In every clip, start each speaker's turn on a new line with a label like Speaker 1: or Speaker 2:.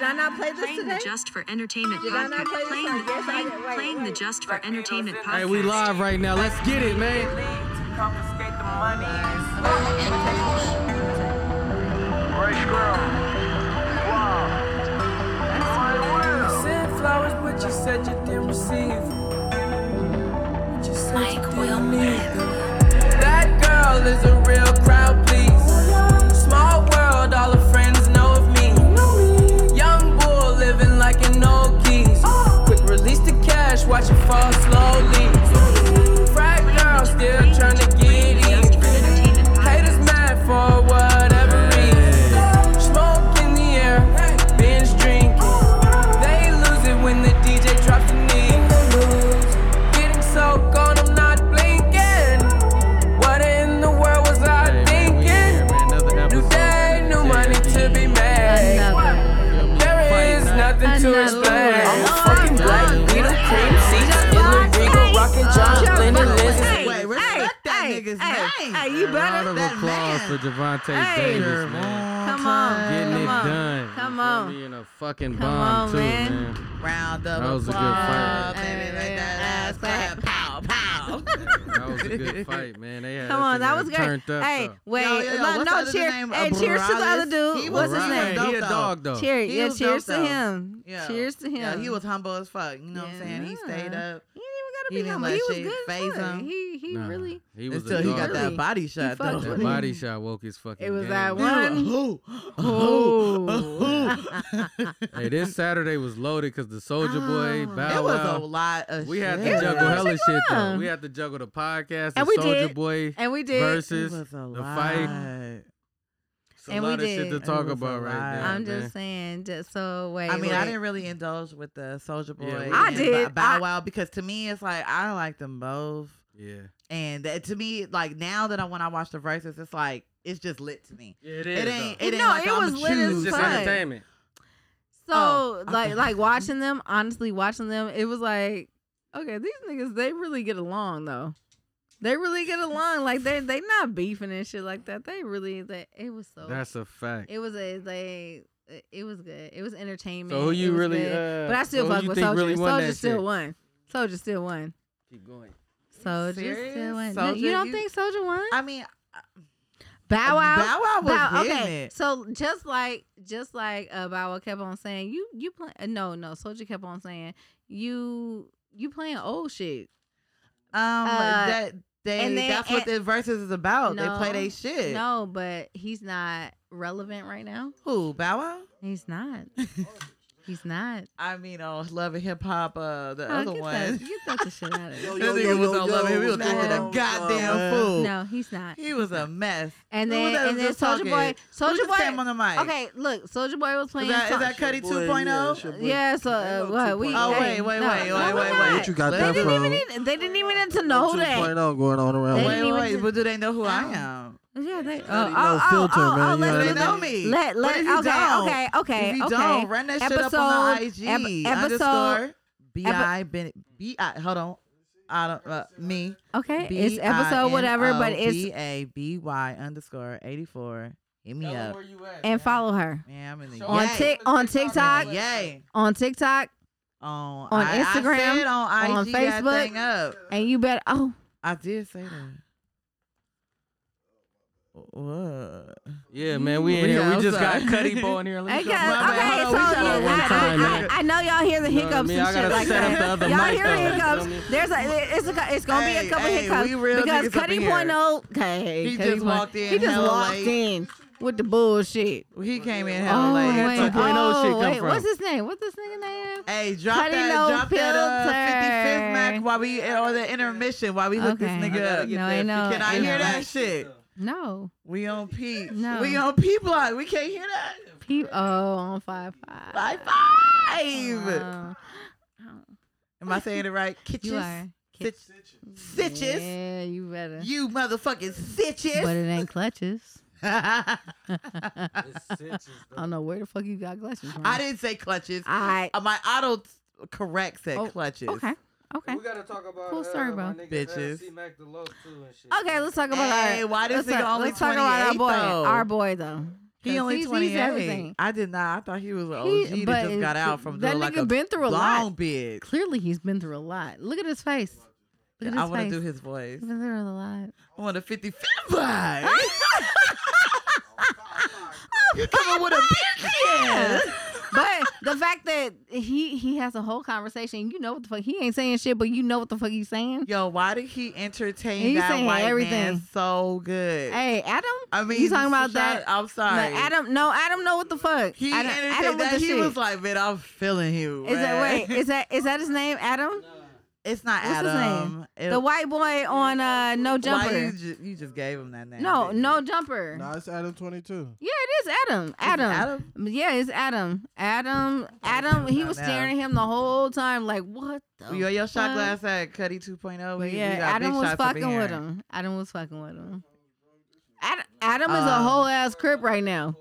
Speaker 1: not play this
Speaker 2: Playing the
Speaker 1: today?
Speaker 2: Just for Entertainment
Speaker 1: Did I
Speaker 2: podcast.
Speaker 1: not play this?
Speaker 2: Playing,
Speaker 1: I
Speaker 2: the,
Speaker 1: guess I
Speaker 2: playing,
Speaker 1: didn't- wait,
Speaker 2: playing the
Speaker 1: wait.
Speaker 2: Just for Entertainment podcast.
Speaker 3: Hey, we live right now. Let's get it, man.
Speaker 4: Confiscate the money. You sent flowers, but you said you didn't receive. But you said you didn't need them. That girl is a real crowd, please. Small world, all her friends know of me. Young bull living like an old geese. Quick release the cash, watch it fall slowly. Frat girl still trying to get
Speaker 2: Just for
Speaker 4: in.
Speaker 2: Entertainment podcast.
Speaker 4: Haters mad for whatever reason. Smoke in the air, binge drinking. They lose it when the DJ drops the knee. Getting so gone, I'm not blinking. What in the world was I thinking? New day, new money to be made. There is nothing to explain. I'm a fucking black beetle, cream seats, illegal, rocking John,
Speaker 1: Joe,
Speaker 4: blending
Speaker 1: wait,
Speaker 4: lenses.
Speaker 1: hey,
Speaker 5: respect
Speaker 1: hey,
Speaker 5: that
Speaker 1: hey,
Speaker 5: nigga's
Speaker 1: hey,
Speaker 5: name.
Speaker 1: Hey, you
Speaker 3: Round
Speaker 1: better.
Speaker 3: of
Speaker 5: that
Speaker 3: applause
Speaker 5: man.
Speaker 3: for Javante
Speaker 1: Hey.
Speaker 3: Davis, man.
Speaker 1: Come on.
Speaker 3: Getting
Speaker 1: come
Speaker 3: it
Speaker 1: on.
Speaker 3: done.
Speaker 1: Come
Speaker 3: You feel
Speaker 1: on.
Speaker 3: me? And a fucking
Speaker 1: Come
Speaker 3: bomb
Speaker 1: on,
Speaker 3: too,
Speaker 1: man.
Speaker 3: man.
Speaker 5: Round of
Speaker 3: That was a good fight.
Speaker 5: applause, baby. Let that ass clap. Pow, pow.
Speaker 3: That was a good fight, man. They had
Speaker 1: Come
Speaker 3: us
Speaker 1: on,
Speaker 3: in
Speaker 1: that
Speaker 3: there
Speaker 1: was
Speaker 3: turned
Speaker 1: great.
Speaker 3: Up,
Speaker 1: Hey, wait,
Speaker 5: Yo, yo, yo,
Speaker 1: no,
Speaker 5: what's
Speaker 1: no,
Speaker 5: the other
Speaker 1: cheer.
Speaker 5: name?
Speaker 1: Hey,
Speaker 5: Uh,
Speaker 1: cheers to the other
Speaker 5: Morales?
Speaker 1: dude.
Speaker 5: He
Speaker 1: What's
Speaker 5: was
Speaker 1: his
Speaker 5: right.
Speaker 1: name?
Speaker 5: dope,
Speaker 3: He a
Speaker 5: though.
Speaker 3: dog though.
Speaker 1: Cheer,
Speaker 5: He
Speaker 1: yeah,
Speaker 5: was dope,
Speaker 1: cheers to
Speaker 5: though.
Speaker 1: him.
Speaker 5: Yeah.
Speaker 1: Cheers to him.
Speaker 5: Yeah, he was humble as fuck. You know what I'm saying? He stayed
Speaker 1: Yeah.
Speaker 5: up.
Speaker 1: He ain't
Speaker 5: He
Speaker 1: even
Speaker 5: didn't
Speaker 1: gotta
Speaker 5: let
Speaker 1: be humble. He
Speaker 5: shit
Speaker 1: was good. as
Speaker 5: faze
Speaker 1: fuck.
Speaker 5: him.
Speaker 1: He he
Speaker 3: Nah,
Speaker 1: really.
Speaker 3: He was
Speaker 5: Until
Speaker 3: a
Speaker 5: he
Speaker 3: dog.
Speaker 5: got that
Speaker 1: Really?
Speaker 5: body shot
Speaker 1: fucked
Speaker 5: though.
Speaker 1: with
Speaker 3: That
Speaker 1: me.
Speaker 3: body shot woke his fucking.
Speaker 1: It was
Speaker 3: game
Speaker 1: that
Speaker 3: up.
Speaker 1: one.
Speaker 5: Who?
Speaker 1: Oh.
Speaker 3: Hey, this Saturday was loaded because the Soldier Boy,
Speaker 1: Oh.
Speaker 3: Bow
Speaker 5: It was a
Speaker 3: Wow.
Speaker 5: lot of
Speaker 3: We
Speaker 5: shit.
Speaker 3: had
Speaker 1: It
Speaker 3: to
Speaker 1: was
Speaker 3: juggle
Speaker 1: a
Speaker 3: hella shit though.
Speaker 1: lot.
Speaker 3: We had to juggle the podcast,
Speaker 1: And
Speaker 3: the
Speaker 1: we
Speaker 3: Soldier
Speaker 1: did.
Speaker 3: Boy
Speaker 1: and we did.
Speaker 5: It
Speaker 3: versus.
Speaker 5: was a
Speaker 3: the
Speaker 5: lot.
Speaker 3: fight. It's a
Speaker 1: And we
Speaker 3: lot of shit
Speaker 1: did.
Speaker 3: to
Speaker 1: It
Speaker 3: talk
Speaker 5: was a
Speaker 3: about right
Speaker 5: lot.
Speaker 3: now.
Speaker 1: I'm
Speaker 3: man.
Speaker 1: just saying. Just so wait.
Speaker 5: I mean, I
Speaker 1: wait.
Speaker 5: didn't really indulge with the Soldier Boy.
Speaker 3: Yeah, we-
Speaker 5: and
Speaker 3: I
Speaker 1: did.
Speaker 5: Bow- Bow
Speaker 1: I-
Speaker 5: Wow because to me it's like I like them both,
Speaker 3: Yeah.
Speaker 5: and that, to me like now that I when I watch the verses, it's like it's just lit to me.
Speaker 3: It
Speaker 5: It ain't. It ain't
Speaker 1: No,
Speaker 5: like
Speaker 1: it
Speaker 5: I'ma
Speaker 1: was lit as
Speaker 5: choose.
Speaker 3: It's just
Speaker 1: fun.
Speaker 3: entertainment.
Speaker 1: So
Speaker 5: Oh,
Speaker 1: like
Speaker 5: okay.
Speaker 1: like watching them, honestly watching them, it was like, okay, these niggas they really get along though. They really get along. Like they they not beefing and shit like that. They really they it was so
Speaker 3: That's a fact.
Speaker 1: it was a they it was good. It was entertainment.
Speaker 3: So who you
Speaker 1: It was
Speaker 3: really?
Speaker 1: good.
Speaker 3: Uh,
Speaker 1: but I still
Speaker 3: so who
Speaker 1: fuck
Speaker 3: you
Speaker 1: with
Speaker 3: think
Speaker 1: Soldier.
Speaker 3: really won
Speaker 1: Soldier
Speaker 3: that
Speaker 1: still
Speaker 3: shit?
Speaker 1: won. Soldier still won.
Speaker 3: Keep going.
Speaker 1: Soldier
Speaker 5: serious?
Speaker 1: still won. No,
Speaker 5: Soulja,
Speaker 1: you don't
Speaker 5: you-
Speaker 1: think Soldier won?
Speaker 5: I mean,
Speaker 1: Bow Wow.
Speaker 5: Bow Wow was
Speaker 1: Bow-
Speaker 5: hitting it.
Speaker 1: So just like just like uh, Bow Wow kept on saying, you you play uh, no no Soldier kept on saying you you playing old shit.
Speaker 5: Um,
Speaker 1: Uh,
Speaker 5: that they
Speaker 1: and then-
Speaker 5: that's what
Speaker 1: and-
Speaker 5: the verses is about. they
Speaker 1: No,
Speaker 5: play they shit.
Speaker 1: No, but he's not relevant right now.
Speaker 5: Who Bow Wow?
Speaker 1: He's not. he's not.
Speaker 5: I mean, on Love and Hip Hop, uh, the
Speaker 1: Oh,
Speaker 5: other
Speaker 1: get
Speaker 5: one.
Speaker 1: that, get that the shit out of there.
Speaker 5: That nigga was on Love and Hip Hop.
Speaker 1: yo,
Speaker 5: acting
Speaker 1: yo,
Speaker 5: a goddamn fool.
Speaker 1: No, he's not.
Speaker 5: He was a mess.
Speaker 1: And
Speaker 5: Who
Speaker 1: then
Speaker 5: that
Speaker 1: and
Speaker 5: was
Speaker 1: then
Speaker 5: just
Speaker 1: Soldier Boy
Speaker 5: talking? Who
Speaker 1: Soldier
Speaker 5: just came on
Speaker 1: Boy.
Speaker 5: the mic?
Speaker 1: Okay, look, Soldier Boy was
Speaker 5: Is
Speaker 1: playing.
Speaker 5: that, is that
Speaker 1: Sol-
Speaker 5: Cuddy 2.0?
Speaker 1: yeah, so uh, what? We,
Speaker 5: Oh,
Speaker 1: hey,
Speaker 5: wait, wait,
Speaker 1: no,
Speaker 5: wait,
Speaker 1: no,
Speaker 5: wait,
Speaker 1: we're
Speaker 5: wait,
Speaker 1: not.
Speaker 5: wait.
Speaker 6: What you got
Speaker 5: They
Speaker 6: that
Speaker 1: They
Speaker 6: from?
Speaker 1: didn't even need, they didn't even need to know that.
Speaker 6: 2.0 going on around.
Speaker 1: They
Speaker 6: with
Speaker 5: Wait,
Speaker 1: didn't
Speaker 5: wait,
Speaker 1: even
Speaker 5: wait.
Speaker 1: just-
Speaker 5: But do they know who I
Speaker 1: Oh.
Speaker 5: am?
Speaker 1: Yeah, they.
Speaker 6: already
Speaker 1: Oh, oh,
Speaker 6: no
Speaker 1: oh,
Speaker 6: filter,
Speaker 1: oh,
Speaker 6: man.
Speaker 1: oh,
Speaker 6: You
Speaker 1: let's
Speaker 5: They
Speaker 6: already
Speaker 1: do
Speaker 5: know
Speaker 1: that.
Speaker 5: me.
Speaker 1: Let
Speaker 5: What
Speaker 1: let
Speaker 5: if you
Speaker 1: okay
Speaker 5: don't?
Speaker 1: okay okay
Speaker 5: if you
Speaker 1: okay.
Speaker 5: don't, run that shit up on the IG.
Speaker 1: episode-
Speaker 5: underscore bi ben bi. Hold on, I don't uh, me.
Speaker 1: Okay, it's episode whatever, but
Speaker 5: B
Speaker 1: it's
Speaker 5: a b y underscore eighty four. Hit me up.
Speaker 1: and follow her
Speaker 5: Man, I'm in the
Speaker 1: on
Speaker 5: yay.
Speaker 1: tick on TikTok
Speaker 5: Yay.
Speaker 1: on TikTok,
Speaker 5: On,
Speaker 1: On
Speaker 5: I, I
Speaker 1: Instagram,
Speaker 5: said on IG
Speaker 1: on
Speaker 5: that
Speaker 1: Facebook.
Speaker 5: thing up.
Speaker 1: and you bet. Oh,
Speaker 5: I did say that. What?
Speaker 3: Yeah, man, we in
Speaker 5: We
Speaker 3: here. We just got
Speaker 5: outside.
Speaker 3: Cuddy Boy in here.
Speaker 1: okay,
Speaker 3: Let
Speaker 1: okay.
Speaker 3: me
Speaker 1: So
Speaker 3: just-
Speaker 5: My bad.
Speaker 1: yeah,
Speaker 5: Hold on, we shut up one
Speaker 3: time,
Speaker 1: I,
Speaker 3: man.
Speaker 1: I, I, I know y'all hear the
Speaker 3: You know what I
Speaker 1: hiccups
Speaker 3: mean? I
Speaker 1: and shit
Speaker 3: gotta
Speaker 1: like
Speaker 3: set up
Speaker 1: that.
Speaker 3: the other
Speaker 1: y'all
Speaker 3: mic,
Speaker 1: hear the
Speaker 3: though. You feel me?
Speaker 1: hiccups? There's a it's a it's gonna be
Speaker 5: Hey,
Speaker 1: a couple
Speaker 5: hey,
Speaker 1: hiccups
Speaker 5: we real
Speaker 1: because
Speaker 5: niggas up
Speaker 1: Cuddy
Speaker 5: in here.
Speaker 1: Point oh, okay,
Speaker 5: He
Speaker 1: Cuddy
Speaker 5: just
Speaker 1: Point-
Speaker 5: walked in
Speaker 1: He just
Speaker 5: hella
Speaker 1: walked
Speaker 5: late.
Speaker 1: in with the bullshit.
Speaker 5: He came in hella
Speaker 1: Oh,
Speaker 5: late.
Speaker 1: wait.
Speaker 3: 2.0
Speaker 1: oh,
Speaker 3: shit come
Speaker 1: wait.
Speaker 3: from?
Speaker 1: What's his name? What's this nigga name?
Speaker 5: Hey, drop
Speaker 1: Cutty
Speaker 5: that,
Speaker 1: no
Speaker 5: drop that uh, 55th
Speaker 1: filter.
Speaker 5: Mac while we or the intermission while we hook
Speaker 1: Okay.
Speaker 5: this
Speaker 1: I
Speaker 5: nigga up.
Speaker 1: No, I know.
Speaker 5: Can I hear that shit?
Speaker 1: No.
Speaker 5: We on P.
Speaker 1: No.
Speaker 5: We on P block. We can't hear that.
Speaker 1: P O on oh, five five.
Speaker 5: High five.
Speaker 1: Oh,
Speaker 5: Am I saying it right?
Speaker 1: you are.
Speaker 5: Kitches, Sitch- sitches.
Speaker 1: Yeah, you better.
Speaker 5: You motherfucking
Speaker 1: But
Speaker 5: sitches.
Speaker 1: it ain't clutches.
Speaker 5: I
Speaker 1: I don't know where the fuck you got clutches from.
Speaker 5: didn't say clutches.
Speaker 1: I.
Speaker 5: Uh, My auto corrects said
Speaker 1: Oh,
Speaker 5: clutches.
Speaker 1: Okay. Okay.
Speaker 3: gotta talk about
Speaker 1: Cool story, bro.
Speaker 5: Bitches.
Speaker 3: Bitches.
Speaker 1: Okay, let's talk about
Speaker 5: Hey,
Speaker 1: our.
Speaker 5: why this
Speaker 1: let's
Speaker 5: nigga
Speaker 1: talk,
Speaker 5: only
Speaker 1: let's talk about our
Speaker 5: 28
Speaker 1: boy.
Speaker 5: though?
Speaker 1: Our boy though.
Speaker 5: He
Speaker 1: 'Cause
Speaker 5: only
Speaker 1: he's- he's
Speaker 5: twenty eight.
Speaker 1: everything.
Speaker 5: I did not. I thought he was an
Speaker 1: He-
Speaker 5: OG
Speaker 1: but
Speaker 5: that just got
Speaker 1: it's-
Speaker 5: out from
Speaker 1: that
Speaker 5: doing like
Speaker 1: nigga
Speaker 5: a
Speaker 1: been through a lot.
Speaker 5: long bid.
Speaker 1: Clearly, he's been through a lot. Look at his face. Look at his
Speaker 5: I want
Speaker 1: face.
Speaker 5: to do his voice.
Speaker 1: He's been through a lot.
Speaker 5: I want a fifty fifth vibe.
Speaker 1: Oh,
Speaker 5: You coming with a bitch? Yeah.
Speaker 1: but the fact that he he has a whole conversation, you know what the fuck he ain't saying shit, but you know what the fuck he's saying.
Speaker 5: Yo, why did he entertain
Speaker 1: He's
Speaker 5: that
Speaker 1: saying
Speaker 5: white
Speaker 1: everything.
Speaker 5: man so good?
Speaker 1: Hey, Adam.
Speaker 5: I mean,
Speaker 1: you talking about
Speaker 5: Rashad-
Speaker 1: that?
Speaker 5: I'm sorry.
Speaker 1: Like, Adam, no, Adam know what the fuck.
Speaker 5: he
Speaker 1: Adam,
Speaker 5: entertained
Speaker 1: Adam with
Speaker 5: that.
Speaker 1: the
Speaker 5: He
Speaker 1: shit.
Speaker 5: was like, man, I'm feeling you.
Speaker 1: is that
Speaker 5: man."
Speaker 1: wait? Is that is that his name? Adam,
Speaker 5: it's not
Speaker 1: what's his name?
Speaker 5: Adam. It-
Speaker 1: the white boy on uh No
Speaker 5: Why you,
Speaker 1: Jumper.
Speaker 5: ju- you just gave him that name?
Speaker 1: No,
Speaker 5: didn't you?
Speaker 1: No Jumper.
Speaker 7: Nah, it's Adam 22.
Speaker 1: Yeah, it is Adam. Adam.
Speaker 5: Adam? Oh,
Speaker 1: Yeah, it's Adam. Adam. Adam. He was
Speaker 5: Now.
Speaker 1: staring at him the whole time, like, what the?
Speaker 5: Yo, your shot
Speaker 1: fuck?
Speaker 5: glass at Cuddy 2.0.
Speaker 1: But
Speaker 5: We- we
Speaker 1: yeah,
Speaker 5: got big
Speaker 1: Adam was
Speaker 5: shots up in
Speaker 1: fucking with
Speaker 5: here.
Speaker 1: him. Adam was fucking with him. Uh, Adam, Adam is a
Speaker 5: Um,
Speaker 1: whole ass crip right now.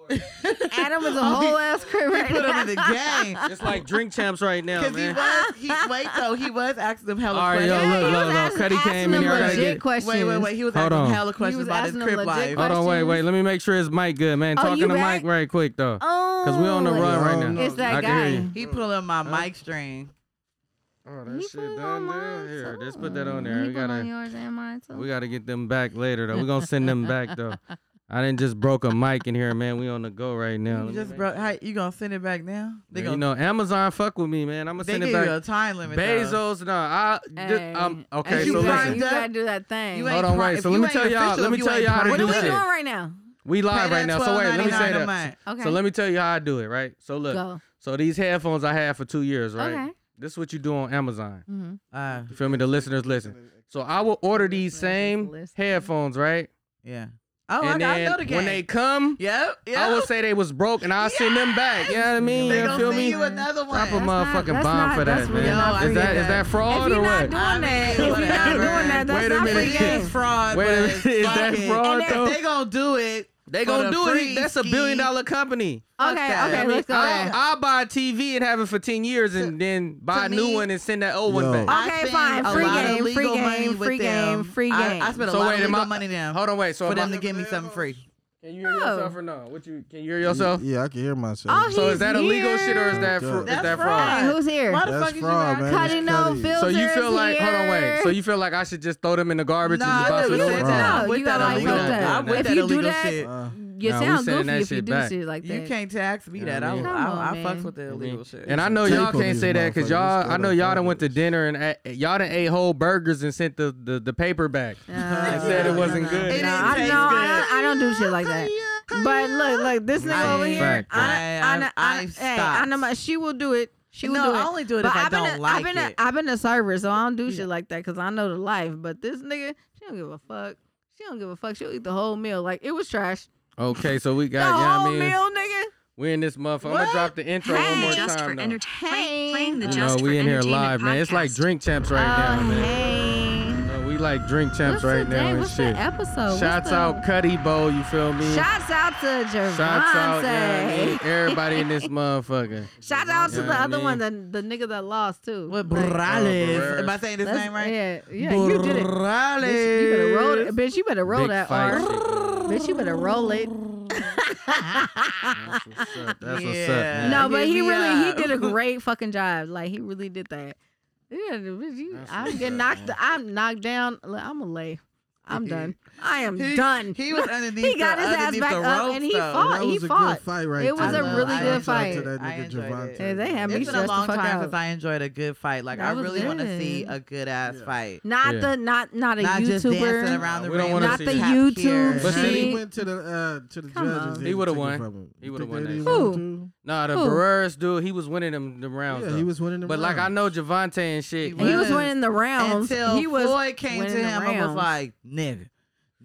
Speaker 1: Adam is a
Speaker 5: Oh, he-
Speaker 1: whole ass crip
Speaker 5: We
Speaker 1: right
Speaker 5: put him
Speaker 1: now.
Speaker 5: in the game.
Speaker 3: It's like drink champs right now,
Speaker 5: Because he
Speaker 3: man.
Speaker 5: was, he, wait though, he was asking them hella
Speaker 3: All right, yo,
Speaker 5: questions.
Speaker 3: look,
Speaker 1: he
Speaker 3: look,
Speaker 1: was
Speaker 3: look.
Speaker 1: asking-
Speaker 3: Cuddy
Speaker 1: asking
Speaker 3: came in
Speaker 1: him
Speaker 3: here. I gotta
Speaker 1: legit
Speaker 3: get.
Speaker 1: questions.
Speaker 5: Wait, wait, wait. He was
Speaker 3: Hold
Speaker 5: asking
Speaker 3: on.
Speaker 5: them hella questions
Speaker 1: was
Speaker 5: about his
Speaker 1: asking them
Speaker 5: crib
Speaker 1: legit
Speaker 5: life.
Speaker 3: Hold on, wait, wait.
Speaker 1: questions.
Speaker 3: Let me make sure his mic good, man.
Speaker 1: Oh,
Speaker 3: Talking
Speaker 1: you
Speaker 3: to
Speaker 1: back?
Speaker 3: mic right quick though,
Speaker 1: Oh,
Speaker 3: because we on the run right now.
Speaker 1: It's that
Speaker 3: I
Speaker 1: guy.
Speaker 3: can hear you.
Speaker 5: He pulling my mic string.
Speaker 3: Oh,
Speaker 1: He
Speaker 3: that
Speaker 1: put it
Speaker 3: shit
Speaker 1: on
Speaker 3: done there.
Speaker 1: mine,
Speaker 3: Here, just
Speaker 1: too.
Speaker 3: put that on
Speaker 1: He
Speaker 3: there. We
Speaker 1: put it on
Speaker 3: gotta,
Speaker 1: yours and mine too.
Speaker 3: we gotta get them back later though. We gonna send them back though. I didn't just broke a mic in here, man. We on the go right now.
Speaker 5: You
Speaker 3: Let me
Speaker 5: just
Speaker 3: make-
Speaker 5: bro, how, you gonna send it back now? They
Speaker 3: Man,
Speaker 5: gonna
Speaker 3: you know, Amazon fuck with me, man. I'm gonna
Speaker 5: they
Speaker 3: send
Speaker 5: give
Speaker 3: it
Speaker 5: you a
Speaker 3: back.
Speaker 5: time limit. though.
Speaker 3: Bezos, no, I,
Speaker 1: Hey,
Speaker 3: um, okay.
Speaker 1: and
Speaker 5: you
Speaker 3: So
Speaker 1: you, gotta-
Speaker 5: find
Speaker 3: listen,
Speaker 1: you
Speaker 5: out-
Speaker 1: gotta do that thing.
Speaker 5: You
Speaker 3: Hold
Speaker 5: ain't
Speaker 3: on,
Speaker 5: pri-
Speaker 3: wait,
Speaker 5: if
Speaker 3: so let
Speaker 5: you
Speaker 3: me
Speaker 5: ain't
Speaker 3: tell y'all-
Speaker 5: official,
Speaker 3: let me
Speaker 5: if
Speaker 3: tell
Speaker 5: ain't
Speaker 3: y'all how to
Speaker 5: pri-
Speaker 1: what
Speaker 3: do
Speaker 1: are we
Speaker 3: that.
Speaker 1: doing right now?
Speaker 3: we live
Speaker 5: Pay
Speaker 3: right
Speaker 5: that
Speaker 3: now. So wait, let me say
Speaker 5: $12.99 a
Speaker 3: that.
Speaker 5: month.
Speaker 1: Okay.
Speaker 3: So let me tell you how I do it, right? So look,
Speaker 1: go.
Speaker 3: so these headphones I had for two years, right?
Speaker 1: Okay.
Speaker 3: This is what you do on Amazon.
Speaker 1: hmm
Speaker 5: Ah,
Speaker 3: You feel me? The listeners listen. So I will order these
Speaker 1: Listeners
Speaker 3: same
Speaker 1: listen.
Speaker 3: headphones, right?
Speaker 5: yeah. Oh,
Speaker 3: and
Speaker 5: I, I
Speaker 3: then
Speaker 5: know the game.
Speaker 3: when they come,
Speaker 5: yep, yep.
Speaker 3: I will say they was broke, and I'll send them back. You know what I mean?
Speaker 5: they
Speaker 3: You
Speaker 5: gonna
Speaker 3: feel
Speaker 5: send
Speaker 3: me?
Speaker 5: you another
Speaker 3: Drop a
Speaker 5: one.
Speaker 1: not-
Speaker 3: motherfucking
Speaker 1: that's
Speaker 3: bomb
Speaker 1: not-
Speaker 3: for
Speaker 1: that's
Speaker 3: that,
Speaker 1: really
Speaker 5: not
Speaker 3: man. Is
Speaker 5: free
Speaker 3: that
Speaker 5: game.
Speaker 3: is that
Speaker 1: If
Speaker 3: fraud
Speaker 1: you're
Speaker 3: or
Speaker 1: not
Speaker 3: what?
Speaker 1: doing
Speaker 5: I mean,
Speaker 1: that, if you're not doing
Speaker 5: whatever.
Speaker 1: that, that's
Speaker 3: Wait a
Speaker 1: not
Speaker 3: minute.
Speaker 1: free
Speaker 5: It is
Speaker 1: game.
Speaker 5: fraud.
Speaker 3: Wait a minute,
Speaker 5: but
Speaker 3: is
Speaker 5: fuck
Speaker 3: that
Speaker 5: it.
Speaker 3: fraud
Speaker 5: And if
Speaker 3: though?
Speaker 5: They gonna do it.
Speaker 3: They
Speaker 5: for
Speaker 3: gonna
Speaker 5: the
Speaker 3: do
Speaker 5: free
Speaker 3: it. That's a
Speaker 5: ski.
Speaker 3: billion dollar company.
Speaker 5: Fuck
Speaker 1: Okay,
Speaker 5: that.
Speaker 1: okay, let's go.
Speaker 3: I'll,
Speaker 1: there.
Speaker 3: I'll buy a TV and have it for ten years, and then buy a new
Speaker 5: me-
Speaker 3: one and send that old one
Speaker 7: Yo.
Speaker 3: back.
Speaker 5: I
Speaker 1: Okay,
Speaker 5: spend
Speaker 1: fine.
Speaker 5: a
Speaker 1: Free
Speaker 5: lot of
Speaker 1: game, free
Speaker 5: legal
Speaker 1: game,
Speaker 5: money with
Speaker 1: free
Speaker 5: them.
Speaker 1: game, free game.
Speaker 5: I, I spent a
Speaker 3: So
Speaker 5: lot
Speaker 3: wait,
Speaker 5: of
Speaker 3: am
Speaker 5: legal
Speaker 3: I-
Speaker 5: money now
Speaker 3: Hold on, wait. So
Speaker 5: for
Speaker 3: am I-
Speaker 5: them to give me something free.
Speaker 3: can you hear
Speaker 1: Oh.
Speaker 3: yourself or no? What you can you hear yourself?
Speaker 7: Yeah, I can hear myself.
Speaker 1: Oh,
Speaker 3: So is that illegal
Speaker 1: He's
Speaker 3: shit or is that fr- is
Speaker 7: That's
Speaker 3: that
Speaker 5: fraud.
Speaker 3: fraud?
Speaker 1: Hey, who's here?
Speaker 5: Why the
Speaker 7: That's
Speaker 5: fuck is you
Speaker 7: fraud,
Speaker 5: guys-
Speaker 7: man.
Speaker 1: Cutting
Speaker 7: It's
Speaker 1: no
Speaker 7: Cuddy.
Speaker 1: filters.
Speaker 3: So you feel like
Speaker 1: here.
Speaker 3: hold on, wait. So you feel like I should just throw them in the garbage
Speaker 5: Nah,
Speaker 3: and just
Speaker 5: I
Speaker 3: buy some
Speaker 5: never
Speaker 3: new
Speaker 5: said
Speaker 3: ones?
Speaker 5: that.
Speaker 1: No,
Speaker 5: I'm with
Speaker 1: you
Speaker 5: that
Speaker 1: gotta
Speaker 5: illegal.
Speaker 1: like
Speaker 5: I'm
Speaker 3: that.
Speaker 5: with
Speaker 3: If
Speaker 5: that
Speaker 1: you do
Speaker 5: illegal
Speaker 1: that,
Speaker 5: shit.
Speaker 7: Uh,
Speaker 1: You
Speaker 3: Nah, we
Speaker 1: sound
Speaker 3: sending
Speaker 1: goofy
Speaker 3: that
Speaker 1: if you
Speaker 3: shit
Speaker 1: do
Speaker 3: back.
Speaker 1: shit like that.
Speaker 5: You can't tax me
Speaker 3: Yeah,
Speaker 5: that.
Speaker 3: I
Speaker 5: I,
Speaker 3: mean-
Speaker 5: I, I,
Speaker 1: Come on,
Speaker 5: fucks
Speaker 1: man.
Speaker 5: with the illegal shit.
Speaker 3: And I know y'all
Speaker 7: Tape on
Speaker 3: can't
Speaker 7: these
Speaker 3: say that because
Speaker 7: motherfuckers.
Speaker 3: y'all,
Speaker 7: They
Speaker 3: I know
Speaker 7: don't
Speaker 3: y'all
Speaker 7: fuck
Speaker 3: done went to
Speaker 7: with us.
Speaker 3: dinner and a- y'all done ate whole burgers and sent the the, the paper back.
Speaker 1: Uh,
Speaker 3: said it wasn't
Speaker 1: no,
Speaker 3: good.
Speaker 1: No,
Speaker 5: It didn't
Speaker 1: I,
Speaker 5: taste
Speaker 1: no, I
Speaker 5: good.
Speaker 1: don't- I don't do shit like that. But look, look, this nigga
Speaker 5: I-
Speaker 1: over here.
Speaker 3: Fact,
Speaker 1: I, I,
Speaker 5: I-
Speaker 1: I,
Speaker 5: I-
Speaker 1: I,
Speaker 5: I've
Speaker 1: hey,
Speaker 5: stopped.
Speaker 1: I know my, she will do it. She will
Speaker 5: no,
Speaker 1: do it.
Speaker 5: I only do it
Speaker 1: But
Speaker 5: if I
Speaker 1: I've been
Speaker 5: don't
Speaker 1: a-
Speaker 5: like
Speaker 1: I've been
Speaker 5: it.
Speaker 1: A, I've been a server, so I don't do shit like that because I know the life. But this nigga, she don't give a fuck. She don't give a fuck. She'll eat the whole meal. Like it was trash.
Speaker 3: Okay, so we
Speaker 1: The
Speaker 3: got, yeah,
Speaker 1: whole
Speaker 3: I mean,
Speaker 1: meal, nigga.
Speaker 3: we in this motherfucker. I'm
Speaker 5: What?
Speaker 3: gonna drop the intro one more
Speaker 2: Just for
Speaker 3: time. though.
Speaker 2: entertainment. Playing the
Speaker 1: Hey.
Speaker 3: You know,
Speaker 2: Just for
Speaker 3: we in here
Speaker 2: Entertainment
Speaker 3: live, man. It's like
Speaker 2: podcast.
Speaker 3: drink champs right
Speaker 1: oh,
Speaker 3: now, man.
Speaker 1: hey.
Speaker 3: You know, we like drink champs
Speaker 1: What's
Speaker 3: right
Speaker 1: the
Speaker 3: now
Speaker 1: day?
Speaker 3: and
Speaker 1: What's
Speaker 3: shit.
Speaker 1: the episode?
Speaker 3: Shouts
Speaker 1: What's the-
Speaker 3: out Cuddy Bow, you feel me?
Speaker 1: Shouts out to Javante.
Speaker 3: Shouts out, you know what I mean? everybody in this motherfucker.
Speaker 1: Shout out to
Speaker 3: You know
Speaker 1: the
Speaker 3: what I
Speaker 1: other one,
Speaker 3: mean?
Speaker 1: the, the nigga that lost too.
Speaker 5: What
Speaker 1: Like,
Speaker 5: Borrales?
Speaker 3: Borrales.
Speaker 5: Am I saying his
Speaker 1: that's-
Speaker 5: name right?
Speaker 1: Yeah, yeah, you did it. Bitch, you better roll it. Bitch, you better roll
Speaker 3: Big
Speaker 1: that
Speaker 3: fight
Speaker 1: R.
Speaker 3: shit, man.
Speaker 1: Bitch, you better roll it.
Speaker 3: That's what's up. That's what's up,
Speaker 5: Yeah.
Speaker 3: man.
Speaker 1: No, but
Speaker 5: hit
Speaker 1: he
Speaker 5: me
Speaker 1: really he
Speaker 5: up.
Speaker 1: did a great fucking job. Like he really did that. Yeah, bitch, you,
Speaker 3: That's
Speaker 1: I'm
Speaker 3: what's
Speaker 1: getting
Speaker 3: up,
Speaker 1: knocked.
Speaker 3: man.
Speaker 1: I'm knocked down. Look, I'm a lay. I'm done. I am done.
Speaker 5: He was underneath.
Speaker 1: He got
Speaker 5: the,
Speaker 1: his ass
Speaker 5: underneath
Speaker 1: back
Speaker 5: the
Speaker 1: up
Speaker 5: ropes,
Speaker 1: and he
Speaker 5: though.
Speaker 1: fought.
Speaker 7: that
Speaker 1: he
Speaker 7: was a
Speaker 1: fought.
Speaker 7: good fight right
Speaker 1: It was
Speaker 5: I
Speaker 7: there.
Speaker 1: a
Speaker 5: love-
Speaker 1: really
Speaker 5: I
Speaker 1: good
Speaker 5: enjoyed
Speaker 1: fight.
Speaker 5: it.
Speaker 7: Shout out to that
Speaker 5: I
Speaker 7: nigga
Speaker 5: enjoyed
Speaker 7: Javante.
Speaker 5: it.
Speaker 1: Yeah, they had me
Speaker 5: It's been a
Speaker 1: stressed the
Speaker 5: long
Speaker 1: fuck
Speaker 5: time
Speaker 1: out.
Speaker 5: since I enjoyed a good fight. Like
Speaker 1: That
Speaker 5: I
Speaker 1: was
Speaker 5: really want to
Speaker 1: good.
Speaker 5: see a good ass
Speaker 7: Yeah.
Speaker 5: fight,
Speaker 1: Not
Speaker 3: Yeah.
Speaker 1: the not not a
Speaker 5: not
Speaker 1: YouTuber.
Speaker 5: just dancing around the
Speaker 3: We don't
Speaker 5: ring.
Speaker 3: wanna
Speaker 5: like
Speaker 3: see
Speaker 5: tap
Speaker 1: that. Not the
Speaker 5: here.
Speaker 1: YouTube
Speaker 3: But
Speaker 7: But
Speaker 3: see-
Speaker 7: he went to the uh, to the
Speaker 1: Come on.
Speaker 7: judges.
Speaker 3: He would've won. He
Speaker 7: He
Speaker 3: would've won that
Speaker 1: shit.
Speaker 3: Nah, the
Speaker 1: Who?
Speaker 3: Barreras dude, he was winning them the rounds.
Speaker 7: Yeah,
Speaker 3: though.
Speaker 7: he was winning the
Speaker 3: but like I
Speaker 7: round.
Speaker 3: know Javante and shit.
Speaker 1: And he was
Speaker 5: Was.
Speaker 1: winning the rounds.
Speaker 5: Until
Speaker 1: he was
Speaker 5: Floyd came to
Speaker 1: winning the
Speaker 5: him and was
Speaker 1: rounds.
Speaker 5: like, "Nigga,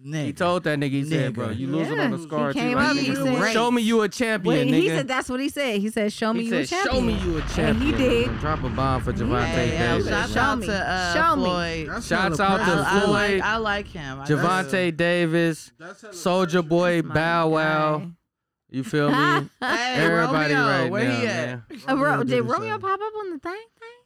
Speaker 5: nigga."
Speaker 3: He told that nigga, he said,
Speaker 5: Nigga.
Speaker 3: bro, you losing
Speaker 1: Yeah,
Speaker 3: on the
Speaker 1: he
Speaker 3: scar.
Speaker 1: came
Speaker 3: too.
Speaker 1: up,
Speaker 3: Like,
Speaker 1: he
Speaker 3: nigga,
Speaker 1: said-
Speaker 3: show me you a champion,
Speaker 1: Wait,
Speaker 3: nigga.
Speaker 1: he said that's what he said. He said, "Show me
Speaker 3: He
Speaker 1: you a
Speaker 3: said,
Speaker 1: champion."
Speaker 3: show me you a champion.
Speaker 1: And he did.
Speaker 3: Drop a bomb for Javante
Speaker 1: Hey,
Speaker 5: Hey, yo,
Speaker 1: Davis.
Speaker 3: Davis.
Speaker 5: shout
Speaker 1: Show
Speaker 5: out
Speaker 1: me.
Speaker 5: to uh,
Speaker 1: Show me.
Speaker 5: Floyd.
Speaker 7: That's
Speaker 3: Shouts
Speaker 7: hella
Speaker 3: out to
Speaker 5: I,
Speaker 7: pressure.
Speaker 5: I
Speaker 3: Floyd.
Speaker 5: like, I like him. I
Speaker 3: Javante Davis,
Speaker 7: That's hella
Speaker 3: Soldier
Speaker 7: pressure.
Speaker 3: Boy,
Speaker 1: My
Speaker 3: Bow Wow.
Speaker 1: guy.
Speaker 3: You feel me?
Speaker 5: Hey,
Speaker 3: Everybody
Speaker 5: Romeo,
Speaker 3: right
Speaker 5: where
Speaker 3: now,
Speaker 5: he at?
Speaker 3: man.
Speaker 1: Uh, Ro-
Speaker 7: Romeo
Speaker 1: did
Speaker 7: did the
Speaker 1: Romeo
Speaker 7: same.
Speaker 1: pop up on the thing? thing?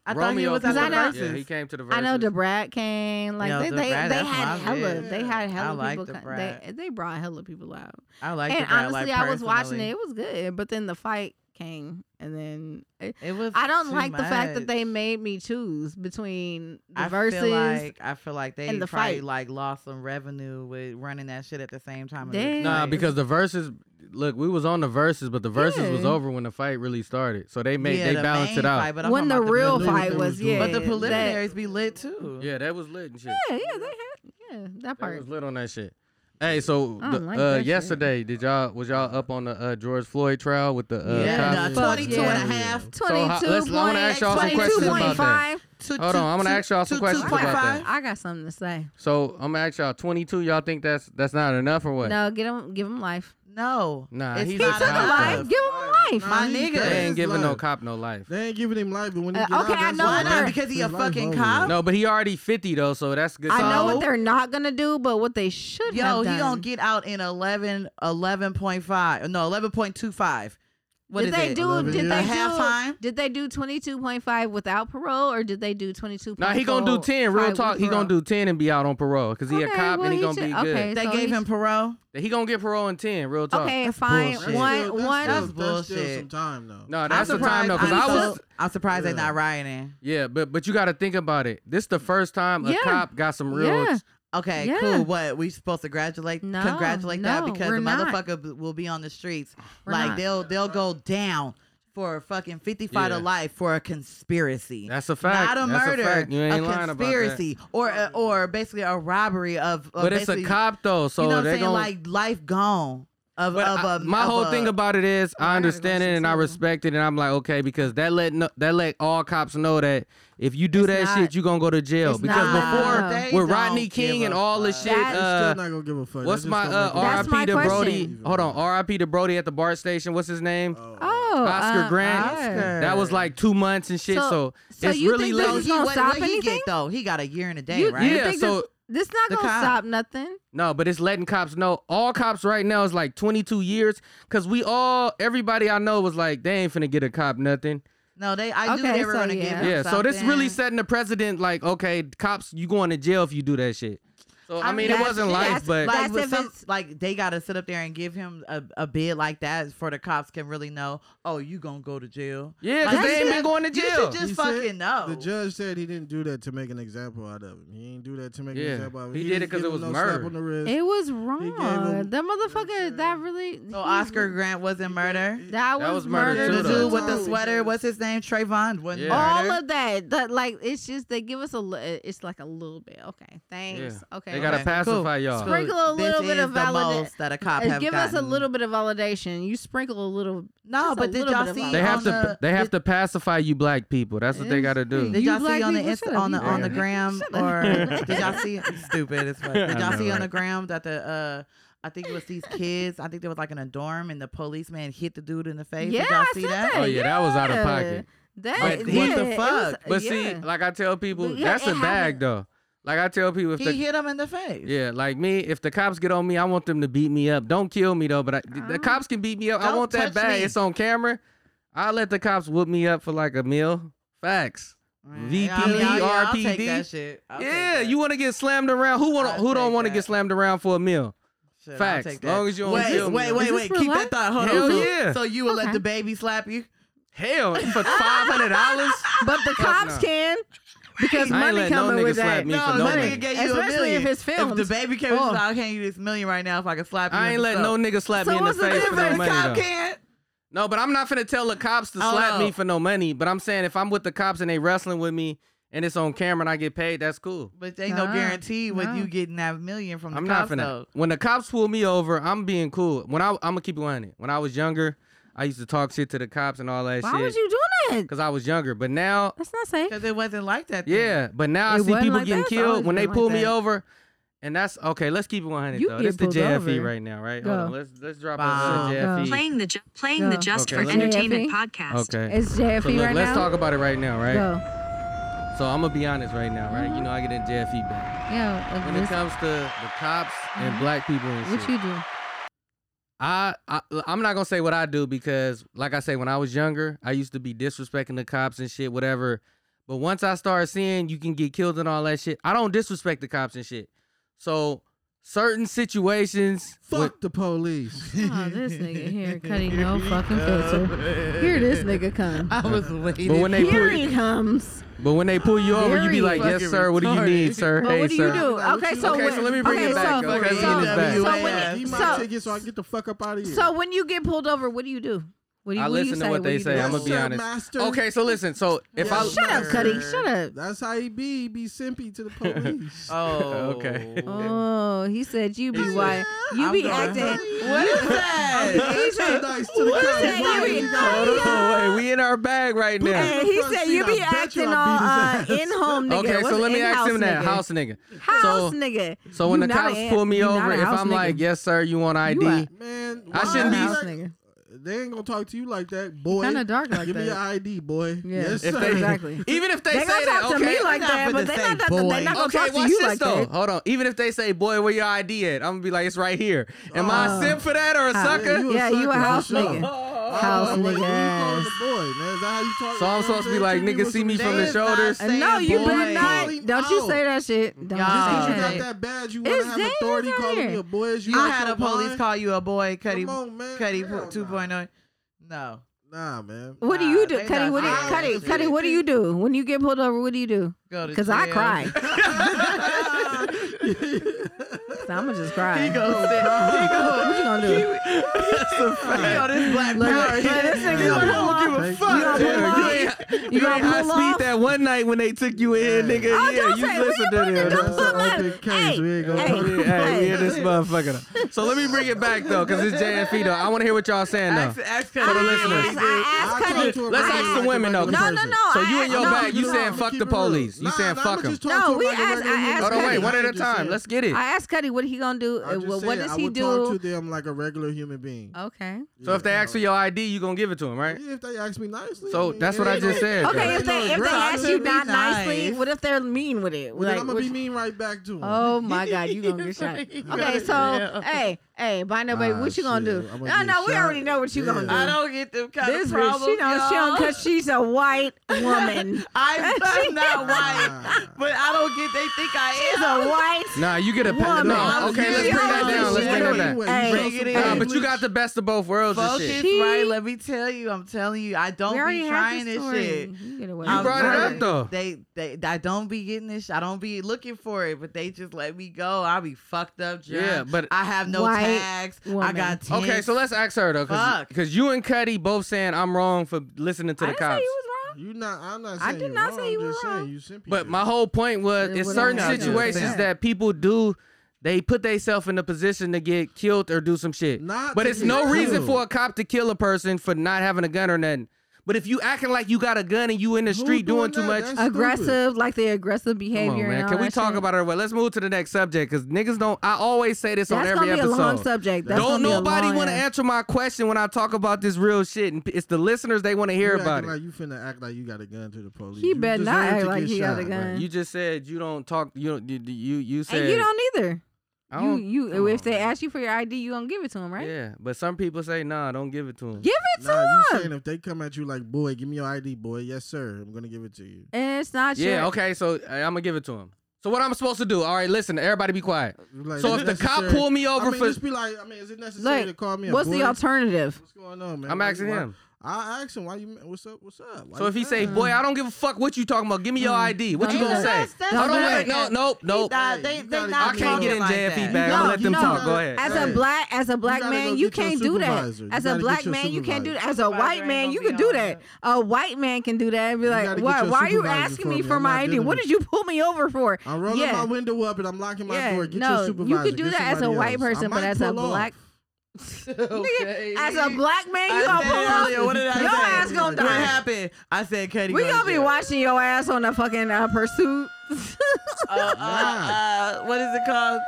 Speaker 5: I thought he
Speaker 3: Romeo
Speaker 5: was at
Speaker 3: came-
Speaker 5: the
Speaker 1: I know-
Speaker 3: Yeah, he
Speaker 5: verses.
Speaker 3: came to the verses.
Speaker 1: I know DeBrat came. Like
Speaker 5: Yo,
Speaker 1: they, they,
Speaker 5: DeBrat,
Speaker 1: they
Speaker 5: that's
Speaker 1: had
Speaker 5: my
Speaker 1: hella.
Speaker 5: man.
Speaker 1: They had
Speaker 5: I
Speaker 1: hella
Speaker 5: like
Speaker 1: people. co- They,
Speaker 5: DeBrat.
Speaker 1: they brought hella people out.
Speaker 5: I like
Speaker 1: and
Speaker 5: the Brad,
Speaker 1: honestly,
Speaker 5: like,
Speaker 1: I was watching
Speaker 5: personally.
Speaker 1: it. It was good, but then the fight came, and then it,
Speaker 5: It was.
Speaker 1: I don't
Speaker 5: too
Speaker 1: like the fact that they
Speaker 5: much.
Speaker 1: made me choose between the
Speaker 5: I
Speaker 1: verses.
Speaker 5: feel like I feel like they
Speaker 1: and the
Speaker 5: probably
Speaker 1: fight.
Speaker 5: like lost some revenue with running that shit at the same time. as the
Speaker 1: Damn.
Speaker 3: Nah,
Speaker 5: fight.
Speaker 3: because the verses. Look, we was on the verses, but the verses was
Speaker 1: Yeah.
Speaker 3: over when the fight really started. So they made
Speaker 5: Yeah,
Speaker 3: they
Speaker 5: the
Speaker 3: balanced it
Speaker 5: main
Speaker 3: out.
Speaker 5: fight, but I'm
Speaker 1: when
Speaker 5: talking
Speaker 1: the
Speaker 5: about
Speaker 1: real
Speaker 5: preliminary-
Speaker 1: fight
Speaker 7: preliminaries
Speaker 1: was,
Speaker 7: was doing.
Speaker 1: yeah,
Speaker 5: but the
Speaker 1: that-
Speaker 5: preliminaries be lit too.
Speaker 3: Yeah, that was lit and shit.
Speaker 1: yeah, yeah, they had, yeah, that
Speaker 3: That
Speaker 1: part.
Speaker 3: was lit on that shit. Hey, so
Speaker 1: I
Speaker 3: the,
Speaker 1: don't like
Speaker 3: uh,
Speaker 1: that shit.
Speaker 3: yesterday, did y'all was y'all up on the uh, George Floyd trial with the uh,
Speaker 5: Yeah,
Speaker 3: cops?
Speaker 5: the
Speaker 1: Fuck
Speaker 5: 22 and a
Speaker 1: yeah.
Speaker 5: half.
Speaker 3: So how-
Speaker 1: Twenty-two
Speaker 3: let's- I wanna ask y'all some questions about that.
Speaker 5: Two,
Speaker 3: Hold
Speaker 5: two,
Speaker 3: on, I'm gonna
Speaker 5: two-
Speaker 3: ask y'all some
Speaker 5: two-
Speaker 3: questions about
Speaker 5: 2.5.
Speaker 3: that.
Speaker 1: I got something to say.
Speaker 3: So I'm gonna ask y'all, 22, y'all think that's that's not enough or what?
Speaker 1: No, get him, give him life.
Speaker 5: No,
Speaker 3: Nah,
Speaker 5: It's
Speaker 3: he's
Speaker 1: He
Speaker 5: not
Speaker 1: took a
Speaker 5: enough.
Speaker 1: life. Give him a life.
Speaker 5: My nigga.
Speaker 3: They
Speaker 5: It's
Speaker 3: ain't giving no
Speaker 7: life.
Speaker 3: cop no life.
Speaker 7: They ain't giving him life, but when he
Speaker 1: Uh,
Speaker 7: get out,
Speaker 1: okay, I
Speaker 7: that's
Speaker 1: know
Speaker 7: his
Speaker 1: what
Speaker 7: life.
Speaker 1: they're-
Speaker 5: Because he a
Speaker 7: His life
Speaker 5: fucking
Speaker 7: over.
Speaker 5: cop?
Speaker 3: No, but he already 50 though, so that's good.
Speaker 1: I know
Speaker 3: sign.
Speaker 1: what they're not gonna do, but what they should
Speaker 5: yo,
Speaker 1: have done.
Speaker 5: he gonna get out in 11, 11.5. No, eleven point two five. What
Speaker 1: did
Speaker 5: is
Speaker 1: they
Speaker 5: it?
Speaker 1: do?
Speaker 7: Eleven
Speaker 1: Did
Speaker 7: years.
Speaker 1: they
Speaker 5: A
Speaker 1: do?
Speaker 5: halftime?
Speaker 1: Did they do twenty two point five without parole, or did they do twenty two?
Speaker 3: Nah, he gonna do 10. Real talk, he gonna do 10 and be out on parole because he a
Speaker 1: Okay,
Speaker 3: cop
Speaker 1: well,
Speaker 3: and he
Speaker 1: he
Speaker 3: gonna
Speaker 1: should-
Speaker 3: be good.
Speaker 1: okay.
Speaker 5: They
Speaker 1: So
Speaker 5: gave
Speaker 1: he-
Speaker 5: him parole.
Speaker 3: He gonna get parole in 10. Real talk.
Speaker 1: Okay, fine.
Speaker 5: bullshit.
Speaker 1: One,
Speaker 7: Still-
Speaker 1: one.
Speaker 7: That's,
Speaker 5: That's
Speaker 7: still, that's still
Speaker 5: bullshit.
Speaker 7: some time though.
Speaker 3: No,
Speaker 5: I'm
Speaker 3: that's the time
Speaker 5: surprised-
Speaker 3: though, because I
Speaker 5: I'm
Speaker 3: was
Speaker 5: so- I'm surprised they not rioting.
Speaker 3: Yeah, but but you got to think about it. This the first time a
Speaker 1: Yeah.
Speaker 3: cop got some real.
Speaker 1: Yeah.
Speaker 5: Okay,
Speaker 1: Yeah.
Speaker 5: cool. What we supposed to congratulate?
Speaker 1: No,
Speaker 5: congratulate that
Speaker 1: no,
Speaker 5: because
Speaker 1: we're
Speaker 5: the
Speaker 1: not.
Speaker 5: motherfucker b- will be on the streets.
Speaker 1: We're
Speaker 5: like
Speaker 1: not.
Speaker 5: they'll they'll go down for a fucking fifty five
Speaker 3: Yeah.
Speaker 5: to life for a conspiracy.
Speaker 3: That's a fact.
Speaker 5: Not a
Speaker 3: That's
Speaker 5: murder,
Speaker 3: fact. You ain't
Speaker 5: a
Speaker 3: lying about that.
Speaker 5: conspiracy, or a, or basically a robbery of. of
Speaker 3: But it's a
Speaker 5: basically-
Speaker 3: cop though, so
Speaker 5: you know what I'm
Speaker 3: they
Speaker 5: saying?
Speaker 3: gonna.
Speaker 5: Like life gone. Of,
Speaker 3: but
Speaker 5: of
Speaker 3: I-
Speaker 5: a-
Speaker 3: my
Speaker 5: of
Speaker 3: whole
Speaker 5: a-
Speaker 3: thing about it is, I
Speaker 1: Murder
Speaker 3: understand it
Speaker 1: versus
Speaker 3: and I
Speaker 1: murder.
Speaker 3: respect it, and I'm like, okay, because that let no, that let all cops know that if you do that
Speaker 1: not-
Speaker 3: shit, you gonna go to jail.
Speaker 1: it's
Speaker 3: Because
Speaker 1: not
Speaker 3: before
Speaker 1: enough.
Speaker 5: They
Speaker 3: with
Speaker 5: don't
Speaker 3: Rodney
Speaker 5: give
Speaker 3: King
Speaker 5: a
Speaker 3: and all this
Speaker 5: fuck.
Speaker 3: shit,
Speaker 1: That-
Speaker 7: They're
Speaker 3: uh,
Speaker 7: still not gonna give a fuck.
Speaker 3: what's
Speaker 7: They're just
Speaker 3: my
Speaker 7: gonna
Speaker 3: uh,
Speaker 7: make him-
Speaker 1: That's my
Speaker 3: R.I.P. to Brody?
Speaker 1: question.
Speaker 3: Hold on, R.I.P. to Brody at the BART station. What's his name?
Speaker 1: Oh,
Speaker 3: Oscar
Speaker 1: uh,
Speaker 3: Grant.
Speaker 1: Oscar.
Speaker 3: That was like two months and shit.
Speaker 1: So-
Speaker 3: So,
Speaker 1: so
Speaker 3: it's
Speaker 1: you
Speaker 3: really
Speaker 1: think
Speaker 3: let
Speaker 1: this
Speaker 5: So
Speaker 1: is
Speaker 5: he,
Speaker 1: gonna
Speaker 5: what,
Speaker 1: stop
Speaker 5: what he
Speaker 1: anything?
Speaker 5: get though? He got a year and a day,
Speaker 1: You-
Speaker 5: right?
Speaker 1: you
Speaker 3: Yeah,
Speaker 1: think
Speaker 3: so-
Speaker 1: this, this not
Speaker 5: The
Speaker 1: gonna
Speaker 5: cop.
Speaker 1: stop nothing.
Speaker 3: No, but it's letting cops know. All cops right now is like 22 years because we all, everybody I know was like, they ain't finna get a cop nothing.
Speaker 5: No, they. I knew
Speaker 1: Okay,
Speaker 5: they were
Speaker 1: so
Speaker 5: gonna
Speaker 1: yeah.
Speaker 5: give him
Speaker 3: Yeah, so this
Speaker 5: something.
Speaker 3: really setting the precedent like, okay, cops, you going to jail if you do that shit. So, I,
Speaker 5: I
Speaker 3: mean,
Speaker 5: mean,
Speaker 3: it
Speaker 5: that's-
Speaker 3: wasn't life,
Speaker 1: that's
Speaker 3: but
Speaker 1: like-
Speaker 5: like with
Speaker 1: if
Speaker 5: some,
Speaker 1: it's-
Speaker 5: like they gotta sit up there and give him a, a bid like that for the cops can really know. Oh, you gonna go to jail?
Speaker 3: yeah,
Speaker 5: Like,
Speaker 3: because
Speaker 5: you
Speaker 3: they ain't
Speaker 5: should-
Speaker 3: been going to
Speaker 5: you should
Speaker 3: jail.
Speaker 5: just-
Speaker 7: He
Speaker 5: fucking
Speaker 7: said-
Speaker 5: know.
Speaker 7: The judge said he didn't do that to make an example out of him. He didn't do that to make
Speaker 3: Yeah,
Speaker 7: an example out of him.
Speaker 3: he did it
Speaker 7: didn't
Speaker 3: 'cause
Speaker 7: give
Speaker 3: it
Speaker 7: him
Speaker 3: was
Speaker 7: no
Speaker 3: murder.
Speaker 7: Slap on the wrist.
Speaker 1: It was wrong.
Speaker 7: him-
Speaker 1: That motherfucker. That really.
Speaker 5: So
Speaker 1: he-
Speaker 5: Oh, Oscar Grant wasn't murder.
Speaker 1: That,
Speaker 3: That
Speaker 1: was
Speaker 3: was murder,
Speaker 1: murder.
Speaker 3: too,
Speaker 5: The
Speaker 3: though.
Speaker 5: dude with
Speaker 7: No,
Speaker 5: the
Speaker 7: he
Speaker 5: sweater,
Speaker 7: didn't.
Speaker 5: what's his name? Trayvon wasn't
Speaker 3: Yeah.
Speaker 1: all
Speaker 5: murder.
Speaker 1: of that that like it's just they give us a li- it's like a little bit okay
Speaker 3: Yeah.
Speaker 1: thanks okay
Speaker 3: They got to
Speaker 5: Okay,
Speaker 3: pacify y'all.
Speaker 5: So
Speaker 1: Sprinkle a
Speaker 5: this
Speaker 1: little bit
Speaker 5: is
Speaker 1: of
Speaker 5: the
Speaker 1: valida-
Speaker 5: most that a cop
Speaker 1: Uh,
Speaker 5: have
Speaker 1: give us a
Speaker 5: gotten.
Speaker 1: little bit of validation you sprinkle a little
Speaker 5: No,
Speaker 1: just a
Speaker 5: but did
Speaker 1: little
Speaker 5: y'all
Speaker 1: bit of
Speaker 5: see?
Speaker 1: validation.
Speaker 3: They have
Speaker 5: on
Speaker 3: to,
Speaker 5: the-
Speaker 3: they have
Speaker 5: did-
Speaker 3: to pacify you black people. That's what they got to do.
Speaker 5: Did
Speaker 1: You
Speaker 5: y'all
Speaker 1: black
Speaker 5: see on the
Speaker 1: people, shut
Speaker 5: Insta,
Speaker 1: up,
Speaker 5: on the
Speaker 1: you
Speaker 5: on
Speaker 3: black
Speaker 5: the
Speaker 3: people.
Speaker 5: gram
Speaker 1: Shut up.
Speaker 5: or did y'all see stupid as fuck? Did
Speaker 3: I
Speaker 5: y'all
Speaker 3: know,
Speaker 5: see on the
Speaker 3: right?
Speaker 5: gram that the uh I think it was these kids. I think they was like in a dorm, and the policeman hit the dude in the face.
Speaker 1: Yeah,
Speaker 5: Did y'all
Speaker 1: I
Speaker 5: see
Speaker 1: said
Speaker 5: that?
Speaker 1: that.
Speaker 3: Oh, yeah, that was out of
Speaker 1: Yeah.
Speaker 3: pocket.
Speaker 1: that
Speaker 3: But
Speaker 1: yeah,
Speaker 5: what the
Speaker 1: it was-
Speaker 5: fuck?
Speaker 3: But see,
Speaker 1: yeah.
Speaker 3: like I tell people,
Speaker 1: But yeah,
Speaker 3: that's
Speaker 1: it
Speaker 3: a bag,
Speaker 1: happened.
Speaker 3: though. Like I tell people, if the
Speaker 5: He hit him in the face.
Speaker 3: Oh, Yeah, like me, if the cops get on me, I want them to beat me up. Don't kill me though, but I, the
Speaker 1: Oh.
Speaker 3: cops can beat me up. I
Speaker 5: Ah. Don't
Speaker 3: want that
Speaker 5: touch
Speaker 3: bad.
Speaker 5: me.
Speaker 3: It's on camera. I let the cops whoop me up for like a meal. Facts.
Speaker 5: Yeah, I mean, I'll- yeah, I'll take
Speaker 3: VPD.
Speaker 5: that shit. I'll take
Speaker 3: yeah,
Speaker 5: that
Speaker 3: you want to get slammed around? Who want
Speaker 5: I'll
Speaker 3: who don't
Speaker 5: take
Speaker 3: want to get
Speaker 5: that.
Speaker 3: slammed around for a meal?
Speaker 5: shit. I'll
Speaker 3: Facts.
Speaker 5: take that.
Speaker 3: Long as you don't
Speaker 5: Wait,
Speaker 3: kill me.
Speaker 5: wait,
Speaker 3: though.
Speaker 5: wait,
Speaker 1: Is
Speaker 5: wait.
Speaker 1: this
Speaker 5: Keep
Speaker 1: real
Speaker 5: that thought. Hold
Speaker 3: Hell
Speaker 5: on. So-
Speaker 3: yeah.
Speaker 5: So you would
Speaker 1: Okay.
Speaker 5: let the baby slap you?
Speaker 3: Hell, for five hundred dollars.
Speaker 1: but the cops
Speaker 3: no.
Speaker 1: can because
Speaker 3: I ain't
Speaker 1: money
Speaker 3: let no
Speaker 1: coming
Speaker 3: nigga
Speaker 1: with
Speaker 3: slap
Speaker 1: that
Speaker 3: me for no
Speaker 5: No, that
Speaker 3: money.
Speaker 5: nigga gave you a
Speaker 1: Especially if
Speaker 5: million.
Speaker 1: it's filmed.
Speaker 5: If the baby came, and
Speaker 1: Oh.
Speaker 5: said, "I'll hand you this million right now if I can slap you."
Speaker 3: I
Speaker 5: in
Speaker 3: ain't
Speaker 5: the
Speaker 3: let
Speaker 5: throat."
Speaker 3: no nigga slap
Speaker 1: So
Speaker 3: me in the
Speaker 1: what's the
Speaker 3: face for no
Speaker 1: difference?
Speaker 3: money.
Speaker 5: Cop
Speaker 3: though.
Speaker 5: can't.
Speaker 3: No, but I'm not finna tell the cops to
Speaker 5: Oh,
Speaker 3: slap
Speaker 5: no.
Speaker 3: me for no money. But I'm saying if I'm with the cops and they wrestling with me and it's on camera and I get paid, that's cool.
Speaker 5: But they no
Speaker 1: Nah,
Speaker 5: guarantee when
Speaker 1: nah.
Speaker 5: you getting that million from the
Speaker 3: I'm
Speaker 5: cops.
Speaker 3: not finna.
Speaker 5: though.
Speaker 3: When the cops pull me over, I'm being cool. When I, I'm gonna keep it 100. When I was younger, I used to talk shit to the cops and all that
Speaker 1: why
Speaker 3: shit.
Speaker 1: would you do that
Speaker 3: Cause I was younger. But now,
Speaker 1: that's not safe
Speaker 5: Because it wasn't like that. then.
Speaker 3: yeah. But now I
Speaker 1: It
Speaker 3: see
Speaker 1: wasn't
Speaker 3: people
Speaker 1: like
Speaker 3: getting
Speaker 1: that. It's
Speaker 3: killed
Speaker 1: always
Speaker 3: when they
Speaker 1: been like
Speaker 3: pull me
Speaker 1: that.
Speaker 3: over. And that's okay. Let's keep it 100
Speaker 1: You
Speaker 3: though.
Speaker 1: get
Speaker 3: This the
Speaker 1: pulled
Speaker 3: JFE
Speaker 1: over.
Speaker 3: right now, right?
Speaker 1: Go.
Speaker 3: Hold on. Let's let's drop a
Speaker 5: Wow.
Speaker 1: Go.
Speaker 3: JFE.
Speaker 2: Playing the ju- playing
Speaker 1: Yeah.
Speaker 2: the just
Speaker 3: Okay,
Speaker 2: for
Speaker 3: let me-
Speaker 2: entertainment podcast.
Speaker 3: Okay.
Speaker 1: it's JFE
Speaker 3: So look,
Speaker 1: E right
Speaker 3: let's
Speaker 1: now
Speaker 3: talk about it right now, right?
Speaker 1: Go. Mm-hmm.
Speaker 3: So I'm gonna be honest right now, right? You know I get in JFE E back.
Speaker 1: yeah uh,
Speaker 3: when it
Speaker 1: this-
Speaker 3: comes to the cops and
Speaker 1: Mhm.
Speaker 3: black people and
Speaker 1: what
Speaker 3: shit,
Speaker 1: you do
Speaker 3: I, I I'm not gonna say what I do because, like I say, when I was younger, I used to be disrespecting the cops and shit, whatever. But once I started seeing you can get killed and all that shit, I don't disrespect the cops and shit. So certain situations, when-
Speaker 7: Fuck the police.
Speaker 1: Oh, this nigga here cutting no fucking filter. Here this nigga come.
Speaker 5: I was waiting.
Speaker 3: but when they
Speaker 1: Here
Speaker 3: pull,
Speaker 1: he comes.
Speaker 3: but when they pull you over, you be
Speaker 1: Very
Speaker 3: like, yes
Speaker 5: fucking
Speaker 3: sir, what do you need,
Speaker 5: retarded.
Speaker 3: sir?
Speaker 1: But
Speaker 3: hey,
Speaker 1: what do
Speaker 3: sir.
Speaker 1: you do?
Speaker 7: Like,
Speaker 1: Okay,
Speaker 7: what
Speaker 1: so
Speaker 7: you-
Speaker 3: Okay,
Speaker 1: when,
Speaker 3: so let me bring
Speaker 1: okay,
Speaker 3: it back.
Speaker 1: So,
Speaker 3: okay, let me
Speaker 1: so-
Speaker 3: bring
Speaker 1: so
Speaker 3: this back.
Speaker 5: when it-
Speaker 7: Give me
Speaker 1: so-
Speaker 7: my ticket so I can get the fuck up out of here.
Speaker 1: So when you get pulled over, what do you do? What do you,
Speaker 3: I
Speaker 1: what do you
Speaker 3: listen to
Speaker 1: say?
Speaker 3: what they
Speaker 1: do
Speaker 3: say.
Speaker 1: you do?
Speaker 7: Yes,
Speaker 3: I'ma be
Speaker 7: sir,
Speaker 3: honest.
Speaker 7: Master.
Speaker 3: Okay, so listen. So if I
Speaker 7: Yes,
Speaker 1: Shut up,
Speaker 7: sir.
Speaker 1: Cuddy. Shut up.
Speaker 7: That's how he be. He be simpy to the police.
Speaker 5: Oh.
Speaker 3: Okay.
Speaker 1: Oh, he said you be
Speaker 7: He
Speaker 1: white. You
Speaker 5: I'm
Speaker 1: be
Speaker 5: going-
Speaker 1: acting.
Speaker 5: What is that?
Speaker 1: He
Speaker 7: Extra
Speaker 1: said,
Speaker 7: nice to the
Speaker 1: said
Speaker 7: cops.
Speaker 1: you
Speaker 7: Right.
Speaker 1: be-
Speaker 3: Hold on, wait, we in our bag right now.
Speaker 1: Hey,
Speaker 7: in the
Speaker 1: he
Speaker 7: front
Speaker 1: said
Speaker 7: seat,
Speaker 1: you be
Speaker 7: I bet you
Speaker 1: acting
Speaker 7: I
Speaker 1: all
Speaker 7: beat
Speaker 1: uh,
Speaker 7: his ass.
Speaker 1: in home nigga.
Speaker 3: Okay, so
Speaker 1: What's
Speaker 3: let me ask
Speaker 1: in-house
Speaker 3: him that
Speaker 1: nigga?
Speaker 3: house nigga.
Speaker 1: House
Speaker 3: So-
Speaker 1: nigga.
Speaker 3: So when
Speaker 1: You
Speaker 3: the
Speaker 1: not
Speaker 3: cops
Speaker 1: a-
Speaker 3: pull me
Speaker 1: you not
Speaker 3: over,
Speaker 1: a
Speaker 3: if
Speaker 1: house
Speaker 3: I'm
Speaker 1: nigga.
Speaker 3: like, yes sir, you want ID?
Speaker 1: a-
Speaker 7: Man,
Speaker 3: I
Speaker 7: why
Speaker 3: shouldn't be-
Speaker 7: is
Speaker 1: House
Speaker 7: that-
Speaker 1: nigga.
Speaker 7: They ain't gonna talk to you like that, boy.
Speaker 1: Kinda dark like
Speaker 7: Give me
Speaker 1: that.
Speaker 7: your ID, boy.
Speaker 1: Yeah.
Speaker 7: Yes,
Speaker 3: If
Speaker 7: sir.
Speaker 3: they-
Speaker 1: Exactly.
Speaker 3: Even if they,
Speaker 1: They
Speaker 3: say
Speaker 1: gonna
Speaker 3: that,
Speaker 1: talk to
Speaker 3: okay.
Speaker 1: me like
Speaker 5: Not
Speaker 1: that,
Speaker 5: for
Speaker 1: but
Speaker 5: the
Speaker 1: they
Speaker 5: same
Speaker 1: not, they not
Speaker 5: boy.
Speaker 1: gonna
Speaker 3: Okay,
Speaker 1: talk to
Speaker 3: watch
Speaker 1: you
Speaker 3: this
Speaker 1: like
Speaker 3: though.
Speaker 1: that.
Speaker 3: Hold on. Even if they say, "Boy, where your ID at?" I'm gonna be like, "It's right here." Am I
Speaker 1: Oh.
Speaker 3: a simp for that or a
Speaker 1: Ah.
Speaker 3: sucker?
Speaker 7: you a
Speaker 1: Yeah, you a
Speaker 7: sucker,
Speaker 1: house
Speaker 7: for sure.
Speaker 1: nigga.
Speaker 7: Oh,
Speaker 1: House
Speaker 7: like,
Speaker 1: nigga
Speaker 7: you call
Speaker 1: ass.
Speaker 7: the boy, man. Is that how you
Speaker 3: So
Speaker 7: talk?
Speaker 3: I'm
Speaker 7: you know what
Speaker 3: supposed to be
Speaker 7: saying?
Speaker 3: like,
Speaker 7: Treat me
Speaker 3: "Nigga,
Speaker 7: with
Speaker 3: see
Speaker 7: some
Speaker 3: me from the
Speaker 7: respect.
Speaker 5: They is
Speaker 3: shoulders."
Speaker 5: not
Speaker 1: No,
Speaker 5: saying
Speaker 1: you
Speaker 5: boy.
Speaker 1: better
Speaker 7: Call him
Speaker 1: not. Don't you
Speaker 7: out.
Speaker 1: say that shit. Don't
Speaker 5: Y'all.
Speaker 7: Just 'cause
Speaker 1: you
Speaker 7: you
Speaker 1: say
Speaker 5: Hey.
Speaker 7: got
Speaker 1: that.
Speaker 7: that badge, you want
Speaker 1: It's
Speaker 7: to have
Speaker 1: dangerous
Speaker 7: authority
Speaker 1: out
Speaker 7: calling
Speaker 1: here.
Speaker 7: me a boy? Is you
Speaker 5: You
Speaker 7: out
Speaker 5: had
Speaker 7: your
Speaker 5: a police
Speaker 7: mind?
Speaker 5: call you a boy, Cuddy.
Speaker 7: Come on, man.
Speaker 5: Cuddy
Speaker 7: Hell nah.
Speaker 5: 2.0. oh. No.
Speaker 7: Nah, man.
Speaker 1: What do you
Speaker 5: Nah,
Speaker 1: do,
Speaker 5: they
Speaker 1: Cuddy?
Speaker 5: not
Speaker 1: What do you,
Speaker 7: saying
Speaker 1: Cuddy,
Speaker 7: that.
Speaker 1: Cuddy, what do you do when you get pulled over? What do you do?
Speaker 5: Go to
Speaker 1: Cause I
Speaker 5: jail.
Speaker 1: cry. So I'ma just cry.
Speaker 5: He goes sit. He goes.
Speaker 1: what you gonna do?
Speaker 5: Yo, this black
Speaker 1: Look,
Speaker 5: power.
Speaker 1: look,
Speaker 5: shit.
Speaker 1: this nigga
Speaker 5: You
Speaker 1: gonna
Speaker 5: don't
Speaker 1: pull
Speaker 5: give a
Speaker 7: off.
Speaker 5: fuck.
Speaker 1: You gonna pull off.
Speaker 5: dude. You ain't-
Speaker 1: You
Speaker 3: You ain't
Speaker 1: gonna
Speaker 3: high
Speaker 1: pull
Speaker 3: speed
Speaker 1: off?
Speaker 3: that one night when they took you in, nigga.
Speaker 1: Oh,
Speaker 3: yeah,
Speaker 1: don't
Speaker 3: you
Speaker 1: say- we
Speaker 3: listen
Speaker 1: ain't
Speaker 3: to
Speaker 1: putting
Speaker 3: them.
Speaker 1: it up.
Speaker 7: That's an
Speaker 1: Hey,
Speaker 7: open case. We ain't gonna
Speaker 1: hey,
Speaker 7: talk
Speaker 3: Yeah, hey, we in this motherfucker. So let me bring it back though, cause it's JFE though. I want to hear what y'all saying though.
Speaker 5: Ask, ask
Speaker 1: I
Speaker 5: Cuddy.
Speaker 3: the listeners.
Speaker 1: asked, I
Speaker 7: I'll
Speaker 1: asked
Speaker 7: talk
Speaker 1: Cuddy.
Speaker 7: to her
Speaker 3: Let's
Speaker 7: about
Speaker 1: I
Speaker 3: ask
Speaker 7: it
Speaker 3: the
Speaker 7: like a
Speaker 3: women, though.
Speaker 7: regular
Speaker 1: No, no,
Speaker 7: person.
Speaker 1: no.
Speaker 3: So
Speaker 1: I
Speaker 3: you and
Speaker 1: asked-
Speaker 3: your
Speaker 1: no,
Speaker 3: bag, you
Speaker 1: no.
Speaker 3: saying fuck
Speaker 7: Keep
Speaker 3: the
Speaker 7: it real.
Speaker 3: police. You
Speaker 7: Nah,
Speaker 3: saying
Speaker 7: nah,
Speaker 3: fuck
Speaker 7: I'ma
Speaker 3: them.
Speaker 7: just talk to
Speaker 1: No,
Speaker 7: her
Speaker 1: we
Speaker 7: like a
Speaker 1: asked- I
Speaker 7: regular woman.
Speaker 1: asked
Speaker 3: Hold on, wait,
Speaker 1: Cuddy.
Speaker 3: one at a time.
Speaker 7: I
Speaker 3: Let's get it.
Speaker 1: I asked Cuddy what he gonna do.
Speaker 7: just
Speaker 1: and What,
Speaker 7: said
Speaker 1: what does
Speaker 7: I
Speaker 1: he
Speaker 7: would talk
Speaker 1: do?
Speaker 7: to them like a regular human being.
Speaker 1: Okay.
Speaker 3: So if they ask for your ID, you gonna give it to them, right?
Speaker 7: Yeah, if they ask me nicely.
Speaker 3: So
Speaker 7: I mean,
Speaker 3: that's what
Speaker 7: yeah,
Speaker 3: I just
Speaker 7: yeah.
Speaker 3: said.
Speaker 1: Okay,
Speaker 7: Yeah,
Speaker 1: if they
Speaker 7: no,
Speaker 1: if they
Speaker 7: girl,
Speaker 1: ask
Speaker 7: I
Speaker 1: you
Speaker 7: said
Speaker 1: not
Speaker 5: be nice.
Speaker 1: nicely, what if they're mean with it?
Speaker 7: Well,
Speaker 1: Like,
Speaker 7: then I'm gonna be
Speaker 1: what-
Speaker 7: mean right back to him.
Speaker 1: Oh my God, you gonna get shot. Okay, so hey, hey, Bino baby,
Speaker 7: Ah,
Speaker 1: what you gonna
Speaker 7: shit,
Speaker 1: do?
Speaker 7: I'm
Speaker 1: No,
Speaker 7: gonna
Speaker 1: no,
Speaker 7: get
Speaker 1: we
Speaker 7: shot.
Speaker 1: already know what you gonna do.
Speaker 7: Yeah.
Speaker 5: I don't get them kind
Speaker 1: this
Speaker 5: of
Speaker 1: bitch,
Speaker 5: problems.
Speaker 1: she knows she
Speaker 5: y'all.
Speaker 1: don't because she's a white woman.
Speaker 5: I'm, I'm not
Speaker 7: Nah.
Speaker 5: white, but I don't get. They think I
Speaker 1: She's
Speaker 5: am.
Speaker 1: a white.
Speaker 3: Nah, you get a pa-
Speaker 1: Woman.
Speaker 3: no. Okay, let's
Speaker 1: Yeah,
Speaker 3: bring that
Speaker 1: yeah,
Speaker 3: down. Let's bring that
Speaker 1: yeah.
Speaker 3: down.
Speaker 1: Hey,
Speaker 5: Bring it in.
Speaker 3: Nah,
Speaker 5: Hey.
Speaker 3: but you got the best of both worlds and
Speaker 5: Focus
Speaker 3: shit.
Speaker 1: She-
Speaker 5: right. Let me tell you. I'm telling you. I don't
Speaker 1: We already
Speaker 5: be
Speaker 1: had
Speaker 5: trying
Speaker 1: this
Speaker 5: this
Speaker 1: story.
Speaker 5: shit.
Speaker 1: You, get away
Speaker 3: You
Speaker 1: with
Speaker 3: brought it
Speaker 1: murder.
Speaker 3: up though.
Speaker 5: They, they, I don't be getting this. Sh- I don't be looking for it, but they just let me go. I be fucked up, drunk.
Speaker 3: Yeah, but-
Speaker 5: I have no
Speaker 1: White
Speaker 5: tags. I
Speaker 1: woman.
Speaker 5: got ticks.
Speaker 3: Okay, so let's ask her though, cause,
Speaker 5: Fuck.
Speaker 3: 'cause you and Cuddy both saying I'm wrong for listening to
Speaker 1: I
Speaker 3: the
Speaker 1: didn't say
Speaker 3: cops.
Speaker 1: you was wrong.
Speaker 7: You not. I'm not.
Speaker 1: I
Speaker 7: Saying
Speaker 1: did
Speaker 7: you
Speaker 1: not
Speaker 7: wrong,
Speaker 1: say you
Speaker 7: I'm
Speaker 1: were
Speaker 7: just
Speaker 1: wrong.
Speaker 7: Saying you simpy
Speaker 3: But
Speaker 7: bitch.
Speaker 3: my whole point was,
Speaker 1: It
Speaker 3: it's
Speaker 1: would've
Speaker 3: certain
Speaker 1: been
Speaker 3: situations
Speaker 1: bad.
Speaker 3: that people do, they put themselves in the position to get killed or do some shit.
Speaker 7: Not
Speaker 3: but
Speaker 7: to
Speaker 3: it's
Speaker 7: get
Speaker 3: no reason
Speaker 7: killed.
Speaker 3: for a cop to kill a person for not having a gun or nothing. But if you acting like you got a gun and you in the
Speaker 7: Who
Speaker 3: street doing,
Speaker 7: doing
Speaker 3: too
Speaker 7: that?
Speaker 3: much,
Speaker 7: That's-
Speaker 1: Aggressive, like the aggressive
Speaker 3: come
Speaker 1: behavior.
Speaker 3: on,
Speaker 1: and
Speaker 3: man.
Speaker 1: all
Speaker 3: Can we
Speaker 1: that
Speaker 3: talk
Speaker 1: shit.
Speaker 3: about it? Well, let's move to the next subject because niggas don't. I always say this on
Speaker 1: That's
Speaker 3: every
Speaker 1: gonna be a
Speaker 3: episode.
Speaker 1: long subject. That's
Speaker 3: don't
Speaker 1: gonna be a
Speaker 3: nobody
Speaker 1: long
Speaker 3: want to
Speaker 1: ass-
Speaker 3: answer my question when I talk about this real shit, and p- it's the listeners they want to hear
Speaker 7: you
Speaker 3: about
Speaker 7: acting
Speaker 3: it.
Speaker 7: Like you finna act like you got a gun to the police.
Speaker 1: He
Speaker 7: You
Speaker 1: better not
Speaker 7: deserve
Speaker 1: act
Speaker 7: to
Speaker 1: like
Speaker 7: get
Speaker 1: he got a
Speaker 7: shot,
Speaker 1: gun.
Speaker 7: bruh.
Speaker 3: You just said you don't talk. You don't. You you, you said
Speaker 1: And you don't either.
Speaker 3: I
Speaker 1: You
Speaker 3: don't- come
Speaker 1: you if
Speaker 3: on,
Speaker 1: they
Speaker 3: man.
Speaker 1: ask you for your ID, you gonna give it to them, right?
Speaker 3: Yeah, but some people say nah, don't give it to him.
Speaker 1: Give it to
Speaker 7: Nah, you
Speaker 1: them.
Speaker 7: saying if they come at you like, boy, give me your ID, boy. Yes, sir. I'm gonna give it to you.
Speaker 1: And it's not
Speaker 3: Yeah,
Speaker 1: your-
Speaker 3: okay, so I'm gonna give it to him. So what I'm supposed to do? All right, listen, everybody be quiet.
Speaker 7: Like,
Speaker 3: so
Speaker 7: is
Speaker 3: if
Speaker 7: it
Speaker 3: the cop
Speaker 7: necessary-
Speaker 3: pull me over
Speaker 7: I mean,
Speaker 3: for,
Speaker 7: just be like, I mean, is it necessary
Speaker 1: Like,
Speaker 7: to call me? A
Speaker 1: What's
Speaker 7: boy?
Speaker 1: the alternative?
Speaker 7: What's going on, man?
Speaker 3: I'm
Speaker 7: Why you-
Speaker 3: asking
Speaker 7: why-
Speaker 3: him.
Speaker 7: I ask him why you. What's up? What's up? Why
Speaker 3: So
Speaker 7: you
Speaker 3: if he say,
Speaker 7: mad?
Speaker 3: boy, I don't give a fuck what you talking about. Give me your
Speaker 1: Mm.
Speaker 3: ID. What you
Speaker 1: Don't
Speaker 3: gonna
Speaker 1: do
Speaker 3: say?
Speaker 1: that. Don't
Speaker 3: Hold
Speaker 1: do
Speaker 3: on,
Speaker 1: that.
Speaker 3: wait, no, nope, nope.
Speaker 5: Nah,
Speaker 7: Hey,
Speaker 5: they,
Speaker 7: you
Speaker 5: they
Speaker 7: gotta
Speaker 5: not
Speaker 3: I can't get
Speaker 5: talking
Speaker 3: in
Speaker 5: like
Speaker 3: JFE
Speaker 5: that.
Speaker 3: bag. I'm gonna let them
Speaker 1: no.
Speaker 3: talk. Go ahead.
Speaker 1: As a
Speaker 7: Hey.
Speaker 1: black as a black
Speaker 7: gotta
Speaker 1: man,
Speaker 7: go
Speaker 1: you
Speaker 7: get your
Speaker 1: can't do that.
Speaker 7: supervisor. You
Speaker 1: As a
Speaker 7: gotta get
Speaker 1: black
Speaker 7: your
Speaker 1: man, you can't do that.
Speaker 7: supervisor.
Speaker 1: As a white
Speaker 5: ain't
Speaker 1: man,
Speaker 5: gonna
Speaker 1: you
Speaker 5: be
Speaker 1: could do
Speaker 5: on
Speaker 1: that.
Speaker 5: that.
Speaker 1: A white man can do that and be like,
Speaker 7: gotta get
Speaker 1: "Why?
Speaker 7: your
Speaker 1: Why are you
Speaker 7: supervisor
Speaker 1: asking
Speaker 7: for
Speaker 1: me
Speaker 7: me.
Speaker 1: for
Speaker 7: I'm
Speaker 1: my
Speaker 7: not
Speaker 1: ID?
Speaker 7: dealing
Speaker 1: What
Speaker 7: with
Speaker 1: did you pull me over for?"
Speaker 7: I'm rolling
Speaker 1: yeah.
Speaker 7: my window up and I'm locking my
Speaker 1: Yeah,
Speaker 7: door. Get
Speaker 1: no,
Speaker 7: your
Speaker 1: you could
Speaker 7: supervisor.
Speaker 1: do
Speaker 7: get
Speaker 1: that as a
Speaker 7: somebody
Speaker 1: white
Speaker 7: else.
Speaker 1: person,
Speaker 7: I
Speaker 1: but
Speaker 7: might
Speaker 1: as a
Speaker 7: pull off.
Speaker 1: black-
Speaker 5: Okay.
Speaker 1: As a black man,
Speaker 5: I
Speaker 1: you gonna
Speaker 5: said
Speaker 1: pull up.
Speaker 5: earlier, what did I
Speaker 1: your
Speaker 5: say?
Speaker 1: ass gonna
Speaker 5: What
Speaker 1: die.
Speaker 5: happened? I said, Cuddy.
Speaker 1: We gonna be
Speaker 5: jail.
Speaker 1: watching your ass on the fucking uh, pursuit.
Speaker 5: Uh, uh, uh, what is it called?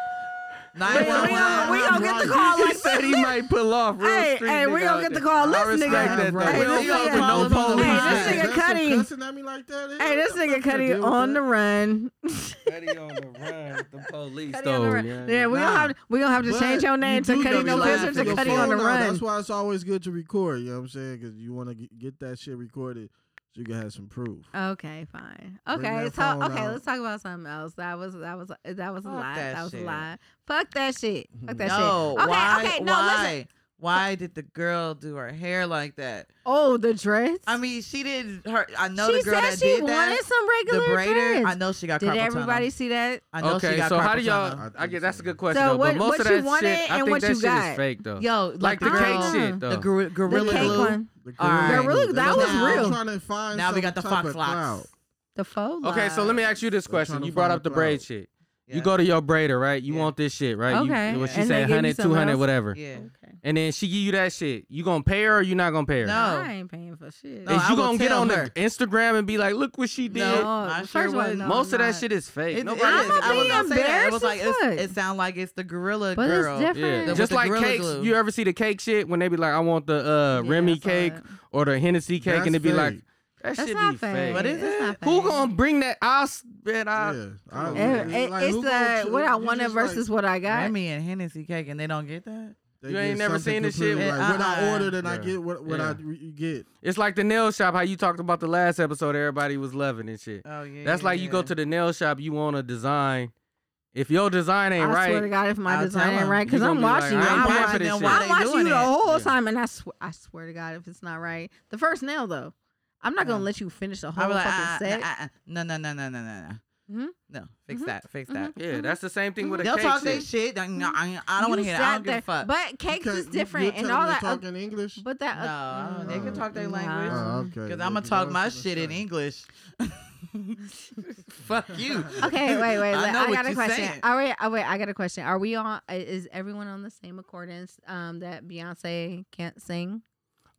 Speaker 1: we, we,
Speaker 5: 911.
Speaker 1: gonna, we gonna get the call
Speaker 3: he
Speaker 1: like
Speaker 3: said he might pull off. Real
Speaker 1: Hey,
Speaker 3: street
Speaker 1: hey, we
Speaker 3: nigga
Speaker 1: gonna
Speaker 3: out
Speaker 1: get the
Speaker 3: there.
Speaker 1: call.
Speaker 3: I
Speaker 1: Listen,
Speaker 3: respect
Speaker 1: nigga.
Speaker 3: that though.
Speaker 7: Hey,
Speaker 3: we
Speaker 7: this
Speaker 3: don't
Speaker 1: nigga-
Speaker 3: open no
Speaker 5: Hey,
Speaker 3: police.
Speaker 1: this nigga
Speaker 3: yet.
Speaker 7: That's some
Speaker 1: Cuddy.
Speaker 7: cussing at me like that.
Speaker 1: Hey, this
Speaker 7: I'm
Speaker 1: nigga
Speaker 7: not gonna
Speaker 1: Cuddy
Speaker 7: deal with
Speaker 1: on the
Speaker 7: that.
Speaker 1: run.
Speaker 3: Cuddy on the run with the police
Speaker 1: Cuddy on
Speaker 3: though.
Speaker 1: the run.
Speaker 3: yeah.
Speaker 1: Yeah, we
Speaker 7: Nah.
Speaker 1: gonna have we gonna have to
Speaker 7: But
Speaker 1: change your
Speaker 7: you
Speaker 1: name to
Speaker 7: do
Speaker 1: Cuddy
Speaker 7: gotta
Speaker 1: No
Speaker 7: be
Speaker 5: liable
Speaker 1: Lizards
Speaker 7: for
Speaker 1: to
Speaker 7: your
Speaker 1: Cuddy on the
Speaker 7: phone now.
Speaker 1: Run.
Speaker 7: That's why it's always good to record. You know what I'm saying? Because you want to get that shit recorded So you can have some proof.
Speaker 1: Okay, fine.
Speaker 7: Bring
Speaker 1: Okay,
Speaker 7: that
Speaker 1: so
Speaker 7: phone
Speaker 1: okay,
Speaker 7: out.
Speaker 1: let's talk about something else. That was that was that was a
Speaker 5: Fuck
Speaker 1: lie.
Speaker 5: that
Speaker 1: That, was a
Speaker 5: shit.
Speaker 1: lie. Fuck that shit. Fuck that
Speaker 5: no,
Speaker 1: shit. Okay,
Speaker 5: why?
Speaker 1: okay, no,
Speaker 5: why?
Speaker 1: listen.
Speaker 5: Why did the girl do her hair like that?
Speaker 1: Oh, the dress.
Speaker 5: I mean, she didn't. Her, I know
Speaker 1: she
Speaker 5: the girl
Speaker 1: said
Speaker 5: that
Speaker 1: she
Speaker 5: did
Speaker 1: wanted
Speaker 5: that.
Speaker 1: some
Speaker 5: The
Speaker 1: regular
Speaker 5: braider. I
Speaker 1: dress.
Speaker 5: know she got.
Speaker 1: Did
Speaker 5: carpal tunnel.
Speaker 1: everybody see that?
Speaker 5: I know
Speaker 3: Okay,
Speaker 5: she got
Speaker 3: so how
Speaker 5: carpal
Speaker 3: do y'all?
Speaker 5: tunnel.
Speaker 7: tunnel.
Speaker 3: I get that's a good question.
Speaker 1: So
Speaker 3: though,
Speaker 1: what-
Speaker 3: but most
Speaker 1: what
Speaker 3: of
Speaker 1: you
Speaker 3: that
Speaker 1: wanted
Speaker 3: shit, I
Speaker 1: and
Speaker 3: think
Speaker 1: what
Speaker 3: that
Speaker 1: you
Speaker 3: shit
Speaker 1: got?
Speaker 3: is fake though.
Speaker 5: Yo,
Speaker 3: like the,
Speaker 5: girl,
Speaker 3: cake shit though.
Speaker 5: the gor-
Speaker 1: The
Speaker 5: gorilla
Speaker 1: cake
Speaker 5: glue.
Speaker 1: one.
Speaker 7: The
Speaker 5: All right.
Speaker 7: gorilla
Speaker 1: Gorilla-
Speaker 7: glue.
Speaker 1: that
Speaker 7: They're
Speaker 5: was
Speaker 7: trying-
Speaker 5: real.
Speaker 7: Trying to find
Speaker 5: Now we
Speaker 7: some
Speaker 5: got the
Speaker 7: type
Speaker 5: Fox
Speaker 7: of
Speaker 5: Locks.
Speaker 7: clout.
Speaker 1: The faux
Speaker 3: okay, so let me ask you this
Speaker 7: They're trying
Speaker 3: question.
Speaker 7: to
Speaker 3: You brought
Speaker 7: find
Speaker 3: up the
Speaker 7: the
Speaker 3: braid
Speaker 7: clout.
Speaker 3: shit.
Speaker 5: Yeah.
Speaker 3: You go to your braider, right? You
Speaker 5: Yeah.
Speaker 3: want this shit, right? You-
Speaker 1: Okay,
Speaker 3: what she
Speaker 1: and they
Speaker 3: said,
Speaker 1: give you
Speaker 3: 100,
Speaker 1: something
Speaker 3: 200,
Speaker 1: else?
Speaker 3: whatever.
Speaker 5: Yeah.
Speaker 1: Okay.
Speaker 3: And then she give you that shit. You gonna pay her or you not gonna pay her?
Speaker 5: No.
Speaker 1: I ain't paying for shit.
Speaker 5: No,
Speaker 3: Is
Speaker 5: I
Speaker 3: you
Speaker 5: will
Speaker 3: gonna get
Speaker 5: tell
Speaker 3: on
Speaker 5: her.
Speaker 3: the Instagram and be like, look what she did?
Speaker 5: No,
Speaker 1: No,
Speaker 5: I
Speaker 1: first
Speaker 5: sure
Speaker 1: of all,
Speaker 5: wouldn't.
Speaker 1: no,
Speaker 3: Most of
Speaker 1: I'm
Speaker 3: that
Speaker 1: not.
Speaker 3: shit is fake.
Speaker 5: It, it
Speaker 3: Nobody-
Speaker 1: I'ma
Speaker 5: is. I was
Speaker 1: be
Speaker 5: gonna say that. It was
Speaker 1: embarrassed
Speaker 5: like
Speaker 1: as
Speaker 5: it's,
Speaker 1: fuck.
Speaker 5: it sound like it's the gorilla
Speaker 1: But
Speaker 5: girl.
Speaker 1: it's different.
Speaker 5: The-
Speaker 3: Yeah.
Speaker 5: with
Speaker 3: Just like
Speaker 5: gorilla
Speaker 3: cakes,
Speaker 5: glue.
Speaker 3: you ever see the cake shit when they be like, I want the uh,
Speaker 1: Yeah, I
Speaker 3: Remy
Speaker 1: saw
Speaker 3: cake
Speaker 1: that.
Speaker 3: or the Hennessy cake,
Speaker 7: That's
Speaker 3: and it be like,
Speaker 7: fake.
Speaker 3: that
Speaker 1: That's
Speaker 3: shit
Speaker 1: not
Speaker 3: be
Speaker 1: fake.
Speaker 3: fake.
Speaker 5: What is
Speaker 1: That's
Speaker 5: it?
Speaker 1: not fake.
Speaker 3: Who gonna bring that? I bet I.
Speaker 7: Yeah.
Speaker 3: Come
Speaker 1: Eh,
Speaker 3: on.
Speaker 1: eh,
Speaker 7: like,
Speaker 1: it's
Speaker 7: who gonna
Speaker 1: the
Speaker 7: chill?
Speaker 1: what I
Speaker 7: You
Speaker 1: wanted
Speaker 7: just, like,
Speaker 1: versus what I got.
Speaker 5: Remy and Hennessy cake, and they don't get that.
Speaker 7: they
Speaker 3: You
Speaker 7: get
Speaker 3: ain't never
Speaker 7: something
Speaker 3: seen this shit?
Speaker 7: completely, Like, what I
Speaker 5: Uh-uh.
Speaker 7: ordered and I
Speaker 3: Yeah.
Speaker 7: get what, what
Speaker 3: Yeah.
Speaker 7: I re- get.
Speaker 3: It's like the nail shop, how you talked about the last episode, everybody was loving and shit.
Speaker 5: Oh yeah.
Speaker 3: That's
Speaker 5: yeah,
Speaker 3: like you go
Speaker 5: yeah.
Speaker 3: to the nail shop, you want a design. If your design ain't
Speaker 1: I swear to
Speaker 3: right,
Speaker 1: God, if my
Speaker 5: I'll
Speaker 1: design
Speaker 5: tell
Speaker 1: ain't
Speaker 5: them.
Speaker 1: right,
Speaker 3: You
Speaker 1: because
Speaker 3: gonna
Speaker 1: I'm
Speaker 3: be like,
Speaker 1: watching
Speaker 3: I
Speaker 1: you.
Speaker 3: ain't
Speaker 1: I'm
Speaker 3: paying for
Speaker 1: watching-
Speaker 3: this shit.
Speaker 5: why
Speaker 1: I'm
Speaker 5: they
Speaker 1: watching
Speaker 5: doing
Speaker 1: you the
Speaker 5: it.
Speaker 1: whole
Speaker 3: Yeah.
Speaker 1: time, and I, sw- I swear to God, if it's not right, the first nail though, I'm not gonna
Speaker 5: Yeah.
Speaker 1: let you finish the
Speaker 5: I
Speaker 1: whole
Speaker 5: was like,
Speaker 1: fucking
Speaker 5: ah,
Speaker 1: set.
Speaker 5: ah, ah, ah. no, no, no, no, no, no, no.
Speaker 1: Mhm.
Speaker 5: No, fix
Speaker 1: Mhm.
Speaker 5: that, fix
Speaker 1: Mhm.
Speaker 5: that.
Speaker 3: yeah, that's the same thing with a
Speaker 5: They'll
Speaker 3: cake.
Speaker 5: talk
Speaker 3: shit.
Speaker 5: their shit. Like, no, I, I
Speaker 1: You
Speaker 5: don't want to hear. It.
Speaker 1: sat
Speaker 5: I don't give
Speaker 1: there-
Speaker 5: a fuck.
Speaker 1: But
Speaker 7: You
Speaker 1: cakes
Speaker 7: can't-
Speaker 1: is
Speaker 7: you-
Speaker 1: different,
Speaker 7: you're
Speaker 1: and
Speaker 7: telling
Speaker 1: all
Speaker 7: me
Speaker 1: that.
Speaker 7: Talking English.
Speaker 1: but that
Speaker 5: no, I don't- they
Speaker 7: Mm.
Speaker 5: can talk their
Speaker 1: Nah.
Speaker 5: language.
Speaker 7: Oh,
Speaker 5: Cause
Speaker 7: okay. Yeah,
Speaker 5: I'm gonna
Speaker 7: 'cause I
Speaker 5: talk
Speaker 7: was
Speaker 5: my
Speaker 7: gonna
Speaker 5: shit in
Speaker 7: say.
Speaker 5: English. Fuck you.
Speaker 1: Okay, wait, wait.
Speaker 5: I
Speaker 1: I,
Speaker 5: know
Speaker 1: I
Speaker 5: what
Speaker 1: got a
Speaker 5: you
Speaker 1: question.
Speaker 5: saying.
Speaker 1: All right, oh, wait. I got a question. Are we on? Is everyone on the same accordance um, that Beyonce can't sing?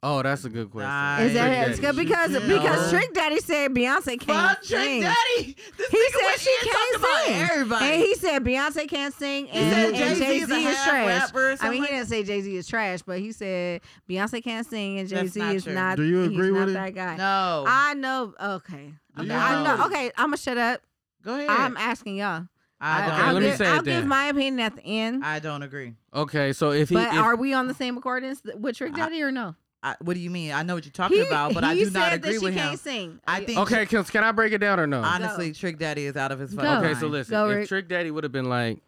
Speaker 3: Oh, that's a good question.
Speaker 5: Nice.
Speaker 1: Is
Speaker 5: Trick
Speaker 1: that it's good
Speaker 7: Daddy.
Speaker 1: because
Speaker 7: Yeah.
Speaker 1: because
Speaker 5: No.
Speaker 1: Trick Daddy said Beyonce can't
Speaker 5: Fuck Trick
Speaker 1: sing.
Speaker 5: Daddy. This
Speaker 1: He
Speaker 5: nigga
Speaker 1: said
Speaker 5: went
Speaker 1: she
Speaker 5: in and
Speaker 1: can't
Speaker 5: talked
Speaker 1: sing.
Speaker 5: About everybody.
Speaker 1: And he said Beyonce can't sing,
Speaker 5: He
Speaker 1: and,
Speaker 5: said
Speaker 1: and
Speaker 5: Jay-Z
Speaker 1: Jay
Speaker 5: is
Speaker 1: Z
Speaker 5: a
Speaker 1: is
Speaker 5: half
Speaker 1: trash.
Speaker 5: rapper or
Speaker 1: I mean,
Speaker 5: something
Speaker 1: he
Speaker 5: like
Speaker 1: didn't say Jay Z is trash, but he said Beyonce can't sing, and Jay
Speaker 5: That's
Speaker 1: Z
Speaker 5: not
Speaker 1: is
Speaker 5: true.
Speaker 1: not.
Speaker 7: Do you
Speaker 1: he's
Speaker 7: agree
Speaker 1: not
Speaker 7: with it?
Speaker 1: that guy?
Speaker 5: No.
Speaker 1: I know. Okay.
Speaker 7: Do
Speaker 1: Okay,
Speaker 7: you
Speaker 1: I
Speaker 7: agree
Speaker 1: know.
Speaker 7: with it?
Speaker 1: Okay, I'm gonna shut up.
Speaker 5: Go ahead.
Speaker 1: I'm asking y'all.
Speaker 5: I don't.
Speaker 3: Okay,
Speaker 1: I'll
Speaker 3: let me
Speaker 1: give,
Speaker 3: say it
Speaker 1: I'll
Speaker 3: then.
Speaker 1: give my opinion at the end.
Speaker 5: I don't agree.
Speaker 3: Okay, so if he
Speaker 1: but
Speaker 3: if-
Speaker 1: are we on the same accordance th- with Trick
Speaker 5: I-
Speaker 1: Daddy or no?
Speaker 5: I, what do you mean? I know what you're talking about, but I
Speaker 1: he
Speaker 5: do not
Speaker 1: said
Speaker 5: agree
Speaker 1: that she
Speaker 5: with him.
Speaker 1: can't sing.
Speaker 5: I think.
Speaker 3: okay, can, can I break it down or no?
Speaker 5: Honestly,
Speaker 1: Go.
Speaker 5: Trick Daddy is out of his
Speaker 1: Go.
Speaker 5: fucking
Speaker 3: okay,
Speaker 5: mind.
Speaker 3: so listen,
Speaker 1: Go,
Speaker 3: if
Speaker 1: Rick.
Speaker 3: Trick Daddy would have been like,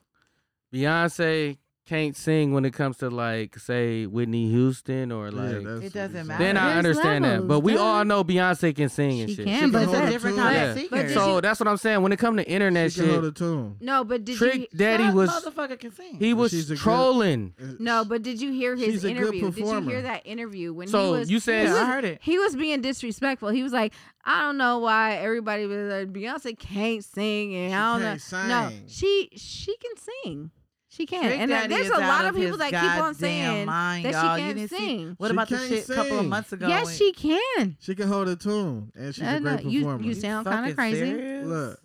Speaker 3: Beyonce can't sing when it comes to like say Whitney Houston or like,
Speaker 5: It
Speaker 7: that's what
Speaker 5: doesn't
Speaker 7: you're
Speaker 5: matter.
Speaker 3: then I
Speaker 1: There's
Speaker 3: understand that.
Speaker 1: levels,
Speaker 3: But we
Speaker 1: duh.
Speaker 3: all know Beyonce can sing and
Speaker 1: She
Speaker 3: shit.
Speaker 1: can,
Speaker 7: She
Speaker 1: but
Speaker 7: can hold
Speaker 5: It's
Speaker 1: that-
Speaker 5: a
Speaker 7: up
Speaker 5: different
Speaker 7: to
Speaker 5: kind
Speaker 3: it.
Speaker 5: of
Speaker 3: Yeah.
Speaker 5: singer.
Speaker 1: But did
Speaker 3: So
Speaker 1: you-
Speaker 3: that's what I'm saying. When it comes to internet
Speaker 7: She can hold
Speaker 3: shit,
Speaker 7: a tune.
Speaker 1: no, but did
Speaker 3: Trick
Speaker 1: you?
Speaker 3: Daddy
Speaker 5: That
Speaker 3: was
Speaker 5: motherfucker can sing.
Speaker 3: he was
Speaker 7: She's a good-
Speaker 3: trolling.
Speaker 1: No, but did you hear his
Speaker 7: She's a good
Speaker 1: interview? Did you
Speaker 7: performer.
Speaker 1: hear that interview when
Speaker 3: So
Speaker 1: he was?
Speaker 3: you saying-
Speaker 1: he
Speaker 5: Yeah, I
Speaker 1: was-
Speaker 5: heard it.
Speaker 1: he was being disrespectful. He was like, I don't know why everybody was like, Beyonce can't sing, and
Speaker 7: She
Speaker 1: I don't
Speaker 7: can't
Speaker 1: know.
Speaker 7: sing.
Speaker 1: No, she she can sing. She can,
Speaker 5: Trick
Speaker 1: and uh,
Speaker 5: Daddy
Speaker 1: there's
Speaker 5: is
Speaker 1: a
Speaker 5: out
Speaker 1: lot
Speaker 5: of
Speaker 1: of people
Speaker 5: his
Speaker 1: that keep on
Speaker 5: goddamn
Speaker 1: saying
Speaker 5: mind,
Speaker 1: that
Speaker 5: y'all.
Speaker 1: she
Speaker 5: You
Speaker 1: can't
Speaker 5: didn't see-
Speaker 1: sing.
Speaker 5: What
Speaker 7: She
Speaker 5: about the
Speaker 7: can't
Speaker 5: shit a couple of
Speaker 7: sing.
Speaker 5: months ago?
Speaker 1: Yes,
Speaker 5: when-
Speaker 1: she can.
Speaker 7: She can hold a tune, and she's
Speaker 1: No,
Speaker 7: a
Speaker 1: no,
Speaker 7: great
Speaker 1: you- you
Speaker 7: performer.
Speaker 1: said- sound
Speaker 5: You
Speaker 1: kinda
Speaker 5: fucking
Speaker 1: crazy.
Speaker 5: serious?
Speaker 7: Look,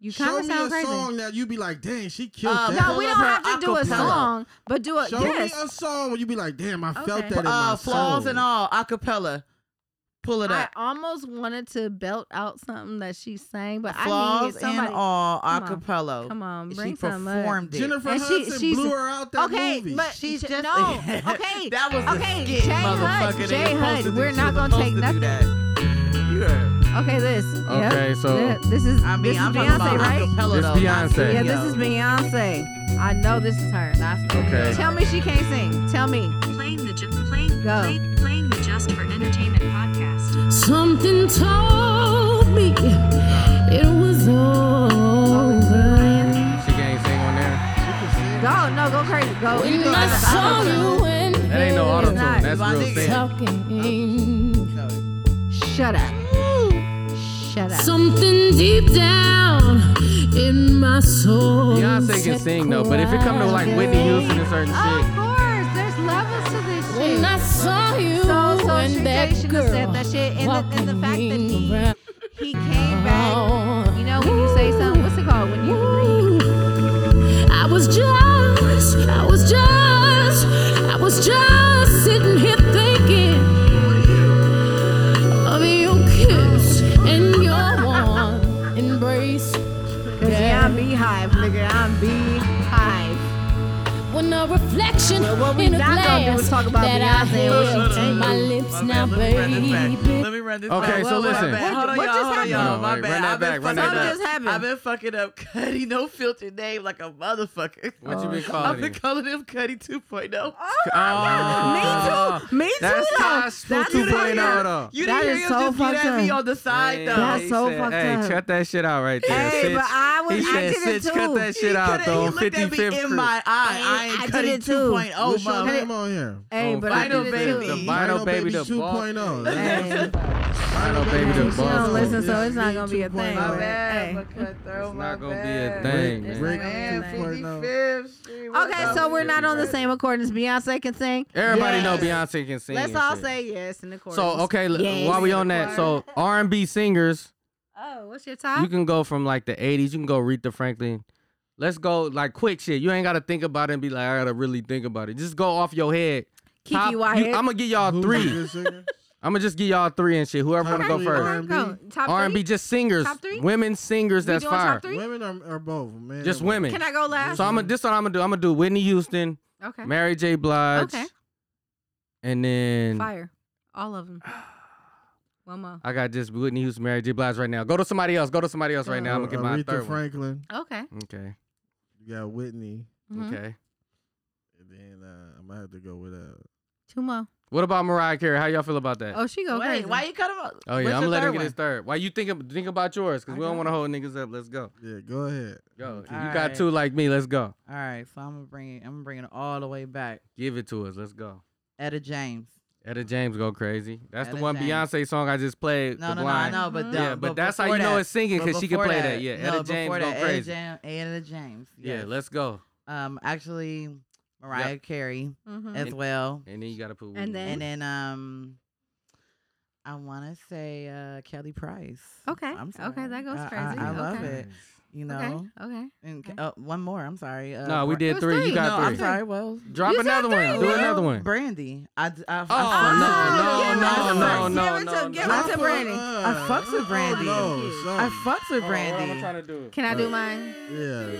Speaker 1: You kind
Speaker 7: show
Speaker 1: of
Speaker 7: me a
Speaker 1: sound crazy.
Speaker 7: song that you be like, dang, she killed
Speaker 5: Uh,
Speaker 7: that.
Speaker 1: No, we
Speaker 5: Pull
Speaker 1: don't
Speaker 5: up
Speaker 1: have to
Speaker 5: her
Speaker 1: do a
Speaker 5: acapella.
Speaker 1: song, but do a
Speaker 7: Show
Speaker 1: yes.
Speaker 7: me a song where you be like, damn, I felt
Speaker 1: Okay.
Speaker 7: that in my
Speaker 5: Uh, flaws
Speaker 7: soul.
Speaker 5: and all, acapella. Pull it
Speaker 1: I
Speaker 5: up.
Speaker 1: almost wanted to belt out something that she sang, but I
Speaker 5: flaws
Speaker 1: needed somebody.
Speaker 5: and all,
Speaker 1: Come on.
Speaker 5: acapella.
Speaker 1: Come on,
Speaker 5: she
Speaker 1: bring some up.
Speaker 5: performed it.
Speaker 7: Jennifer
Speaker 1: And she-
Speaker 7: Hudson
Speaker 1: she's-
Speaker 7: blew her out that
Speaker 1: Okay,
Speaker 7: movie.
Speaker 1: but
Speaker 5: She's
Speaker 1: j-
Speaker 5: just
Speaker 1: no. Okay,
Speaker 5: that was
Speaker 1: okay,
Speaker 5: a skit,
Speaker 1: Jay Hud,
Speaker 5: motherfucker. They
Speaker 1: Jay
Speaker 5: supposed
Speaker 1: Hud,
Speaker 5: to do-
Speaker 1: we're not
Speaker 5: they
Speaker 1: gonna
Speaker 5: supposed
Speaker 1: take
Speaker 5: to do
Speaker 1: nothing.
Speaker 5: that.
Speaker 1: Okay, this. Yep.
Speaker 3: Okay, so-
Speaker 1: Yeah, this is
Speaker 5: I
Speaker 1: this
Speaker 5: mean,
Speaker 1: is
Speaker 5: I'm talking
Speaker 1: Beyonce,
Speaker 5: about
Speaker 1: right?
Speaker 5: acapella
Speaker 3: This
Speaker 5: though.
Speaker 3: Beyonce.
Speaker 5: not
Speaker 1: Yeah,
Speaker 5: video.
Speaker 1: this is Beyonce. I know this is her.
Speaker 3: Okay.
Speaker 1: Tell me she can't sing. Tell me.
Speaker 2: Playing the ju- playing,
Speaker 1: Go.
Speaker 2: playing playing the just for entertainment podcast.
Speaker 4: Something told me it was over.
Speaker 3: She can't sing on there.
Speaker 1: Go, no, go crazy. Go.
Speaker 4: When I saw you in
Speaker 3: That ain't no auto tune.
Speaker 1: not.
Speaker 3: That's
Speaker 5: My
Speaker 3: real
Speaker 5: nigga.
Speaker 3: thing.
Speaker 4: Mm. talking.
Speaker 1: Shut up. Shut up.
Speaker 4: Something deep down in my soul.
Speaker 3: Beyonce can
Speaker 4: said
Speaker 3: sing though, but if it come to like Whitney Houston and certain
Speaker 1: Of
Speaker 3: shit,
Speaker 1: course, there's levels to this
Speaker 4: When
Speaker 1: shit.
Speaker 4: I saw you
Speaker 1: So, so
Speaker 4: and
Speaker 1: Trick
Speaker 4: that
Speaker 1: Daddy should
Speaker 4: girl
Speaker 1: have said that shit. And the, and the fact that
Speaker 4: walking
Speaker 1: he,
Speaker 4: around. Oh.
Speaker 1: he came back. You know, when you say something, what's it called? When you agree.
Speaker 4: I was just, I was just, I was just sitting here thinking of your kiss and your warm embrace.
Speaker 1: Cause yeah, I'm beehive, nigga. I'm beehive.
Speaker 4: When
Speaker 8: showing a reflection
Speaker 1: Well, what we
Speaker 8: in a
Speaker 1: not gonna do
Speaker 8: glass
Speaker 1: is talk about
Speaker 8: that I
Speaker 1: Beyonce and what she
Speaker 8: held to
Speaker 1: changed.
Speaker 8: my lips
Speaker 5: My
Speaker 8: now,
Speaker 5: bad, let me run this back.
Speaker 8: baby.
Speaker 5: Let me run this
Speaker 3: Okay,
Speaker 5: back.
Speaker 3: so
Speaker 5: My
Speaker 3: listen.
Speaker 5: bad. Hold on,
Speaker 1: What
Speaker 5: y'all.
Speaker 1: just
Speaker 5: Hold on, y'all.
Speaker 3: happened?
Speaker 5: My
Speaker 3: Wait,
Speaker 5: bad.
Speaker 3: run that
Speaker 5: I've been
Speaker 3: back, run
Speaker 5: fucking
Speaker 1: that
Speaker 5: up.
Speaker 1: back. What just happened?
Speaker 5: I've been fucking up Cuddy No Filter name like a motherfucker.
Speaker 3: What you been
Speaker 5: I've
Speaker 3: calling
Speaker 5: been
Speaker 3: it?
Speaker 5: calling him Cuddy 2.0.
Speaker 3: Oh,
Speaker 1: Me too. Me too.
Speaker 3: That's
Speaker 1: though.
Speaker 3: gospel
Speaker 1: That's-
Speaker 5: You didn't
Speaker 3: 2.0
Speaker 5: hear-
Speaker 3: though.
Speaker 5: You
Speaker 1: That
Speaker 5: didn't hear
Speaker 1: is
Speaker 5: him
Speaker 1: so
Speaker 5: just get at
Speaker 1: fucked
Speaker 5: me
Speaker 1: up.
Speaker 5: on the side, though.
Speaker 1: That's
Speaker 3: he
Speaker 1: so
Speaker 3: said,
Speaker 1: fucked
Speaker 3: hey,
Speaker 1: up.
Speaker 3: cut that shit out right there.
Speaker 1: Hey,
Speaker 3: Sitch.
Speaker 1: but I was-
Speaker 3: he
Speaker 1: I
Speaker 3: said,
Speaker 1: did it
Speaker 3: Sitch,
Speaker 1: too.
Speaker 3: cut that shit
Speaker 5: he
Speaker 3: out,
Speaker 5: coulda-
Speaker 3: though.
Speaker 5: He looked
Speaker 3: 50
Speaker 5: at me in my eye.
Speaker 1: Hey,
Speaker 5: I
Speaker 1: I
Speaker 5: ain't
Speaker 1: did
Speaker 5: Cuddy
Speaker 1: it too.
Speaker 5: 2.0,
Speaker 7: What's your
Speaker 5: mother.
Speaker 7: name on here?
Speaker 1: Hey,
Speaker 3: Oh,
Speaker 1: but I
Speaker 5: Vinyl
Speaker 1: did it too.
Speaker 5: Baby.
Speaker 3: The Vinyl Baby, the boss.
Speaker 7: 2.0.
Speaker 3: Hey.
Speaker 7: That's-
Speaker 3: Vinyl Baby, the
Speaker 7: Baby,
Speaker 3: boss.
Speaker 7: she
Speaker 1: She don't listen, so
Speaker 7: Yeah.
Speaker 1: it's not gonna be a thing.
Speaker 7: My
Speaker 1: but,
Speaker 5: bad,
Speaker 1: hey.
Speaker 5: but cutthroat,
Speaker 3: It's
Speaker 5: my
Speaker 3: not gonna
Speaker 5: bad.
Speaker 3: be a thing,
Speaker 1: Rick-
Speaker 3: man.
Speaker 1: Rick-
Speaker 5: Man,
Speaker 1: It's not
Speaker 7: gonna be a thing.
Speaker 5: 55th Street. what
Speaker 1: Okay,
Speaker 5: up?
Speaker 1: so we're not on the same accordance. Beyonce can sing.
Speaker 3: Everybody
Speaker 1: Yes.
Speaker 3: know Beyonce can sing.
Speaker 1: Let's
Speaker 3: and
Speaker 1: all
Speaker 3: shit.
Speaker 1: say yes in accordance.
Speaker 3: So okay, l-
Speaker 1: Yes.
Speaker 3: while we on that, so R and B singers,
Speaker 1: Oh, what's your
Speaker 3: you
Speaker 1: top?
Speaker 3: can go from like the '80s. You can go Aretha Franklin. Let's go like quick shit. You ain't gotta think about it and be like, I gotta really think about it. Just go off your head.
Speaker 1: Kiki Wyatt.
Speaker 3: I'm gonna give y'all
Speaker 7: Who's
Speaker 3: three.
Speaker 7: a good singer?
Speaker 3: I'm gonna just give y'all three and shit. Whoever wanna
Speaker 7: Top
Speaker 3: go
Speaker 7: three
Speaker 3: first.
Speaker 7: R&B?
Speaker 1: Go. Top
Speaker 3: R and B,
Speaker 1: three?
Speaker 3: just singers,
Speaker 1: Top three?
Speaker 3: women singers.
Speaker 1: We
Speaker 3: that's
Speaker 1: doing top
Speaker 3: fire.
Speaker 1: three?
Speaker 7: Women are, are both, man.
Speaker 3: Just women.
Speaker 1: Can I go last?
Speaker 3: So I'm gonna this what I'm gonna do. I'm gonna do Whitney Houston,
Speaker 1: okay.
Speaker 3: Mary J. Blige,
Speaker 1: Okay.
Speaker 3: and then
Speaker 1: Fire. All of them. One more.
Speaker 3: I got just Whitney Houston, Mary J. Blige right now. Go to somebody else. Go to somebody else right now. I'm gonna get my
Speaker 7: Uh, Aretha
Speaker 3: third one.
Speaker 7: Franklin.
Speaker 1: Okay.
Speaker 3: Okay.
Speaker 7: You got Whitney.
Speaker 1: Mhm.
Speaker 5: Mm-hmm.
Speaker 3: Okay.
Speaker 7: And then uh, I'm gonna have to go with uh
Speaker 1: Two more.
Speaker 3: What about Mariah Carey? How y'all feel about that?
Speaker 1: Oh, she go
Speaker 5: Wait,
Speaker 1: crazy.
Speaker 5: why you cut him off?
Speaker 3: Oh,
Speaker 5: What's
Speaker 3: yeah, I'm
Speaker 5: your
Speaker 3: gonna let him
Speaker 5: third
Speaker 3: get
Speaker 5: one?
Speaker 3: his third. Why you think of- think about yours? Cause
Speaker 5: I
Speaker 3: we don't
Speaker 5: got
Speaker 3: want to hold niggas up. Let's go.
Speaker 7: yeah, go ahead.
Speaker 3: Go.
Speaker 5: Okay.
Speaker 3: you
Speaker 5: All
Speaker 3: got
Speaker 5: right.
Speaker 3: two like me. Let's go.
Speaker 5: All right, so I'm gonna bring it. I'm gonna bring it all the way back.
Speaker 3: Give it to us. Let's go.
Speaker 5: Etta James.
Speaker 3: Etta James go crazy. That's the
Speaker 5: Etta
Speaker 3: one
Speaker 5: James.
Speaker 3: Beyonce song I just played.
Speaker 5: No,
Speaker 3: the
Speaker 5: no, no, I
Speaker 3: blind.
Speaker 5: know, but
Speaker 1: Mhm.
Speaker 5: the-
Speaker 3: Yeah, but, that's how
Speaker 5: before
Speaker 3: you know
Speaker 5: that-
Speaker 3: it's singing
Speaker 5: but
Speaker 3: because she can
Speaker 5: before
Speaker 3: play that. Yeah, Etta
Speaker 5: no,
Speaker 3: James
Speaker 5: before
Speaker 3: go
Speaker 5: that,
Speaker 3: crazy.
Speaker 5: Etta, Jam- Etta James.
Speaker 3: Yeah,
Speaker 5: yes.
Speaker 3: let's go.
Speaker 5: Um, actually, Mariah Carey
Speaker 1: Mhm.
Speaker 5: as
Speaker 3: And-
Speaker 5: well,
Speaker 3: And then you gotta put.
Speaker 1: And
Speaker 3: Whitney.
Speaker 1: then-
Speaker 5: and then um, I want to say uh Kelly Price.
Speaker 1: Okay,
Speaker 5: I'm
Speaker 1: okay,
Speaker 5: sorry.
Speaker 1: that goes
Speaker 5: I- I-
Speaker 1: crazy.
Speaker 5: I, love
Speaker 1: Okay.
Speaker 5: it. You know,
Speaker 1: Okay. Okay.
Speaker 5: and
Speaker 1: Okay.
Speaker 5: uh, one more. I'm sorry. Uh,
Speaker 3: no, we
Speaker 1: It
Speaker 5: Bra-
Speaker 3: did
Speaker 1: was
Speaker 3: three.
Speaker 1: three.
Speaker 3: You
Speaker 5: No,
Speaker 3: got
Speaker 5: I'm
Speaker 3: three.
Speaker 5: sorry. Well,
Speaker 3: Drop
Speaker 1: You said
Speaker 3: another
Speaker 1: three.
Speaker 3: one. Do
Speaker 1: Well,
Speaker 3: another one.
Speaker 5: Brandy. I, d- I- I-
Speaker 3: Oh, no,
Speaker 1: Oh,
Speaker 3: no,
Speaker 1: give it
Speaker 3: no,
Speaker 1: to
Speaker 3: no,
Speaker 1: her.
Speaker 3: no,
Speaker 1: Give it to-
Speaker 3: no.
Speaker 1: give it to
Speaker 7: uh,
Speaker 1: Brandy.
Speaker 5: I fucks with Brandy.
Speaker 7: Oh, no,
Speaker 5: I
Speaker 7: son.
Speaker 5: fucks with Brandy.
Speaker 1: Can I do mine?
Speaker 7: Yeah.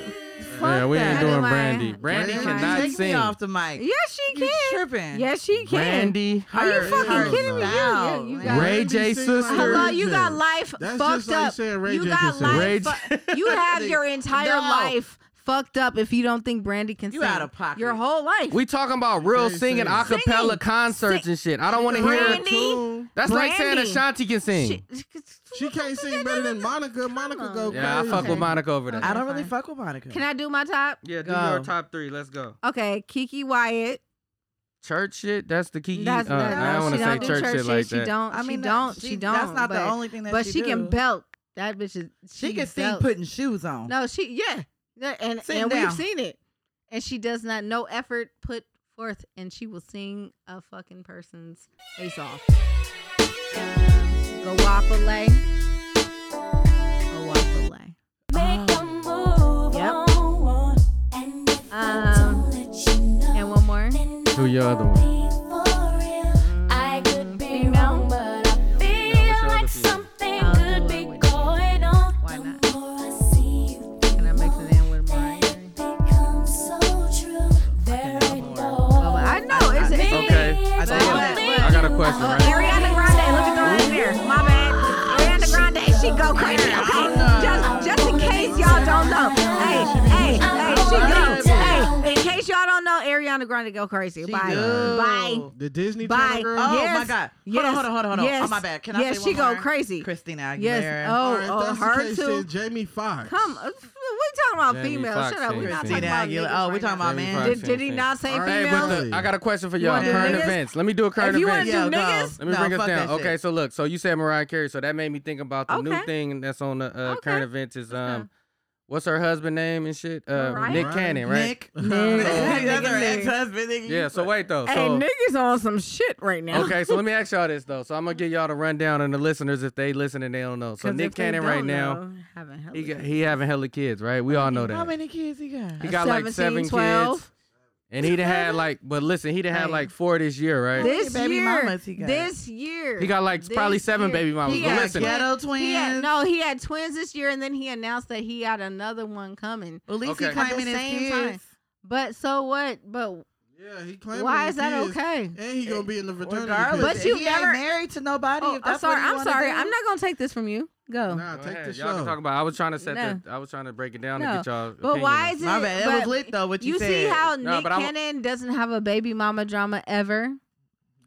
Speaker 3: Yeah, we ain't
Speaker 5: that.
Speaker 3: doing
Speaker 1: Never mind.
Speaker 3: Brandy. Brandy
Speaker 1: Never
Speaker 5: Brandy,
Speaker 1: mind.
Speaker 3: cannot
Speaker 5: take me
Speaker 3: sing.
Speaker 5: off the mic.
Speaker 1: Yes, she
Speaker 5: You
Speaker 1: can.
Speaker 5: tripping?
Speaker 1: Yes, she can.
Speaker 3: Brandy,
Speaker 1: Are you
Speaker 5: Her-
Speaker 1: fucking
Speaker 5: her
Speaker 1: kidding me? You-
Speaker 5: style.
Speaker 1: you- you got-
Speaker 3: Ray J
Speaker 7: Brandy
Speaker 3: sister.
Speaker 7: sing like
Speaker 1: Hello, you got
Speaker 7: Ray J.
Speaker 1: life
Speaker 7: That's
Speaker 1: fucked
Speaker 7: just like
Speaker 1: up.
Speaker 7: saying Ray
Speaker 1: you
Speaker 7: J can
Speaker 1: got
Speaker 7: sing.
Speaker 1: life.
Speaker 3: Ray J-
Speaker 1: fu- you have your entire
Speaker 5: No.
Speaker 1: life fucked up if you don't think Brandy can
Speaker 5: You
Speaker 1: sing.
Speaker 5: out of pocket.
Speaker 1: Your whole life.
Speaker 3: we talking about real
Speaker 7: Ray
Speaker 3: singing,
Speaker 7: sing.
Speaker 1: Singing.
Speaker 3: acapella concerts
Speaker 1: Sing.
Speaker 3: and shit. I don't want to hear.
Speaker 1: Brandy.
Speaker 7: Brandy.
Speaker 3: That's like saying
Speaker 1: Brandy.
Speaker 3: Ashanti can sing.
Speaker 1: She-
Speaker 7: She can't sing better than Monica. Monica go
Speaker 3: yeah, I
Speaker 7: crazy.
Speaker 3: fuck with Monica over there.
Speaker 5: I don't really
Speaker 1: Fine.
Speaker 5: fuck with Monica.
Speaker 1: Can I do my top?
Speaker 3: Yeah, do
Speaker 5: Go.
Speaker 3: your top three. Let's go.
Speaker 1: Okay, Kiki Wyatt.
Speaker 3: Church shit. That's the key.
Speaker 1: That's
Speaker 3: uh,
Speaker 1: that-
Speaker 3: I
Speaker 1: she
Speaker 3: don't want to say
Speaker 1: don't do
Speaker 3: church, shit like
Speaker 1: she
Speaker 3: that.
Speaker 1: Don't,
Speaker 5: I
Speaker 1: she
Speaker 5: mean, that-
Speaker 1: don't. She,
Speaker 5: she-
Speaker 1: don't.
Speaker 5: That's not
Speaker 1: but-
Speaker 5: the only thing that
Speaker 1: But
Speaker 5: she,
Speaker 1: she, can
Speaker 5: do.
Speaker 1: belt. That bitch is. She,
Speaker 5: She can sing
Speaker 1: belts.
Speaker 5: putting shoes on.
Speaker 1: No, she yeah, Yeah, and
Speaker 5: Sitting
Speaker 1: and
Speaker 5: down.
Speaker 1: we've seen it, and she does not no effort put forth, and she will sing a fucking person's face off. Go wapale, go wapale.
Speaker 9: Make a move
Speaker 1: Yep.
Speaker 9: on. And if I don't let you know,
Speaker 1: And one more.
Speaker 9: then I
Speaker 3: Who your other one?
Speaker 9: won't be for real. I could be wrong, but I feel
Speaker 3: what's your other feeling?
Speaker 9: like something
Speaker 1: I'll
Speaker 9: could
Speaker 1: do it
Speaker 9: be
Speaker 1: with you.
Speaker 9: going on.
Speaker 1: Why
Speaker 9: The
Speaker 1: not?
Speaker 9: more I see you, the
Speaker 1: Can I mix it in with
Speaker 9: more
Speaker 1: Mariah?
Speaker 9: it
Speaker 1: Carey?
Speaker 9: becomes so true. There ain't
Speaker 1: Well,
Speaker 9: no
Speaker 1: I know it's it's-
Speaker 3: Okay.
Speaker 9: I
Speaker 1: but- but-
Speaker 3: I got a question.
Speaker 1: Oh,
Speaker 3: Right?
Speaker 1: Ariana Grande, let me throw it in there. My bad. Ariana Grande, she go crazy. Okay, just just in case y'all don't know. Hey, hey, hey, she go. Hey, in case y'all don't know, Ariana Grande go crazy.
Speaker 5: She
Speaker 1: Bye,
Speaker 5: do.
Speaker 1: bye.
Speaker 7: The Disney
Speaker 1: Bye.
Speaker 7: Channel girl.
Speaker 5: Oh
Speaker 1: Yes.
Speaker 5: my God! Hold
Speaker 1: Yes.
Speaker 5: on, hold on, hold on, hold on. Oh
Speaker 1: Yes.
Speaker 5: my bad. Can I
Speaker 1: Yes,
Speaker 5: say
Speaker 1: she
Speaker 5: one
Speaker 1: go
Speaker 5: more?
Speaker 1: crazy.
Speaker 5: Christina Aguilera.
Speaker 1: Yes.
Speaker 7: All
Speaker 1: Oh,
Speaker 7: right,
Speaker 1: oh,
Speaker 7: that's the
Speaker 1: her
Speaker 7: case,
Speaker 1: too.
Speaker 7: then Jamie Fox.
Speaker 1: Come, uh, we talking about
Speaker 3: Jamie
Speaker 1: females.
Speaker 3: Fox
Speaker 1: Shut up. We're not
Speaker 3: said it.
Speaker 1: talking
Speaker 5: Christina
Speaker 1: about niggas
Speaker 5: Aguilera. Oh,
Speaker 1: right
Speaker 5: we talking
Speaker 1: now.
Speaker 5: about
Speaker 3: Jamie
Speaker 5: men.
Speaker 3: Fox.
Speaker 1: Did, did he not say
Speaker 7: All right,
Speaker 3: Hey,
Speaker 1: females?
Speaker 3: but the, I got a question for y'all.
Speaker 1: wanna do
Speaker 3: Current
Speaker 1: niggas?
Speaker 3: events. Let me do a current
Speaker 1: If you
Speaker 3: event.
Speaker 1: wanna do
Speaker 5: Yeah, go.
Speaker 1: niggas,
Speaker 3: Let me
Speaker 5: No,
Speaker 3: bring us
Speaker 5: fuck
Speaker 3: down.
Speaker 5: that shit.
Speaker 3: Okay, so look, so you said Mariah Carey, so that made me think about the new
Speaker 1: Okay.
Speaker 3: thing that's on the uh,
Speaker 1: Okay.
Speaker 3: current events is
Speaker 1: Let's
Speaker 3: um,
Speaker 1: go.
Speaker 3: what's her husband name and shit? Uh,
Speaker 1: Mariah?
Speaker 3: Nick
Speaker 7: Right.
Speaker 3: Cannon, right?
Speaker 5: Nick.
Speaker 1: Nick.
Speaker 5: That's her
Speaker 1: Nick.
Speaker 5: ex-husband. nigga.
Speaker 3: Yeah. So wait though.
Speaker 1: hey,
Speaker 3: So
Speaker 1: niggas on some shit right now.
Speaker 3: okay, so let me ask y'all this though. So I'm gonna give y'all the rundown and the listeners if they listen and they don't know. So
Speaker 1: 'Cause
Speaker 3: Nick
Speaker 1: if they
Speaker 3: Cannon right
Speaker 1: don't
Speaker 3: now,
Speaker 1: know, haven't held
Speaker 3: he
Speaker 1: it.
Speaker 3: got, he having hella kids, right? We all know that.
Speaker 5: How many kids he got?
Speaker 3: He got like
Speaker 1: 17,
Speaker 3: seven
Speaker 1: 12.
Speaker 3: kids, and he done had like, but listen, he done had
Speaker 1: Hey.
Speaker 3: like four this year, right?
Speaker 5: many
Speaker 1: this
Speaker 5: baby
Speaker 1: year,
Speaker 5: mamas he got?
Speaker 1: this year,
Speaker 3: He got, like, probably
Speaker 1: this
Speaker 3: seven
Speaker 1: year,
Speaker 3: baby mamas,
Speaker 1: He
Speaker 3: but
Speaker 1: had
Speaker 3: listen.
Speaker 1: twins.
Speaker 5: Ghetto twins.
Speaker 1: He had, no, he had twins this year, and then he announced that he had another one coming.
Speaker 5: At least
Speaker 3: Okay.
Speaker 5: he
Speaker 3: At the
Speaker 5: claiming his
Speaker 1: same
Speaker 5: kids.
Speaker 1: time. But so what? But
Speaker 7: Yeah, he claiming
Speaker 1: why
Speaker 7: the
Speaker 1: is that
Speaker 7: kids,
Speaker 1: okay?
Speaker 7: And he gonna be in the fraternity.
Speaker 5: Regardless,
Speaker 1: But
Speaker 5: if
Speaker 1: you
Speaker 5: he
Speaker 1: never-
Speaker 5: ain't married to nobody.
Speaker 1: Oh,
Speaker 5: if
Speaker 1: I'm
Speaker 5: that's what
Speaker 1: sorry.
Speaker 5: he
Speaker 1: I'm
Speaker 5: wanna
Speaker 1: sorry.
Speaker 5: do.
Speaker 1: I'm not gonna take this from you. Go.
Speaker 7: Nah,
Speaker 3: Go
Speaker 7: take
Speaker 3: ahead.
Speaker 7: the
Speaker 3: y'all can
Speaker 7: show.
Speaker 3: talk about. I was trying to set
Speaker 1: No.
Speaker 3: the. I was trying to break it down
Speaker 1: No.
Speaker 3: and get y'all.
Speaker 1: But why
Speaker 3: opinion.
Speaker 1: is it?
Speaker 5: My bad. It
Speaker 1: but
Speaker 5: was lit though. What you,
Speaker 1: you
Speaker 5: said.
Speaker 1: see how
Speaker 3: Nah,
Speaker 1: Nick
Speaker 3: but I'm-
Speaker 1: Cannon doesn't have a baby mama drama ever.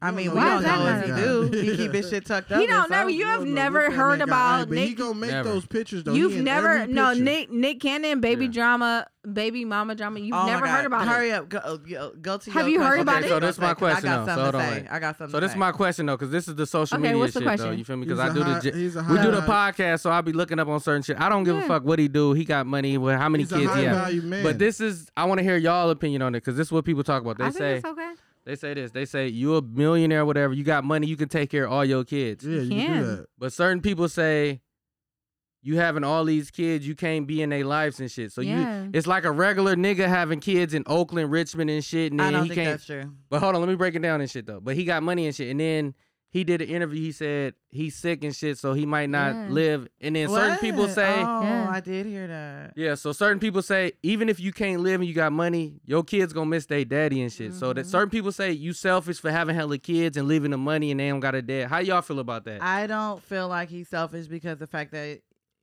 Speaker 5: I mean,
Speaker 7: don't
Speaker 5: we
Speaker 1: know
Speaker 5: don't
Speaker 1: that
Speaker 5: know if
Speaker 1: guy.
Speaker 5: he do. He keep his shit tucked up.
Speaker 1: He don't
Speaker 5: that's
Speaker 1: never.
Speaker 5: all.
Speaker 1: You have
Speaker 7: don't know
Speaker 1: never
Speaker 7: what that
Speaker 1: heard
Speaker 7: nigga
Speaker 1: about
Speaker 7: ain't, but He
Speaker 1: Nick.
Speaker 7: gonna make
Speaker 3: Never.
Speaker 7: those pictures though. He
Speaker 1: You've
Speaker 7: in
Speaker 1: never
Speaker 7: every
Speaker 1: no
Speaker 7: picture.
Speaker 1: Nick Nick Cannon baby
Speaker 3: Yeah.
Speaker 1: drama baby mama drama. You've
Speaker 5: Oh my
Speaker 1: never heard
Speaker 5: God.
Speaker 1: about her.
Speaker 5: Hurry up. Go, uh, go, go to
Speaker 1: Have
Speaker 5: your
Speaker 1: you heard
Speaker 5: question.
Speaker 1: about Okay, it?
Speaker 3: so this my question
Speaker 5: I
Speaker 3: though.
Speaker 5: got
Speaker 3: So
Speaker 5: something
Speaker 3: hold
Speaker 5: to
Speaker 3: on,
Speaker 5: say.
Speaker 3: wait.
Speaker 5: I got something
Speaker 3: So
Speaker 5: to
Speaker 3: this is
Speaker 5: say.
Speaker 3: my question though, because this is the social
Speaker 1: Okay,
Speaker 3: media
Speaker 1: what's the
Speaker 3: shit though.
Speaker 1: question?
Speaker 3: You feel me?
Speaker 7: He's
Speaker 3: Because I
Speaker 7: a
Speaker 3: do
Speaker 7: hot-
Speaker 3: the. j-
Speaker 7: he's a
Speaker 3: We
Speaker 7: high
Speaker 3: do the
Speaker 7: value-
Speaker 3: podcast, so I'll be looking up on certain shit. I don't give
Speaker 1: Yeah.
Speaker 3: a fuck what he do. He got money. Well, how many
Speaker 7: He's a
Speaker 3: kids he
Speaker 7: high
Speaker 3: have?
Speaker 7: value man.
Speaker 3: But this is. I want to hear y'all opinion on it because this is what people talk about. They
Speaker 1: I
Speaker 3: say.
Speaker 1: think it's okay.
Speaker 3: They say this. They say you a millionaire, whatever. You got money. You can take care of all your kids.
Speaker 7: Yeah, you
Speaker 1: can.
Speaker 7: can do that.
Speaker 3: But certain people say you having all these kids, you can't be in their lives and shit. So
Speaker 1: Yeah.
Speaker 3: you,
Speaker 5: Mm-hmm.
Speaker 3: it's like a regular nigga having kids in Oakland, Richmond, and shit. And
Speaker 5: I
Speaker 3: then
Speaker 5: don't
Speaker 3: he
Speaker 5: think
Speaker 3: can't.
Speaker 5: that's true.
Speaker 3: But hold on, let me break it down and shit though. But he got money and shit, and then he did an interview. He said he's sick and shit, so he might not
Speaker 1: Yeah.
Speaker 3: live. And then certain people
Speaker 5: Mm. What?
Speaker 3: say,
Speaker 5: Oh,
Speaker 1: Yeah.
Speaker 5: I did hear that.
Speaker 3: yeah. So certain people say even if you can't live and you got money, your kids gonna miss their daddy and shit. So
Speaker 5: Mm-hmm.
Speaker 3: that certain people say you selfish for having hella kids and leaving the money and they don't got a dad. How y'all feel about that?
Speaker 5: I don't feel like he's selfish because the fact that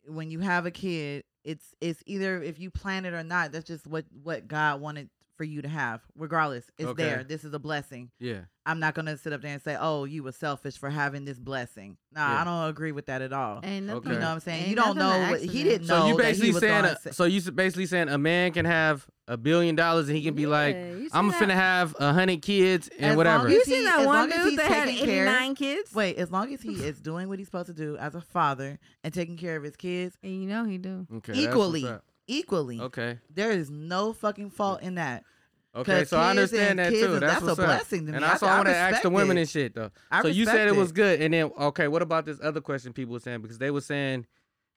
Speaker 5: when you have a kid, it's it's either if you plan it or not. That's just what what God wanted for you to have. Regardless, it's
Speaker 3: Okay.
Speaker 5: there. This is a blessing.
Speaker 3: yeah.
Speaker 5: I'm not gonna sit up there and say, "Oh, you were selfish for having this blessing." Nah,
Speaker 3: Yeah.
Speaker 5: I don't agree with that at all.
Speaker 1: Ain't
Speaker 3: Okay.
Speaker 1: nothing.
Speaker 5: You know what I'm saying?
Speaker 1: Ain't
Speaker 5: you don't
Speaker 1: nothing
Speaker 5: know.
Speaker 1: an
Speaker 5: What, he
Speaker 1: accident.
Speaker 5: didn't know.
Speaker 3: So you
Speaker 5: that he
Speaker 3: basically
Speaker 5: was
Speaker 3: saying
Speaker 5: gonna
Speaker 3: a, so you s- basically saying a man can have a billion dollars and he can be like,
Speaker 1: Yeah, you see
Speaker 3: I'm
Speaker 1: that-
Speaker 3: finna have a hundred kids and
Speaker 5: As
Speaker 3: whatever.
Speaker 5: long
Speaker 1: You
Speaker 5: as
Speaker 1: seen
Speaker 5: he-
Speaker 1: that
Speaker 5: as
Speaker 1: one
Speaker 5: long as
Speaker 1: dude
Speaker 5: he's
Speaker 1: that had
Speaker 5: taking care-
Speaker 1: 89 kids?
Speaker 5: Wait, as long as he is doing what he's supposed to do as a father and taking care of his kids
Speaker 1: And you know he do.
Speaker 3: Okay, that's what's
Speaker 5: equally,
Speaker 3: up.
Speaker 5: equally,
Speaker 3: Okay.
Speaker 5: there is no fucking fault in that.
Speaker 3: Okay,
Speaker 5: 'Cause
Speaker 3: so I
Speaker 5: kids
Speaker 3: understand
Speaker 5: and
Speaker 3: that
Speaker 5: kids
Speaker 3: too.
Speaker 5: and
Speaker 3: That's,
Speaker 5: that's a
Speaker 3: what's up.
Speaker 5: blessing to me.
Speaker 3: And
Speaker 5: I-
Speaker 3: also,
Speaker 5: I
Speaker 3: want to ask the
Speaker 5: respect
Speaker 3: women
Speaker 5: it.
Speaker 3: and shit though.
Speaker 5: I
Speaker 3: so you said
Speaker 5: respect
Speaker 3: it was
Speaker 5: it.
Speaker 3: good, and then okay, what about this other question people were saying because they were saying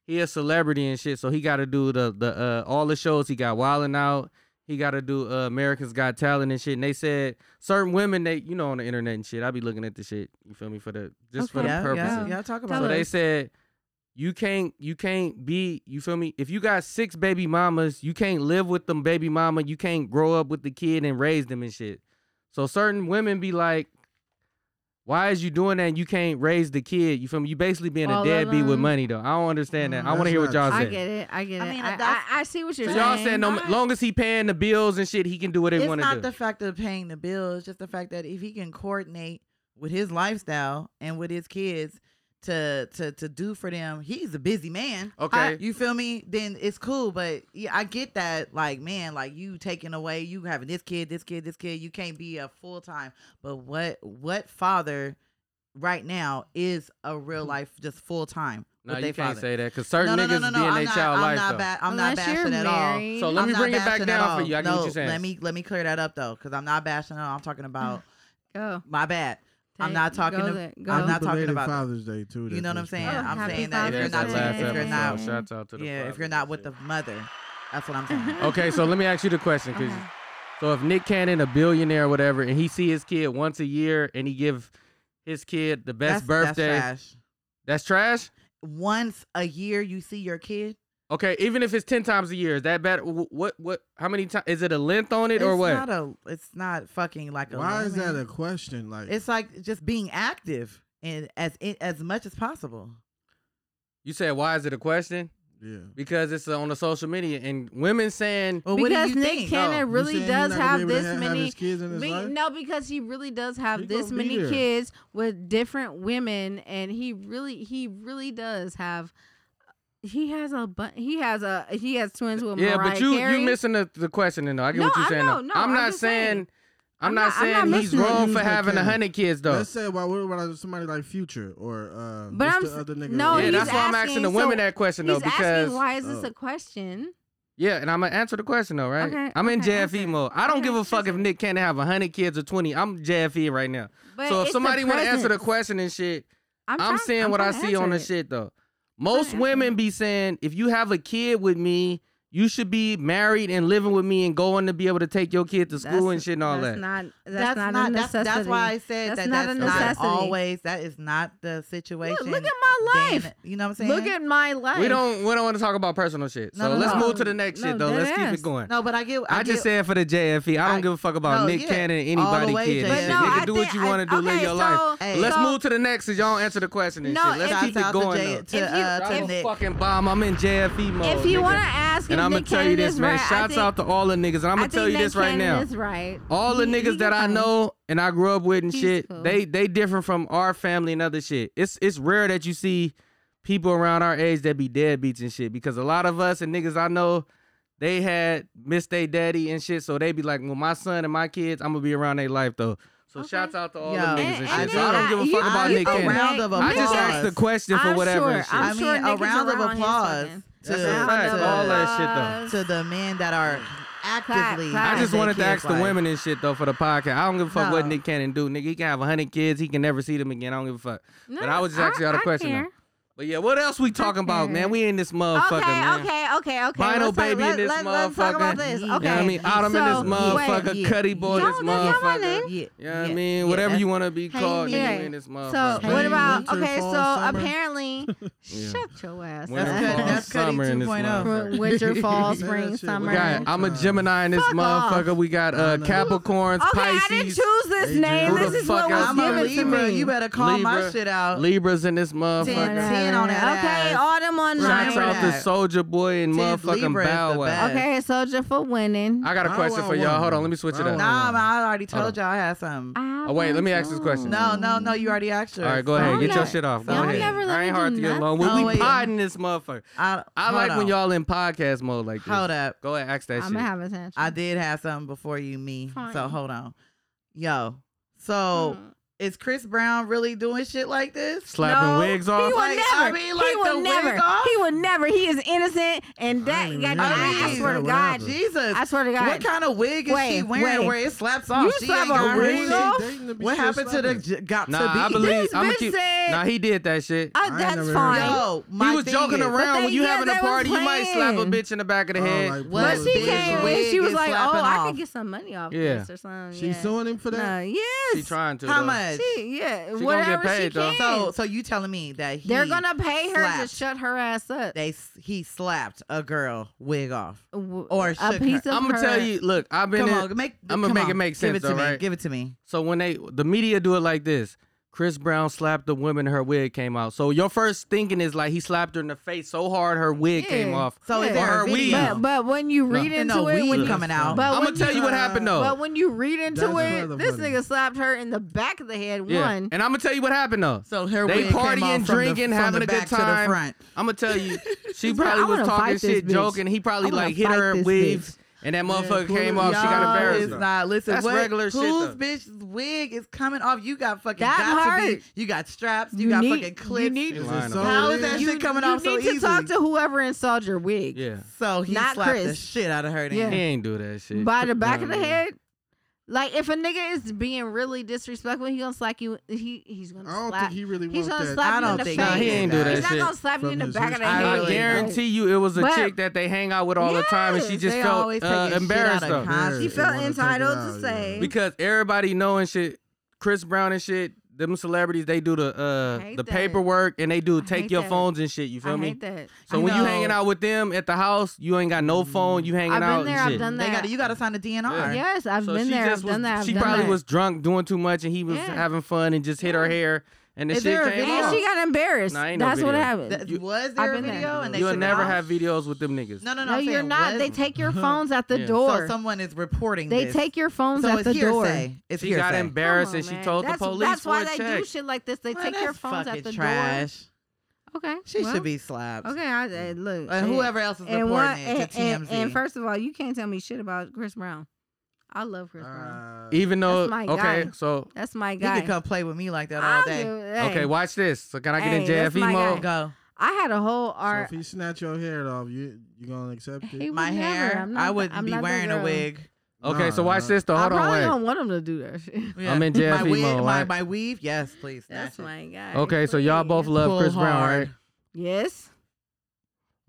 Speaker 3: he a celebrity and shit, so he got to do the the uh, all the shows he got wilding out. He got to do uh, Americans Got Talent and shit. And they said certain women they you know on the internet and shit. I be looking at the shit. You feel me for the just for
Speaker 1: Okay.
Speaker 3: the
Speaker 5: yeah,
Speaker 3: purposes.
Speaker 5: yeah, yeah. Talk about
Speaker 1: Tell
Speaker 3: So
Speaker 5: it.
Speaker 3: they said you can't you can't be you feel me? If you got six baby mamas, you can't live with them baby mama, you can't grow up with the kid and raise them and shit. So certain women be like, Why is you doing that and you can't raise the kid? You feel me? You basically being
Speaker 1: All
Speaker 3: a
Speaker 1: of
Speaker 3: deadbeat with
Speaker 1: them.
Speaker 3: money though. I don't understand that. I want to
Speaker 7: That's
Speaker 3: hear what
Speaker 7: not
Speaker 3: y'all
Speaker 1: I
Speaker 3: say.
Speaker 1: get it. I get it.
Speaker 5: I
Speaker 1: I
Speaker 5: mean,
Speaker 1: I,
Speaker 5: that's-
Speaker 1: I see what you're
Speaker 3: So
Speaker 1: saying.
Speaker 3: y'all saying no
Speaker 1: I-
Speaker 3: long as he paying the bills and shit, he can do what he
Speaker 5: it's
Speaker 3: wanna
Speaker 5: not
Speaker 3: do.
Speaker 5: the fact of paying the bill. It's just the fact that if he can coordinate with his lifestyle and with his kids to to to do for them, he's a busy man.
Speaker 3: okay.
Speaker 5: You feel me? Then it's cool. But yeah, I get that. Like, man, like you taking away, you having this kid, this kid, this kid. You can't be a full time. But what what father right now is a real life just full time?
Speaker 3: no,
Speaker 5: with
Speaker 3: Mm-hmm. you
Speaker 5: their
Speaker 3: can't
Speaker 5: father.
Speaker 3: say that because certain
Speaker 5: no, no,
Speaker 3: niggas
Speaker 5: no, no,
Speaker 3: be
Speaker 5: no.
Speaker 3: in
Speaker 5: I'm
Speaker 3: their
Speaker 5: not,
Speaker 3: child
Speaker 5: I'm
Speaker 3: life
Speaker 5: not
Speaker 3: though.
Speaker 5: Ba- I'm
Speaker 1: unless
Speaker 5: not bashing
Speaker 1: you're
Speaker 5: at all.
Speaker 1: married.
Speaker 3: So let
Speaker 5: I'm
Speaker 3: me
Speaker 5: not
Speaker 3: bring it back
Speaker 5: bashing at
Speaker 3: down for
Speaker 5: all.
Speaker 3: you. I get
Speaker 5: no,
Speaker 3: what you're saying.
Speaker 5: Let me let me clear that up though, because I'm not bashing. At all. I'm talking about
Speaker 1: go.
Speaker 5: my bad. I'm
Speaker 1: Take-
Speaker 5: not talking.
Speaker 1: go
Speaker 5: to-
Speaker 1: there. Go.
Speaker 5: I'm not
Speaker 7: Happy
Speaker 5: talking
Speaker 7: belated
Speaker 5: about that.
Speaker 7: Father's Day too.
Speaker 5: You
Speaker 7: that
Speaker 5: know what I'm
Speaker 7: just
Speaker 5: saying?
Speaker 1: Oh,
Speaker 7: passed.
Speaker 5: I'm
Speaker 1: happy
Speaker 5: saying that if
Speaker 1: Father's
Speaker 5: you're
Speaker 1: Day.
Speaker 5: not, taking- if you're
Speaker 1: Happy
Speaker 5: not,
Speaker 1: Father's Day.
Speaker 3: Shout out to the
Speaker 5: yeah, if
Speaker 3: fathers
Speaker 5: you're
Speaker 3: and
Speaker 5: not with
Speaker 3: shit.
Speaker 5: the mother, that's what I'm
Speaker 1: Mm-hmm.
Speaker 5: saying.
Speaker 3: Okay, so let me ask you the question, cause
Speaker 1: Uh-huh.
Speaker 3: so if Nick Cannon a billionaire or whatever, and he see his kid once a year, and he give his kid the best birthday,
Speaker 5: That's trash.
Speaker 3: that's trash?
Speaker 5: Once a year, you see your kid.
Speaker 3: Okay, even if it's ten times a year, is that bad? Wh- What what? How many times? Is it a length on it or
Speaker 5: it's
Speaker 3: what?
Speaker 5: Not a, it's not fucking like a.
Speaker 7: Why is that
Speaker 5: lemon.
Speaker 7: a question? Like,
Speaker 5: It's like just being active and as as much as possible.
Speaker 3: you said why is it a question?
Speaker 7: yeah.
Speaker 3: Because it's uh, on the social media and women saying
Speaker 5: Well, what do
Speaker 1: because
Speaker 5: you
Speaker 1: Nick
Speaker 5: think?
Speaker 1: Cannon
Speaker 7: You
Speaker 1: really
Speaker 7: saying he
Speaker 1: does
Speaker 7: not gonna
Speaker 1: have
Speaker 7: be able to
Speaker 1: this
Speaker 7: have
Speaker 1: many.
Speaker 7: his kids in his
Speaker 1: be-
Speaker 7: life?
Speaker 1: no, because he really does have
Speaker 7: He
Speaker 1: this
Speaker 7: gonna be
Speaker 1: many
Speaker 7: there.
Speaker 1: kids with different women, and he really, he really does have. He has a bu- he has a he has twins with
Speaker 3: yeah,
Speaker 1: Mariah
Speaker 3: but you
Speaker 1: Carey.
Speaker 3: you missing the, the question and I get
Speaker 1: No,
Speaker 3: what you're
Speaker 1: I
Speaker 3: saying.
Speaker 1: know,
Speaker 3: though.
Speaker 1: no,
Speaker 3: I'm
Speaker 1: I'm
Speaker 3: not
Speaker 1: just saying.
Speaker 3: saying. I'm,
Speaker 1: I'm
Speaker 3: not,
Speaker 1: not- I'm
Speaker 3: saying
Speaker 1: not
Speaker 3: he's
Speaker 7: missing it.
Speaker 3: wrong for
Speaker 7: Use Nick
Speaker 3: having a
Speaker 7: Cannon.
Speaker 3: hundred kids though.
Speaker 7: Let's say, why? What about somebody like Future or? Uh,
Speaker 1: But
Speaker 7: what's
Speaker 1: I'm
Speaker 7: the
Speaker 1: s-
Speaker 7: other nigga
Speaker 1: no,
Speaker 7: that-
Speaker 3: yeah,
Speaker 1: he's
Speaker 3: that's why I'm
Speaker 1: asking-
Speaker 3: asking the women
Speaker 1: so
Speaker 3: that question though
Speaker 1: He's
Speaker 3: because uh,
Speaker 1: asking why is this
Speaker 7: Oh.
Speaker 1: a question?
Speaker 3: Yeah, and I'm gonna answer the question though, right?
Speaker 1: Okay,
Speaker 3: I'm in
Speaker 1: okay,
Speaker 3: JFE
Speaker 1: okay.
Speaker 3: mode. I don't
Speaker 1: Okay,
Speaker 3: give a fuck if
Speaker 1: answer.
Speaker 3: Nick Cannon have hundred kids or twenty. I'm JFE right now.
Speaker 1: But
Speaker 3: so
Speaker 1: it's
Speaker 3: if
Speaker 1: the
Speaker 3: somebody want to answer the
Speaker 1: presence.
Speaker 3: question and shit, I'm,
Speaker 1: trying-
Speaker 3: saying what I
Speaker 1: trying to
Speaker 3: see on
Speaker 1: answer
Speaker 3: the
Speaker 1: it.
Speaker 3: shit though.
Speaker 1: to
Speaker 3: Most
Speaker 1: answer
Speaker 3: women
Speaker 1: it.
Speaker 3: be saying if you have a kid with me, You should be married and living with me and going to be able to take your kid to school and shit and all
Speaker 1: that's
Speaker 3: that.
Speaker 1: Not, that's, not, a
Speaker 5: that's,
Speaker 1: necessity.
Speaker 5: that's why I said
Speaker 1: That's
Speaker 5: that
Speaker 1: not
Speaker 5: that's
Speaker 1: a
Speaker 5: not
Speaker 1: necessity.
Speaker 5: always that is not the situation.
Speaker 1: Look, look at my
Speaker 5: then-
Speaker 1: life.
Speaker 5: you know what I'm saying?
Speaker 1: Look at my life.
Speaker 3: we don't we don't want to talk about personal shit.
Speaker 5: No,
Speaker 3: so
Speaker 5: no,
Speaker 3: let's
Speaker 5: no.
Speaker 3: move to the next
Speaker 1: No,
Speaker 3: shit though. Let's
Speaker 1: dead
Speaker 3: keep
Speaker 1: ass.
Speaker 3: it going.
Speaker 5: no, but I get.
Speaker 3: I,
Speaker 5: get,
Speaker 3: just said for the JFE, I don't
Speaker 5: I-
Speaker 3: give a fuck about
Speaker 5: no,
Speaker 3: Nick
Speaker 5: yeah.
Speaker 3: Cannon and
Speaker 5: All the
Speaker 3: anybody
Speaker 5: way,
Speaker 3: kid.
Speaker 5: But
Speaker 3: Shit.
Speaker 5: no,
Speaker 3: Nigga,
Speaker 1: E. I
Speaker 3: do what
Speaker 1: think-
Speaker 3: you
Speaker 1: I-
Speaker 3: want to do, live
Speaker 1: okay,
Speaker 3: your life.
Speaker 1: so-
Speaker 5: Hey.
Speaker 3: Let's
Speaker 1: so-
Speaker 3: move to the next because y'all don't answer the question and
Speaker 1: No,
Speaker 3: shit. Let's
Speaker 1: if-
Speaker 3: keep it
Speaker 5: Shouts out to
Speaker 3: going
Speaker 5: J-
Speaker 3: though.
Speaker 5: to,
Speaker 1: If you-
Speaker 5: uh, to
Speaker 3: Y'all
Speaker 5: Nick.
Speaker 3: fucking bomb. I'm in JFE mode.
Speaker 1: If you
Speaker 3: nigga.
Speaker 1: want to ask,
Speaker 3: and
Speaker 1: if
Speaker 3: I'm gonna
Speaker 1: Nick
Speaker 3: tell you
Speaker 1: Cannon
Speaker 3: this,
Speaker 1: is
Speaker 3: man.
Speaker 1: right, I
Speaker 3: Shouts
Speaker 1: think-
Speaker 3: out to all the niggas, and I'm
Speaker 1: I
Speaker 3: gonna tell
Speaker 1: think
Speaker 3: you
Speaker 1: Nick
Speaker 3: this right
Speaker 1: Cannon
Speaker 3: now.
Speaker 1: Is right.
Speaker 3: All the
Speaker 1: He-
Speaker 3: niggas
Speaker 1: he
Speaker 3: that I
Speaker 1: fine.
Speaker 3: know and I grew up with and
Speaker 1: He's
Speaker 3: shit,
Speaker 1: cool.
Speaker 3: they they different from our family and other shit. It's it's rare that you see people around our age that be deadbeats and shit because a lot of us and niggas I know they had missed their daddy and shit, so they be like, well, my son and my kids, I'm gonna be around their life though. So
Speaker 1: Okay.
Speaker 3: shouts out to all
Speaker 5: Yo,
Speaker 3: the niggas
Speaker 5: And-
Speaker 3: and, shit.
Speaker 5: and
Speaker 3: so I don't
Speaker 5: nigga,
Speaker 3: give a
Speaker 1: you-
Speaker 3: fuck about
Speaker 5: I-
Speaker 3: Nick
Speaker 5: a
Speaker 3: Cannon.
Speaker 5: round of
Speaker 3: I just
Speaker 5: applause.
Speaker 3: asked the question for
Speaker 1: I'm
Speaker 3: whatever.
Speaker 1: sure-
Speaker 3: and shit.
Speaker 1: I'm
Speaker 5: I mean,
Speaker 1: sure
Speaker 5: a
Speaker 1: Nick is
Speaker 5: round of
Speaker 1: around his
Speaker 5: applause
Speaker 1: fucking-
Speaker 5: to,
Speaker 3: That's a fact.
Speaker 5: to,
Speaker 3: All that shit, though.
Speaker 5: to the men that are actively.
Speaker 1: clap.
Speaker 3: I just
Speaker 5: in their
Speaker 3: wanted to
Speaker 5: kids'
Speaker 3: ask the
Speaker 5: life.
Speaker 3: women and shit though for the podcast. I don't give a fuck what
Speaker 5: No.
Speaker 3: Nick Cannon do. Nigga, he can have hundred kids. He can never see them again. I don't give a fuck.
Speaker 1: No,
Speaker 3: but I was just asking y'all
Speaker 1: I
Speaker 3: the question. though.
Speaker 1: care.
Speaker 3: But yeah, what else we talking about, man? We in this motherfucker,
Speaker 10: Okay,
Speaker 3: man.
Speaker 10: okay, okay, okay.
Speaker 3: Vinyl
Speaker 10: let's talk-
Speaker 3: baby in
Speaker 10: let-
Speaker 3: this
Speaker 10: let-
Speaker 3: motherfucker.
Speaker 10: Let's talk about this.
Speaker 3: You
Speaker 10: Okay.
Speaker 3: know what I mean? Autumn in
Speaker 1: So,
Speaker 3: this
Speaker 1: yeah,
Speaker 3: motherfucker.
Speaker 5: yeah,
Speaker 3: Cuddy boy in
Speaker 5: yeah.
Speaker 3: this
Speaker 5: Don't-
Speaker 10: that's not my
Speaker 3: motherfucker.
Speaker 10: name.
Speaker 5: Yeah,
Speaker 3: You know what I
Speaker 5: yeah,
Speaker 3: mean?
Speaker 5: yeah,
Speaker 3: Whatever
Speaker 5: that's-
Speaker 3: you want to be called, you
Speaker 1: Nick.
Speaker 3: in this
Speaker 1: So
Speaker 3: motherfucker.
Speaker 7: Hey,
Speaker 1: what about
Speaker 7: winter,
Speaker 1: okay? So
Speaker 7: fall, summer.
Speaker 1: apparently,
Speaker 3: Yeah.
Speaker 1: shut your ass
Speaker 3: Winter,
Speaker 1: up.
Speaker 5: That's
Speaker 3: fall,
Speaker 5: Cuddy- that's Cuddy
Speaker 3: summer in this
Speaker 5: 2.0.
Speaker 3: motherfucker.
Speaker 1: From winter, fall, spring,
Speaker 7: That shit
Speaker 1: summer.
Speaker 3: We got,
Speaker 7: Right.
Speaker 3: I'm a Gemini in this
Speaker 1: Fuck off.
Speaker 3: motherfucker. We got uh, Capricorns,
Speaker 10: Okay, I didn't
Speaker 3: Pisces,
Speaker 10: choose this
Speaker 7: They
Speaker 10: name.
Speaker 7: do.
Speaker 10: This
Speaker 3: Who the
Speaker 10: is what
Speaker 3: fuck
Speaker 10: was
Speaker 3: else
Speaker 5: I'm a
Speaker 10: given to
Speaker 5: Libra.
Speaker 10: me.
Speaker 5: You better call my
Speaker 3: Libra.
Speaker 5: shit out.
Speaker 3: Libras in this motherfucker.
Speaker 5: Ten. 10 on that
Speaker 1: Okay,
Speaker 5: ass.
Speaker 1: autumn on
Speaker 5: Shots
Speaker 3: Shouts
Speaker 5: Remember
Speaker 3: out
Speaker 1: mine.
Speaker 3: to
Speaker 5: that.
Speaker 3: Soldier Boy and
Speaker 5: Tenth
Speaker 3: motherfucking
Speaker 5: Libra is
Speaker 3: Bow
Speaker 5: the
Speaker 3: Wow.
Speaker 5: best.
Speaker 1: Okay, soldier for winning.
Speaker 3: I got a
Speaker 7: Bow
Speaker 3: question
Speaker 7: Wow
Speaker 3: for y'all.
Speaker 7: won.
Speaker 3: Hold on, let me switch it
Speaker 7: Bow
Speaker 3: up.
Speaker 7: Wow.
Speaker 5: Nah, man, I already
Speaker 3: Hold
Speaker 5: told y'all I had something.
Speaker 1: I
Speaker 3: Oh, wait, let me ask this
Speaker 1: want
Speaker 3: question.
Speaker 5: No, no, no. You already asked yours.
Speaker 3: All right, go ahead.
Speaker 1: Y'all
Speaker 3: Get your
Speaker 1: never-
Speaker 3: shit off. Go
Speaker 1: y'all
Speaker 3: ahead.
Speaker 1: never let
Speaker 3: I
Speaker 1: me
Speaker 3: ain't hard
Speaker 1: do
Speaker 3: to get
Speaker 1: nothing.
Speaker 3: along with.
Speaker 5: Oh,
Speaker 3: we
Speaker 5: wait.
Speaker 3: potting this motherfucker.
Speaker 5: I,
Speaker 3: I
Speaker 5: hold
Speaker 3: like
Speaker 5: on.
Speaker 3: when y'all in podcast mode like this.
Speaker 5: Hold up.
Speaker 3: Go ahead, ask that
Speaker 1: I'm
Speaker 3: shit.
Speaker 1: gonna have attention.
Speaker 5: I did have something before you, me. So
Speaker 1: Fine.
Speaker 5: hold on. Yo, so is Chris Brown really doing shit like this?
Speaker 3: Slapping
Speaker 10: No,
Speaker 3: wigs
Speaker 10: He
Speaker 3: off.
Speaker 10: would
Speaker 5: Like,
Speaker 10: never.
Speaker 5: I mean, like
Speaker 10: he
Speaker 5: the
Speaker 10: would
Speaker 5: wig
Speaker 10: never.
Speaker 5: off?
Speaker 10: He would never. He is innocent, and that.
Speaker 7: ain't
Speaker 10: I,
Speaker 7: even
Speaker 10: I,
Speaker 5: know
Speaker 10: swear to
Speaker 7: what
Speaker 10: God.
Speaker 3: Mm.
Speaker 7: happened.
Speaker 5: Jesus.
Speaker 10: I swear to God.
Speaker 5: What kind of wig is
Speaker 10: Wait,
Speaker 5: she wearing
Speaker 10: wait.
Speaker 5: where it slaps off?
Speaker 10: You
Speaker 5: she
Speaker 10: slap
Speaker 5: ain't
Speaker 10: a
Speaker 5: got her
Speaker 10: wig
Speaker 5: shit.
Speaker 10: off?
Speaker 5: What happened to the j- got
Speaker 3: Nah,
Speaker 5: to be?
Speaker 3: I believe.
Speaker 10: This
Speaker 3: I'm
Speaker 10: bitch
Speaker 3: keep.
Speaker 10: said-
Speaker 3: Nah, he did that shit.
Speaker 10: Oh,
Speaker 7: ain't
Speaker 10: that's
Speaker 7: never heard
Speaker 10: fine.
Speaker 7: that.
Speaker 5: Yo, my
Speaker 3: he was
Speaker 5: thing
Speaker 3: joking
Speaker 5: is-
Speaker 3: around.
Speaker 10: they-
Speaker 3: when you
Speaker 10: yeah,
Speaker 3: having
Speaker 10: they
Speaker 3: a
Speaker 10: was
Speaker 3: party, you might slap a
Speaker 10: playing.
Speaker 3: bitch in the back of the
Speaker 7: Oh,
Speaker 3: head.
Speaker 7: like,
Speaker 5: What
Speaker 1: But
Speaker 7: Bro,
Speaker 1: she
Speaker 7: bitch,
Speaker 1: came
Speaker 5: wig
Speaker 1: and she was
Speaker 5: is
Speaker 1: like, "Oh,
Speaker 5: slapping
Speaker 1: I
Speaker 5: off."
Speaker 1: could get some money off
Speaker 3: Yeah.
Speaker 1: this or something."
Speaker 7: She's
Speaker 1: yeah.
Speaker 7: suing him for
Speaker 1: No,
Speaker 7: that.
Speaker 1: yes.
Speaker 3: She trying to.
Speaker 5: How
Speaker 3: though.
Speaker 5: much?
Speaker 1: She, yeah,
Speaker 3: gonna get
Speaker 1: whatever she
Speaker 3: paid, though.
Speaker 1: can.
Speaker 5: So, so you telling me that he,
Speaker 1: They're gonna pay her
Speaker 5: slapped.
Speaker 1: to shut her ass up.
Speaker 5: They s- he slapped a girl wig off.
Speaker 1: W-
Speaker 5: or
Speaker 1: a
Speaker 5: shook
Speaker 1: piece
Speaker 5: her.
Speaker 1: of
Speaker 3: I'm gonna
Speaker 1: her-
Speaker 3: tell you. Look, I've been.
Speaker 5: Come
Speaker 3: in,
Speaker 5: on, make.
Speaker 3: I'ma
Speaker 5: come
Speaker 3: make it
Speaker 5: on.
Speaker 3: make
Speaker 5: Give
Speaker 3: sense,
Speaker 5: it to
Speaker 3: all
Speaker 5: me.
Speaker 3: right?
Speaker 5: Give it to me.
Speaker 3: So when they the media do it like this, Chris Brown slapped the woman, her wig came out. So your first thinking is like he slapped her in the face so hard her wig came
Speaker 1: Yeah.
Speaker 3: off.
Speaker 5: So
Speaker 1: Yeah.
Speaker 5: is there
Speaker 3: Or
Speaker 5: a
Speaker 3: her
Speaker 5: video?
Speaker 3: weave.
Speaker 1: But but when you read
Speaker 5: Ain't
Speaker 1: into
Speaker 5: no
Speaker 1: it, when
Speaker 5: weed
Speaker 1: you,
Speaker 5: coming out.
Speaker 1: but
Speaker 3: I'm
Speaker 1: when
Speaker 3: gonna tell you what happened though.
Speaker 1: But when you read into
Speaker 7: That's
Speaker 1: it,
Speaker 7: rather
Speaker 1: this
Speaker 7: funny.
Speaker 1: nigga slapped her in the back of the head.
Speaker 3: yeah.
Speaker 1: One.
Speaker 3: And I'm gonna tell you what happened though.
Speaker 5: So her
Speaker 3: They
Speaker 5: wig came
Speaker 3: partying,
Speaker 5: off from the-
Speaker 3: drinking,
Speaker 5: from
Speaker 3: having
Speaker 5: the
Speaker 3: a good
Speaker 5: back to the
Speaker 3: time.
Speaker 5: front.
Speaker 3: I'm gonna tell you, she
Speaker 1: Bro, I
Speaker 3: probably was
Speaker 1: wanna
Speaker 3: talking
Speaker 1: fight this
Speaker 3: shit,
Speaker 1: bitch.
Speaker 3: joking. He probably
Speaker 1: I wanna
Speaker 3: like hit
Speaker 1: fight
Speaker 3: her
Speaker 1: this
Speaker 3: weaves, and that motherfucker came off. She
Speaker 5: Y'all,
Speaker 3: got embarrassed.
Speaker 5: It's not. Listen,
Speaker 3: That's
Speaker 5: what,
Speaker 3: regular shit,
Speaker 5: whose
Speaker 3: though.
Speaker 5: bitch wig is coming off? You got fucking
Speaker 1: That
Speaker 5: got to
Speaker 1: hurt.
Speaker 5: be. You got straps. You,
Speaker 1: You
Speaker 5: got
Speaker 1: need-
Speaker 5: fucking clips.
Speaker 1: you need-
Speaker 7: Is
Speaker 3: Lying
Speaker 7: it so
Speaker 3: about
Speaker 5: How is
Speaker 7: big?
Speaker 5: that
Speaker 1: Oh, you,
Speaker 5: shit coming
Speaker 1: you
Speaker 5: off so
Speaker 1: need
Speaker 5: easy?
Speaker 1: to talk to whoever installed your wig.
Speaker 3: Yeah,
Speaker 5: so he
Speaker 1: Not
Speaker 5: slapped the
Speaker 1: Chris.
Speaker 5: shit out of her. Then.
Speaker 1: Yeah.
Speaker 3: he ain't do that shit.
Speaker 1: By the back
Speaker 3: You
Speaker 1: of
Speaker 3: know
Speaker 1: the
Speaker 3: what I mean?
Speaker 1: head. Like if a nigga is being really disrespectful, he gonna slap you. He he's gonna
Speaker 7: I don't
Speaker 1: slap.
Speaker 7: think he really
Speaker 1: he's
Speaker 7: wants
Speaker 1: gonna
Speaker 7: that.
Speaker 1: slap
Speaker 5: I
Speaker 1: you in
Speaker 5: don't
Speaker 1: the
Speaker 5: think
Speaker 1: face.
Speaker 3: Nah, he ain't do that
Speaker 1: he's
Speaker 3: shit.
Speaker 1: not gonna slap you
Speaker 7: From
Speaker 1: in the
Speaker 7: his
Speaker 1: back of the
Speaker 5: history.
Speaker 1: head.
Speaker 5: I
Speaker 3: I
Speaker 5: really
Speaker 3: guarantee you, it was a
Speaker 1: But-
Speaker 3: chick that they hang out with all the time, and she
Speaker 1: Yes,
Speaker 3: just
Speaker 5: they
Speaker 3: felt
Speaker 5: always
Speaker 3: uh,
Speaker 5: taking shit out
Speaker 3: embarrassed
Speaker 5: of
Speaker 3: though.
Speaker 5: context.
Speaker 7: She
Speaker 1: felt entitled to say-
Speaker 3: because everybody knowing shit, Chris Brown and shit, them celebrities they do the uh
Speaker 1: Hate
Speaker 3: the
Speaker 1: that.
Speaker 3: paperwork and they do
Speaker 1: I
Speaker 3: take
Speaker 1: hate
Speaker 3: your
Speaker 1: that.
Speaker 3: phones and shit. You feel
Speaker 1: I
Speaker 3: me?
Speaker 1: hate that.
Speaker 3: So
Speaker 5: I
Speaker 3: when you
Speaker 5: know.
Speaker 3: hanging out with them at the house, you ain't got no phone. You hanging
Speaker 1: I've
Speaker 3: out
Speaker 1: been there.
Speaker 3: and
Speaker 1: I've
Speaker 3: shit.
Speaker 1: done
Speaker 5: They got
Speaker 1: that.
Speaker 5: you. Got to sign the DNR.
Speaker 1: Yes, I've
Speaker 3: So
Speaker 1: been
Speaker 3: she
Speaker 1: there.
Speaker 3: just
Speaker 1: I've done
Speaker 3: was-
Speaker 1: that. I've
Speaker 3: She
Speaker 1: done
Speaker 3: probably
Speaker 1: that.
Speaker 3: was drunk, doing too much, and he was
Speaker 1: Yeah.
Speaker 3: having fun and just hit her hair, and the
Speaker 5: Is
Speaker 3: shit
Speaker 5: there a
Speaker 3: came
Speaker 5: video?
Speaker 1: And
Speaker 3: off.
Speaker 1: she got embarrassed.
Speaker 3: Nah, ain't no
Speaker 1: That's what
Speaker 3: video.
Speaker 1: happened.
Speaker 5: That-
Speaker 3: You-
Speaker 5: was there a
Speaker 1: I've been
Speaker 5: video?
Speaker 1: there.
Speaker 5: And they
Speaker 3: You'll
Speaker 5: took it
Speaker 3: never
Speaker 5: off?
Speaker 3: have videos with them niggas.
Speaker 5: No, no, no.
Speaker 1: no,
Speaker 5: I'm
Speaker 1: you're
Speaker 5: saying,
Speaker 1: not.
Speaker 5: was-
Speaker 1: They take your phones at the
Speaker 3: Yeah. So
Speaker 1: door.
Speaker 5: So someone is reporting.
Speaker 1: they
Speaker 5: this.
Speaker 1: take your phones
Speaker 5: so
Speaker 1: at
Speaker 5: it's
Speaker 1: the door.
Speaker 5: hearsay. It's
Speaker 3: She
Speaker 5: hearsay.
Speaker 3: got embarrassed
Speaker 1: Come
Speaker 3: and
Speaker 1: on,
Speaker 3: she
Speaker 1: man.
Speaker 3: told
Speaker 1: that's,
Speaker 3: the police
Speaker 1: That's
Speaker 3: for
Speaker 1: why
Speaker 3: a
Speaker 1: they
Speaker 3: check.
Speaker 1: do shit like this. They
Speaker 5: Man,
Speaker 1: take your
Speaker 5: that's
Speaker 1: phones at
Speaker 5: fucking
Speaker 1: the
Speaker 5: trash.
Speaker 1: door. Okay.
Speaker 5: She
Speaker 1: well,
Speaker 5: should be slapped.
Speaker 1: Okay, I, I- look.
Speaker 5: And whoever else is
Speaker 1: and,
Speaker 5: reporting
Speaker 1: one,
Speaker 5: it
Speaker 1: and,
Speaker 5: to
Speaker 1: and,
Speaker 5: TMZ.
Speaker 1: and first of all, you can't tell me shit about Chris Brown. I love Chris Brown.
Speaker 7: Uh,
Speaker 3: Even though,
Speaker 1: That's my
Speaker 3: okay,
Speaker 1: guy.
Speaker 3: so
Speaker 1: That's my
Speaker 5: you
Speaker 1: guy.
Speaker 5: could come play with me like that all
Speaker 1: I'll
Speaker 5: day.
Speaker 1: do- hey,
Speaker 3: okay, watch this. So can I get
Speaker 1: Hey,
Speaker 3: in
Speaker 1: that's
Speaker 3: JFE
Speaker 1: my
Speaker 3: mode?
Speaker 1: guy.
Speaker 5: Go.
Speaker 1: I had a whole
Speaker 7: so
Speaker 1: art.
Speaker 7: if he snatch your hair off, you you gonna accept
Speaker 1: He
Speaker 7: it?
Speaker 1: would
Speaker 5: My
Speaker 1: never.
Speaker 5: hair.
Speaker 1: I'm not
Speaker 5: I
Speaker 1: the-
Speaker 5: wouldn't
Speaker 1: I'm
Speaker 5: be
Speaker 1: not the
Speaker 5: wearing a
Speaker 1: girl.
Speaker 5: wig.
Speaker 3: Okay, so
Speaker 7: Nah,
Speaker 3: watch
Speaker 7: nah.
Speaker 3: this though.
Speaker 1: I
Speaker 3: Hold
Speaker 1: probably
Speaker 3: on, wait.
Speaker 1: don't want him to do that shit.
Speaker 5: Yeah.
Speaker 3: I'm in
Speaker 5: my
Speaker 3: JFE
Speaker 5: wig,
Speaker 3: mode,
Speaker 5: my,
Speaker 3: right?
Speaker 5: my weave, yes, please.
Speaker 1: That's
Speaker 5: snatch it.
Speaker 1: my guy.
Speaker 3: Okay, so y'all both
Speaker 1: please.
Speaker 3: love
Speaker 5: Pull
Speaker 3: Chris Brown,
Speaker 5: hard.
Speaker 3: right?
Speaker 1: Yes.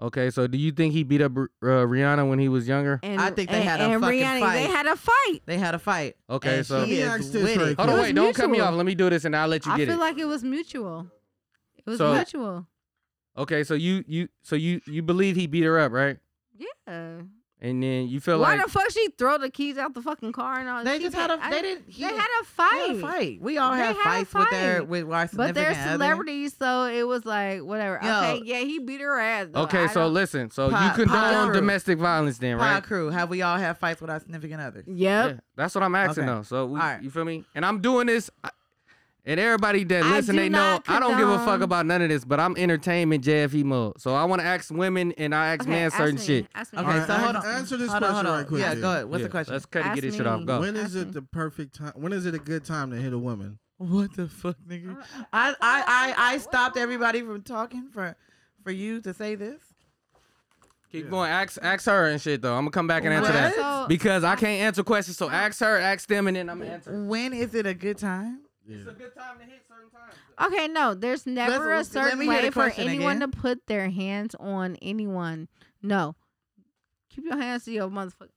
Speaker 3: Okay, so do you think he beat up uh, Rihanna when he was younger?
Speaker 1: And,
Speaker 5: I think they
Speaker 1: and-
Speaker 5: had a
Speaker 1: and
Speaker 5: fucking
Speaker 1: Rihanna, They
Speaker 5: fight.
Speaker 1: had a fight.
Speaker 5: They had a fight.
Speaker 3: Okay,
Speaker 5: and
Speaker 3: so-
Speaker 5: she
Speaker 7: Let me
Speaker 5: is
Speaker 7: ask this
Speaker 5: with
Speaker 7: right
Speaker 5: it.
Speaker 7: quick.
Speaker 3: Hold on,
Speaker 1: It
Speaker 3: wait,
Speaker 1: was
Speaker 3: don't cut me
Speaker 1: mutual.
Speaker 3: off. Let me do this and I'll let you
Speaker 1: I
Speaker 3: get
Speaker 1: feel
Speaker 3: it.
Speaker 1: like it was mutual. It was
Speaker 3: So-
Speaker 1: mutual.
Speaker 3: okay, so you you so you you believe he beat her up, right?
Speaker 1: Yeah.
Speaker 3: And then you feel
Speaker 1: Why
Speaker 3: like
Speaker 1: the fuck she throw the keys out the fucking car and all?
Speaker 5: They
Speaker 1: she
Speaker 5: just had a.
Speaker 1: I-
Speaker 5: They didn't.
Speaker 1: They had a fight.
Speaker 5: They had a fight. We all
Speaker 1: They had
Speaker 5: have
Speaker 1: a
Speaker 5: fights with their
Speaker 1: fight.
Speaker 5: with our
Speaker 1: But
Speaker 5: significant
Speaker 1: they're
Speaker 5: other.
Speaker 1: celebrities, so it was like whatever.
Speaker 5: Yo.
Speaker 1: okay, yeah, he beat her ass. though.
Speaker 3: Okay,
Speaker 1: I
Speaker 3: so
Speaker 1: don't-
Speaker 3: listen, so
Speaker 5: Pa-
Speaker 3: you condone
Speaker 5: pa-
Speaker 3: domestic violence then,
Speaker 5: Pod
Speaker 3: right?
Speaker 5: crew, have we all had fights with our significant other?
Speaker 1: yep.
Speaker 3: Yeah, that's what I'm asking
Speaker 5: Okay.
Speaker 3: though. So we,
Speaker 5: Alright.
Speaker 3: you feel me? And I'm doing this, I- and everybody that
Speaker 1: I
Speaker 3: listen,
Speaker 1: do
Speaker 3: they know
Speaker 1: not
Speaker 3: I don't give a fuck
Speaker 1: condone-
Speaker 3: about none of this. But I'm entertainment JFE mode, so I want to ask women and I ask
Speaker 1: Okay,
Speaker 3: men
Speaker 1: ask
Speaker 3: certain
Speaker 1: me,
Speaker 3: shit.
Speaker 1: ask me.
Speaker 5: Okay,
Speaker 7: Alright,
Speaker 5: so
Speaker 7: an-
Speaker 5: hold on.
Speaker 7: answer this
Speaker 5: Hold on,
Speaker 7: question
Speaker 5: hold on.
Speaker 7: right quick,
Speaker 5: Yeah,
Speaker 7: then.
Speaker 5: go ahead. What's
Speaker 3: Yeah,
Speaker 5: the question?
Speaker 3: Let's cut it,
Speaker 1: Ask
Speaker 3: get this shit off.
Speaker 1: me.
Speaker 3: Go.
Speaker 7: When is
Speaker 1: Ask
Speaker 7: it
Speaker 1: me.
Speaker 7: the perfect time? When is it a good time to hit a woman?
Speaker 5: What the fuck, nigga? I, I, I, I stopped everybody from talking for, for you to say this.
Speaker 3: Keep going. Ask, ask her and shit though. I'm gonna come back and answer
Speaker 5: What?
Speaker 3: that
Speaker 1: So-
Speaker 3: because I can't answer questions. So ask her, ask them, and then I'm gonna answer.
Speaker 5: When is it a good time?
Speaker 3: It's a good time to hit certain times.
Speaker 1: Okay, no, there's never
Speaker 5: let's-
Speaker 1: a
Speaker 5: let me
Speaker 1: certain
Speaker 5: hear the
Speaker 1: way for
Speaker 5: question
Speaker 1: anyone
Speaker 5: again.
Speaker 1: to put their hands on anyone. No. Keep your hands to your motherfucker.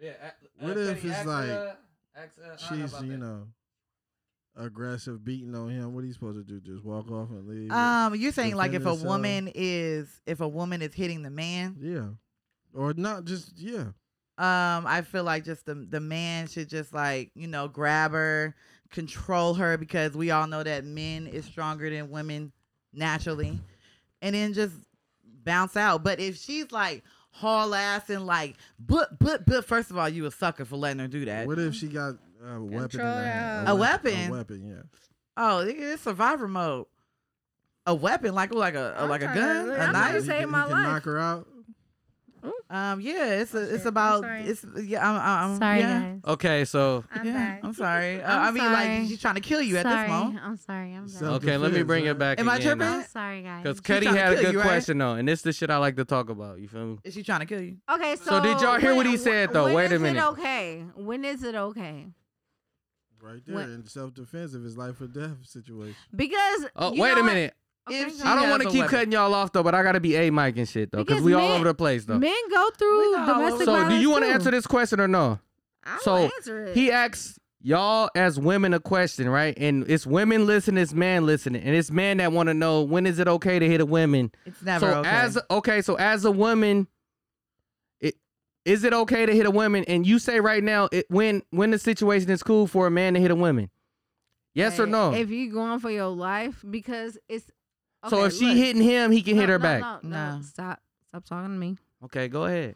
Speaker 3: Yeah.
Speaker 7: uh, What if Kenny, it's ask, like uh,
Speaker 3: ask,
Speaker 7: She's you know aggressive beating on him. What are you supposed to do? Just walk off and leave?
Speaker 5: Um, you're saying like if
Speaker 7: Defend
Speaker 5: a
Speaker 7: yourself.
Speaker 5: woman is if a woman is hitting the man,
Speaker 7: yeah, or not? Just yeah.
Speaker 5: um, I feel like just the the man should just like you know grab her, control her because we all know that men is stronger than women naturally, and then just bounce out. But if she's like haul ass and like but but but first of all, you a sucker for letting her do that.
Speaker 7: What if she got a weapon? In
Speaker 1: Control
Speaker 7: her hand?
Speaker 5: out. A
Speaker 7: wep-
Speaker 5: weapon?
Speaker 7: A weapon. Yeah.
Speaker 5: Oh, nigga, it's survivor mode. A weapon like like a, a
Speaker 1: I'm
Speaker 5: like a
Speaker 1: trying to-
Speaker 5: gun,
Speaker 1: I'm
Speaker 5: a
Speaker 1: trying to
Speaker 5: knife.
Speaker 7: You
Speaker 1: saved
Speaker 7: can-
Speaker 1: my
Speaker 7: you can
Speaker 1: life.
Speaker 7: Knock her out.
Speaker 5: Um, yeah, it's a, it's
Speaker 1: shit, I'm
Speaker 5: about
Speaker 1: sorry.
Speaker 5: it's yeah. I'm, I'm
Speaker 1: Sorry,
Speaker 5: yeah.
Speaker 1: guys.
Speaker 3: Okay, so
Speaker 1: I'm
Speaker 5: yeah,
Speaker 1: back.
Speaker 5: I'm sorry. Uh, i
Speaker 1: I'm
Speaker 5: mean, like
Speaker 1: sorry.
Speaker 5: she's trying to kill you at
Speaker 1: sorry.
Speaker 5: this moment.
Speaker 1: I'm sorry. I'm back.
Speaker 7: So-
Speaker 3: okay, let me
Speaker 7: defense,
Speaker 3: bring
Speaker 7: huh?
Speaker 3: it back.
Speaker 5: Am I
Speaker 3: again,
Speaker 5: tripping?
Speaker 1: I'm sorry, guys.
Speaker 3: Because
Speaker 5: trying
Speaker 3: Cuddy
Speaker 5: to
Speaker 3: had a
Speaker 5: kill
Speaker 3: good
Speaker 5: you, right?
Speaker 3: question though, and it's the shit I like to talk about. You feel me?
Speaker 5: Is she trying to kill you?
Speaker 1: Okay, so
Speaker 3: So did y'all hear what he
Speaker 1: when-
Speaker 3: said, though?
Speaker 1: when
Speaker 3: Wait a
Speaker 1: is it
Speaker 3: minute.
Speaker 1: okay. When is it okay?
Speaker 7: Right there
Speaker 1: What-
Speaker 7: in self defense if it's life or death situation.
Speaker 1: Because
Speaker 3: Oh,
Speaker 1: you
Speaker 3: wait
Speaker 1: know
Speaker 3: a
Speaker 1: what?
Speaker 3: minute.
Speaker 1: Okay,
Speaker 5: If
Speaker 1: go
Speaker 5: she
Speaker 3: I
Speaker 1: ahead.
Speaker 3: don't
Speaker 5: has
Speaker 3: want to
Speaker 5: a
Speaker 3: keep
Speaker 5: weapon.
Speaker 3: cutting y'all off though, but I gotta be a mic and shit though, because
Speaker 1: Because
Speaker 3: we all
Speaker 1: men-
Speaker 3: over the place though.
Speaker 1: Men go through
Speaker 5: all over-
Speaker 1: domestic
Speaker 3: So do
Speaker 1: violence
Speaker 3: you want to
Speaker 1: too.
Speaker 3: answer this question or no?
Speaker 1: I'll
Speaker 3: So,
Speaker 1: answer it.
Speaker 3: He asks y'all as women a question, right? And it's women listening, it's man listening, and it's men that want to know when is it okay to hit a woman.
Speaker 5: It's never
Speaker 3: so
Speaker 5: okay.
Speaker 3: as okay, so as a woman, it is it okay to hit a woman? And you say right now, it, when when the situation is cool for a man to hit a woman, yes or
Speaker 1: Hey,
Speaker 3: no?
Speaker 1: If you going for your life, because it's
Speaker 3: so
Speaker 1: okay,
Speaker 3: if she
Speaker 1: look.
Speaker 3: hitting him, he can
Speaker 1: No,
Speaker 3: hit her
Speaker 1: no,
Speaker 3: back.
Speaker 1: No, no,
Speaker 5: No.
Speaker 1: stop, stop talking to me.
Speaker 3: Okay, go ahead.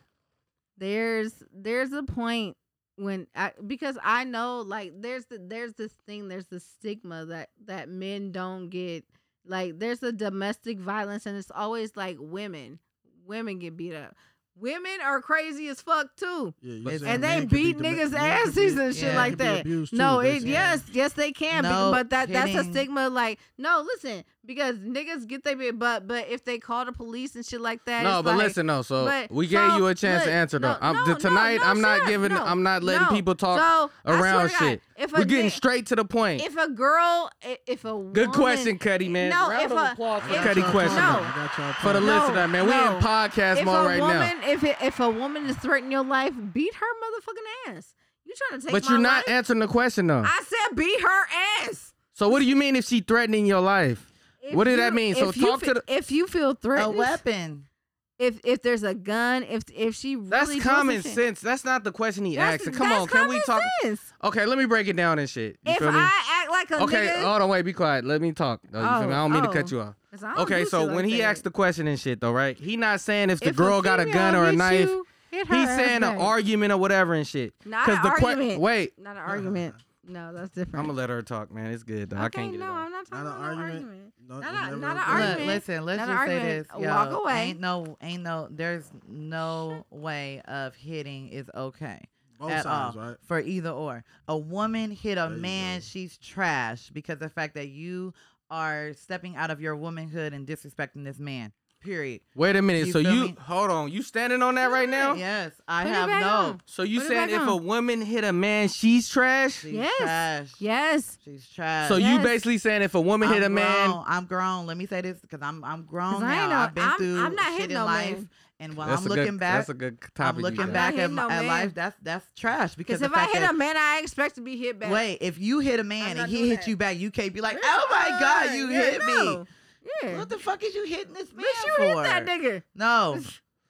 Speaker 1: There's there's a point when I because I know like there's the, there's this thing there's this stigma that that men don't get like there's a domestic violence and it's always like women women get beat up. Women are crazy as fuck too.
Speaker 7: Yeah, you
Speaker 3: But-
Speaker 7: saying
Speaker 1: and
Speaker 7: men
Speaker 1: they
Speaker 7: could
Speaker 1: beat
Speaker 7: dom-
Speaker 1: niggas'
Speaker 7: men could be-
Speaker 1: asses and shit
Speaker 7: men
Speaker 1: like
Speaker 7: could be
Speaker 1: that.
Speaker 7: abused too,
Speaker 1: No, it,
Speaker 7: basically.
Speaker 1: yes, yes they can. be-
Speaker 5: No
Speaker 1: but that that's a
Speaker 5: kidding.
Speaker 1: stigma. Like no, listen, because niggas get their bit, but but if they call the police and shit like that,
Speaker 3: No,
Speaker 1: it's
Speaker 3: but
Speaker 1: like,
Speaker 3: listen though. So
Speaker 1: but-
Speaker 3: we gave
Speaker 1: so,
Speaker 3: you a chance to
Speaker 1: look,
Speaker 3: answer though.
Speaker 1: no,
Speaker 3: I'm,
Speaker 1: no,
Speaker 3: th- tonight
Speaker 1: no,
Speaker 3: I'm not
Speaker 1: sure,
Speaker 3: giving.
Speaker 1: no,
Speaker 3: I'm not letting
Speaker 1: no.
Speaker 3: people talk
Speaker 1: So, I swear
Speaker 3: around
Speaker 1: to God,
Speaker 3: shit.
Speaker 1: If a
Speaker 3: We're getting
Speaker 1: ni-
Speaker 3: straight to the point.
Speaker 1: If a girl, i- if a
Speaker 3: Good
Speaker 1: woman-
Speaker 3: question, Cuddy man.
Speaker 1: No,
Speaker 3: Round
Speaker 1: if
Speaker 3: of
Speaker 1: a-
Speaker 3: applause for
Speaker 1: if-
Speaker 3: Cuddy
Speaker 1: No.
Speaker 3: question
Speaker 1: No.
Speaker 3: for the
Speaker 1: No,
Speaker 3: listener, man. We
Speaker 1: no.
Speaker 3: in podcast
Speaker 1: if
Speaker 3: mode
Speaker 1: a
Speaker 3: right
Speaker 1: woman,
Speaker 3: now.
Speaker 1: if it, if a woman is threatening your life, beat her motherfucking ass. You trying to take?
Speaker 3: But
Speaker 1: my
Speaker 3: you're not
Speaker 1: life?
Speaker 3: answering the question though.
Speaker 1: I said beat her ass.
Speaker 3: So what do you mean if she threatening your life?
Speaker 1: If
Speaker 3: What did that mean? So
Speaker 1: if you
Speaker 3: talk
Speaker 1: fe-
Speaker 3: to the-
Speaker 1: if you feel
Speaker 5: a
Speaker 1: threatened,
Speaker 5: weapon.
Speaker 1: if if there's a gun, if if she really
Speaker 3: That's
Speaker 1: does some
Speaker 3: common
Speaker 1: shit-
Speaker 3: sense. That's not the question he
Speaker 1: That's-
Speaker 3: asked. Come
Speaker 1: that's
Speaker 3: on, can we
Speaker 1: common
Speaker 3: talk?
Speaker 1: sense.
Speaker 3: Okay, let me break it down and shit. You
Speaker 1: If
Speaker 3: feel me?
Speaker 1: I act like a
Speaker 3: okay, uh,
Speaker 1: nigga,
Speaker 3: hold on, wait, be quiet. Let me talk. though, you feel me? I
Speaker 1: Oh,
Speaker 3: don't mean to
Speaker 1: oh.
Speaker 3: cut you off.
Speaker 1: 'cause I don't
Speaker 3: Okay,
Speaker 1: do
Speaker 3: so
Speaker 1: shit
Speaker 3: when
Speaker 1: like
Speaker 3: he
Speaker 1: that.
Speaker 3: asked the question and shit though, right? He not saying if the
Speaker 1: If a
Speaker 3: girl got a
Speaker 1: female
Speaker 3: gun or a
Speaker 1: hit
Speaker 3: knife.
Speaker 1: you, hit her
Speaker 3: He's
Speaker 1: ass
Speaker 3: saying an
Speaker 1: back.
Speaker 3: argument or whatever and shit.
Speaker 1: Not
Speaker 3: 'Cause
Speaker 1: an
Speaker 3: the que-
Speaker 1: argument.
Speaker 3: wait,
Speaker 1: Not an argument. No, that's different.
Speaker 3: I'm gonna let her talk, man. It's good though.
Speaker 1: okay,
Speaker 3: I can't get
Speaker 1: no,
Speaker 3: it. out.
Speaker 1: I'm not talking
Speaker 7: Not an
Speaker 1: about no
Speaker 7: argument.
Speaker 1: argument.
Speaker 7: No,
Speaker 1: Not
Speaker 7: it's
Speaker 1: a-
Speaker 7: never
Speaker 1: not
Speaker 7: a
Speaker 1: an
Speaker 7: good-
Speaker 1: argument.
Speaker 5: Look, listen, let's
Speaker 1: Not
Speaker 5: just
Speaker 1: an
Speaker 5: say this.
Speaker 1: argument.
Speaker 5: Yo,
Speaker 1: Walk away.
Speaker 5: Ain't no, ain't no. There's no way of hitting is okay
Speaker 7: Both
Speaker 5: at
Speaker 7: sides,
Speaker 5: all
Speaker 7: right?
Speaker 5: for either or. A woman hit a
Speaker 7: There you
Speaker 5: man,
Speaker 7: go.
Speaker 5: she's trash because the fact that you are stepping out of your womanhood and disrespecting this man. Period.
Speaker 3: Wait a minute.
Speaker 5: You
Speaker 3: so
Speaker 5: feel
Speaker 3: you
Speaker 5: me?
Speaker 3: hold on. You standing on that right now?
Speaker 5: Yes, I
Speaker 1: Put it
Speaker 5: have
Speaker 1: back
Speaker 5: no.
Speaker 1: on.
Speaker 3: So you
Speaker 1: Put it
Speaker 3: saying
Speaker 1: back
Speaker 3: if a
Speaker 1: on.
Speaker 3: woman hit a man, she's trash?
Speaker 5: She's
Speaker 1: Yes.
Speaker 5: trash.
Speaker 1: Yes.
Speaker 5: She's trash.
Speaker 3: So you
Speaker 1: Yes.
Speaker 3: basically saying if a woman hit a
Speaker 5: I'm
Speaker 3: man,
Speaker 5: grown. I'm grown. Let me say this because I'm I'm grown
Speaker 1: 'Cause I ain't
Speaker 5: now.
Speaker 1: no-
Speaker 5: I've been
Speaker 1: I'm-
Speaker 5: through
Speaker 1: I'm not
Speaker 5: shit
Speaker 1: hitting
Speaker 5: in
Speaker 1: no
Speaker 5: life,
Speaker 1: man.
Speaker 5: and while
Speaker 3: That's
Speaker 5: I'm
Speaker 3: a good-
Speaker 5: looking back,
Speaker 3: That's a good topic.
Speaker 5: I'm
Speaker 3: you
Speaker 5: looking
Speaker 3: got.
Speaker 5: back at,
Speaker 1: hitting no
Speaker 5: at
Speaker 1: man.
Speaker 5: life. That's that's trash because
Speaker 1: Because
Speaker 5: the
Speaker 1: if I
Speaker 5: fact
Speaker 1: hit
Speaker 5: that,
Speaker 1: a man, I expect to be hit back.
Speaker 5: Wait, if you hit a man
Speaker 1: not
Speaker 5: and he
Speaker 1: doing
Speaker 5: hit
Speaker 1: that.
Speaker 5: you back, you can't be like, "Oh my god, you
Speaker 1: Yeah,
Speaker 5: hit me."
Speaker 1: no. Yeah.
Speaker 5: What the fuck is you hitting this man
Speaker 1: Bitch, you
Speaker 5: for?
Speaker 1: hit that nigga.
Speaker 5: No,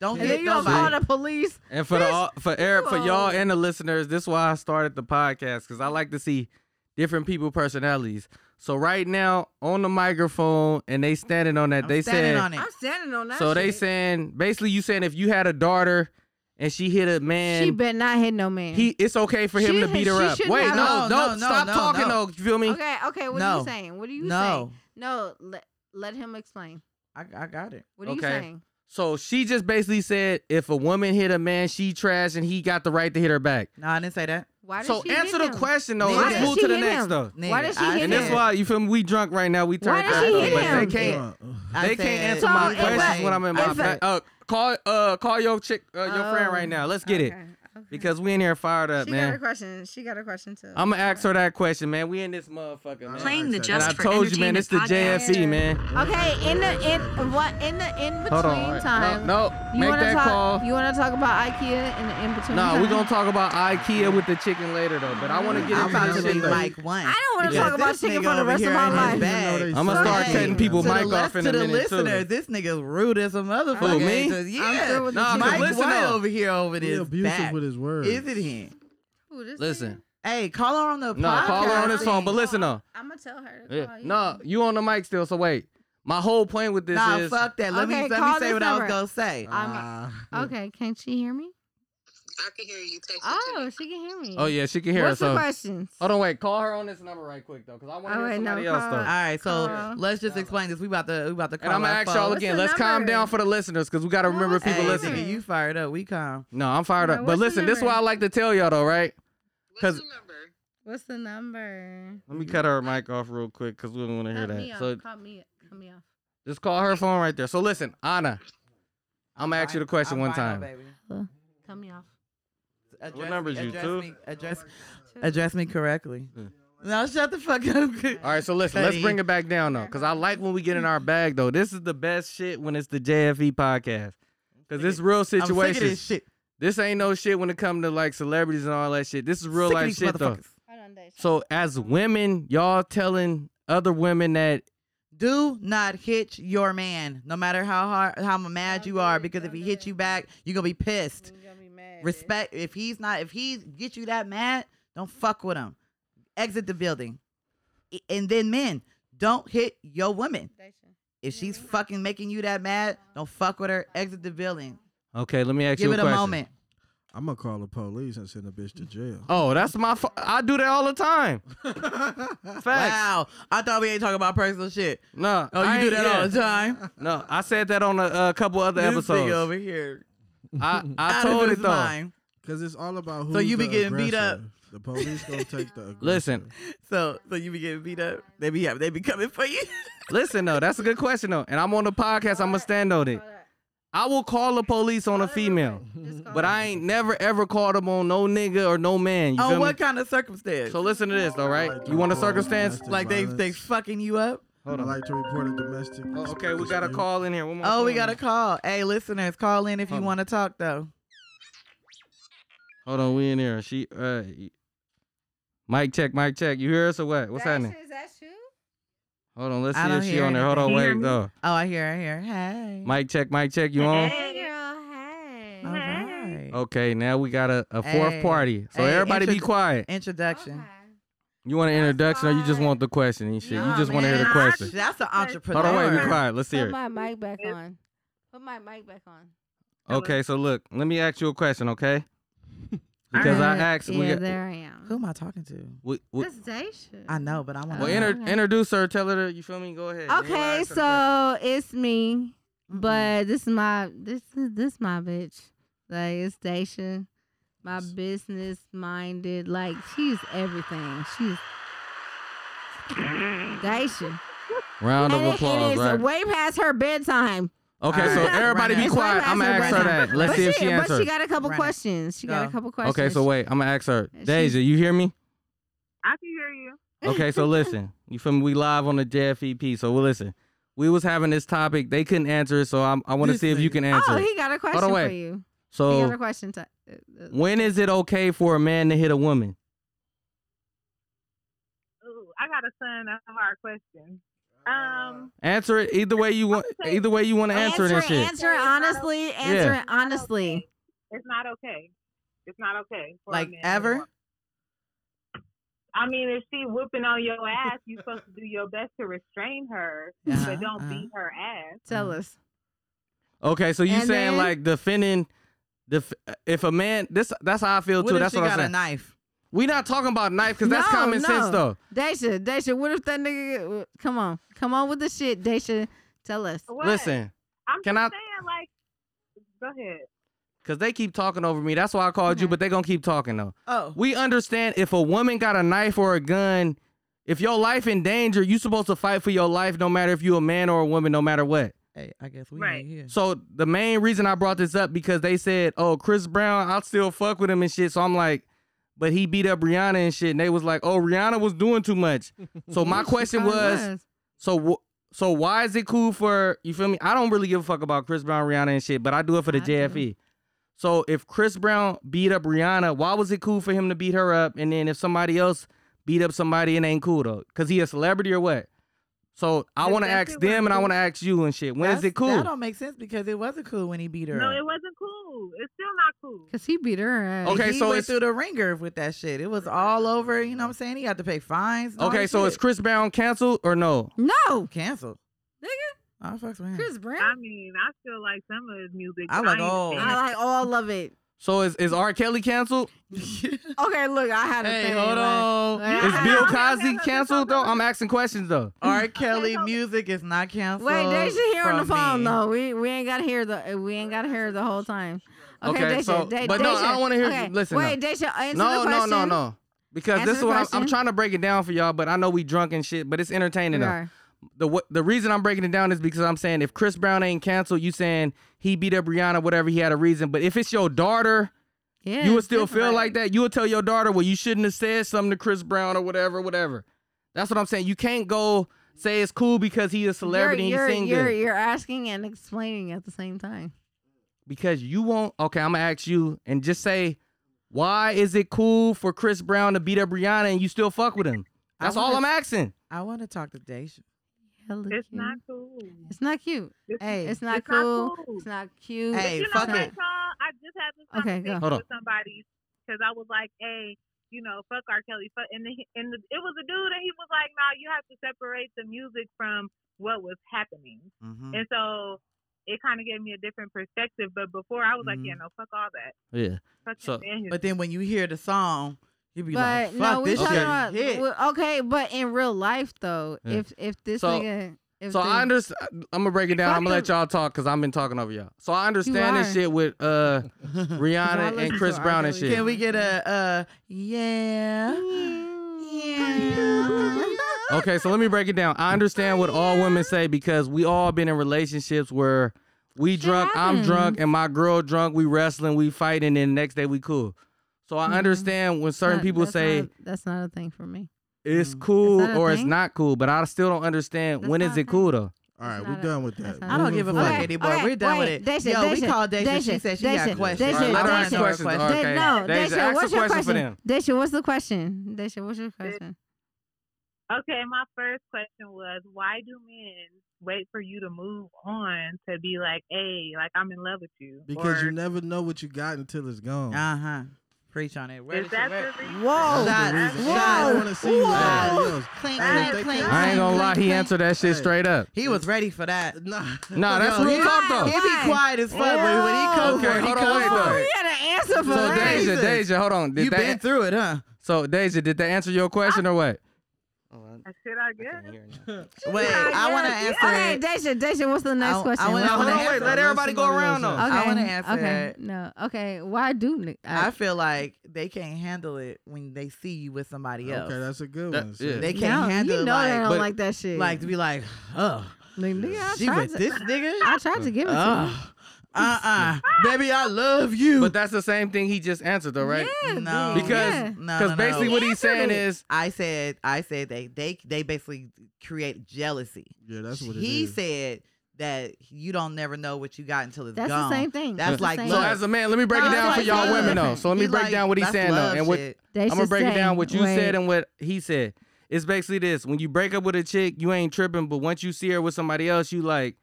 Speaker 5: don't
Speaker 1: And
Speaker 5: hit
Speaker 1: then you gonna
Speaker 5: nobody.
Speaker 1: call the police.
Speaker 3: and for the
Speaker 1: Bitch,
Speaker 3: all- for Eric, for
Speaker 1: you
Speaker 3: y'all
Speaker 1: a-
Speaker 3: and the listeners, this is why I started the podcast because I like to see different people personalities. So right now on the microphone, and they standing on that.
Speaker 5: I'm
Speaker 3: they
Speaker 5: standing
Speaker 3: said.
Speaker 5: on it.
Speaker 1: I'm standing on that.
Speaker 3: So they
Speaker 1: shit.
Speaker 3: saying basically you saying if you had a daughter and she hit a man,
Speaker 1: she better not hit no man.
Speaker 3: he it's okay for him
Speaker 1: She-
Speaker 3: to beat
Speaker 1: she
Speaker 3: her up.
Speaker 1: shouldn't
Speaker 3: Wait,
Speaker 1: have-
Speaker 3: no,
Speaker 5: No,
Speaker 3: don't
Speaker 5: no,
Speaker 3: stop
Speaker 5: no,
Speaker 3: talking
Speaker 5: no.
Speaker 3: though. You feel me?
Speaker 1: okay, okay. What are
Speaker 5: No.
Speaker 1: you saying? What are you saying?
Speaker 5: no,
Speaker 1: No, let, let him explain.
Speaker 5: I, I got it.
Speaker 1: What are you
Speaker 3: Okay.
Speaker 1: saying?
Speaker 3: So she just basically said if a woman hit a man, she trash and he got the right to hit her back.
Speaker 5: No, I didn't say that.
Speaker 1: Why did
Speaker 3: So
Speaker 1: she
Speaker 3: answer the
Speaker 1: hit him?
Speaker 3: question though.
Speaker 5: Why
Speaker 3: Let's
Speaker 5: did
Speaker 3: move
Speaker 1: she
Speaker 3: to the
Speaker 1: hit
Speaker 3: next
Speaker 1: him?
Speaker 3: though.
Speaker 5: Nigga,
Speaker 1: Why did she
Speaker 5: I
Speaker 1: hit
Speaker 3: And
Speaker 1: him?
Speaker 3: that's why you feel me. We drunk right now. We
Speaker 1: Why
Speaker 3: turned
Speaker 1: did
Speaker 3: up,
Speaker 1: she
Speaker 3: though,
Speaker 1: hit
Speaker 3: but they
Speaker 1: him?
Speaker 3: can't.
Speaker 5: I
Speaker 3: they can't
Speaker 5: said-
Speaker 3: answer
Speaker 1: So
Speaker 3: my
Speaker 1: if a-
Speaker 3: questions when I'm in my
Speaker 1: if a-
Speaker 3: back. Uh, call uh call your chick uh, your friend
Speaker 1: Oh,
Speaker 3: right now. Let's get it
Speaker 1: Okay, okay.
Speaker 3: because we in here fired up,
Speaker 1: she
Speaker 3: man.
Speaker 1: got a question. She got a question too.
Speaker 3: I'm gonna ask her that question, man. We in this motherfucker, man.
Speaker 2: Playing the
Speaker 7: And
Speaker 3: and I
Speaker 2: Just for
Speaker 3: told you, man,
Speaker 2: Entertainment
Speaker 3: it's the
Speaker 2: podcast.
Speaker 3: JFE, man.
Speaker 1: Okay, in the in what in the in between
Speaker 3: Hold on. wait.
Speaker 1: time.
Speaker 3: No, no
Speaker 1: You
Speaker 3: make
Speaker 1: wanna
Speaker 3: that
Speaker 1: talk,
Speaker 3: call.
Speaker 1: You want to talk about IKEA in the in between?
Speaker 3: No,
Speaker 1: time?
Speaker 3: we're gonna talk about IKEA with the chicken later, though. But I want to get
Speaker 5: I'm about
Speaker 3: into
Speaker 5: to
Speaker 3: this
Speaker 5: leave
Speaker 3: shit. though.
Speaker 5: Mike one.
Speaker 1: I don't want to
Speaker 3: Because
Speaker 1: talk about chicken for the rest of my
Speaker 7: in his
Speaker 1: life.
Speaker 7: bag.
Speaker 3: I'ma
Speaker 7: Go
Speaker 3: start
Speaker 7: ahead.
Speaker 3: cutting people
Speaker 5: to
Speaker 3: mic
Speaker 5: the
Speaker 3: off
Speaker 5: left,
Speaker 3: in
Speaker 5: to
Speaker 3: a
Speaker 5: the
Speaker 3: minute, too.
Speaker 5: listeners. This nigga's rude as a motherfucker.
Speaker 3: Who, me?
Speaker 5: Just-
Speaker 1: I'm
Speaker 5: yeah,
Speaker 1: through with the
Speaker 3: Nah, but
Speaker 5: Mike
Speaker 1: chicken.
Speaker 3: listen
Speaker 5: White
Speaker 3: though.
Speaker 5: over here over
Speaker 7: He
Speaker 5: this
Speaker 7: abusive
Speaker 5: back.
Speaker 7: with his words.
Speaker 5: Is it him?
Speaker 1: Ooh, this
Speaker 3: Listen,
Speaker 5: Hey, call her on the
Speaker 3: no,
Speaker 5: podcast.
Speaker 3: call her on his
Speaker 1: podcasting.
Speaker 3: phone. But listen though,
Speaker 1: I'm gonna tell her. To
Speaker 3: Yeah.
Speaker 1: call you.
Speaker 3: no, you on the mic still. So wait, my whole point with this
Speaker 5: Nah,
Speaker 3: is Ah.
Speaker 5: fuck that. Let
Speaker 1: Okay,
Speaker 5: me let me
Speaker 1: call
Speaker 5: say
Speaker 1: this
Speaker 5: what I was
Speaker 1: number.
Speaker 5: gonna say.
Speaker 1: I'm- Okay, can she hear me? I can hear you. Text oh, she can hear me.
Speaker 3: oh yeah, she can hear
Speaker 1: What's the
Speaker 3: us. So
Speaker 1: questions?
Speaker 3: hold on, wait, call her on this number right quick though, because I want to
Speaker 1: Oh,
Speaker 3: hear
Speaker 1: wait, no,
Speaker 3: somebody else
Speaker 1: call
Speaker 3: though.
Speaker 5: All right, so
Speaker 1: Uh,
Speaker 5: let's just explain this. We about to we about to call
Speaker 3: And I'm gonna
Speaker 5: our
Speaker 3: ask
Speaker 5: phone.
Speaker 3: y'all
Speaker 1: What's
Speaker 3: again.
Speaker 1: the
Speaker 3: Let's calm
Speaker 1: number?
Speaker 3: down for the listeners because we gotta
Speaker 1: No,
Speaker 3: remember
Speaker 1: what's the
Speaker 3: people
Speaker 5: hey,
Speaker 1: number?
Speaker 3: listening.
Speaker 5: nigga, you fired up. We calm.
Speaker 3: No, I'm fired
Speaker 1: No,
Speaker 3: up. But
Speaker 1: what's the
Speaker 3: listen, this is
Speaker 1: number?
Speaker 3: why I like to tell y'all though, right? Because
Speaker 1: What's the number?
Speaker 3: let me cut her mic off real quick because we don't want to hear
Speaker 1: Cut me
Speaker 3: that.
Speaker 1: off.
Speaker 3: So
Speaker 1: cut me, cut me off.
Speaker 3: just call her phone right there. So listen, Anna, I'm gonna ask you the question
Speaker 5: I'm
Speaker 3: one time.
Speaker 5: fine, baby.
Speaker 1: Cut me off.
Speaker 5: Address
Speaker 3: number
Speaker 5: me-
Speaker 3: is you,
Speaker 5: address
Speaker 3: two?
Speaker 5: Me, address, address me correctly. No, shut the fuck up.
Speaker 3: All right, so listen, let's
Speaker 5: Cuddy.
Speaker 3: bring it back down though, because I like when we get in our bag though. This is the best shit when it's the JFE podcast, because this real
Speaker 5: I'm sick of
Speaker 3: situation.
Speaker 5: this shit.
Speaker 3: This ain't no shit when it come to like celebrities and all that shit. This is real
Speaker 5: Sick of
Speaker 3: life
Speaker 5: these
Speaker 3: shit though.
Speaker 5: motherfuckers.
Speaker 1: Hold on, Dave.
Speaker 3: So as women, y'all telling other women that
Speaker 5: Do not hit your man, no matter how hard, how mad
Speaker 1: Don't
Speaker 5: you
Speaker 1: do
Speaker 5: are,
Speaker 1: it,
Speaker 5: because if
Speaker 1: don't
Speaker 5: he
Speaker 1: do
Speaker 5: hits
Speaker 1: it.
Speaker 5: you back, you're gonna be pissed.
Speaker 1: You gonna be mad, bitch.
Speaker 5: Respect. If he's not, if he gets you that mad, don't fuck with him. Exit the building. I- And then men, don't hit your woman.
Speaker 1: Daisha.
Speaker 5: If she's fucking making you that mad, don't fuck with her. Exit the building.
Speaker 3: okay, let me ask
Speaker 5: Give
Speaker 3: you a
Speaker 5: it a
Speaker 3: question.
Speaker 5: moment.
Speaker 7: I'm gonna call the police and send a bitch to jail.
Speaker 3: Oh, that's my. Fu- I do that all the time. Facts.
Speaker 5: Wow. I thought we ain't talking about personal shit.
Speaker 3: No.
Speaker 5: Oh,
Speaker 3: I
Speaker 5: you do
Speaker 3: ain't-
Speaker 5: that all
Speaker 3: yeah.
Speaker 5: the time.
Speaker 3: No, I said that on a uh, couple other
Speaker 5: This nigga
Speaker 3: episodes.
Speaker 5: over here.
Speaker 3: I, I
Speaker 5: out of
Speaker 3: told
Speaker 5: his
Speaker 3: it though.
Speaker 5: mind.
Speaker 7: Cause it's all about who.
Speaker 5: So you be getting beat up.
Speaker 7: The police gonna take the. Aggressor.
Speaker 3: Listen,
Speaker 5: So, so you be getting beat up. They be they be coming for you.
Speaker 3: listen though. That's a good question though, and I'm on the podcast. I'm gonna stand on it.
Speaker 1: Hold on.
Speaker 3: I will call the police on a female,
Speaker 1: Just call
Speaker 3: but
Speaker 1: her.
Speaker 3: I ain't never ever called them on no nigga or no man. You
Speaker 5: On
Speaker 3: feel me?
Speaker 5: what kind of circumstance?
Speaker 3: So listen to this though, right? You want a circumstance?
Speaker 7: Domestic
Speaker 5: like they they
Speaker 7: violence.
Speaker 5: fucking you up.
Speaker 3: Hold on.
Speaker 7: Hold on. I like to report a domestic.
Speaker 3: Oh, okay, we
Speaker 7: dispute.
Speaker 3: got a call in here. One more
Speaker 5: Oh, we
Speaker 3: phone.
Speaker 5: got a call. Hey, listeners, call in if you
Speaker 3: Mm-hmm. Hold on.
Speaker 5: want to talk though.
Speaker 3: Hold on, we in here. She, uh, mic check, mic check. You hear us or what? What's
Speaker 1: Daisha,
Speaker 3: happening?
Speaker 1: Is that you?
Speaker 3: Hold on, let's
Speaker 5: I
Speaker 3: see if
Speaker 5: don't
Speaker 3: she
Speaker 5: hear
Speaker 3: on there. Hold on,
Speaker 5: anything.
Speaker 3: wait though.
Speaker 5: Oh, I hear, I hear. Hey,
Speaker 3: Mic check, mic check. You on?
Speaker 1: Hey, girl. Hey.
Speaker 5: All right.
Speaker 3: Okay, now we got a, a fourth
Speaker 5: Hey.
Speaker 3: party. So
Speaker 5: Hey,
Speaker 3: everybody be
Speaker 5: intro-
Speaker 3: quiet.
Speaker 5: Introduction.
Speaker 3: You want an introduction or you just
Speaker 1: fine.
Speaker 3: want the question and shit? you
Speaker 1: Nah,
Speaker 3: just want to hear the
Speaker 1: man, I
Speaker 3: question.
Speaker 5: That's an entrepreneur.
Speaker 3: Hold on, wait, be quiet. Let's hear
Speaker 1: Put my
Speaker 3: it.
Speaker 1: mic back on. Put my mic back on.
Speaker 3: Okay, so look, let me ask you a question, okay? Because I asked,
Speaker 1: Yeah,
Speaker 3: we, got-
Speaker 1: there I
Speaker 5: Who
Speaker 1: am.
Speaker 5: am I talking to?
Speaker 3: we, we,
Speaker 1: That's Daisha.
Speaker 5: I know, but I want.
Speaker 3: well,
Speaker 1: Okay.
Speaker 3: inter-
Speaker 1: Okay.
Speaker 3: introduce her, tell her, to- you feel me? Go ahead. You wanna
Speaker 1: Uh-huh. Okay,
Speaker 3: ask her the question.
Speaker 1: so it's me, but this is my this is this my bitch. Like it's Daisha, my business minded. Like she's everything. She's Daisha.
Speaker 3: round of
Speaker 1: and it-
Speaker 3: applause,
Speaker 1: it is
Speaker 3: right?
Speaker 1: way past her bedtime.
Speaker 3: Okay,
Speaker 5: All
Speaker 3: so
Speaker 5: right,
Speaker 3: everybody
Speaker 5: run
Speaker 3: be
Speaker 5: it.
Speaker 3: quiet. I'm gonna ask her that. Let's
Speaker 1: but
Speaker 3: see if
Speaker 1: she,
Speaker 3: she
Speaker 1: But she
Speaker 3: answers.
Speaker 1: got a couple
Speaker 5: Run it.
Speaker 1: questions. She got
Speaker 5: Go.
Speaker 1: a couple questions.
Speaker 3: Okay, so wait, I'm gonna ask her.
Speaker 1: She-
Speaker 3: Deja, you hear me?
Speaker 4: I can hear you.
Speaker 3: Okay, so listen, you feel me? We live on the JFEP, so we'll listen. We was having this topic, they couldn't answer it, so I'm, I want to
Speaker 7: This
Speaker 3: see if you
Speaker 7: nigga.
Speaker 3: can answer.
Speaker 1: Oh,
Speaker 3: it.
Speaker 1: he got a question for
Speaker 3: wait.
Speaker 1: you. he got a
Speaker 3: so,
Speaker 1: question. To, uh, uh,
Speaker 3: when is it okay for a man to hit a woman?
Speaker 4: Ooh, I got a son. That's a hard question. Um,
Speaker 3: Answer it either way you want. Either way you want to answer, it and shit.
Speaker 1: Answer it honestly. Answer
Speaker 3: Yeah.
Speaker 1: it honestly.
Speaker 4: it's not okay. It's not okay. for a
Speaker 5: Like
Speaker 4: man to
Speaker 5: ever?
Speaker 4: walk- I mean, if she whooping on your ass, you're supposed to do your best to restrain her,
Speaker 5: Uh-huh,
Speaker 4: but don't
Speaker 5: uh-huh.
Speaker 4: beat her ass.
Speaker 1: Tell us.
Speaker 3: Okay, so you
Speaker 1: And
Speaker 3: saying
Speaker 1: then-
Speaker 3: like defending, def- if a man this that's how I feel
Speaker 5: What
Speaker 3: too.
Speaker 5: if
Speaker 3: That's
Speaker 5: she
Speaker 3: what I'm
Speaker 5: got a
Speaker 3: saying.
Speaker 5: knife?
Speaker 3: we not talking about knife because that's
Speaker 1: No,
Speaker 3: common sense
Speaker 1: no.
Speaker 3: though.
Speaker 1: Daisha, Daisha, what if that nigga? Come on, come on with the shit, Daisha. Tell us.
Speaker 4: What?
Speaker 3: Listen,
Speaker 4: I'm
Speaker 3: can
Speaker 4: just
Speaker 3: I-
Speaker 4: saying, like, go ahead.
Speaker 3: because they keep talking over me. That's why I called you,
Speaker 1: Okay.
Speaker 3: but they gonna keep talking though.
Speaker 5: Oh,
Speaker 3: We understand if a woman got a knife or a gun, if your life in danger, you supposed to fight for your life no matter if you a man or a woman, no matter what.
Speaker 5: hey, I guess we
Speaker 4: Right.
Speaker 5: ain't here.
Speaker 3: So the main reason I brought this up because they said, "Oh, Chris Brown, I still fuck with him and shit." So I'm like, "But he beat up Rihanna and shit." And they was like, "Oh, Rihanna was doing too much." So my question
Speaker 1: Probably
Speaker 3: was, so w- so why is it cool for you? Feel me? I don't really give a fuck about Chris Brown, Rihanna and shit, but I do it for the
Speaker 1: I do.
Speaker 3: JFE. So if Chris Brown beat up Rihanna, why was it cool for him to beat her up? And then if somebody else beat up somebody, it ain't cool though, cause he a celebrity or what? So I
Speaker 4: Is
Speaker 3: want to
Speaker 4: that
Speaker 3: ask
Speaker 4: shit what
Speaker 3: them and I
Speaker 4: it
Speaker 3: want to
Speaker 4: is?
Speaker 3: ask you and shit. When is
Speaker 5: That's-
Speaker 3: it cool?
Speaker 5: That don't make sense because it wasn't cool when he beat her.
Speaker 4: No,
Speaker 5: up.
Speaker 4: it wasn't cool. It's still not cool.
Speaker 1: because he beat her ass.
Speaker 3: Okay,
Speaker 5: he
Speaker 3: so
Speaker 5: went
Speaker 3: it's-
Speaker 5: through the ringer with that shit. It was all over. You know what I'm saying? He had to pay fines. and all
Speaker 3: Okay,
Speaker 5: that
Speaker 3: so
Speaker 5: shit. Oh,
Speaker 3: is Chris Brown canceled or no?
Speaker 1: No,
Speaker 5: canceled.
Speaker 1: Nigga.
Speaker 5: I fucks with him.
Speaker 1: Chris
Speaker 4: I
Speaker 1: Brown.
Speaker 4: mean, I feel like some of his music.
Speaker 5: I like
Speaker 4: ain't
Speaker 5: all-
Speaker 4: saying
Speaker 1: I like
Speaker 4: it's
Speaker 1: all of it.
Speaker 3: So is, is R. Kelly canceled? Uh,
Speaker 1: Okay, look, I had a
Speaker 5: Hey,
Speaker 1: thing.
Speaker 5: hold
Speaker 1: like-
Speaker 5: on.
Speaker 1: like, I
Speaker 3: Is
Speaker 1: had-
Speaker 3: Bill
Speaker 4: okay, okay,
Speaker 3: Cosby
Speaker 4: okay,
Speaker 3: canceled though? I'm asking questions though.
Speaker 5: R. Kelly
Speaker 4: so-
Speaker 5: music is not canceled.
Speaker 1: Wait, Daisha here on the
Speaker 5: from
Speaker 1: phone
Speaker 5: me.
Speaker 1: though. We we ain't got to hear the uh, we ain't got to hear the whole time. Okay,
Speaker 3: Okay,
Speaker 1: Daisha,
Speaker 3: so-
Speaker 1: Da-
Speaker 3: but no, I
Speaker 1: Daisha,
Speaker 3: don't wanna hear-
Speaker 1: Okay,
Speaker 3: listen,
Speaker 1: Wait, Daisha, answer
Speaker 3: No,
Speaker 1: the
Speaker 3: no,
Speaker 1: question.
Speaker 3: no, no. Because
Speaker 1: Answer
Speaker 3: this is
Speaker 1: the
Speaker 3: what I'm, I'm
Speaker 1: question.
Speaker 3: trying to break it down for y'all, but I know we drunk and shit, but it's entertaining though.
Speaker 1: Right.
Speaker 3: The what the reason I'm breaking it down is because I'm saying if Chris Brown ain't canceled, you saying he beat up Rihanna, whatever he had a reason. But if it's your daughter,
Speaker 1: Yeah,
Speaker 3: you would
Speaker 1: it's
Speaker 3: still feel
Speaker 1: different.
Speaker 3: like that. You would tell your daughter, well, you shouldn't have said something to Chris Brown or whatever, whatever. That's what I'm saying. You can't go say it's cool because he a celebrity
Speaker 1: You're, you're,
Speaker 3: and he sing
Speaker 1: you're,
Speaker 3: good.
Speaker 1: you're asking and explaining at the same time.
Speaker 3: because you won't. Okay, I'm gonna ask you and just say, why is it cool for Chris Brown to beat up Rihanna and you still fuck with him?
Speaker 5: I
Speaker 3: That's all I'm
Speaker 5: wanna-
Speaker 3: asking.
Speaker 5: I want to talk to Daisha.
Speaker 1: Hella
Speaker 4: It's
Speaker 1: cute.
Speaker 4: not cool.
Speaker 1: It's not cute.
Speaker 5: Hey,
Speaker 1: It's not
Speaker 4: It's not
Speaker 1: cool.
Speaker 4: cool.
Speaker 1: It's not cute.
Speaker 5: Hey,
Speaker 4: you know
Speaker 5: fuck
Speaker 4: what,
Speaker 5: it.
Speaker 4: y'all? I just had this
Speaker 1: Okay, go.
Speaker 4: conversation
Speaker 3: Hold on.
Speaker 4: with somebody because I was like, "Hey, you know, fuck R. Kelly," fuck, and the, and the, it was a dude, and he was like, "Nah, you have to separate the music from what was happening."
Speaker 5: Mhm.
Speaker 3: Mm.
Speaker 4: And so it kind of gave me a different perspective. But before, I was like,
Speaker 5: Mhm.
Speaker 4: "Yeah, no, fuck all that."
Speaker 3: Yeah.
Speaker 4: Fuck
Speaker 3: Mm-hmm. So-
Speaker 4: him and his
Speaker 5: But then when you hear the song, you be
Speaker 1: But
Speaker 5: like,
Speaker 1: no,
Speaker 5: "Fuck
Speaker 1: we
Speaker 5: this
Speaker 1: talking
Speaker 5: shit."
Speaker 1: about
Speaker 5: hit.
Speaker 1: well, okay, but in real life though,
Speaker 3: Yeah.
Speaker 1: if if this
Speaker 3: So-
Speaker 1: nigga, if
Speaker 3: So
Speaker 1: the,
Speaker 3: I understand. I'm gonna break it down. I'm gonna let y'all talk because I've been talking over y'all. So I understand this
Speaker 1: are.
Speaker 3: shit with uh Rihanna
Speaker 1: listen
Speaker 3: and Chris
Speaker 1: to R.
Speaker 3: Brown and
Speaker 1: Kelly. Mm-hmm.
Speaker 3: shit.
Speaker 5: Can we get a uh yeah? Yeah.
Speaker 3: okay, so let me break it down. I understand what all women say because we all been in relationships where we drunk, I'm drunk,
Speaker 1: happens.
Speaker 3: and my girl drunk. We wrestling, we fighting, and then next day we cool. So I
Speaker 1: Mhm.
Speaker 3: understand when certain
Speaker 1: That-
Speaker 3: people
Speaker 1: that's
Speaker 3: say
Speaker 1: not- that's not a thing for me.
Speaker 3: it's
Speaker 5: Mm.
Speaker 3: cool
Speaker 1: Is that a
Speaker 3: or it's
Speaker 1: thing?
Speaker 3: not cool, but I still don't understand
Speaker 1: That's
Speaker 3: when
Speaker 1: not
Speaker 3: is
Speaker 1: a
Speaker 3: it cool
Speaker 1: thing.
Speaker 3: though.
Speaker 7: All right,
Speaker 1: It's
Speaker 7: we're
Speaker 1: not
Speaker 7: done with that.
Speaker 1: that's not
Speaker 5: I don't give a
Speaker 3: Moving
Speaker 5: fuck
Speaker 3: forward.
Speaker 5: anymore.
Speaker 1: Okay,
Speaker 5: We're
Speaker 1: wait,
Speaker 5: done with it.
Speaker 1: Daisha,
Speaker 5: Yo, we
Speaker 1: Daisha,
Speaker 5: called Daisha. She
Speaker 1: Daisha,
Speaker 5: said she
Speaker 1: Daisha,
Speaker 5: got questions.
Speaker 1: Daisha,
Speaker 5: I
Speaker 3: I
Speaker 5: don't
Speaker 3: don't
Speaker 5: wanna
Speaker 3: ask
Speaker 5: know her
Speaker 3: questions.
Speaker 5: questions.
Speaker 3: Okay.
Speaker 1: They- no,
Speaker 3: Daisha,
Speaker 1: Daisha,
Speaker 3: ask
Speaker 1: what's
Speaker 3: a
Speaker 1: your
Speaker 3: question for
Speaker 1: question? Daisha, what's the question? Daisha, what's your question?
Speaker 4: Okay, my first question was why do men wait for you to move on to be like, hey, like I'm in love with you?
Speaker 7: Because
Speaker 4: Or
Speaker 7: you never know what you got until it's gone.
Speaker 5: Uh huh. Preach on it. Where
Speaker 4: is
Speaker 5: did
Speaker 4: that
Speaker 5: you, where,
Speaker 4: the reason?
Speaker 5: Whoa.
Speaker 7: That's the reason.
Speaker 5: Whoa.
Speaker 7: I want to see you with somebody else.
Speaker 5: Clink,
Speaker 4: That's
Speaker 5: clink,
Speaker 4: the
Speaker 5: clink,
Speaker 4: thing.
Speaker 3: I ain't gonna
Speaker 5: clink,
Speaker 3: lie, he
Speaker 5: clink.
Speaker 3: answered that shit
Speaker 7: Hey.
Speaker 3: straight up.
Speaker 5: He was ready for that.
Speaker 7: Nah.
Speaker 3: Nah, that's
Speaker 5: Yo,
Speaker 3: real
Speaker 5: he-
Speaker 3: talk though.
Speaker 5: He be
Speaker 1: Why?
Speaker 5: quiet as fuck, but when he comes
Speaker 3: Okay,
Speaker 5: for it, he
Speaker 3: hold on,
Speaker 5: comes
Speaker 3: wait,
Speaker 5: for
Speaker 3: though.
Speaker 5: it.
Speaker 1: We had an answer for
Speaker 3: So
Speaker 1: that.
Speaker 3: Deja,
Speaker 5: Jesus.
Speaker 3: Deja, hold on. Did
Speaker 5: You
Speaker 3: that,
Speaker 5: been through it, huh?
Speaker 3: So Deja, did that answer your question or what?
Speaker 4: That shit, Oh, I guess.
Speaker 5: Wait, I want to answer.
Speaker 1: Okay,
Speaker 5: it.
Speaker 1: Deja, Deja, what's the next
Speaker 5: I- I
Speaker 1: question?
Speaker 5: wanna-
Speaker 1: What's
Speaker 5: I
Speaker 1: the
Speaker 5: wanna
Speaker 1: next-
Speaker 5: answer.
Speaker 3: let everybody go
Speaker 7: somebody
Speaker 3: around,
Speaker 7: else
Speaker 3: though.
Speaker 7: answer.
Speaker 1: Okay.
Speaker 5: I wanna answer
Speaker 1: Okay.
Speaker 5: it.
Speaker 1: No. Okay. Why do ni- I,
Speaker 5: I feel like they can't handle it when they see you with somebody else.
Speaker 7: Okay, that's a good
Speaker 3: That-
Speaker 7: one.
Speaker 3: yeah.
Speaker 7: see?
Speaker 5: They can't
Speaker 1: No,
Speaker 5: handle
Speaker 1: you know
Speaker 5: like,
Speaker 1: they don't
Speaker 3: but-
Speaker 1: like that shit.
Speaker 5: like to be like, oh,
Speaker 1: Like, nigga, I
Speaker 5: She
Speaker 1: tried
Speaker 5: with
Speaker 1: to-
Speaker 5: this Oh. nigga?
Speaker 1: I tried to give it to
Speaker 5: Ugh.
Speaker 1: you. Ah!
Speaker 5: Uh-uh. Baby, I love you.
Speaker 3: But that's the same thing he just answered, though, right?
Speaker 5: No,
Speaker 3: Because
Speaker 5: yeah. no, no,
Speaker 3: because
Speaker 5: no.
Speaker 3: basically what he's saying is
Speaker 5: I said, I said they they they basically create jealousy.
Speaker 7: Yeah, that's what it
Speaker 5: he
Speaker 7: is.
Speaker 5: said that you don't never know what you got until it's
Speaker 1: That's the
Speaker 5: gone.
Speaker 1: same thing.
Speaker 5: That's
Speaker 1: That's the
Speaker 5: like
Speaker 1: same
Speaker 3: so.
Speaker 5: look,
Speaker 1: thing.
Speaker 3: As a man, let me break
Speaker 5: No,
Speaker 3: it down
Speaker 5: that's
Speaker 3: for
Speaker 5: like
Speaker 3: y'all
Speaker 5: love.
Speaker 3: women though. So let me
Speaker 5: He
Speaker 3: break
Speaker 5: like,
Speaker 3: down what he's
Speaker 5: that's
Speaker 3: saying though,
Speaker 5: love
Speaker 3: and what
Speaker 5: shit.
Speaker 1: They
Speaker 3: I'm gonna
Speaker 1: should
Speaker 3: break it down
Speaker 1: say,
Speaker 3: what you
Speaker 1: wait.
Speaker 3: said and what he said. It's basically this: when you break up with a chick, you ain't tripping, but once you see her with somebody else, you like,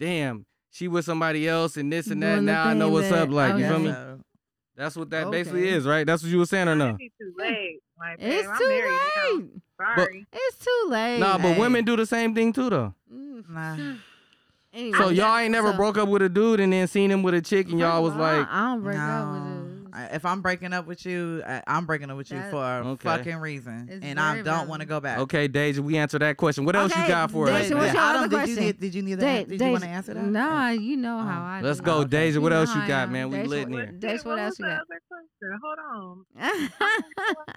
Speaker 3: damn, she with somebody else, and this and that.
Speaker 1: Doing the
Speaker 3: Now I know
Speaker 1: thing
Speaker 3: what's
Speaker 1: that-
Speaker 3: up. Like, you
Speaker 1: okay.
Speaker 3: feel me?
Speaker 5: So,
Speaker 3: That's what that basically
Speaker 1: Okay.
Speaker 3: is, right? That's what you were saying or no?
Speaker 4: It'd be too late. Like, babe,
Speaker 1: It's
Speaker 4: I'm
Speaker 1: too
Speaker 4: married now.
Speaker 1: late.
Speaker 4: Sorry.
Speaker 1: It's too late.
Speaker 3: Nah, but
Speaker 5: hey.
Speaker 3: women do the same thing too, though.
Speaker 1: Mm.
Speaker 5: nah.
Speaker 1: Anyway,
Speaker 3: So y'all ain't never
Speaker 1: so-
Speaker 3: broke up with a dude and then seen him with a chick, and y'all was
Speaker 1: First of all,
Speaker 3: like,
Speaker 1: I don't break up
Speaker 5: No.
Speaker 1: with it.
Speaker 5: I- if I'm breaking up with you, I, I'm breaking up with you
Speaker 1: That-
Speaker 5: for a
Speaker 3: Okay.
Speaker 5: fucking reason,
Speaker 1: It's
Speaker 5: and I
Speaker 1: very
Speaker 5: don't want
Speaker 1: relevant.
Speaker 5: to go back.
Speaker 3: okay, Deja, we answered that question. What else you
Speaker 1: Okay,
Speaker 3: got for
Speaker 5: But-
Speaker 3: us?
Speaker 1: Deja, what's
Speaker 5: but
Speaker 1: your other
Speaker 5: Adam, did you
Speaker 1: question?
Speaker 5: need- Did you need
Speaker 1: Da-
Speaker 5: that? Did you want
Speaker 1: Deja-
Speaker 5: to answer that?
Speaker 1: Nah, you know how
Speaker 5: Oh.
Speaker 1: I.
Speaker 3: Let's
Speaker 1: do.
Speaker 3: go,
Speaker 5: Okay.
Speaker 3: Deja. What
Speaker 1: You know
Speaker 3: else
Speaker 1: how
Speaker 3: you
Speaker 1: I
Speaker 3: got,
Speaker 1: am.
Speaker 3: man? We
Speaker 1: Deja,
Speaker 3: lit
Speaker 1: what-
Speaker 3: nigga.
Speaker 1: Deja, what
Speaker 4: was
Speaker 1: else you
Speaker 4: the
Speaker 1: got?
Speaker 4: other question? Hold on. I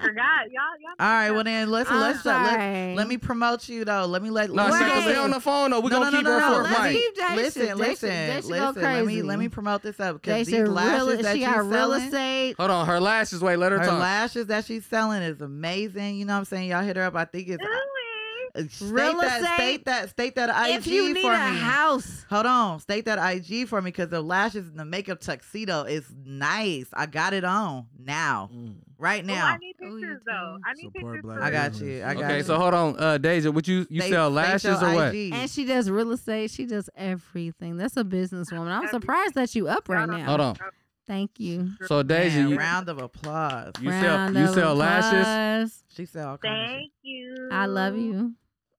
Speaker 4: forgot. Y'all, y'all.
Speaker 5: All right, well then let's
Speaker 1: I'm
Speaker 5: let's uh, let,
Speaker 1: sorry.
Speaker 5: let me promote you though. Let me let
Speaker 3: No,
Speaker 5: let
Speaker 3: she
Speaker 1: Wait.
Speaker 3: gonna stay on the phone though. We
Speaker 5: No,
Speaker 3: gonna
Speaker 5: no,
Speaker 3: keep
Speaker 5: no,
Speaker 3: her
Speaker 5: no,
Speaker 3: for a
Speaker 5: no,
Speaker 1: Let's
Speaker 5: right.
Speaker 3: fight.
Speaker 1: keep Daisha.
Speaker 5: listen,
Speaker 1: Daisha-
Speaker 5: listen,
Speaker 1: Daisha go
Speaker 5: listen. Let me
Speaker 1: crazy.
Speaker 5: let me promote this up
Speaker 1: Daisha
Speaker 5: because these lashes
Speaker 1: really,
Speaker 5: that
Speaker 1: she
Speaker 5: you
Speaker 1: got real
Speaker 5: selling,
Speaker 1: estate.
Speaker 3: Hold on, her lashes. Wait, let her,
Speaker 5: her
Speaker 3: talk.
Speaker 5: lashes that she's selling is amazing. You know what I'm saying? Y'all hit her up. I think it's
Speaker 4: Really?
Speaker 5: uh, state
Speaker 1: Real
Speaker 5: that
Speaker 1: estate.
Speaker 5: state that state that IG
Speaker 1: If you need
Speaker 5: for
Speaker 1: a
Speaker 5: me.
Speaker 1: house,
Speaker 5: Hold on, state that IG for me because the lashes and the makeup tuxedo is nice. I got it on now,
Speaker 7: Mm.
Speaker 5: right
Speaker 4: Well,
Speaker 5: now.
Speaker 4: I need
Speaker 1: Oh, you
Speaker 4: pictures
Speaker 1: do.
Speaker 4: though. I need
Speaker 7: Support
Speaker 4: pictures.
Speaker 7: black
Speaker 4: for
Speaker 5: I got
Speaker 4: real.
Speaker 5: you. I got
Speaker 3: okay,
Speaker 5: you.
Speaker 3: so hold on, uh, Deja, what you you
Speaker 5: They-
Speaker 3: sell
Speaker 5: they
Speaker 3: lashes
Speaker 5: sell
Speaker 3: or what?
Speaker 5: IG.
Speaker 1: and she does real estate. She does everything. That's a businesswoman. I'm surprised that you up right now.
Speaker 3: Hold on.
Speaker 1: Thank you.
Speaker 3: So Deja,
Speaker 5: Man,
Speaker 3: you,
Speaker 5: round of applause.
Speaker 3: you sell
Speaker 1: Round
Speaker 3: you
Speaker 1: of
Speaker 3: sell lashes.
Speaker 1: applause.
Speaker 5: She said all kinds of shit.
Speaker 4: Thank you.
Speaker 1: I love you.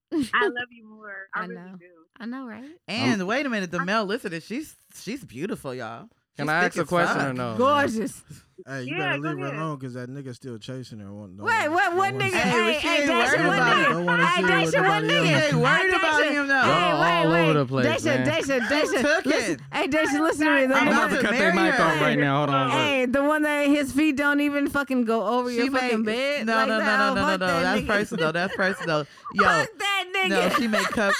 Speaker 4: I love you more. I,
Speaker 1: I
Speaker 4: really
Speaker 1: know.
Speaker 4: do.
Speaker 1: I know, right?
Speaker 3: Oh.
Speaker 5: And wait a minute, the male listener, she's she's beautiful, y'all.
Speaker 3: Can
Speaker 5: She's
Speaker 3: I
Speaker 5: thick
Speaker 3: ask a
Speaker 5: as
Speaker 3: question
Speaker 5: fuck.
Speaker 3: or no?
Speaker 1: Gorgeous.
Speaker 7: Hey, you
Speaker 4: Yeah,
Speaker 7: better
Speaker 4: go
Speaker 7: leave her
Speaker 4: ahead.
Speaker 7: alone because that nigga still chasing her. Wait,
Speaker 1: Wait, what? What nigga?
Speaker 5: Hey,
Speaker 1: Hey,
Speaker 5: but she
Speaker 1: hey,
Speaker 5: ain't
Speaker 1: Daisha,
Speaker 5: worried
Speaker 1: what
Speaker 5: about it.
Speaker 1: nigga?
Speaker 7: Don't wanna
Speaker 1: Hey,
Speaker 7: see what
Speaker 1: Daisha, what
Speaker 7: nobody
Speaker 1: nigga?
Speaker 7: else-
Speaker 5: She ain't worried
Speaker 1: Hey,
Speaker 5: about
Speaker 1: Daisha.
Speaker 5: him, though.
Speaker 1: Hey,
Speaker 3: Y'all
Speaker 1: wait,
Speaker 3: all
Speaker 1: wait.
Speaker 3: over the place,
Speaker 1: Daisha,
Speaker 3: man.
Speaker 1: Daisha, Daisha.
Speaker 5: took
Speaker 1: listen,
Speaker 5: it.
Speaker 1: Hey, Daisha, listen to me. The
Speaker 5: I'm
Speaker 1: one
Speaker 5: about
Speaker 3: I'm about
Speaker 1: that-
Speaker 3: to cut
Speaker 5: marry
Speaker 3: their mic
Speaker 5: her.
Speaker 3: off right now. Hold on.
Speaker 1: Hey, the one that his feet don't even fucking go over
Speaker 5: She
Speaker 1: your
Speaker 5: made-
Speaker 1: Oh, fucking bed.
Speaker 5: No,
Speaker 1: like
Speaker 5: no,
Speaker 1: that.
Speaker 5: no, no,
Speaker 1: Oh,
Speaker 5: no, no,
Speaker 1: fuck
Speaker 5: no.
Speaker 1: that
Speaker 5: That's
Speaker 1: nigga.
Speaker 5: personal. That's personal. Yo,
Speaker 1: Fuck that nigga.
Speaker 5: no, she make cup.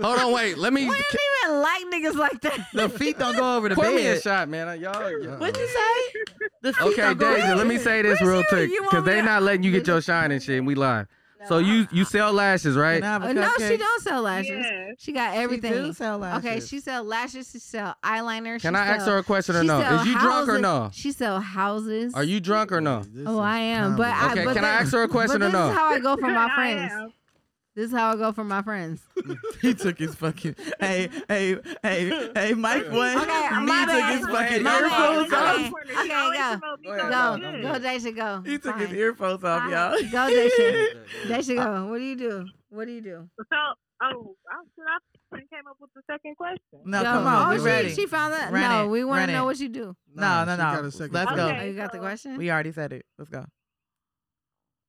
Speaker 3: Hold on, wait. Let me.
Speaker 1: we don't even like niggas like that.
Speaker 5: The feet don't go over the
Speaker 3: Pour me a
Speaker 5: bed.
Speaker 3: shot, man. Y'all. y'all-
Speaker 5: What'd you say? The feet
Speaker 3: Okay,
Speaker 5: don't go
Speaker 3: Deja,
Speaker 5: over
Speaker 3: let
Speaker 5: the
Speaker 3: me
Speaker 5: bed.
Speaker 3: say this
Speaker 1: Where's
Speaker 3: real
Speaker 1: you?
Speaker 3: quick
Speaker 1: You want
Speaker 3: because
Speaker 1: me
Speaker 3: they
Speaker 1: to-
Speaker 3: not letting you get your shine and shit. And we live. So you you sell lashes, right?
Speaker 5: Can I have a
Speaker 1: Oh, no, she
Speaker 5: cupcake?
Speaker 1: don't sell lashes.
Speaker 4: Yes.
Speaker 1: She got everything.
Speaker 5: She do sell lashes.
Speaker 1: Okay, she sell lashes. She sell eyeliner.
Speaker 3: Can
Speaker 1: she
Speaker 3: I ask
Speaker 1: sell-
Speaker 3: her a question or
Speaker 1: she
Speaker 3: no?
Speaker 1: sell
Speaker 3: Is you drunk or
Speaker 1: houses-
Speaker 3: no?
Speaker 1: She sell houses.
Speaker 3: Are you drunk or no?
Speaker 7: This
Speaker 1: Oh,
Speaker 7: is
Speaker 1: I am, but I-
Speaker 3: Okay,
Speaker 1: but
Speaker 3: can I
Speaker 1: then-
Speaker 3: ask her a
Speaker 1: But
Speaker 3: question or
Speaker 1: this is
Speaker 3: no?
Speaker 1: how I go for my
Speaker 4: I
Speaker 1: friends.
Speaker 4: am.
Speaker 1: This is how I go for my friends.
Speaker 5: he took his fucking. Hey, hey, hey, hey, Mike one.
Speaker 1: Okay,
Speaker 5: he
Speaker 1: my
Speaker 5: took
Speaker 1: bad.
Speaker 5: his fucking
Speaker 1: My bad.
Speaker 5: earphones
Speaker 1: Okay.
Speaker 5: off.
Speaker 4: Corner.
Speaker 1: Okay,
Speaker 4: She always
Speaker 1: go.
Speaker 4: promote me
Speaker 3: Go
Speaker 4: so
Speaker 3: ahead,
Speaker 1: Go,
Speaker 4: good.
Speaker 1: go, Daisha, go.
Speaker 5: He took his
Speaker 1: Fine.
Speaker 5: earphones off,
Speaker 1: Fine.
Speaker 5: y'all.
Speaker 1: Go, Daisha. Daisha, go. What do you do? What do you do?
Speaker 4: So, oh, I should I fucking came up with the second question.
Speaker 5: No,
Speaker 1: Yo,
Speaker 5: come on,
Speaker 1: oh,
Speaker 5: we
Speaker 1: she,
Speaker 5: ready.
Speaker 1: She found that.
Speaker 5: Run
Speaker 1: no,
Speaker 5: it,
Speaker 1: we want
Speaker 5: run
Speaker 1: to
Speaker 5: it.
Speaker 1: know what you do.
Speaker 5: No, no,
Speaker 7: she
Speaker 5: no.
Speaker 7: got a second
Speaker 5: Let's
Speaker 4: question.
Speaker 1: Oh,
Speaker 5: go.
Speaker 4: Okay.
Speaker 1: you got the
Speaker 4: so-
Speaker 1: question?
Speaker 5: We already said it. Let's go.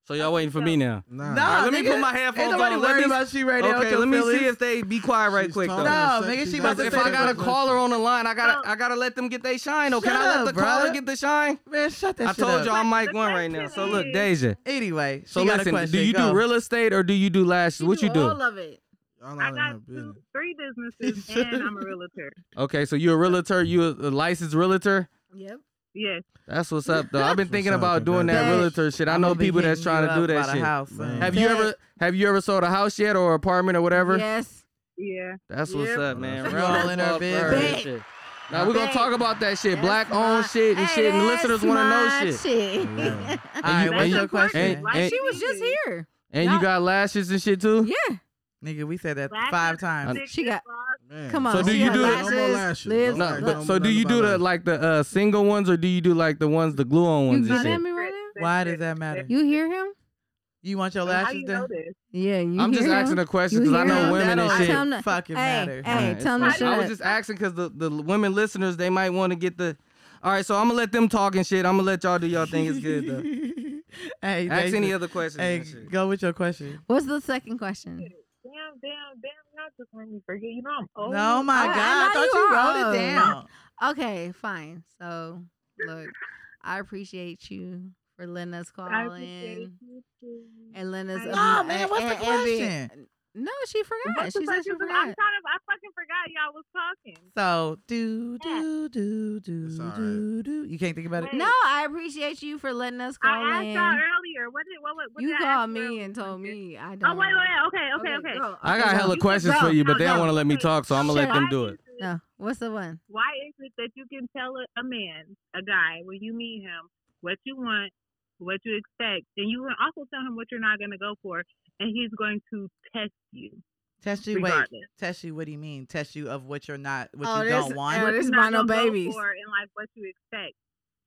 Speaker 3: So y'all waiting for me now?
Speaker 7: Nah.
Speaker 5: No,
Speaker 3: All right, let me
Speaker 5: Ah, nigga.
Speaker 3: put my
Speaker 5: Ain't
Speaker 3: headphones
Speaker 5: nobody
Speaker 3: on. Let
Speaker 5: worried
Speaker 3: me-
Speaker 5: about you right now. with
Speaker 3: okay,
Speaker 5: your
Speaker 3: let me
Speaker 5: feelings.
Speaker 3: see if they be quiet right
Speaker 7: She's
Speaker 3: quick
Speaker 7: talking.
Speaker 3: though.
Speaker 5: No,
Speaker 7: She's
Speaker 5: nigga, she
Speaker 7: talking.
Speaker 5: about
Speaker 3: Because
Speaker 5: to
Speaker 3: if
Speaker 5: say
Speaker 3: I
Speaker 5: that
Speaker 3: got a
Speaker 5: question.
Speaker 3: caller on the line, I gotta
Speaker 4: No.
Speaker 3: I gotta let them get they shine. though. Can
Speaker 5: Shut
Speaker 3: I let
Speaker 5: up,
Speaker 3: the
Speaker 5: bruh.
Speaker 3: caller get the shine?
Speaker 5: Man, shut that
Speaker 3: I
Speaker 5: shit
Speaker 3: told
Speaker 5: up.
Speaker 3: y'all I'm mic
Speaker 4: The
Speaker 3: one right now. So look, Deja.
Speaker 4: question
Speaker 5: Anyway,
Speaker 3: So
Speaker 5: she got a
Speaker 3: listen,
Speaker 5: question.
Speaker 3: do you
Speaker 5: Go.
Speaker 3: do real estate or do you do lashes?
Speaker 1: She
Speaker 3: What you do?
Speaker 1: All of it.
Speaker 7: Y'all
Speaker 4: I
Speaker 7: out in
Speaker 4: got
Speaker 7: her
Speaker 4: two,
Speaker 7: business.
Speaker 4: three businesses and I'm a realtor.
Speaker 3: Okay, so you a realtor, you a a licensed realtor?
Speaker 1: Yep.
Speaker 4: Yes.
Speaker 3: That's what's up though. I've been
Speaker 7: That's
Speaker 3: thinking
Speaker 7: what's up,
Speaker 3: about doing that
Speaker 5: congrats.
Speaker 3: realtor shit. I
Speaker 5: I'm
Speaker 3: know
Speaker 5: gonna be
Speaker 3: people that's
Speaker 5: hitting you
Speaker 3: trying to do that
Speaker 5: up about a
Speaker 3: shit.
Speaker 5: house soon.
Speaker 7: Man.
Speaker 3: Have you
Speaker 1: Bet.
Speaker 3: ever have you ever sold a house yet or apartment or whatever?
Speaker 1: Yes.
Speaker 4: Yeah.
Speaker 3: That's what's
Speaker 1: Yep.
Speaker 3: up, man.
Speaker 7: That's
Speaker 3: Round
Speaker 5: all
Speaker 3: of
Speaker 5: in our
Speaker 3: applause for her
Speaker 5: business.
Speaker 3: and
Speaker 1: Bet.
Speaker 3: shit. Now we're gonna
Speaker 1: Bet.
Speaker 3: talk about that shit.
Speaker 1: That's
Speaker 3: Black
Speaker 1: my-
Speaker 3: owned shit and
Speaker 1: Hey,
Speaker 3: shit, and
Speaker 1: that's
Speaker 3: listeners wanna know
Speaker 1: my
Speaker 3: shit.
Speaker 7: Yeah.
Speaker 5: All right,
Speaker 3: you-
Speaker 5: what's
Speaker 3: and
Speaker 5: your
Speaker 3: you-
Speaker 5: question?
Speaker 3: and- and-
Speaker 1: She was just here.
Speaker 3: And you
Speaker 1: Y'all-
Speaker 3: got lashes and shit too?
Speaker 1: Yeah.
Speaker 5: Nigga, we said that
Speaker 4: Black
Speaker 5: five
Speaker 4: is
Speaker 5: times.
Speaker 4: Six
Speaker 1: She got-
Speaker 4: o'clock.
Speaker 7: Man.
Speaker 1: Come on.
Speaker 3: So do
Speaker 1: she
Speaker 3: you
Speaker 1: got
Speaker 3: do-
Speaker 7: No more lashes.
Speaker 1: lashes? lips.
Speaker 3: No,
Speaker 7: Look,
Speaker 3: but-
Speaker 7: I'm
Speaker 3: so do
Speaker 7: nothing
Speaker 3: you do
Speaker 7: about
Speaker 3: the
Speaker 7: that.
Speaker 3: like the uh, single ones or do you do like the ones the glue on
Speaker 1: You
Speaker 3: ones
Speaker 1: got
Speaker 3: and
Speaker 1: at
Speaker 3: shit?
Speaker 1: me right now?
Speaker 5: Why does that matter?
Speaker 1: You hear him?
Speaker 5: You want your
Speaker 4: How
Speaker 5: lashes
Speaker 4: you know
Speaker 5: done?
Speaker 4: this?
Speaker 1: Yeah. You
Speaker 3: I'm just
Speaker 1: hear
Speaker 3: asking
Speaker 1: him?
Speaker 3: a question
Speaker 1: You
Speaker 3: because I
Speaker 1: hear
Speaker 3: know
Speaker 1: him?
Speaker 3: women
Speaker 5: That
Speaker 3: and
Speaker 5: don't
Speaker 3: shit.
Speaker 1: I tell him to-
Speaker 5: fucking
Speaker 1: hey,
Speaker 5: matter.
Speaker 1: hey,
Speaker 3: Alright,
Speaker 1: tell him
Speaker 3: it's
Speaker 1: to shut
Speaker 3: fine. I
Speaker 1: up.
Speaker 3: was just asking because the, the women listeners they might want to get the. All right, so I'm gonna let them talk and shit. I'm gonna let y'all do y'all thing. It's good though.
Speaker 5: hey,
Speaker 3: Ask
Speaker 5: Jason,
Speaker 3: any other questions.
Speaker 5: Hey,
Speaker 3: and shit.
Speaker 5: go with your question.
Speaker 1: What's the second question?
Speaker 4: Damn, damn, damn. Y'all just made me forget. You know I'm old.
Speaker 5: No, oh my
Speaker 1: I-
Speaker 5: God,
Speaker 1: I
Speaker 5: I,
Speaker 1: know you
Speaker 5: thought you
Speaker 1: are.
Speaker 5: wrote it down.
Speaker 1: Okay, fine. So, look, I appreciate you for letting us call
Speaker 4: I
Speaker 1: in
Speaker 4: appreciate you too.
Speaker 1: and letting us.
Speaker 4: No,
Speaker 5: man, what's the
Speaker 1: and- and be-
Speaker 5: question?
Speaker 1: No, she forgot.
Speaker 4: What's the
Speaker 1: She said
Speaker 4: fuck
Speaker 1: she
Speaker 4: you- I'm
Speaker 1: forgot.
Speaker 4: trying to. I fucking forgot y'all was talking.
Speaker 5: So do do do do do do. You can't think about it.
Speaker 1: No, I appreciate you for letting us call
Speaker 4: I asked
Speaker 1: in.
Speaker 4: y'all earlier. What did what, what, what
Speaker 1: you
Speaker 4: did I ask
Speaker 1: called me
Speaker 4: earlier?
Speaker 1: and told me I don't.
Speaker 4: Oh wait, wait, okay, okay, okay.
Speaker 1: go.
Speaker 3: I got hella questions for you, but they don't want to let me talk, so I'm gonna let them do it.
Speaker 1: No, what's the one?
Speaker 4: Why is it that you can tell a, a man, a guy, when you meet him, what you want, what you expect, and you can also tell him what you're not gonna go for, and he's going to test you.
Speaker 5: Test you. Wait.
Speaker 4: Regardless.
Speaker 5: Test you. What do you mean? Test you of what you're not. What
Speaker 1: Oh,
Speaker 5: you
Speaker 1: this-
Speaker 5: don't want.
Speaker 1: oh,
Speaker 4: What
Speaker 1: this
Speaker 4: you're not
Speaker 1: mono
Speaker 4: gonna go
Speaker 1: babies.
Speaker 4: for and like what you expect.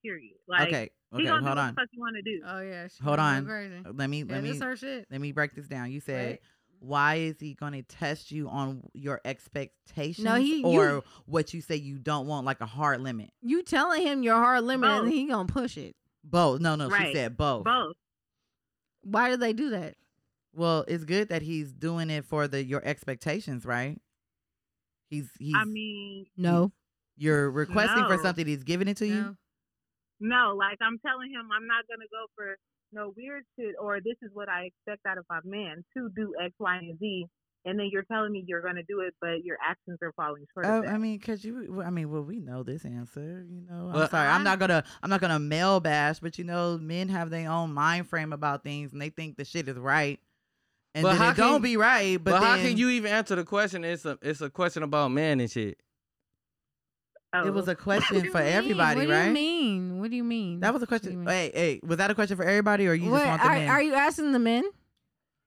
Speaker 4: Period. Like,
Speaker 5: Okay,
Speaker 4: he
Speaker 5: okay,
Speaker 4: gonna do
Speaker 5: hold
Speaker 4: what the
Speaker 5: on.
Speaker 4: fuck you want to do?
Speaker 1: Oh yeah. she
Speaker 5: Hold
Speaker 1: going
Speaker 5: on.
Speaker 1: Crazy.
Speaker 5: Let me.
Speaker 1: Yeah,
Speaker 5: Let
Speaker 1: this
Speaker 5: me.
Speaker 1: her shit.
Speaker 5: Let me break this down. You said.
Speaker 1: Wait.
Speaker 5: Why is he going to test you on your expectations
Speaker 1: he- you-
Speaker 5: or what you say you don't want, like a hard limit?
Speaker 1: You telling him your hard limit and
Speaker 4: Both.
Speaker 1: he gonna push it.
Speaker 5: Both. No, no, she
Speaker 4: Right.
Speaker 5: said both.
Speaker 4: Both.
Speaker 1: Why do they do that?
Speaker 5: Well, it's good that he's doing it for the your expectations, right? He's he's
Speaker 4: I mean,
Speaker 1: No.
Speaker 5: you're requesting for
Speaker 4: No.
Speaker 5: something. He's giving it to you.
Speaker 1: No.
Speaker 4: No, like I'm telling him I'm not gonna go for no weird shit or this is what I expect out of my man to do X, Y, and Z, and then you're telling me you're gonna do it, but your actions are falling short.
Speaker 5: Oh,
Speaker 4: of that.
Speaker 5: I mean, cause you, well, I mean, well, we know this answer, you know. I'm
Speaker 3: Well-
Speaker 5: sorry, I'm not gonna, I'm not gonna male bash, but you know, men have their own mind frame about things, and they think the shit is right, and
Speaker 3: But
Speaker 5: then
Speaker 3: how
Speaker 5: it don't
Speaker 3: can-
Speaker 5: be right.
Speaker 3: But,
Speaker 5: But,
Speaker 3: how
Speaker 5: then
Speaker 3: can you even answer the question? It's a it's a question about man and shit.
Speaker 4: oh.
Speaker 5: It was a question
Speaker 1: What
Speaker 5: for
Speaker 1: do you mean?
Speaker 5: everybody,
Speaker 1: what
Speaker 5: right?
Speaker 1: do you mean? What do you mean?
Speaker 5: That was a
Speaker 1: What do you
Speaker 5: question.
Speaker 1: mean?
Speaker 5: Hey, hey, was that a question for everybody, or you
Speaker 1: What-
Speaker 5: just want the
Speaker 1: are,
Speaker 5: men?
Speaker 1: are you asking the men?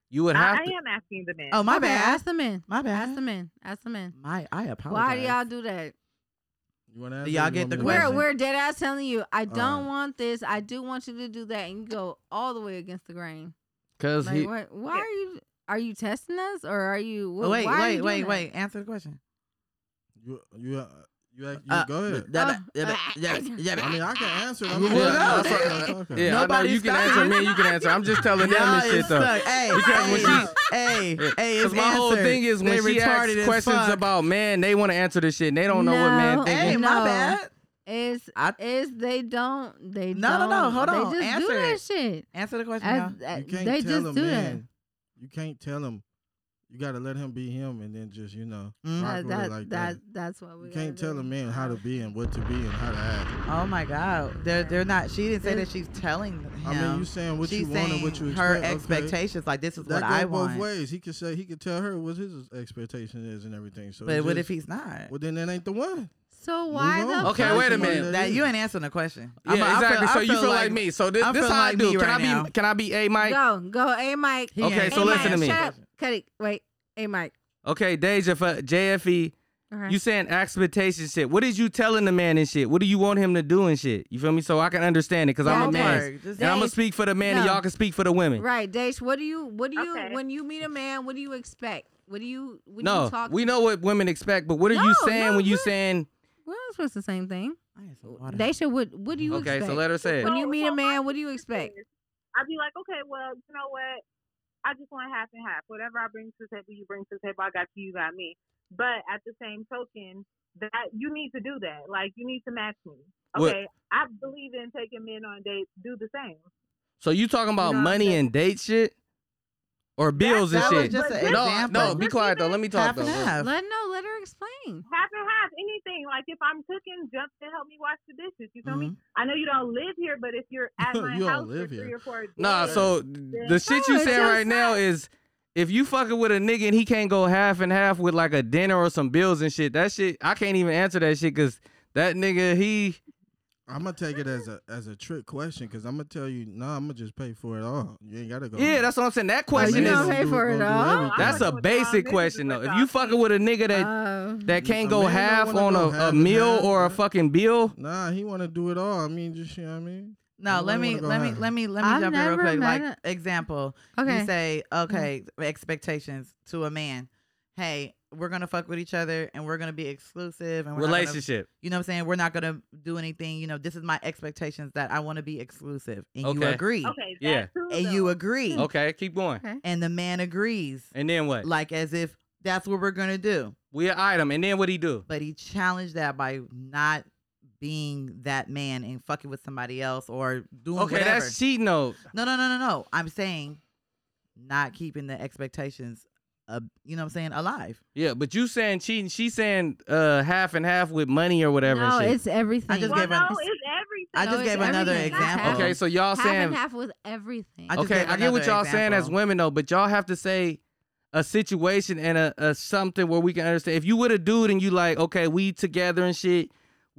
Speaker 3: You would
Speaker 4: I,
Speaker 3: have
Speaker 4: I
Speaker 3: to.
Speaker 4: am asking the man.
Speaker 5: oh, my
Speaker 1: Okay,
Speaker 5: bad. Uh-huh.
Speaker 1: Ask the men.
Speaker 5: My bad.
Speaker 1: Ask the men. Ask the men.
Speaker 5: My, I apologize.
Speaker 1: Why do y'all do that?
Speaker 7: You want to
Speaker 5: Do y'all get the
Speaker 1: We're
Speaker 5: question?
Speaker 1: we're dead ass telling you, I don't
Speaker 7: right.
Speaker 1: want this. I do want you to do that, and you go all the way against the grain.
Speaker 3: Cause
Speaker 1: Like,
Speaker 3: he,
Speaker 1: what, why are you are you testing us or are you?
Speaker 5: Oh,
Speaker 1: Wh-
Speaker 5: wait,
Speaker 1: why are
Speaker 5: wait,
Speaker 1: you
Speaker 5: wait,
Speaker 1: doing
Speaker 5: wait. Answer the question.
Speaker 7: You you uh, you, act- you
Speaker 5: Uh,
Speaker 7: go ahead.
Speaker 5: yeah,
Speaker 1: Oh.
Speaker 5: but- yeah, but- yeah, but- yeah, but-
Speaker 7: I mean, I can answer. it. I'm
Speaker 5: Well,
Speaker 7: just-
Speaker 5: no,
Speaker 7: that's what
Speaker 5: they-
Speaker 7: I'm talking.
Speaker 3: yeah, I know
Speaker 5: Nobody
Speaker 3: you can
Speaker 5: stopped
Speaker 3: answer
Speaker 5: you.
Speaker 3: me. You can answer. I'm just telling them
Speaker 5: Y'all
Speaker 3: this shit
Speaker 5: is
Speaker 3: though.
Speaker 5: stuck. Hey,
Speaker 3: Because when
Speaker 5: hey, hey, hey,
Speaker 3: Because
Speaker 5: it's
Speaker 3: my whole
Speaker 5: answered.
Speaker 3: thing is
Speaker 5: They
Speaker 3: when she asks
Speaker 5: retarded as
Speaker 3: questions
Speaker 5: fuck.
Speaker 3: about man, they want to answer this shit. And they don't know what
Speaker 1: No.
Speaker 3: man
Speaker 5: Hey,
Speaker 3: thinking.
Speaker 5: my
Speaker 1: No.
Speaker 5: bad.
Speaker 1: that? Is
Speaker 5: I-
Speaker 1: is they don't they
Speaker 5: No, no,
Speaker 1: don't,
Speaker 5: no, hold on.
Speaker 1: They just do
Speaker 5: Answer
Speaker 1: that
Speaker 5: it.
Speaker 1: shit.
Speaker 5: Answer the question.
Speaker 1: As-
Speaker 5: y'all.
Speaker 1: uh,
Speaker 7: You can't
Speaker 1: they
Speaker 7: tell
Speaker 1: just
Speaker 7: him
Speaker 1: do that.
Speaker 7: then. You can't tell him. You got to let him be him, and then just you know
Speaker 5: Mm.
Speaker 7: rock
Speaker 1: That,
Speaker 7: with
Speaker 1: that,
Speaker 7: it like that.
Speaker 1: that, that's what we
Speaker 7: You
Speaker 1: gotta
Speaker 7: can't tell
Speaker 1: do.
Speaker 7: a man how to be and what to be and how to act.
Speaker 5: Oh my God, they're they're not. She didn't say that she's telling him.
Speaker 7: I mean, you saying what
Speaker 5: she's
Speaker 7: you want and what
Speaker 5: saying
Speaker 7: you expect.
Speaker 5: her
Speaker 7: okay.
Speaker 5: expectations. Like this is
Speaker 7: That
Speaker 5: what I
Speaker 7: go both
Speaker 5: want.
Speaker 7: ways. He could say he could tell her what his expectation is and everything. So
Speaker 5: But
Speaker 7: it's
Speaker 5: what
Speaker 7: just-
Speaker 5: if he's not?
Speaker 7: Well, then that ain't the one.
Speaker 1: So why
Speaker 7: on.
Speaker 1: the
Speaker 3: Okay,
Speaker 1: fuck
Speaker 3: wait a
Speaker 1: you-
Speaker 3: minute.
Speaker 5: That you ain't answering the question.
Speaker 3: Yeah,
Speaker 5: I'm a- I
Speaker 3: exactly.
Speaker 5: feel- I
Speaker 3: so you feel like, me. So this,
Speaker 5: I'm
Speaker 3: this
Speaker 5: feeling
Speaker 3: how I
Speaker 5: like
Speaker 3: do.
Speaker 5: me
Speaker 3: Can
Speaker 5: right
Speaker 3: I be?
Speaker 5: now.
Speaker 3: Can I be a Mike?
Speaker 1: Go go, a Mike.
Speaker 5: He
Speaker 3: Okay,
Speaker 5: ain't
Speaker 3: so
Speaker 1: a
Speaker 3: listen
Speaker 1: Mike,
Speaker 3: to me.
Speaker 1: Shut up. Cut it. Wait, a Mike.
Speaker 3: Okay, Deja for JFE.
Speaker 1: Okay.
Speaker 3: You saying expectation shit. What is you telling the man and shit? What do you want him to do and shit? You feel me? So I can understand it because I'm
Speaker 1: That
Speaker 3: a man.
Speaker 5: Homework. Just-
Speaker 3: And I'm gonna
Speaker 1: Dej,
Speaker 3: speak for the man, and
Speaker 1: no.
Speaker 3: y'all can speak for the women.
Speaker 1: Right, Dash. What do you? What do you?
Speaker 4: Okay.
Speaker 1: When you meet a man, what do you expect? What do you? What do you
Speaker 3: No,
Speaker 1: talk
Speaker 3: we know what women expect, but what are
Speaker 1: No,
Speaker 3: you saying
Speaker 1: no,
Speaker 3: when you
Speaker 1: we're-
Speaker 3: saying?
Speaker 1: We're not supposed to the same thing.
Speaker 5: I need some water.
Speaker 1: Daisha, what? What do you
Speaker 3: Okay,
Speaker 1: expect?
Speaker 3: so let her say it.
Speaker 1: When you meet a
Speaker 4: Well,
Speaker 1: man,
Speaker 4: my
Speaker 1: what do you
Speaker 4: thing
Speaker 1: expect?
Speaker 4: is, I'd be like, okay, well, you know what? I just want half and half. Whatever I bring to the table, you bring to the table. I got you, you got me. But at the same token, that you need to do that. Like you need to match me.
Speaker 3: What-
Speaker 4: Okay, I believe in taking men on dates. Do the same.
Speaker 3: So you talking about
Speaker 4: No,
Speaker 3: money
Speaker 4: that-
Speaker 3: and date shit, or bills
Speaker 5: that
Speaker 3: and
Speaker 5: was
Speaker 3: shit?
Speaker 5: just
Speaker 4: But
Speaker 5: an
Speaker 4: this-
Speaker 3: no,
Speaker 5: example.
Speaker 3: no. Be
Speaker 4: This
Speaker 3: quiet
Speaker 4: even-
Speaker 3: though. Let me talk
Speaker 5: half
Speaker 3: though.
Speaker 5: and
Speaker 3: bro.
Speaker 5: half.
Speaker 1: Let no, let her explain.
Speaker 4: half and half, anything. Like if I'm cooking, jump to help me wash the dishes. You feel me? I know you don't live here, but if you're at my
Speaker 7: You don't
Speaker 4: house
Speaker 7: live
Speaker 4: for three
Speaker 7: here.
Speaker 4: or four days,
Speaker 3: Nah, so the shit you
Speaker 1: it's
Speaker 3: saying
Speaker 1: just
Speaker 3: right now is if you fucking with a nigga and he can't go half and half with like a dinner or some bills and shit, that shit I can't even answer that shit because that nigga he
Speaker 7: I'm gonna take it as a as a trick question because I'm gonna tell you, nah, I'm gonna just pay for it all. You ain't gotta go.
Speaker 3: yeah, that's what I'm saying. That question
Speaker 1: you
Speaker 3: is
Speaker 1: don't pay for it all?
Speaker 3: that's a basic question though. If you fucking with a nigga that
Speaker 1: Uh,
Speaker 3: that can't
Speaker 7: A
Speaker 3: go
Speaker 7: man don't
Speaker 3: half
Speaker 7: wanna
Speaker 3: on
Speaker 7: go
Speaker 3: a,
Speaker 7: half
Speaker 3: a
Speaker 7: and
Speaker 3: meal
Speaker 7: half,
Speaker 3: or a
Speaker 7: bro.
Speaker 3: fucking bill,
Speaker 7: Nah, he wanna do it all. I mean, just you know what I mean.
Speaker 5: No,
Speaker 7: Nobody
Speaker 5: let me
Speaker 7: wanna go
Speaker 5: let me
Speaker 7: high.
Speaker 5: let me let me
Speaker 1: I've
Speaker 5: jump in real
Speaker 1: never
Speaker 5: quick.
Speaker 1: met
Speaker 5: Like example,
Speaker 1: okay. Mm-hmm.
Speaker 5: you say okay expectations to a man. Hey, we're gonna fuck with each other and we're gonna be exclusive and we're not gonna-
Speaker 3: relationship.
Speaker 5: you know what I'm saying? We're not gonna do anything. You know, this is my expectations that I want to be exclusive, and you
Speaker 3: Okay.
Speaker 5: agree,
Speaker 4: Okay, that
Speaker 3: Yeah.
Speaker 4: too,
Speaker 5: and
Speaker 4: though.
Speaker 5: you agree,
Speaker 3: Okay, keep going.
Speaker 1: Okay.
Speaker 5: and the man agrees,
Speaker 3: And then what?
Speaker 5: like as if that's what we're gonna do.
Speaker 3: We an item. And then what he do?
Speaker 5: But he challenged that by not being that man and fucking with somebody else or doing
Speaker 3: Okay,
Speaker 5: whatever.
Speaker 3: that's cheating though.
Speaker 5: No, no, no, no, no. I'm saying not keeping the expectations uh, you know what I'm saying, alive.
Speaker 3: Yeah, but you saying cheating? She saying uh half and half with money or whatever. and
Speaker 1: No,
Speaker 3: shit.
Speaker 1: it's everything.
Speaker 5: I just
Speaker 4: Well,
Speaker 5: gave
Speaker 4: no,
Speaker 5: an,
Speaker 4: it's everything.
Speaker 5: I just
Speaker 1: it's
Speaker 5: gave another
Speaker 1: everything. It's
Speaker 5: example.
Speaker 1: half-
Speaker 3: okay. So y'all
Speaker 1: half
Speaker 3: saying
Speaker 1: and half with everything.
Speaker 5: I just
Speaker 3: okay?
Speaker 5: gave
Speaker 3: I get what
Speaker 5: another
Speaker 3: y'all saying as
Speaker 5: example.
Speaker 3: women though, but y'all have to say a situation and a, a something where we can understand. If you with a dude and you like, okay, we together and shit.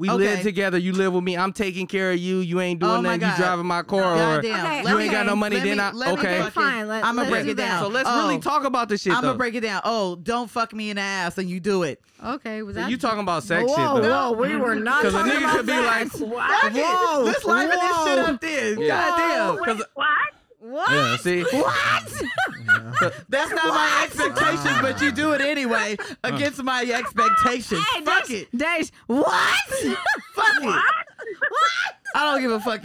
Speaker 3: We live
Speaker 5: Okay.
Speaker 3: together. You live with me. I'm taking care of you. you ain't doing
Speaker 5: Oh my
Speaker 3: nothing. You
Speaker 5: God.
Speaker 3: driving my car. or,
Speaker 5: Goddamn.
Speaker 1: Okay,
Speaker 5: Let
Speaker 3: you
Speaker 5: me-
Speaker 3: ain't got no money,
Speaker 5: let
Speaker 3: then
Speaker 5: me-
Speaker 3: I-
Speaker 5: let me
Speaker 3: okay.
Speaker 5: fucking-
Speaker 1: Fine, let-
Speaker 5: I'ma
Speaker 1: let's
Speaker 5: break
Speaker 1: do
Speaker 5: it
Speaker 1: that.
Speaker 5: down.
Speaker 3: So let's
Speaker 5: Oh.
Speaker 3: really talk about this shit.
Speaker 5: I'm
Speaker 3: though.
Speaker 5: gonna break it down. Oh, don't fuck me in the ass, and you do it.
Speaker 1: Okay, was
Speaker 3: So
Speaker 1: that
Speaker 3: you talking about sex
Speaker 10: whoa,
Speaker 3: shit though?
Speaker 10: whoa, we were not
Speaker 3: 'Cause a
Speaker 10: talking
Speaker 3: nigga
Speaker 10: about
Speaker 3: could be
Speaker 10: sex.
Speaker 3: like,
Speaker 10: what?
Speaker 5: Whoa, Let's liven this shit up then.
Speaker 3: Yeah.
Speaker 5: Goddamn.
Speaker 4: Wait,
Speaker 3: 'Cause-
Speaker 4: what?
Speaker 10: What?
Speaker 3: Yeah, see?
Speaker 5: That's not my expectation, but you do it anyway against my expectations.
Speaker 10: Hey,
Speaker 5: fuck
Speaker 10: Dash-
Speaker 5: it.
Speaker 10: Dash, what?
Speaker 5: Fuck it. I don't give a fuck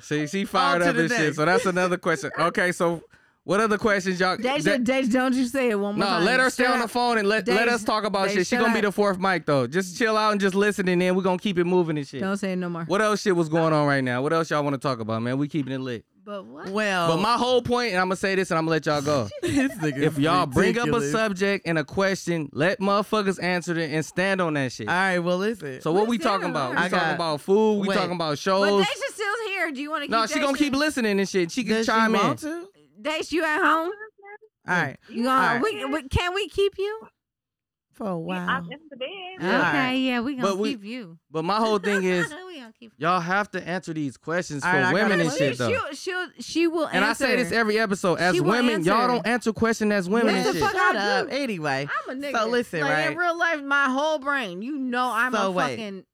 Speaker 3: So, see, she fired
Speaker 5: to
Speaker 3: up
Speaker 5: the
Speaker 3: and shit.
Speaker 5: next.
Speaker 3: So that's another question. Okay, so what other questions y'all?
Speaker 10: Dash,
Speaker 3: that-
Speaker 10: Dash, don't you say it one more
Speaker 3: no,
Speaker 10: time.
Speaker 3: let her stay
Speaker 10: Shut
Speaker 3: on the
Speaker 10: up.
Speaker 3: phone and let let
Speaker 10: Days-
Speaker 3: us talk about
Speaker 10: days,
Speaker 3: shit. She
Speaker 10: shut
Speaker 3: gonna be
Speaker 10: up.
Speaker 3: the fourth mic though. Just chill out and just listen, and then we gonna keep it moving and shit.
Speaker 10: Don't say it no more.
Speaker 3: What else shit was going on right now? What else y'all want to talk about, man? We keeping it lit.
Speaker 1: But what?
Speaker 5: Well,
Speaker 3: But my whole point, and I'm gonna say this, and I'm gonna let y'all go. if y'all bring up a
Speaker 5: ridiculous.
Speaker 3: subject and a question, let motherfuckers answer it and stand on that shit.
Speaker 5: all right, well, listen.
Speaker 3: So what we
Speaker 1: Listen,
Speaker 3: talking about? We
Speaker 5: I
Speaker 3: talking
Speaker 5: got-
Speaker 3: about food. We
Speaker 5: Wait.
Speaker 3: talking about
Speaker 5: Oh,
Speaker 10: But
Speaker 3: shows.
Speaker 10: Dash is still here. Do you want to keep
Speaker 3: No, she gonna
Speaker 10: Daisha-
Speaker 3: keep listening and shit. She can
Speaker 5: Does she
Speaker 3: chime in.
Speaker 5: want to? All
Speaker 10: Dash, you at home?
Speaker 5: right.
Speaker 10: You gonna,
Speaker 5: All right.
Speaker 10: we, we, can we keep you?
Speaker 5: For a
Speaker 4: I'm
Speaker 5: while.
Speaker 4: in the bed.
Speaker 1: okay,
Speaker 5: All right.
Speaker 1: yeah, we gonna
Speaker 3: But we-
Speaker 1: keep you.
Speaker 3: But my whole thing is
Speaker 1: we gonna keep.
Speaker 3: y'all have to answer these questions
Speaker 5: All
Speaker 3: for
Speaker 5: right, I got
Speaker 3: women
Speaker 5: it.
Speaker 3: and
Speaker 5: Well,
Speaker 3: shit though.
Speaker 10: She'll, she'll, she will
Speaker 3: and I
Speaker 10: answer.
Speaker 3: say this every episode. As
Speaker 10: She will
Speaker 3: women, y'all
Speaker 10: answer.
Speaker 3: don't answer questions as women
Speaker 1: What
Speaker 3: and
Speaker 1: the
Speaker 3: shit.
Speaker 1: fuck
Speaker 5: Shut
Speaker 1: I
Speaker 5: up.
Speaker 1: do?
Speaker 5: Anyway.
Speaker 1: I'm a nigga.
Speaker 5: So listen,
Speaker 1: like
Speaker 5: right?
Speaker 1: in real life, my whole brain. You know, I'm
Speaker 5: So
Speaker 1: a
Speaker 5: wait.
Speaker 1: fucking.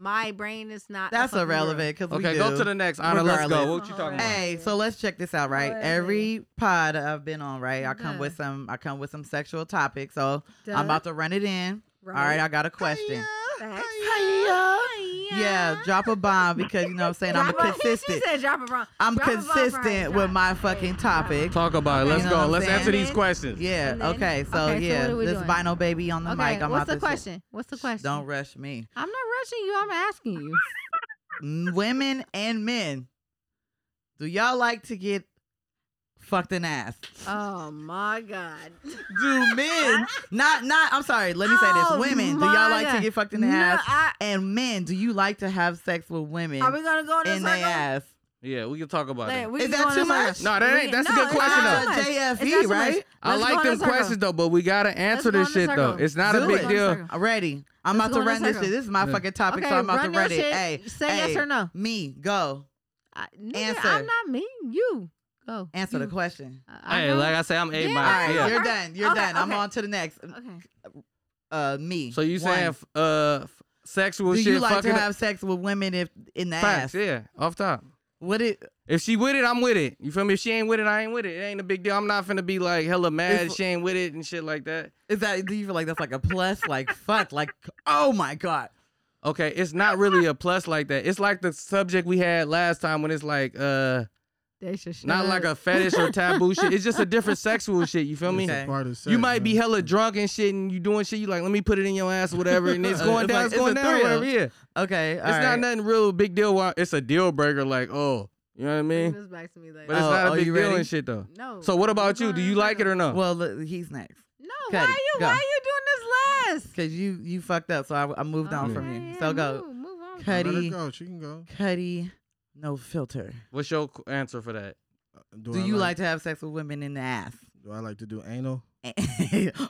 Speaker 1: My brain is not. a
Speaker 5: That's
Speaker 1: fucking real.
Speaker 5: irrelevant because we
Speaker 3: Okay,
Speaker 5: do.
Speaker 3: go to the next. Anna, let's go.
Speaker 5: Regardless.
Speaker 3: What you talking about?
Speaker 5: Hey, so let's check this out, right?
Speaker 1: Go ahead.
Speaker 5: Every pod I've been on, right? I come
Speaker 1: Yeah.
Speaker 5: with some. I come with some sexual topics. So
Speaker 1: Duh.
Speaker 5: I'm about to run it in. All right, I got a question.
Speaker 1: Facts.
Speaker 5: Yeah, drop a bomb because you know what I'm saying I'm
Speaker 10: Drop a- She
Speaker 5: consistent.
Speaker 10: said drop a bomb.
Speaker 5: I'm
Speaker 10: Drop a bomb for her.
Speaker 5: consistent with
Speaker 10: Drop-
Speaker 5: my fucking topic.
Speaker 3: Talk about it. Let's
Speaker 5: You know what
Speaker 3: go.
Speaker 5: I'm
Speaker 3: Let's
Speaker 5: saying?
Speaker 3: answer these
Speaker 1: Then-
Speaker 3: questions.
Speaker 5: Yeah.
Speaker 1: And then-
Speaker 5: okay. So
Speaker 1: okay, so
Speaker 5: yeah,
Speaker 1: what are we
Speaker 5: this
Speaker 1: doing?
Speaker 5: vinyl baby on the
Speaker 1: Okay,
Speaker 5: mic. I'm
Speaker 1: what's
Speaker 5: out
Speaker 1: the
Speaker 5: this-
Speaker 1: question? What's the question?
Speaker 5: Don't rush me.
Speaker 1: I'm not rushing you. I'm asking you.
Speaker 5: Mm, Women and men, do y'all like to get fucked in the ass?
Speaker 1: Oh my god.
Speaker 5: do men not not? I'm sorry. Let me say this.
Speaker 1: Oh,
Speaker 5: Women, do
Speaker 1: my
Speaker 5: y'all like to
Speaker 1: God.
Speaker 5: get fucked in the
Speaker 1: No,
Speaker 5: ass?
Speaker 1: I-
Speaker 5: and men, do you like to have sex with women
Speaker 10: Are we gonna go in a
Speaker 5: in their
Speaker 10: circle?
Speaker 5: ass?
Speaker 3: Yeah, we can talk about
Speaker 10: Like,
Speaker 3: that.
Speaker 10: we
Speaker 5: Is
Speaker 10: can
Speaker 5: that
Speaker 10: go in a
Speaker 5: too
Speaker 10: circle.
Speaker 5: much?
Speaker 3: No, that ain't- that's a
Speaker 10: No,
Speaker 3: good
Speaker 10: it's not
Speaker 3: question, though.
Speaker 10: too much. It's
Speaker 5: JFE,
Speaker 10: not too much.
Speaker 5: right?
Speaker 3: I
Speaker 10: Let's go
Speaker 3: like
Speaker 10: in a
Speaker 3: them
Speaker 10: circle.
Speaker 3: questions though, but we gotta answer
Speaker 1: go
Speaker 3: this
Speaker 1: in a
Speaker 3: shit though.
Speaker 1: circle.
Speaker 3: It's not a
Speaker 5: Do
Speaker 3: big
Speaker 5: it.
Speaker 3: deal.
Speaker 5: I'm ready. I'm
Speaker 1: Let's
Speaker 5: about
Speaker 1: go
Speaker 5: to
Speaker 1: in a
Speaker 5: run this
Speaker 1: circle.
Speaker 5: shit. This is my fucking topic,
Speaker 1: Okay,
Speaker 5: so I'm about
Speaker 1: run
Speaker 5: to
Speaker 1: your
Speaker 5: run it.
Speaker 1: shit.
Speaker 5: Hey,
Speaker 1: Say yes
Speaker 5: hey,
Speaker 1: or no.
Speaker 5: Me, go.
Speaker 1: I, nigga,
Speaker 5: Answer.
Speaker 1: I'm not me. You go.
Speaker 5: Answer
Speaker 1: you.
Speaker 5: the question.
Speaker 1: I- I
Speaker 3: Hey,
Speaker 1: know.
Speaker 3: like I say, I'm eight
Speaker 1: Yeah.
Speaker 5: All
Speaker 3: miles.
Speaker 5: right,
Speaker 3: Yeah.
Speaker 5: you're done. You're
Speaker 1: Okay,
Speaker 5: done. I'm
Speaker 1: okay.
Speaker 5: on to the next.
Speaker 1: Okay.
Speaker 5: Uh, me.
Speaker 3: So you saying
Speaker 5: One.
Speaker 3: f- uh f- sexual
Speaker 5: do
Speaker 3: shit?
Speaker 5: you like
Speaker 3: fucking
Speaker 5: to have sex with women if in the
Speaker 3: facts?
Speaker 5: ass?
Speaker 3: Yeah, off top.
Speaker 5: What it?
Speaker 3: If she with it, I'm with it. You feel me? If she ain't with it, I ain't with it. It ain't a big deal. I'm not finna be like hella mad
Speaker 5: If-
Speaker 3: she ain't with it and shit like that.
Speaker 5: Is that? Do you feel like that's like a plus? Like fuck? Like oh my god.
Speaker 3: Okay, it's not really a plus like that. It's like the subject we had last time when it's like uh
Speaker 1: They should shut
Speaker 3: not
Speaker 1: up.
Speaker 3: like a fetish or taboo shit. It's just a different sexual shit, you feel me?
Speaker 5: Okay.
Speaker 7: Part of
Speaker 3: You
Speaker 7: sex,
Speaker 3: might be
Speaker 7: man.
Speaker 3: hella drunk and shit and you doing shit, you like, let me put it in your ass or whatever, and it's
Speaker 5: It's
Speaker 3: going down,
Speaker 5: like-
Speaker 3: it's
Speaker 5: it's
Speaker 3: going
Speaker 5: a
Speaker 3: down,
Speaker 5: thrill.
Speaker 3: whatever, yeah.
Speaker 5: Okay.
Speaker 3: It's not nothing real big deal. Why it's a deal breaker, like, oh, you know what I
Speaker 1: Bring
Speaker 3: mean?
Speaker 1: this back to me later.
Speaker 3: But it's
Speaker 5: Oh,
Speaker 3: not a
Speaker 5: oh,
Speaker 3: big
Speaker 5: you
Speaker 3: deal
Speaker 5: ready?
Speaker 3: and shit though.
Speaker 1: no.
Speaker 3: So what about you? Do you like it or no?
Speaker 5: Well, look, he's next.
Speaker 1: No.
Speaker 5: Cut
Speaker 1: why
Speaker 5: it.
Speaker 1: are you?
Speaker 5: Go.
Speaker 1: Why are you doing this last?
Speaker 5: Cause you you fucked up, so I, I moved on from
Speaker 1: Okay,
Speaker 5: you.
Speaker 1: yeah,
Speaker 5: So go,
Speaker 1: Move, move on.
Speaker 5: Cut
Speaker 7: Let her
Speaker 5: Cuddy.
Speaker 7: go. She can go.
Speaker 5: Cuddy, no filter.
Speaker 3: What's your qu- answer for that?
Speaker 7: Uh,
Speaker 5: Do you like to have sex with women in the ass?
Speaker 7: Do I like to do anal?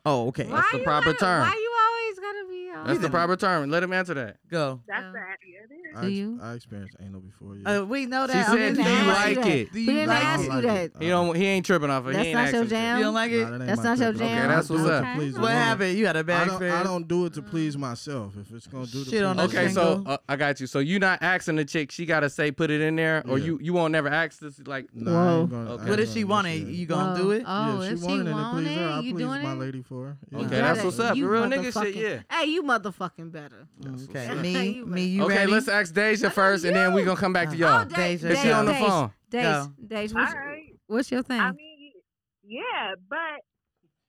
Speaker 5: oh, okay.
Speaker 1: Why
Speaker 3: the
Speaker 1: you
Speaker 3: proper
Speaker 1: gotta-
Speaker 3: term.
Speaker 1: Why you always gotta be? all-
Speaker 3: That's the proper term. Let him answer that.
Speaker 5: Go.
Speaker 4: That's
Speaker 1: Yeah.
Speaker 4: the idea. there.
Speaker 7: I,
Speaker 1: Do
Speaker 7: ex-
Speaker 1: you?
Speaker 7: I experienced anal before.
Speaker 3: Oh,
Speaker 7: Yeah.
Speaker 5: Uh, we know
Speaker 3: She
Speaker 5: that. I'm
Speaker 3: said,
Speaker 5: just
Speaker 3: "Do you
Speaker 5: asking.
Speaker 1: ask you
Speaker 3: like
Speaker 1: that.
Speaker 3: it?"
Speaker 5: Do
Speaker 1: We
Speaker 5: you
Speaker 1: didn't
Speaker 5: like
Speaker 1: ask
Speaker 5: it?
Speaker 1: you that.
Speaker 3: He
Speaker 5: Uh-huh.
Speaker 3: don't. He ain't tripping off it.
Speaker 1: That's
Speaker 3: he ain't
Speaker 1: not your
Speaker 3: asking shit.
Speaker 1: jam?
Speaker 5: You don't like it?
Speaker 7: Nah, Uh, that ain't
Speaker 1: That's
Speaker 7: my
Speaker 1: not your
Speaker 7: type of-
Speaker 1: jam.
Speaker 3: Okay, that's what's
Speaker 7: I don't do it
Speaker 3: up.
Speaker 7: to please a
Speaker 5: what
Speaker 7: woman.
Speaker 5: happened? You had a
Speaker 7: I
Speaker 5: bad
Speaker 7: don't, I
Speaker 5: experience.
Speaker 7: don't do it to please myself. If it's gonna do to
Speaker 5: Shit
Speaker 7: please
Speaker 5: on the
Speaker 3: Okay,
Speaker 7: myself,
Speaker 3: so
Speaker 5: Single.
Speaker 3: uh, I got you. So you not asking the chick, she gotta say put it in there, or
Speaker 7: Yeah.
Speaker 3: you you won't never ask this. Like,
Speaker 7: Nah, I ain't
Speaker 1: Whoa.
Speaker 7: gonna- I
Speaker 3: Okay.
Speaker 7: ain't
Speaker 5: What if
Speaker 7: gonna
Speaker 5: she
Speaker 7: do
Speaker 5: want it?
Speaker 7: shit.
Speaker 5: You gonna
Speaker 1: Whoa.
Speaker 5: do it?
Speaker 1: Oh,
Speaker 7: yeah,
Speaker 1: if she,
Speaker 7: she wanted it to
Speaker 1: want
Speaker 7: please
Speaker 1: it,
Speaker 7: her. I
Speaker 1: you
Speaker 7: pleased
Speaker 1: doing
Speaker 7: my
Speaker 1: it?
Speaker 7: lady for her. Yeah.
Speaker 3: okay,
Speaker 1: You
Speaker 3: that's
Speaker 1: gotta-
Speaker 3: what's up.
Speaker 1: you
Speaker 3: Real nigga shit,
Speaker 1: motherfucking-
Speaker 3: yeah.
Speaker 1: Hey, you motherfucking better.
Speaker 5: Okay.
Speaker 3: what's up.
Speaker 5: Me,
Speaker 1: You
Speaker 5: me, you
Speaker 3: okay,
Speaker 5: ready?
Speaker 3: let's ask Deja first, and then we gonna come back to y'all.
Speaker 5: Oh, Deja,
Speaker 3: Is she on the
Speaker 1: Deja.
Speaker 3: phone?
Speaker 1: Days,
Speaker 5: Go.
Speaker 1: Days,
Speaker 4: All
Speaker 1: what's,
Speaker 4: right.
Speaker 1: what's your thing?
Speaker 4: I mean, yeah, but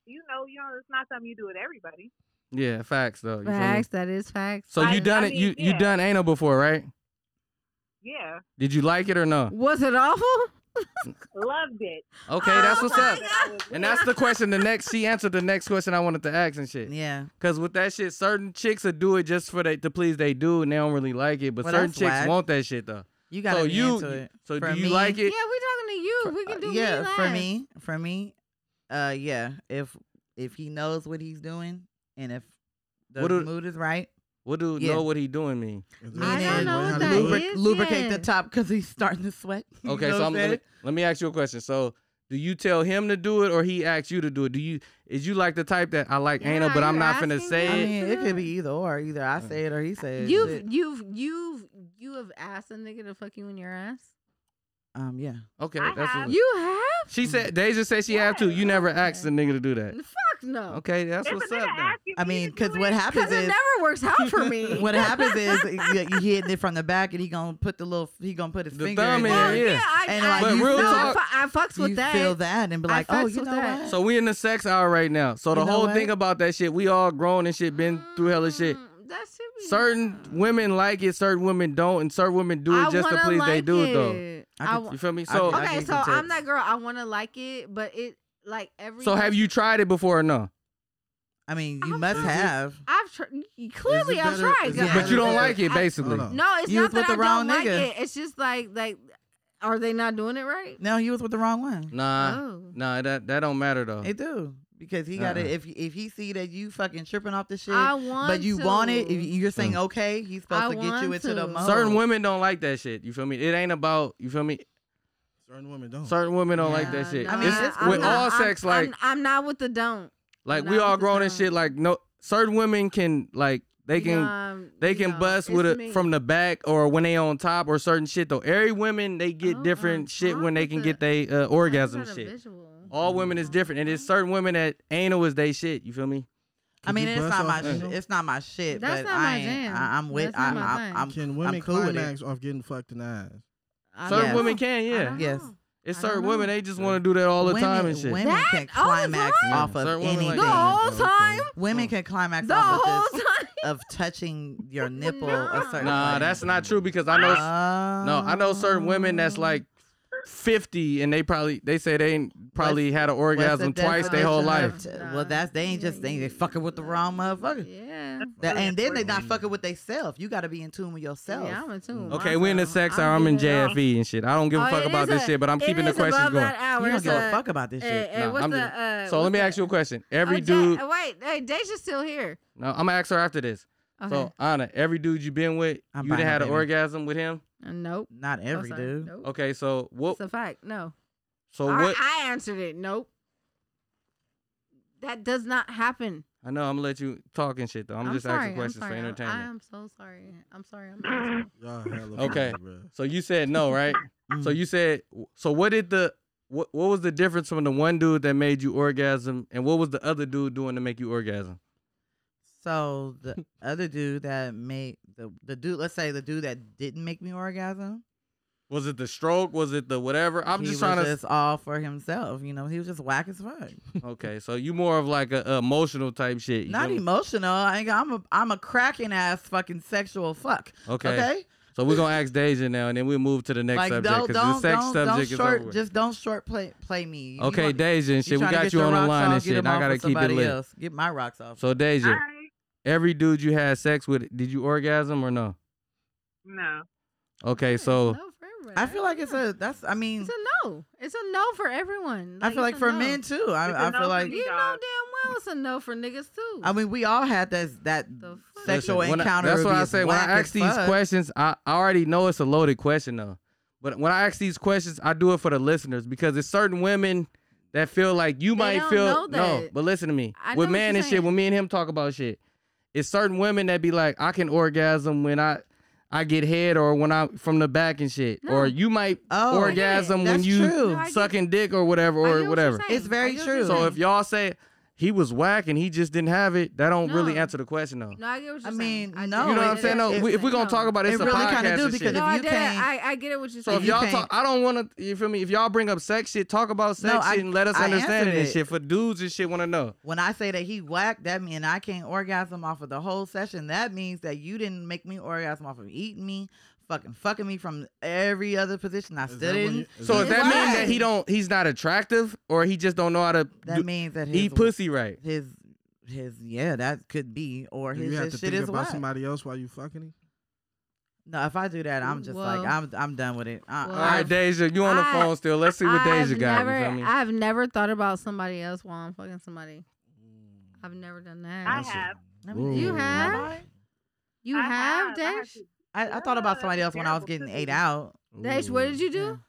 Speaker 4: you know, you know, it's not something you do with everybody.
Speaker 3: Yeah, facts though. Oh, you feel me?
Speaker 1: facts. That is facts.
Speaker 3: So
Speaker 4: I-
Speaker 3: you done
Speaker 4: I
Speaker 3: it?
Speaker 4: mean,
Speaker 3: You you
Speaker 4: yeah.
Speaker 3: done anal before, right?
Speaker 4: Yeah.
Speaker 3: Did you like it or no?
Speaker 1: Was it awful? Oh
Speaker 4: Loved it.
Speaker 3: Okay, that's what's up. And that's the question. The next she answered the next question I wanted to ask and shit.
Speaker 5: Yeah.
Speaker 3: Cause with that shit, certain chicks will do it just for they to please they do and they don't really like it. But
Speaker 5: Well,
Speaker 3: certain
Speaker 5: that's
Speaker 3: chicks
Speaker 5: whack.
Speaker 3: want that shit though.
Speaker 5: You gotta
Speaker 3: so
Speaker 5: be
Speaker 3: you,
Speaker 5: into it.
Speaker 3: So
Speaker 5: For
Speaker 3: do you
Speaker 5: me-
Speaker 3: like
Speaker 1: Yeah,
Speaker 3: it? Uh,
Speaker 1: we're talking to you. We can do me
Speaker 5: Uh, yeah, for
Speaker 1: last.
Speaker 5: me, for me, uh, yeah. If if he knows what he's doing and if the
Speaker 3: What do-
Speaker 5: mood is right,
Speaker 3: What do
Speaker 5: Yeah.
Speaker 3: know what he doing mean?
Speaker 1: I
Speaker 5: meaning
Speaker 1: don't know what that
Speaker 5: lubri-
Speaker 1: is
Speaker 5: lubricate the
Speaker 1: yet.
Speaker 5: top because he's starting to sweat. You
Speaker 3: Okay,
Speaker 5: know
Speaker 3: so
Speaker 5: what
Speaker 3: I'm, let, me,
Speaker 5: saying?
Speaker 3: let me ask you a question. So do you tell him to do it or he asks you to do it? Do you is you like the type that I like
Speaker 1: Yeah,
Speaker 3: anal, but
Speaker 1: you
Speaker 3: I'm not finna
Speaker 1: asking
Speaker 3: say
Speaker 1: him?
Speaker 5: I
Speaker 3: it?
Speaker 5: mean, it could be either or. Either I
Speaker 3: Uh.
Speaker 5: say it or he
Speaker 1: Mm-hmm.
Speaker 5: says
Speaker 1: You've you've you've you have asked a nigga to fuck you in your ass.
Speaker 5: Um, yeah.
Speaker 3: Okay,
Speaker 4: I
Speaker 3: that's
Speaker 4: have.
Speaker 3: what,
Speaker 1: You have?
Speaker 3: she said. Deja said she had to. You never asked the nigga to do that.
Speaker 1: Fuck no.
Speaker 3: Okay, that's
Speaker 4: If a
Speaker 3: what's
Speaker 4: nigga
Speaker 3: up. Then.
Speaker 4: asking
Speaker 5: I
Speaker 4: me
Speaker 5: mean,
Speaker 4: to do
Speaker 5: because what
Speaker 4: it,
Speaker 5: happens
Speaker 1: Because it
Speaker 5: is
Speaker 1: never works out for me.
Speaker 5: what happens is you, you hitting it from the back, and he gonna put the little he gonna put his
Speaker 3: The
Speaker 5: finger
Speaker 3: thumb
Speaker 5: in
Speaker 3: in,
Speaker 5: there.
Speaker 1: Well,
Speaker 3: yeah.
Speaker 1: yeah, I,
Speaker 5: And,
Speaker 1: I,
Speaker 5: like,
Speaker 3: But real
Speaker 1: no, I,
Speaker 3: talk-
Speaker 1: fu- I fucks with
Speaker 5: you
Speaker 1: that.
Speaker 5: feel that and be
Speaker 1: I
Speaker 5: like, oh,
Speaker 1: fucks
Speaker 5: you
Speaker 1: with
Speaker 5: know
Speaker 1: that.
Speaker 5: what?
Speaker 3: So we in the sex hour right now. So the
Speaker 5: You know
Speaker 3: whole
Speaker 5: what?
Speaker 3: thing about that shit, we all grown and shit, been through hella shit.
Speaker 1: Mm, That should be
Speaker 3: Certain women like it, certain women don't, and certain women do it
Speaker 1: I
Speaker 3: just to
Speaker 1: wanna
Speaker 3: please they
Speaker 1: like
Speaker 3: do it though.
Speaker 1: it.
Speaker 5: I
Speaker 1: I
Speaker 5: could-
Speaker 1: wa-
Speaker 3: You feel me?
Speaker 5: I
Speaker 3: So
Speaker 5: can- I
Speaker 1: okay,
Speaker 5: need
Speaker 1: so
Speaker 5: some
Speaker 1: I'm
Speaker 5: tips.
Speaker 1: that girl. I want to like it, but it like every.
Speaker 3: so have you tried it before or no?
Speaker 5: I mean, you
Speaker 1: I'm
Speaker 5: must
Speaker 1: sorry.
Speaker 5: have.
Speaker 1: I've tr- clearly I've
Speaker 7: better-
Speaker 1: tried.
Speaker 7: is it
Speaker 1: guys.
Speaker 5: Yeah,
Speaker 3: but you don't
Speaker 1: Clearly,
Speaker 3: like it
Speaker 1: I-
Speaker 3: basically.
Speaker 7: Hold on.
Speaker 1: no, it's
Speaker 5: You
Speaker 1: not
Speaker 5: was
Speaker 1: that
Speaker 5: with
Speaker 1: I
Speaker 5: the wrong
Speaker 1: don't like
Speaker 5: nigga.
Speaker 1: it. It's just like like, are they not doing it right?
Speaker 5: No, he was with the wrong one.
Speaker 3: Nah.
Speaker 1: oh.
Speaker 3: Nah, that that don't matter though.
Speaker 5: It do because he got to
Speaker 3: Uh-uh.
Speaker 5: if if he see that you fucking tripping off the shit,
Speaker 1: I want.
Speaker 5: but you
Speaker 1: to.
Speaker 5: want it. If you're saying
Speaker 3: Yeah.
Speaker 5: okay, he's
Speaker 1: I
Speaker 5: supposed to get you
Speaker 1: want
Speaker 5: into the
Speaker 1: to.
Speaker 5: mode.
Speaker 3: Mm. Certain women don't like that shit. You feel me? It ain't about you feel me.
Speaker 7: Certain women don't.
Speaker 3: Certain women don't like
Speaker 5: Yeah,
Speaker 3: that shit.
Speaker 5: I
Speaker 1: I
Speaker 5: mean,
Speaker 1: mean,
Speaker 3: it's
Speaker 5: it's
Speaker 1: I'm
Speaker 3: with
Speaker 1: not-
Speaker 3: all
Speaker 1: I'm-
Speaker 3: sex, like
Speaker 1: I'm, I'm not with the don't.
Speaker 3: like
Speaker 1: not
Speaker 3: we all
Speaker 1: with the
Speaker 3: grown and
Speaker 1: dumb.
Speaker 3: shit. Like no, certain women can like they can
Speaker 1: Nah,
Speaker 3: They can
Speaker 1: no,
Speaker 3: bust with
Speaker 1: it's
Speaker 3: it
Speaker 1: me.
Speaker 3: from the back or when they on top or certain shit though. Every women they get
Speaker 1: Oh, on
Speaker 3: different shit
Speaker 1: top
Speaker 3: when they
Speaker 1: of
Speaker 3: can
Speaker 1: the-
Speaker 3: get they uh,
Speaker 1: I just
Speaker 3: orgasm
Speaker 1: got a
Speaker 3: shit.
Speaker 1: visual.
Speaker 3: All women is different, and it's certain women that anal is they shit. You feel me?
Speaker 5: I mean,
Speaker 7: you
Speaker 5: it's
Speaker 7: bust
Speaker 5: not
Speaker 7: off
Speaker 5: my
Speaker 7: anal?
Speaker 5: it's not my shit.
Speaker 1: That's
Speaker 5: but
Speaker 1: not
Speaker 5: I
Speaker 1: my
Speaker 5: ain't-
Speaker 1: jam.
Speaker 5: I, I'm with
Speaker 1: That's not
Speaker 5: I'm
Speaker 1: my
Speaker 5: I'm,
Speaker 1: thing.
Speaker 5: I'm,
Speaker 7: Can
Speaker 5: I'm
Speaker 7: women
Speaker 5: cool with it.
Speaker 7: climax off getting fucked in the eyes?
Speaker 1: I
Speaker 3: Certain
Speaker 1: don't
Speaker 3: women
Speaker 1: know.
Speaker 3: can,
Speaker 1: I
Speaker 3: yeah.
Speaker 1: don't
Speaker 5: Yes.
Speaker 1: know.
Speaker 3: It's
Speaker 1: I don't
Speaker 3: certain
Speaker 1: know.
Speaker 3: women they just want to do that all the
Speaker 5: women,
Speaker 3: time and shit.
Speaker 5: Women
Speaker 1: That
Speaker 5: can
Speaker 1: all the
Speaker 5: climax
Speaker 1: time?
Speaker 5: off of
Speaker 3: Certain women like
Speaker 5: anything.
Speaker 1: The whole time.
Speaker 5: Women can climax
Speaker 1: The
Speaker 5: off of,
Speaker 1: whole
Speaker 5: this,
Speaker 1: time. of
Speaker 5: of touching your nipple. A
Speaker 1: Nah.
Speaker 5: certain
Speaker 3: Nah,
Speaker 5: way.
Speaker 3: that's not true because I know no, I know certain women that's like fifty and they probably they say they ain't probably had an
Speaker 5: What's the
Speaker 3: orgasm twice their whole
Speaker 5: definition
Speaker 3: life.
Speaker 5: of t- well, that's they ain't just they, ain't- they fucking with the wrong motherfucker.
Speaker 1: Yeah.
Speaker 5: That, and then they not fucking with themself. You got to be in tune with yourself.
Speaker 1: Yeah, I'm in tune. with
Speaker 3: Mm. Okay, we in the
Speaker 1: myself.
Speaker 3: sex hour. I'm in
Speaker 1: good.
Speaker 3: JFE and shit. I don't give a
Speaker 1: Oh,
Speaker 3: fuck
Speaker 1: it
Speaker 3: about
Speaker 1: is
Speaker 3: this
Speaker 1: a-
Speaker 3: shit, but I'm
Speaker 1: it
Speaker 3: keepting the
Speaker 1: is above
Speaker 3: questions going.
Speaker 1: That hour.
Speaker 5: you don't
Speaker 1: It's
Speaker 5: give a
Speaker 1: a-
Speaker 5: fuck about this
Speaker 1: eh,
Speaker 5: shit.
Speaker 1: eh,
Speaker 3: Nah,
Speaker 1: what's
Speaker 3: I'm
Speaker 1: the,
Speaker 3: just-
Speaker 1: uh,
Speaker 3: So let
Speaker 1: what's
Speaker 3: me
Speaker 1: the-
Speaker 3: ask you a question.
Speaker 1: Oh,
Speaker 3: Every
Speaker 1: Ja-
Speaker 3: dude,
Speaker 1: uh, Wait, hey, Deja's still here.
Speaker 3: no, I'm gonna ask her after this.
Speaker 1: Okay.
Speaker 3: So Anna, every dude you been with,
Speaker 5: I'm
Speaker 3: you done
Speaker 5: buying her,
Speaker 3: had an
Speaker 5: baby.
Speaker 3: orgasm with him.
Speaker 1: Uh, nope.
Speaker 5: Not
Speaker 1: Oh,
Speaker 5: every
Speaker 1: sorry.
Speaker 5: dude.
Speaker 1: Nope.
Speaker 3: Okay, so what?
Speaker 1: It's a fact. No.
Speaker 3: So
Speaker 1: All right,
Speaker 3: what?
Speaker 1: I answered it. Nope. That does not happen.
Speaker 3: I know I'm gonna let you talk and shit though. I'm, just
Speaker 1: sorry.
Speaker 3: asking questions
Speaker 1: I'm
Speaker 3: for
Speaker 1: sorry. I'm-
Speaker 3: entertainment.
Speaker 1: I am so sorry. I'm sorry. I'm sorry.
Speaker 7: Y'all hella
Speaker 3: Okay.
Speaker 7: funny, bruh.
Speaker 3: So you said no, right? so
Speaker 5: Mm.
Speaker 3: you said so. What did the what? What was the difference from the one dude that made you orgasm, and what was the other dude doing to make you orgasm?
Speaker 5: So the other dude that made the the dude, let's say the dude that didn't make me orgasm,
Speaker 3: Was it the stroke? Was it the whatever? I'm
Speaker 5: he
Speaker 3: just
Speaker 5: was
Speaker 3: trying
Speaker 5: just all for himself. You know, he was just whack as fuck.
Speaker 3: to. Okay, so you more of like a, a emotional type shit. you
Speaker 5: Not
Speaker 3: feel me?
Speaker 5: emotional. I ain't, I'm a I'm a cracking ass fucking sexual fuck.
Speaker 3: Okay.
Speaker 5: Okay.
Speaker 3: So we're gonna ask Deja now, and then we'll move to the next
Speaker 5: like
Speaker 3: subject
Speaker 5: don't
Speaker 3: because the
Speaker 5: don't
Speaker 3: sex
Speaker 5: don't, don't
Speaker 3: subject is
Speaker 5: short
Speaker 3: over. with.
Speaker 5: just don't short play play me. You
Speaker 3: okay,
Speaker 5: want-
Speaker 3: Deja and
Speaker 5: you
Speaker 3: shit, we
Speaker 5: tryna
Speaker 3: got
Speaker 5: get
Speaker 3: you
Speaker 5: your
Speaker 3: on the
Speaker 5: rocks
Speaker 3: line and
Speaker 5: off, get
Speaker 3: shit.
Speaker 5: them
Speaker 3: and I
Speaker 5: off
Speaker 3: gotta
Speaker 5: of
Speaker 3: keep it
Speaker 5: somebody
Speaker 3: lit.
Speaker 5: Else. Get my rocks off.
Speaker 3: So Deja,
Speaker 4: All right.
Speaker 3: every dude you had sex with, did you orgasm or no?
Speaker 4: No.
Speaker 3: Okay,
Speaker 1: It's
Speaker 3: so
Speaker 1: no for everyone.
Speaker 5: I feel like it's a that's I mean
Speaker 1: It's a no. It's a no for everyone.
Speaker 5: I feel
Speaker 1: it's
Speaker 5: like
Speaker 1: a
Speaker 5: for
Speaker 1: no.
Speaker 5: men too.
Speaker 4: It's
Speaker 5: I,
Speaker 4: a
Speaker 5: I
Speaker 4: no
Speaker 5: feel
Speaker 4: for
Speaker 5: like
Speaker 4: me.
Speaker 1: You know damn
Speaker 4: dog.
Speaker 1: well it's a no for niggas too.
Speaker 5: I mean we all had that that
Speaker 1: The fuck?
Speaker 5: sexual
Speaker 3: Listen, when I-
Speaker 5: encounter.
Speaker 3: that's
Speaker 5: would
Speaker 3: what
Speaker 5: be
Speaker 3: I
Speaker 5: as
Speaker 3: say. When I
Speaker 5: whack as
Speaker 3: ask these
Speaker 5: fuck.
Speaker 3: questions, I, I already know it's a loaded question though. But when I ask these questions, I do it for the listeners because it's certain women that feel like you
Speaker 1: They
Speaker 3: might
Speaker 1: don't
Speaker 3: feel
Speaker 1: know
Speaker 3: no.
Speaker 1: that.
Speaker 3: But listen to me,
Speaker 1: I know
Speaker 3: with
Speaker 1: what
Speaker 3: man
Speaker 1: you're
Speaker 3: and shit,
Speaker 1: saying.
Speaker 3: when me and him talk about shit, it's certain women that be like, I can orgasm when I. I get head or when I'm from the back and shit. Or
Speaker 1: No.
Speaker 3: you might
Speaker 5: Oh,
Speaker 3: orgasm when
Speaker 5: that's
Speaker 3: you
Speaker 5: true.
Speaker 1: No, I get-
Speaker 3: sucking dick or whatever
Speaker 1: I get what
Speaker 3: or
Speaker 1: you're
Speaker 3: whatever.
Speaker 1: saying.
Speaker 5: It's
Speaker 1: I
Speaker 5: very
Speaker 1: get what you're
Speaker 5: true.
Speaker 3: So
Speaker 1: saying.
Speaker 3: if y'all say he was whack and he just didn't have it, that don't really
Speaker 1: No.
Speaker 3: answer the question though.
Speaker 1: no, I get what you're saying.
Speaker 5: I mean,
Speaker 1: I
Speaker 5: no,
Speaker 1: do.
Speaker 3: you know
Speaker 5: it-
Speaker 3: what I'm saying?
Speaker 5: it-
Speaker 3: No,
Speaker 5: it-
Speaker 3: we, if we're gonna talk about it,
Speaker 5: it
Speaker 3: it's
Speaker 5: really
Speaker 3: a
Speaker 5: kinda
Speaker 3: podcast
Speaker 5: do
Speaker 3: and
Speaker 5: because
Speaker 3: shit.
Speaker 5: if
Speaker 1: No, I
Speaker 5: you
Speaker 1: did it.
Speaker 5: can't-
Speaker 1: I I get it what you're
Speaker 3: so
Speaker 1: saying.
Speaker 3: if
Speaker 5: you
Speaker 3: y'all
Speaker 5: can't-
Speaker 3: talk, I don't want to. You feel me? If y'all bring up sex shit, talk about sex
Speaker 5: No, I-
Speaker 3: shit and let us
Speaker 5: I
Speaker 3: understand it
Speaker 5: answered
Speaker 3: and
Speaker 5: it.
Speaker 3: shit. For dudes and shit, want to know.
Speaker 5: When I say that he whacked, that mean I can't orgasm off of the whole session. That means that you didn't make me orgasm off of eating me, fucking fucking me from every other position. I still didn't.
Speaker 3: So does that mean that he don't? He's not attractive, or he just don't know how to?
Speaker 5: That
Speaker 3: do-
Speaker 5: means that his,
Speaker 3: eat pussy right.
Speaker 5: His his yeah, that could be or
Speaker 7: Do
Speaker 5: his,
Speaker 7: you have
Speaker 5: his
Speaker 7: to
Speaker 5: shit
Speaker 7: think
Speaker 5: is
Speaker 7: about
Speaker 5: whack.
Speaker 7: somebody else while you fucking him?
Speaker 5: No, if I do that, I'm just like
Speaker 1: Whoa.
Speaker 5: I'm I'm done with it. Uh, I,
Speaker 1: Whoa.
Speaker 3: All right, Deja, you on the
Speaker 1: I-
Speaker 3: phone still? Let's see what
Speaker 1: I've
Speaker 3: Deja got.
Speaker 1: Never,
Speaker 3: you feel me?
Speaker 1: I've never thought about somebody else while I'm fucking somebody. I've never done that.
Speaker 4: Mm. I have.
Speaker 1: You
Speaker 7: Ooh.
Speaker 1: have? You
Speaker 4: I
Speaker 1: have,
Speaker 4: have. I have
Speaker 1: Dash?
Speaker 5: I, I thought
Speaker 1: Ah,
Speaker 5: about somebody else when I was getting ate out.
Speaker 1: Dash, what did you do?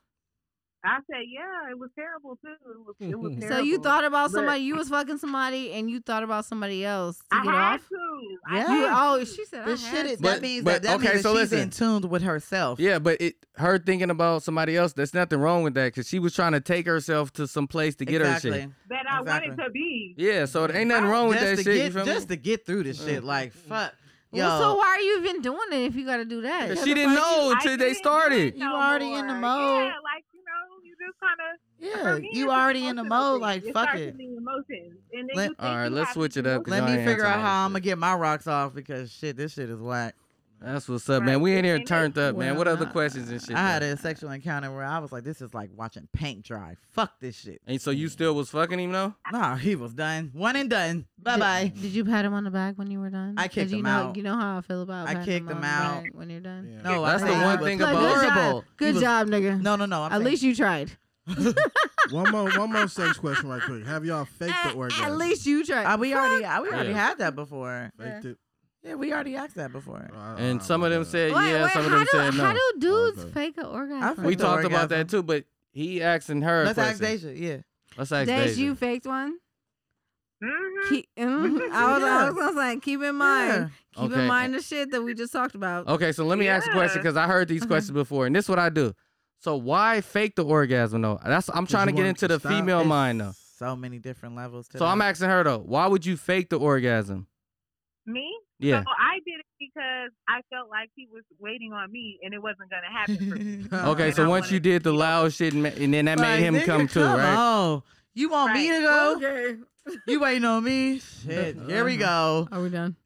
Speaker 4: I said, yeah, it was terrible too. It was, it was terrible.
Speaker 1: So you thought about
Speaker 4: But
Speaker 1: somebody, you was fucking somebody, and you thought about somebody else to
Speaker 4: I
Speaker 1: get
Speaker 4: had
Speaker 1: off?
Speaker 4: to. I
Speaker 5: Yeah.
Speaker 1: You, oh, she said I
Speaker 5: But
Speaker 1: had
Speaker 5: shit
Speaker 1: to.
Speaker 5: is
Speaker 3: But-
Speaker 5: that means
Speaker 3: but-
Speaker 5: that, that
Speaker 3: okay,
Speaker 5: means
Speaker 3: so
Speaker 5: that she's
Speaker 3: listen.
Speaker 5: in tune with herself.
Speaker 3: Yeah, but it her thinking about somebody else. There's nothing wrong with that because she was trying to take herself to some place to get her shit.
Speaker 5: exactly.
Speaker 4: that I wanted
Speaker 5: Exactly.
Speaker 4: to be.
Speaker 3: Yeah, so it ain't nothing wrong with
Speaker 5: Just
Speaker 3: that
Speaker 5: to
Speaker 3: shit. you
Speaker 5: get
Speaker 3: feel me?
Speaker 5: just to get through this shit, like fuck. Yo,
Speaker 1: Well, so why are you even doing it if you got to do that?
Speaker 3: 'Cause she didn't
Speaker 5: Oh,
Speaker 3: know
Speaker 4: I
Speaker 3: until
Speaker 4: couldn't
Speaker 3: they
Speaker 4: do
Speaker 3: started.
Speaker 4: it no
Speaker 5: You already in the
Speaker 4: more.
Speaker 5: mode.
Speaker 4: Yeah, like you know, you just kind of.
Speaker 5: yeah, you already in the mode, like fuck it.
Speaker 4: Emotions. And then
Speaker 5: Let-
Speaker 4: you think
Speaker 3: All right,
Speaker 4: you
Speaker 3: let's
Speaker 4: have
Speaker 3: switch
Speaker 4: these
Speaker 3: it up, 'cause
Speaker 4: emotions.
Speaker 5: Let
Speaker 3: y'all
Speaker 5: me
Speaker 3: ain't
Speaker 5: figure
Speaker 3: answering all
Speaker 5: out how I'm
Speaker 3: this
Speaker 5: gonna get my rocks off because shit, this shit is whack.
Speaker 3: That's what's up, man. We in here turned up, man. What
Speaker 5: Well,
Speaker 3: other
Speaker 5: I-
Speaker 3: questions and shit?
Speaker 5: I had
Speaker 3: though?
Speaker 5: a sexual encounter where I was like, this is like watching paint dry. Fuck this shit.
Speaker 3: And so you still was fucking him though?
Speaker 5: Nah, he was done. One and done. Bye bye.
Speaker 1: Did, did you pat him on the back when you were done?
Speaker 5: I
Speaker 1: 'Cause
Speaker 5: kicked
Speaker 1: you
Speaker 5: him
Speaker 1: know,
Speaker 5: out.
Speaker 1: You know how I feel about
Speaker 5: I
Speaker 1: patting
Speaker 5: kicked
Speaker 1: them
Speaker 5: him
Speaker 1: on the
Speaker 5: out.
Speaker 1: back when you're done.
Speaker 7: Yeah.
Speaker 5: No,
Speaker 3: That's the
Speaker 5: I think he
Speaker 3: one
Speaker 5: was
Speaker 3: thing
Speaker 1: Like,
Speaker 3: about-
Speaker 1: good
Speaker 5: horrible.
Speaker 1: job, good
Speaker 5: He was-
Speaker 1: job, nigga.
Speaker 5: No, no, no. I'm
Speaker 1: At least you tried.
Speaker 7: one more, one more sex question, right quick. Have y'all faked the orgasm?
Speaker 1: At least you tried.
Speaker 5: I, Uh, we already, I, we already
Speaker 3: Yeah.
Speaker 5: had that before.
Speaker 7: faked it.
Speaker 5: Yeah, we already asked that before.
Speaker 7: Uh,
Speaker 3: And
Speaker 7: uh,
Speaker 3: some of them
Speaker 7: uh,
Speaker 3: said
Speaker 1: Wait,
Speaker 3: yeah,
Speaker 1: wait,
Speaker 3: some of
Speaker 1: how
Speaker 3: them
Speaker 1: do,
Speaker 3: said
Speaker 1: How
Speaker 3: no.
Speaker 1: do dudes
Speaker 7: Okay.
Speaker 1: fake an orgasm?
Speaker 5: feel
Speaker 3: We
Speaker 5: the
Speaker 3: talked about
Speaker 5: orgasm?
Speaker 3: that too, but he asking her. a
Speaker 5: Let's ask
Speaker 3: question.
Speaker 5: Deja. Yeah.
Speaker 3: Let's ask
Speaker 1: Dash,
Speaker 3: Deja.
Speaker 1: you faked one.
Speaker 4: Mhm.
Speaker 1: Keep, mhm. I was, I
Speaker 5: Yeah.
Speaker 1: was gonna say, keep in mind, keep
Speaker 3: Okay.
Speaker 1: in mind the shit that we just talked about.
Speaker 3: Okay, so let me ask a question
Speaker 4: Yeah.
Speaker 3: because I heard these
Speaker 1: Okay.
Speaker 3: questions before, and this is what I do. So why fake the orgasm though? That's I'm
Speaker 7: 'Cause
Speaker 3: trying to
Speaker 7: you
Speaker 3: get
Speaker 7: want
Speaker 3: into
Speaker 7: to
Speaker 3: the
Speaker 7: stop.
Speaker 3: female
Speaker 5: It's
Speaker 3: mind though.
Speaker 5: So many different levels. To
Speaker 3: So I'm
Speaker 5: that.
Speaker 3: asking her though, why would you fake the orgasm?
Speaker 4: Me?
Speaker 3: Yeah.
Speaker 4: So I did it because I felt like he was waiting on me and it wasn't gonna happen for me.
Speaker 3: Okay,
Speaker 4: Uh, And
Speaker 3: so
Speaker 4: I
Speaker 3: once you
Speaker 4: wanted-
Speaker 3: did the loud shit, and, ma- and then that made
Speaker 5: Like,
Speaker 3: him
Speaker 5: nigga,
Speaker 3: come too, right?
Speaker 5: on. you want me
Speaker 4: Right.
Speaker 5: to go?
Speaker 1: Okay,
Speaker 5: You waiting on me? Shit. Here we go.
Speaker 1: are we done?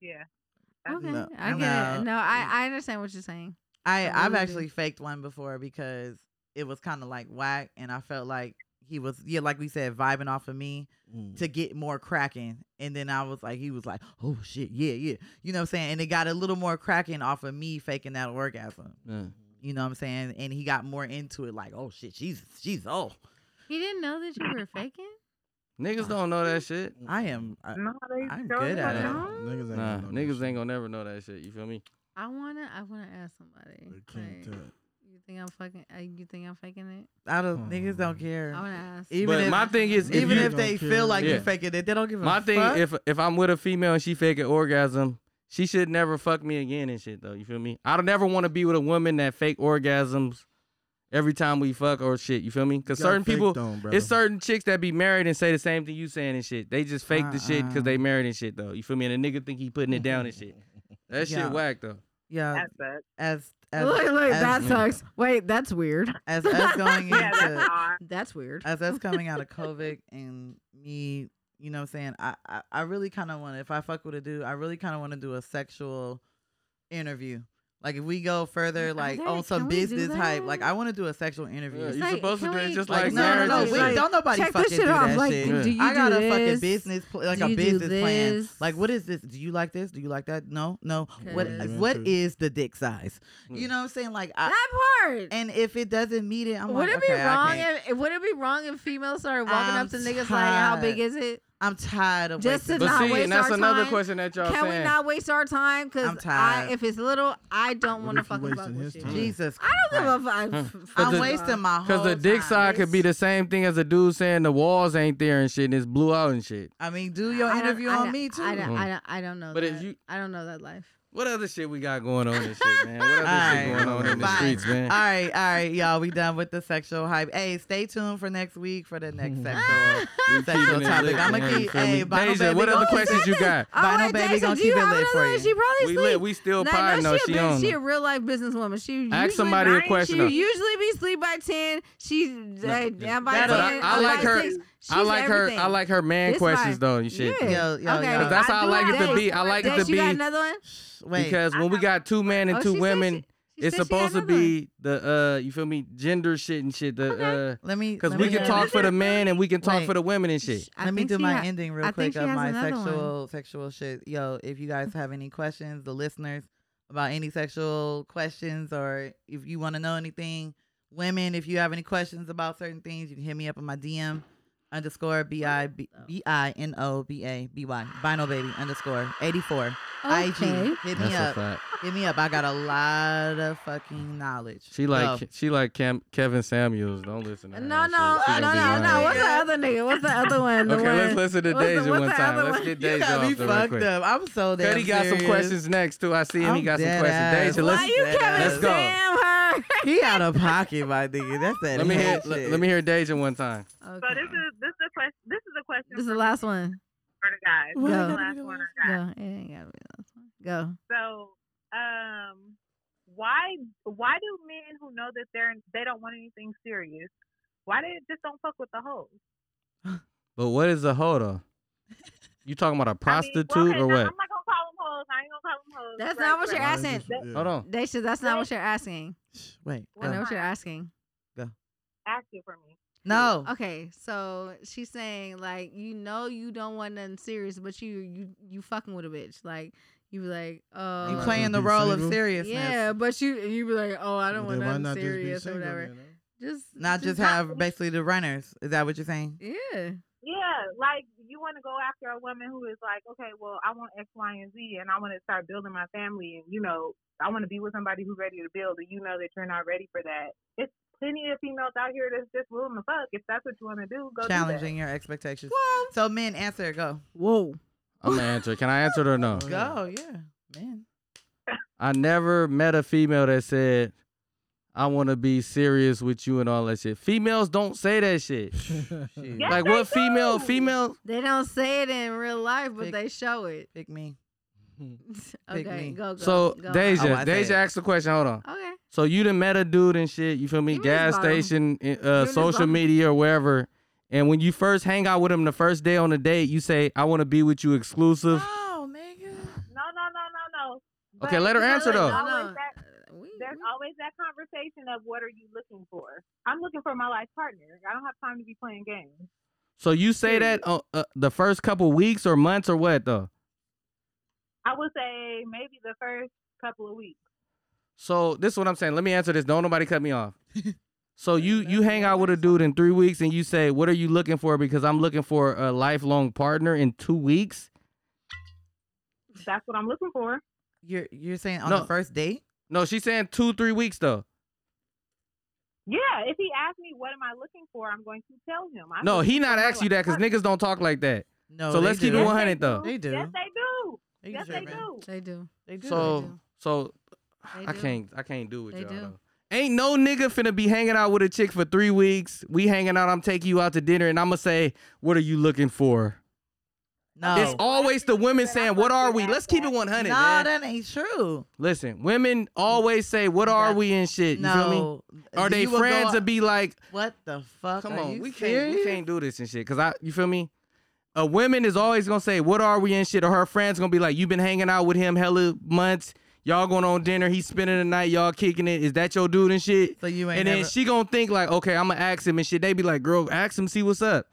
Speaker 4: yeah.
Speaker 1: Okay,
Speaker 5: No,
Speaker 1: I get
Speaker 5: no.
Speaker 1: it. No, I, I understand what you're saying.
Speaker 5: I
Speaker 1: What
Speaker 5: I've
Speaker 1: do you
Speaker 5: actually faked one before because it was kind of like whack, and I felt like he was yeah, like we said, vibing off of me
Speaker 7: mm.
Speaker 5: to get more cracking, and then I was like, he was like, oh shit, yeah, yeah, you know what I'm saying, and it got a little more cracking off of me faking that orgasm,
Speaker 3: Yeah.
Speaker 5: you know what I'm saying, and he got more into it, like oh shit, Jesus, Jesus, oh,
Speaker 1: He didn't know that you were faking.
Speaker 3: Niggas don't know that shit.
Speaker 5: I am, uh, I,
Speaker 4: No, they
Speaker 5: I'm
Speaker 4: don't
Speaker 5: good at
Speaker 4: know.
Speaker 5: it.
Speaker 3: No.
Speaker 7: Niggas ain't
Speaker 3: Nah,
Speaker 7: gonna know that
Speaker 3: niggas ain't
Speaker 7: shit.
Speaker 3: gonna never know that shit. You feel me?
Speaker 1: I wanna, I wanna ask somebody.
Speaker 7: They can't
Speaker 1: like,
Speaker 7: tell it.
Speaker 1: you think I'm fucking? Uh, you think I'm faking it?
Speaker 5: I don't,
Speaker 7: Hmm.
Speaker 5: niggas don't care,
Speaker 1: I wanna ask.
Speaker 5: even
Speaker 3: but
Speaker 5: if
Speaker 3: my thing is, if
Speaker 5: even
Speaker 3: you,
Speaker 5: if they
Speaker 7: Don't care.
Speaker 5: feel like
Speaker 3: Yeah.
Speaker 5: you faking it, they don't
Speaker 1: Mm,
Speaker 5: give a
Speaker 3: my thing,
Speaker 5: fuck.
Speaker 3: if if I'm with a female and she fake an orgasm, she should never fuck me again and shit though. You feel me? I don't never want to be with a woman that fake orgasms every time we fuck or shit. You feel me? Because
Speaker 7: You got
Speaker 3: certain
Speaker 7: faked
Speaker 3: people,
Speaker 7: on, brother.
Speaker 3: it's certain chicks that be married and say the same thing you saying and shit. They just fake the shit because
Speaker 5: Uh-uh.
Speaker 3: they married and shit though. You feel me? And the nigga think he
Speaker 1: Mm-hmm.
Speaker 3: putting it down and shit. That
Speaker 5: Yeah.
Speaker 3: shit whack though.
Speaker 5: yeah,
Speaker 4: That sucks.
Speaker 5: as as
Speaker 1: look, look,
Speaker 5: as-
Speaker 1: that sucks. Wait, that's weird.
Speaker 5: as us going
Speaker 4: Yeah,
Speaker 5: into
Speaker 4: that's odd.
Speaker 1: That's weird.
Speaker 5: as us coming out of COVID and me, you know what I'm saying? I, I, I really kind of want to, if I fuck with a dude, I really kind of want to do a sexual interview. Like if we go further,
Speaker 1: Are
Speaker 5: like
Speaker 1: there-
Speaker 5: on some
Speaker 1: can we do
Speaker 5: business hype, like
Speaker 1: that?
Speaker 5: I want to do a sexual interview.
Speaker 3: Yeah,
Speaker 1: It's
Speaker 3: you
Speaker 1: like,
Speaker 3: supposed to
Speaker 1: can
Speaker 3: do it
Speaker 1: we-
Speaker 3: just
Speaker 5: like,
Speaker 3: like
Speaker 5: no, no,
Speaker 3: marriage
Speaker 5: no,
Speaker 3: and
Speaker 5: we,
Speaker 3: shit.
Speaker 5: don't nobody
Speaker 1: check
Speaker 5: fucking
Speaker 1: this shit
Speaker 5: do
Speaker 1: off.
Speaker 5: that
Speaker 1: like,
Speaker 5: shit.
Speaker 3: Yeah.
Speaker 1: do you
Speaker 5: I got
Speaker 1: do
Speaker 5: a fucking
Speaker 1: this?
Speaker 5: business, pl- like
Speaker 1: Do
Speaker 5: a
Speaker 1: you do
Speaker 5: business plan.
Speaker 1: this?
Speaker 5: Like, what is this? Do you like this? Do you like that? No, no. What
Speaker 1: Okay.
Speaker 5: what
Speaker 7: Into-
Speaker 5: is the dick size?
Speaker 3: Yeah.
Speaker 5: You know what I'm saying? Like, I,
Speaker 1: that part.
Speaker 5: and if it doesn't meet it, I'm
Speaker 1: would
Speaker 5: like,
Speaker 1: it be
Speaker 5: okay, I
Speaker 1: wrong?
Speaker 5: can't.
Speaker 1: If, would it be wrong if females started walking
Speaker 5: I'm
Speaker 1: up to niggas like, "How big
Speaker 5: tired.
Speaker 1: is it?"
Speaker 5: I'm tired of
Speaker 1: Just
Speaker 5: wasting
Speaker 1: to
Speaker 3: But
Speaker 1: not
Speaker 5: time.
Speaker 3: see,
Speaker 1: waste
Speaker 3: and that's
Speaker 1: our
Speaker 3: another
Speaker 1: time.
Speaker 3: question that y'all
Speaker 1: Can
Speaker 3: saying.
Speaker 1: we not waste our time? Because
Speaker 5: I'm tired.
Speaker 1: if it's little, I don't
Speaker 7: What
Speaker 1: want to
Speaker 7: if you
Speaker 1: fuck about
Speaker 7: wasting
Speaker 1: this
Speaker 7: his
Speaker 1: shit.
Speaker 7: time?
Speaker 5: Jesus,
Speaker 1: I don't
Speaker 5: Christ.
Speaker 1: give a fuck.
Speaker 3: Huh.
Speaker 1: F-
Speaker 5: I'm
Speaker 3: the-
Speaker 5: wasting my whole.
Speaker 3: Because the dick
Speaker 5: time.
Speaker 3: side could be the same thing as a dude saying the walls ain't there and shit, and it's blew out and shit.
Speaker 5: I mean, do your
Speaker 1: I don't-
Speaker 5: interview
Speaker 1: I
Speaker 5: on
Speaker 1: don't-
Speaker 5: me too.
Speaker 1: I
Speaker 5: All
Speaker 1: don't, I don't, I don't know.
Speaker 3: Hmm. But
Speaker 1: But
Speaker 3: if
Speaker 1: that.
Speaker 3: you-
Speaker 1: I don't know that life.
Speaker 3: What other shit we got going on and shit, man? What other shit
Speaker 5: Alright,
Speaker 3: going on in the
Speaker 5: fine.
Speaker 3: streets, man?
Speaker 5: right, all right, y'all. We done with the sexual hype. Hey, stay tuned for next week for the next sexual
Speaker 3: We keeping
Speaker 5: sexual
Speaker 3: it
Speaker 5: topic.
Speaker 3: lit,
Speaker 5: I'ma
Speaker 3: man, you
Speaker 5: keep.
Speaker 3: feel me?
Speaker 5: Hey, Bono
Speaker 3: Deja,
Speaker 5: baby,
Speaker 3: what other
Speaker 5: gonna keep
Speaker 3: questions you got?
Speaker 5: Vinyl
Speaker 1: Oh, wait,
Speaker 5: Baby
Speaker 1: Jason,
Speaker 5: gonna
Speaker 1: do
Speaker 5: keep
Speaker 1: you
Speaker 5: it
Speaker 1: have
Speaker 5: lit for
Speaker 1: another-
Speaker 5: you.
Speaker 1: She probably
Speaker 3: We
Speaker 1: sleep.
Speaker 3: lit. We still
Speaker 1: Nah, I
Speaker 3: potting
Speaker 1: know
Speaker 3: though.
Speaker 1: she,
Speaker 3: She
Speaker 1: a, bitch.
Speaker 3: on.
Speaker 1: she a real life business woman. She usually,
Speaker 3: Ask somebody a
Speaker 4: nine,
Speaker 3: question.
Speaker 1: She
Speaker 3: though.
Speaker 1: usually be sleep by ten. She uh, down by
Speaker 5: But
Speaker 1: ten.
Speaker 5: I- I
Speaker 1: or
Speaker 5: like
Speaker 1: by
Speaker 5: her-
Speaker 1: Six. She's
Speaker 3: I like her.
Speaker 1: everything.
Speaker 3: I like her man
Speaker 1: This
Speaker 3: questions
Speaker 1: vibe.
Speaker 3: though and shit.
Speaker 1: Yeah.
Speaker 5: Yo, yo,
Speaker 1: okay.
Speaker 5: yo.
Speaker 3: That's how I
Speaker 1: do
Speaker 3: like it to
Speaker 1: that.
Speaker 3: be. I like it
Speaker 1: Dash,
Speaker 3: to
Speaker 1: You got
Speaker 3: be-
Speaker 1: another one?
Speaker 5: gosh. Wait.
Speaker 3: because when we got two men and
Speaker 5: Oh,
Speaker 3: two
Speaker 5: she said
Speaker 3: women,
Speaker 5: she
Speaker 3: it's
Speaker 5: said she had
Speaker 3: supposed to
Speaker 5: another one.
Speaker 3: be the uh, you feel me, gender shit and shit. The uh,
Speaker 5: Let me-
Speaker 3: because
Speaker 5: let
Speaker 3: we
Speaker 5: me
Speaker 3: can
Speaker 5: do
Speaker 3: talk
Speaker 5: this.
Speaker 3: for the men and we can talk
Speaker 5: Wait.
Speaker 3: for the women and shit.
Speaker 5: Let me
Speaker 1: think
Speaker 5: do
Speaker 1: she
Speaker 5: my
Speaker 1: ha-
Speaker 5: ending real
Speaker 1: I think
Speaker 5: quick
Speaker 1: she
Speaker 5: of
Speaker 1: has
Speaker 5: my
Speaker 1: another one.
Speaker 5: sexual sexual shit. Yo, if you guys have any questions, the listeners about any sexual questions or if you want to know anything, women, if you have any questions about certain things, you can hit me up on my DM underscore B I B I N O B A B Y Vinyl Baby underscore eighty four. IG
Speaker 1: Oh, Okay.
Speaker 5: hit me
Speaker 3: That's a
Speaker 5: up.
Speaker 3: fact.
Speaker 5: Hit me up. I got a lot of fucking knowledge.
Speaker 3: She like she like Cam- Kevin Samuels. Don't listen. To her
Speaker 1: No,
Speaker 3: and shit.
Speaker 1: no,
Speaker 3: She
Speaker 1: no,
Speaker 3: gonna be
Speaker 1: no,
Speaker 3: lying.
Speaker 1: no. What's the other nigga? What's the other one? The
Speaker 3: Okay,
Speaker 1: one-
Speaker 3: let's listen to
Speaker 1: what's the-
Speaker 3: Deja
Speaker 1: what's
Speaker 3: one
Speaker 1: the
Speaker 3: time.
Speaker 1: other
Speaker 3: Let's
Speaker 1: one?
Speaker 3: get
Speaker 5: You
Speaker 3: Deja
Speaker 5: got
Speaker 3: off
Speaker 5: me
Speaker 3: the real
Speaker 5: fucked
Speaker 3: quick.
Speaker 5: up. I'm so damn
Speaker 3: Cuddy got some
Speaker 5: serious.
Speaker 3: questions next too. I see him. he
Speaker 5: I'm
Speaker 3: got some
Speaker 5: dead
Speaker 3: questions.
Speaker 5: ass.
Speaker 3: Deja, let's,
Speaker 5: Why you Kevin
Speaker 3: let's go.
Speaker 1: Damn her.
Speaker 5: He out of pocket, my nigga. That's that.
Speaker 3: Let me hear.
Speaker 5: head
Speaker 3: Let,
Speaker 5: shit.
Speaker 3: let me hear Deja one time.
Speaker 4: So this is this is a question. This is a question.
Speaker 1: This is the
Speaker 4: for me
Speaker 1: last one.
Speaker 4: for the guys. This is
Speaker 1: Go.
Speaker 4: the last one I got.
Speaker 1: Go. It ain't gotta be the last one. Go.
Speaker 4: So, um, why why do men who know that they're they don't want anything serious, why they just don't fuck with the hoes?
Speaker 3: But what is a hoe though? You talking about a prostitute or
Speaker 4: no,
Speaker 3: what?
Speaker 4: I'm not gonna call them hoes. I ain't gonna call them hoes.
Speaker 1: That's
Speaker 4: Right,
Speaker 1: not what you're
Speaker 4: right.
Speaker 1: asking.
Speaker 3: Hold on.
Speaker 1: Deja, that's not what you're asking.
Speaker 5: Wait. uh,
Speaker 1: I know
Speaker 5: go.
Speaker 1: what you're asking.
Speaker 4: Ask it for me.
Speaker 5: No.
Speaker 1: Okay, so she's saying like you know you don't want nothing serious, but you you you fucking with a bitch. Like you be like, oh,
Speaker 5: You
Speaker 7: Might as
Speaker 5: playing
Speaker 7: well
Speaker 5: the
Speaker 7: be
Speaker 5: role
Speaker 7: single.
Speaker 5: of seriousness.
Speaker 1: yeah, but you you be like, oh, I don't
Speaker 7: Well, then why
Speaker 1: want
Speaker 7: not
Speaker 1: nothing
Speaker 7: just be
Speaker 1: serious or
Speaker 7: single
Speaker 1: whatever.
Speaker 7: then, huh?
Speaker 1: Just
Speaker 5: Not just have basically the runners. Is that what you're saying?
Speaker 1: yeah.
Speaker 4: Yeah, like you want to go after a woman who is like, okay, well, I want X, Y, and Z, and I want to start building my family, and you know, I want to be with somebody who's ready to build, and you know that you're not ready for that. It's plenty of females out here that's just willing to fuck. If that's what you want to do, go do that.
Speaker 5: Challenging your expectations. So men, answer. Go.
Speaker 1: Whoa.
Speaker 3: I'm gonna answer. Can I answer it or no?
Speaker 5: Go. Yeah. Man.
Speaker 3: I never met a female that said, I want to be serious with you and all that shit. Females don't say that shit.
Speaker 5: Shit.
Speaker 4: Yes,
Speaker 3: like,
Speaker 4: they
Speaker 3: what female?
Speaker 4: do.
Speaker 3: Female?
Speaker 1: They don't say it in real life, but
Speaker 5: Pick-
Speaker 1: they show it.
Speaker 5: Pick me. pick
Speaker 1: okay,
Speaker 5: me.
Speaker 1: go go.
Speaker 3: So,
Speaker 1: go.
Speaker 5: Oh,
Speaker 3: Deja,
Speaker 5: I
Speaker 3: Deja
Speaker 5: said-
Speaker 3: asked the question. Hold on.
Speaker 1: Okay.
Speaker 3: So, you done met a dude and shit, you feel me?
Speaker 1: Give me his
Speaker 3: Gas
Speaker 1: bottom.
Speaker 3: station, uh,
Speaker 1: his
Speaker 3: social
Speaker 1: bottom.
Speaker 3: media, or wherever. And when you first hang out with him the first day on the date, you say, I want to be with you exclusive.
Speaker 5: Oh, nigga.
Speaker 4: No, no, no, no, no.
Speaker 3: Okay, let her
Speaker 4: you know,
Speaker 3: answer,
Speaker 4: there's
Speaker 3: though.
Speaker 4: always
Speaker 1: No, no.
Speaker 4: that-
Speaker 1: We,
Speaker 4: There's
Speaker 1: we-
Speaker 4: always that conversation of what are you looking for? I'm looking for my life partner. I don't have time to be playing games.
Speaker 3: So, you say that uh, uh, the first couple weeks or months or what, though?
Speaker 4: I would say maybe the first couple of weeks.
Speaker 3: So this is what I'm saying. Let me answer this. Don't nobody cut me off. So you you hang out with a dude in three weeks and you say, "What are you looking for?" Because I'm looking for a lifelong partner in two weeks.
Speaker 4: That's what I'm looking for.
Speaker 5: You're you're saying on
Speaker 3: No.
Speaker 5: the first date?
Speaker 3: No, she's saying two three weeks though.
Speaker 4: Yeah, if he asks me what am I looking for, I'm going to tell him. I'm
Speaker 3: No,
Speaker 4: looking
Speaker 3: he
Speaker 4: for
Speaker 3: not
Speaker 4: my
Speaker 3: asking you that
Speaker 4: life
Speaker 3: because
Speaker 4: partner.
Speaker 3: niggas don't talk like that.
Speaker 5: No.
Speaker 3: So
Speaker 5: they
Speaker 3: let's keep
Speaker 5: do.
Speaker 3: it 100 though.
Speaker 5: They do.
Speaker 4: Yes, they do.
Speaker 5: They
Speaker 4: Yes,
Speaker 5: do,
Speaker 4: they
Speaker 5: man.
Speaker 4: do.
Speaker 1: they do.
Speaker 5: They do.
Speaker 3: So so
Speaker 1: They
Speaker 3: I
Speaker 1: do.
Speaker 3: can't I can't do with
Speaker 1: They
Speaker 3: y'all.
Speaker 1: do.
Speaker 3: though. Ain't no nigga finna be hanging out with a chick for three weeks. We hanging out. I'm taking you out to dinner, and I'ma say, "What are you looking for?"
Speaker 5: no.
Speaker 3: It's always the women saying, "What are we?" Let's keep it 100.
Speaker 5: no,
Speaker 3: man.
Speaker 5: that ain't true.
Speaker 3: Listen, women always say, "What are
Speaker 5: That-
Speaker 3: we and shit?" You feel me?
Speaker 5: No.
Speaker 3: Are they
Speaker 5: You will go
Speaker 3: friends to
Speaker 5: out-
Speaker 3: be like,
Speaker 5: What the fuck?
Speaker 3: "Come
Speaker 5: Are
Speaker 3: on,
Speaker 5: you
Speaker 3: we can't, we
Speaker 5: serious?
Speaker 3: can't do this and shit"? Cause I, you feel me? A woman is always gonna say, "What are we and shit?" Or her friends gonna be like, "You've been hanging out with him hella months. Y'all going on dinner. He's spending the night. Y'all kicking it. Is that your dude and shit?"
Speaker 5: So you ain't
Speaker 3: and then
Speaker 5: never-
Speaker 3: she gonna think like, "Okay, I'm gonna ask him and shit." They be like, "Girl, ask him, see what's up."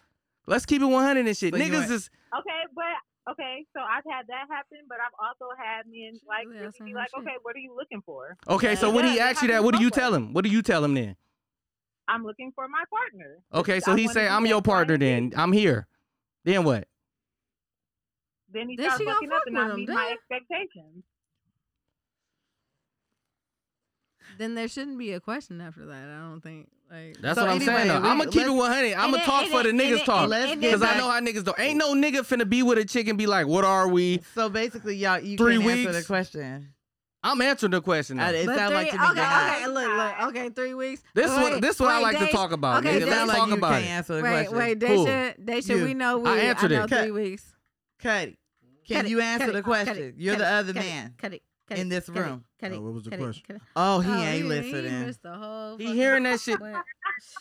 Speaker 3: Let's keep it 100 and shit.
Speaker 5: So you
Speaker 3: Niggas
Speaker 5: ain't-
Speaker 3: is
Speaker 4: Okay, but okay, so I've had that happen, but I've also had men like
Speaker 1: really
Speaker 4: really
Speaker 1: asking
Speaker 4: be
Speaker 1: her
Speaker 4: like,
Speaker 1: shit.
Speaker 4: okay, what are you looking for?
Speaker 3: okay. so
Speaker 4: Yeah,
Speaker 3: when he
Speaker 4: yeah,
Speaker 3: asks you
Speaker 4: how
Speaker 3: that,
Speaker 4: you
Speaker 3: what do you
Speaker 4: both
Speaker 3: tell him? What do you tell him then?
Speaker 4: I'm looking for my partner.
Speaker 3: Okay, so
Speaker 4: I
Speaker 3: he
Speaker 4: wanna
Speaker 3: say,
Speaker 4: do
Speaker 3: "I'm
Speaker 4: X,
Speaker 3: your
Speaker 4: Y,
Speaker 3: partner."
Speaker 4: and Z."
Speaker 3: Then I'm here. Then what?
Speaker 4: Then he
Speaker 1: Then
Speaker 4: starts
Speaker 1: she gonna
Speaker 4: looking up
Speaker 1: fuck
Speaker 4: and
Speaker 1: with
Speaker 4: I
Speaker 1: him,
Speaker 4: meet my
Speaker 1: duh.
Speaker 4: expectations.
Speaker 1: Then there shouldn't be a question after that. I don't think. Like
Speaker 3: That's
Speaker 5: So
Speaker 3: what I'm saying.
Speaker 5: anyway,
Speaker 3: Though.
Speaker 5: we-
Speaker 3: I'm gonna keep it
Speaker 5: let's-
Speaker 3: 100. I'm gonna
Speaker 1: it-
Speaker 3: talk
Speaker 1: it-
Speaker 3: for the
Speaker 1: it-
Speaker 3: niggas
Speaker 1: it-
Speaker 3: talk
Speaker 5: let's get
Speaker 3: because I
Speaker 5: back-
Speaker 3: know how niggas do. Ain't no nigga finna be with a chick and be like, "What are we?"
Speaker 5: So basically, y'all, you
Speaker 3: Three
Speaker 5: can can't answer
Speaker 3: weeks?
Speaker 5: the question.
Speaker 3: I'm answering the question.
Speaker 5: Uh,
Speaker 3: though.
Speaker 5: It
Speaker 1: But
Speaker 5: sounds like to
Speaker 1: three-
Speaker 5: me you're
Speaker 1: okay,
Speaker 5: not.
Speaker 1: okay, look, look, okay, three weeks.
Speaker 3: This
Speaker 1: Wait,
Speaker 3: what this what I
Speaker 1: wait,
Speaker 3: like to
Speaker 1: Days-
Speaker 3: talk about.
Speaker 1: Okay,
Speaker 3: nigga.
Speaker 5: It
Speaker 3: Let's
Speaker 5: sounds
Speaker 1: Days-
Speaker 5: like
Speaker 3: talk
Speaker 5: you
Speaker 3: about
Speaker 5: can't
Speaker 3: it.
Speaker 5: answer the
Speaker 1: Wait,
Speaker 5: question.
Speaker 1: wait,
Speaker 3: Who?
Speaker 1: Daisha, Daisha,
Speaker 5: You.
Speaker 1: we know we.
Speaker 3: I answered
Speaker 1: know
Speaker 3: it.
Speaker 1: Three
Speaker 5: Cut.
Speaker 1: weeks.
Speaker 5: Cuddy, can
Speaker 1: Cut it,
Speaker 5: you answer
Speaker 1: cut
Speaker 5: the
Speaker 1: it, cut
Speaker 5: question?
Speaker 1: it,
Speaker 5: You're
Speaker 1: cut
Speaker 5: the
Speaker 1: it,
Speaker 5: other
Speaker 1: cut it,
Speaker 5: man.
Speaker 1: cut it, cut
Speaker 5: in
Speaker 1: it,
Speaker 5: this
Speaker 1: cut it,
Speaker 5: room.
Speaker 1: cut
Speaker 7: Oh,
Speaker 1: it,
Speaker 7: what was the
Speaker 1: cut it,
Speaker 7: question?
Speaker 1: cut it.
Speaker 5: Oh, he
Speaker 1: Oh, he
Speaker 5: ain't listening.
Speaker 1: missed the whole
Speaker 3: He
Speaker 1: fucking-
Speaker 3: hearing that shit.
Speaker 1: But-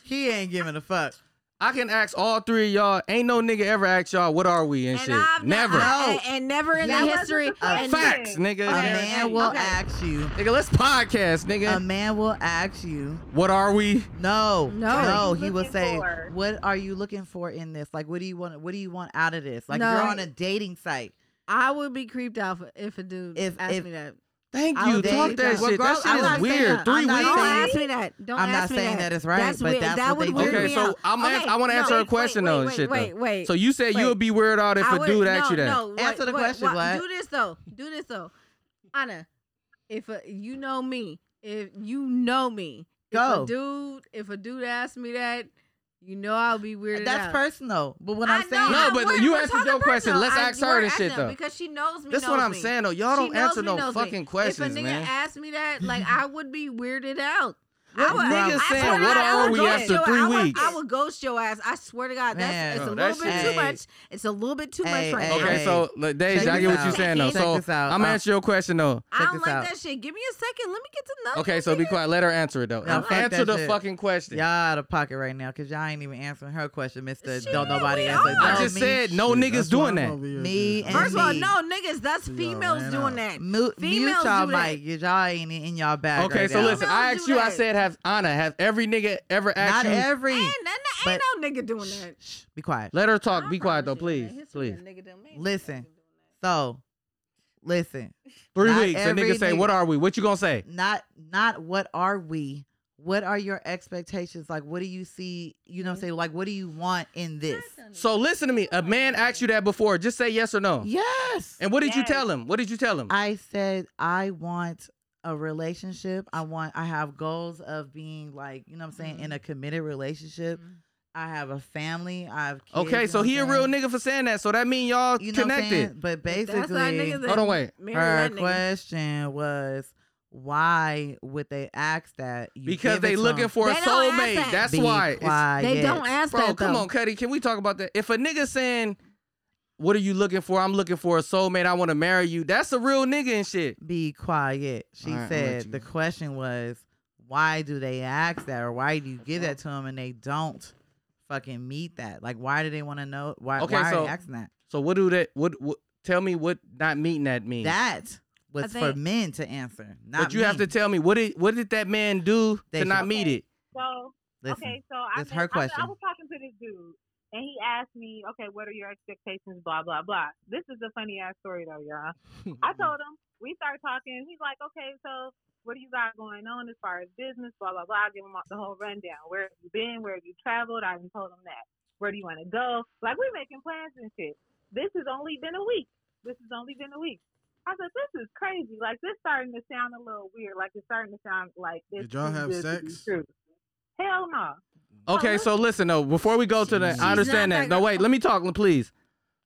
Speaker 5: He ain't giving a fuck.
Speaker 3: I can ask all three of y'all. Ain't no nigga ever asked y'all what are we and,
Speaker 10: And
Speaker 3: shit.
Speaker 10: I've not-
Speaker 3: Never.
Speaker 10: I- and, and never in
Speaker 1: That
Speaker 10: the
Speaker 1: wasn't
Speaker 10: history.
Speaker 1: the
Speaker 10: and-
Speaker 3: Facts, nigga.
Speaker 5: A man Um, will ask you.
Speaker 3: Nigga, let's podcast, nigga.
Speaker 5: A man will ask you.
Speaker 3: what are we?
Speaker 5: No,
Speaker 1: No.
Speaker 5: no.
Speaker 4: What are you
Speaker 5: He will
Speaker 4: looking
Speaker 5: say,
Speaker 4: for?
Speaker 5: "What are you looking for in this? Like, what do you want? What do you want out of this? Like,
Speaker 1: No.
Speaker 5: you're on a dating site.
Speaker 1: I would be creeped out if a dude
Speaker 5: If-
Speaker 1: asked
Speaker 5: if-
Speaker 1: me that.
Speaker 3: Thank
Speaker 1: I
Speaker 3: you.
Speaker 1: would
Speaker 3: Talk
Speaker 1: date
Speaker 3: that
Speaker 5: y'all.
Speaker 3: shit. That
Speaker 5: Regardless- I'm
Speaker 3: shit
Speaker 5: not
Speaker 3: is weird.
Speaker 5: saying-
Speaker 3: 3
Speaker 5: I'm not
Speaker 3: weeks.
Speaker 10: Don't
Speaker 5: saying-
Speaker 10: ask me that. Don't
Speaker 5: I'm not
Speaker 10: ask me
Speaker 5: saying
Speaker 10: that.
Speaker 5: that it's right,
Speaker 10: That's
Speaker 5: but
Speaker 10: weird.
Speaker 5: that's
Speaker 10: that
Speaker 5: what
Speaker 10: would
Speaker 5: they
Speaker 10: weird
Speaker 5: do.
Speaker 3: Okay,
Speaker 10: me
Speaker 3: so
Speaker 10: out.
Speaker 3: I'm
Speaker 10: okay,
Speaker 3: ask- I wanna
Speaker 10: no,
Speaker 3: answer a
Speaker 10: wait,
Speaker 3: question
Speaker 10: wait,
Speaker 3: though
Speaker 10: Wait,
Speaker 3: and shit though.
Speaker 10: wait, wait.
Speaker 3: So you said you
Speaker 10: Wait.
Speaker 3: would be weird out if
Speaker 10: I
Speaker 3: a
Speaker 10: would-
Speaker 3: dude
Speaker 10: no,
Speaker 3: asked you that.
Speaker 10: No,
Speaker 5: Answer
Speaker 10: wait,
Speaker 5: the
Speaker 10: wait,
Speaker 5: question,
Speaker 10: wait.
Speaker 5: what?
Speaker 10: Do this though.
Speaker 1: Do this though, Anna. If a, you know me, if you know me, If
Speaker 5: Go.
Speaker 1: a dude, if a dude asked me that, you know I'll be weirded
Speaker 5: That's
Speaker 1: out.
Speaker 5: personal. But what
Speaker 1: I
Speaker 5: I'm
Speaker 1: know,
Speaker 5: saying,
Speaker 3: No,
Speaker 1: I-
Speaker 3: but
Speaker 1: we're-
Speaker 3: you
Speaker 1: we're
Speaker 3: answered
Speaker 1: talking
Speaker 3: your question.
Speaker 1: personal.
Speaker 3: Let's
Speaker 1: I-
Speaker 3: ask her
Speaker 1: we're
Speaker 3: this
Speaker 1: asking
Speaker 3: shit,
Speaker 1: her
Speaker 3: though.
Speaker 1: Because she knows me.
Speaker 3: That's
Speaker 1: knows
Speaker 3: what I'm
Speaker 1: me.
Speaker 3: saying though. Y'all
Speaker 1: She
Speaker 3: don't
Speaker 1: knows
Speaker 3: answer
Speaker 1: me,
Speaker 3: no
Speaker 1: knows me.
Speaker 3: fucking questions,
Speaker 1: If a nigga
Speaker 3: man.
Speaker 1: asked me that, like I would be weirded out. I
Speaker 3: What
Speaker 1: would,
Speaker 3: nigga
Speaker 1: I
Speaker 3: saying,
Speaker 1: swear to
Speaker 3: "What
Speaker 1: God, I
Speaker 3: are
Speaker 1: would
Speaker 3: we
Speaker 1: ghost
Speaker 3: after
Speaker 1: your-
Speaker 3: three
Speaker 1: I would-
Speaker 3: weeks?"
Speaker 1: I would ghost your ass. I swear to God, that's
Speaker 5: Man.
Speaker 1: it's a
Speaker 3: Oh, that
Speaker 1: little bit
Speaker 5: shit-
Speaker 1: too much. It's a little bit too
Speaker 5: Hey,
Speaker 1: much right
Speaker 5: hey,
Speaker 1: now.
Speaker 3: Okay,
Speaker 5: hey.
Speaker 3: so like, Deja, I
Speaker 5: this
Speaker 3: get what
Speaker 5: out.
Speaker 3: you're saying though.
Speaker 5: Check
Speaker 3: So
Speaker 5: this out.
Speaker 3: I'm
Speaker 5: Uh,
Speaker 3: gonna answer your question though.
Speaker 1: I
Speaker 5: Check
Speaker 1: don't
Speaker 5: this
Speaker 1: like
Speaker 5: out.
Speaker 1: that shit. Give me a second. Let me get to know.
Speaker 3: Okay,
Speaker 1: this
Speaker 3: so be
Speaker 1: nigga.
Speaker 3: quiet. Let her answer it though.
Speaker 5: No, fuck
Speaker 3: answer
Speaker 5: that
Speaker 3: the
Speaker 5: shit.
Speaker 3: fucking question.
Speaker 5: y'all out of pocket right now because y'all ain't even answering her question, Mister.
Speaker 1: Shit,
Speaker 5: Don't nobody
Speaker 1: we
Speaker 5: answer.
Speaker 1: are.
Speaker 5: No,
Speaker 3: I just
Speaker 5: me,
Speaker 3: said no
Speaker 7: Shit,
Speaker 3: niggas
Speaker 7: that's why
Speaker 3: doing
Speaker 7: I'm
Speaker 3: that.
Speaker 7: over here
Speaker 5: Me
Speaker 7: just-
Speaker 5: and
Speaker 1: First of all,
Speaker 5: me.
Speaker 1: no niggas. That's
Speaker 7: Yo,
Speaker 1: females
Speaker 7: man,
Speaker 1: doing
Speaker 7: I-
Speaker 1: that.
Speaker 5: Mu- mute
Speaker 1: Females
Speaker 5: y'all
Speaker 1: do that.
Speaker 5: mic. Y'all ain't in y'all bag.
Speaker 3: Okay,
Speaker 5: right
Speaker 3: so
Speaker 5: now.
Speaker 3: listen, I
Speaker 1: Females
Speaker 3: asked
Speaker 1: do
Speaker 3: you, I
Speaker 1: that.
Speaker 3: said have Anna, have every nigga ever asked
Speaker 5: not
Speaker 3: you?
Speaker 5: every.
Speaker 1: Ain't, that, ain't no nigga doing that.
Speaker 5: Shh, be quiet.
Speaker 3: Let her
Speaker 1: I
Speaker 3: talk. Be quiet though,
Speaker 1: promise you,
Speaker 3: please.
Speaker 1: man, history
Speaker 3: Please.
Speaker 1: that nigga done made.
Speaker 5: Listen. So, listen.
Speaker 3: Three
Speaker 5: Not
Speaker 3: weeks. A
Speaker 5: every
Speaker 3: nigga say,
Speaker 5: nigga-
Speaker 3: What are we? What you gonna say?
Speaker 5: not not what are we what are your expectations like what do you see you
Speaker 1: Mm-hmm.
Speaker 5: know what i'm saying like what do you want in this
Speaker 3: So listen to me. A man asked you that before. Just say yes or no.
Speaker 5: yes
Speaker 3: And what did you
Speaker 4: Yes.
Speaker 3: tell him? What did you tell him?
Speaker 5: i said i want a relationship i want i have goals of being like you know what i'm saying
Speaker 3: Mm-hmm.
Speaker 5: in a committed relationship i have a family i have kids,
Speaker 3: okay,
Speaker 5: you
Speaker 3: so
Speaker 5: know
Speaker 3: he a
Speaker 5: what I'm
Speaker 3: real
Speaker 5: saying?
Speaker 3: nigga for saying that. So that mean y'all
Speaker 5: you know what I'm saying?
Speaker 3: connected.
Speaker 5: but
Speaker 1: If that's not
Speaker 5: basically
Speaker 1: niggas that
Speaker 3: Hold on, wait.
Speaker 1: marry
Speaker 5: her
Speaker 1: that nigga.
Speaker 5: question was why would they ask that You
Speaker 3: Because
Speaker 5: give
Speaker 3: they
Speaker 5: it to
Speaker 3: looking
Speaker 5: 'em.
Speaker 3: for a
Speaker 1: They don't ask
Speaker 3: soulmate.
Speaker 1: that.
Speaker 3: That's
Speaker 5: Be
Speaker 3: why. It's-
Speaker 1: They
Speaker 5: quiet.
Speaker 1: don't ask
Speaker 3: Bro,
Speaker 1: that
Speaker 3: come
Speaker 1: though.
Speaker 3: on, Cuddy. Can we talk about that? If a nigga saying, What are you looking for? I'm looking for a soulmate. I want to marry you. That's a real nigga and shit.
Speaker 5: be quiet. She
Speaker 3: All right, I'm gonna let
Speaker 5: said
Speaker 3: you-
Speaker 5: the question was, why do they ask that or why do you give that to them and they don't fucking meet that? Like, why do they want to know? Why,
Speaker 3: Okay,
Speaker 5: why
Speaker 3: so-
Speaker 5: are they asking that?
Speaker 3: So what do that what, what tell me what not meeting that means?
Speaker 5: That was
Speaker 1: I think-
Speaker 5: for men to answer, not
Speaker 3: but you have to
Speaker 5: men.
Speaker 3: tell me what did what did that man do to
Speaker 5: They
Speaker 3: not
Speaker 5: should-
Speaker 3: meet it?
Speaker 4: So
Speaker 5: Listen,
Speaker 4: okay, so I,
Speaker 5: it's
Speaker 4: think-
Speaker 5: her
Speaker 4: I- I,
Speaker 5: question.
Speaker 4: was talking to this dude, and he asked me, "Okay, what are your expectations?" Blah blah blah. This is a funny ass story though, y'all. I told him we started talking. He's like, "Okay, so what do you got going on as far as business?" Blah blah blah. I give him all- the whole rundown. Where have you been? Where have you traveled? I even told him that. Where do you want to go? Like we're making plans and shit. This has only been a week. This has only been a week. I said, this is crazy. Like, this starting to sound a little weird. Like, it's starting to sound like this.
Speaker 7: Did y'all have sex?
Speaker 4: True. Hell no.
Speaker 3: Okay, so listen though, before we go to that, I
Speaker 1: not
Speaker 3: understand
Speaker 1: that
Speaker 3: that. No,
Speaker 1: girl.
Speaker 3: wait, let me talk, please.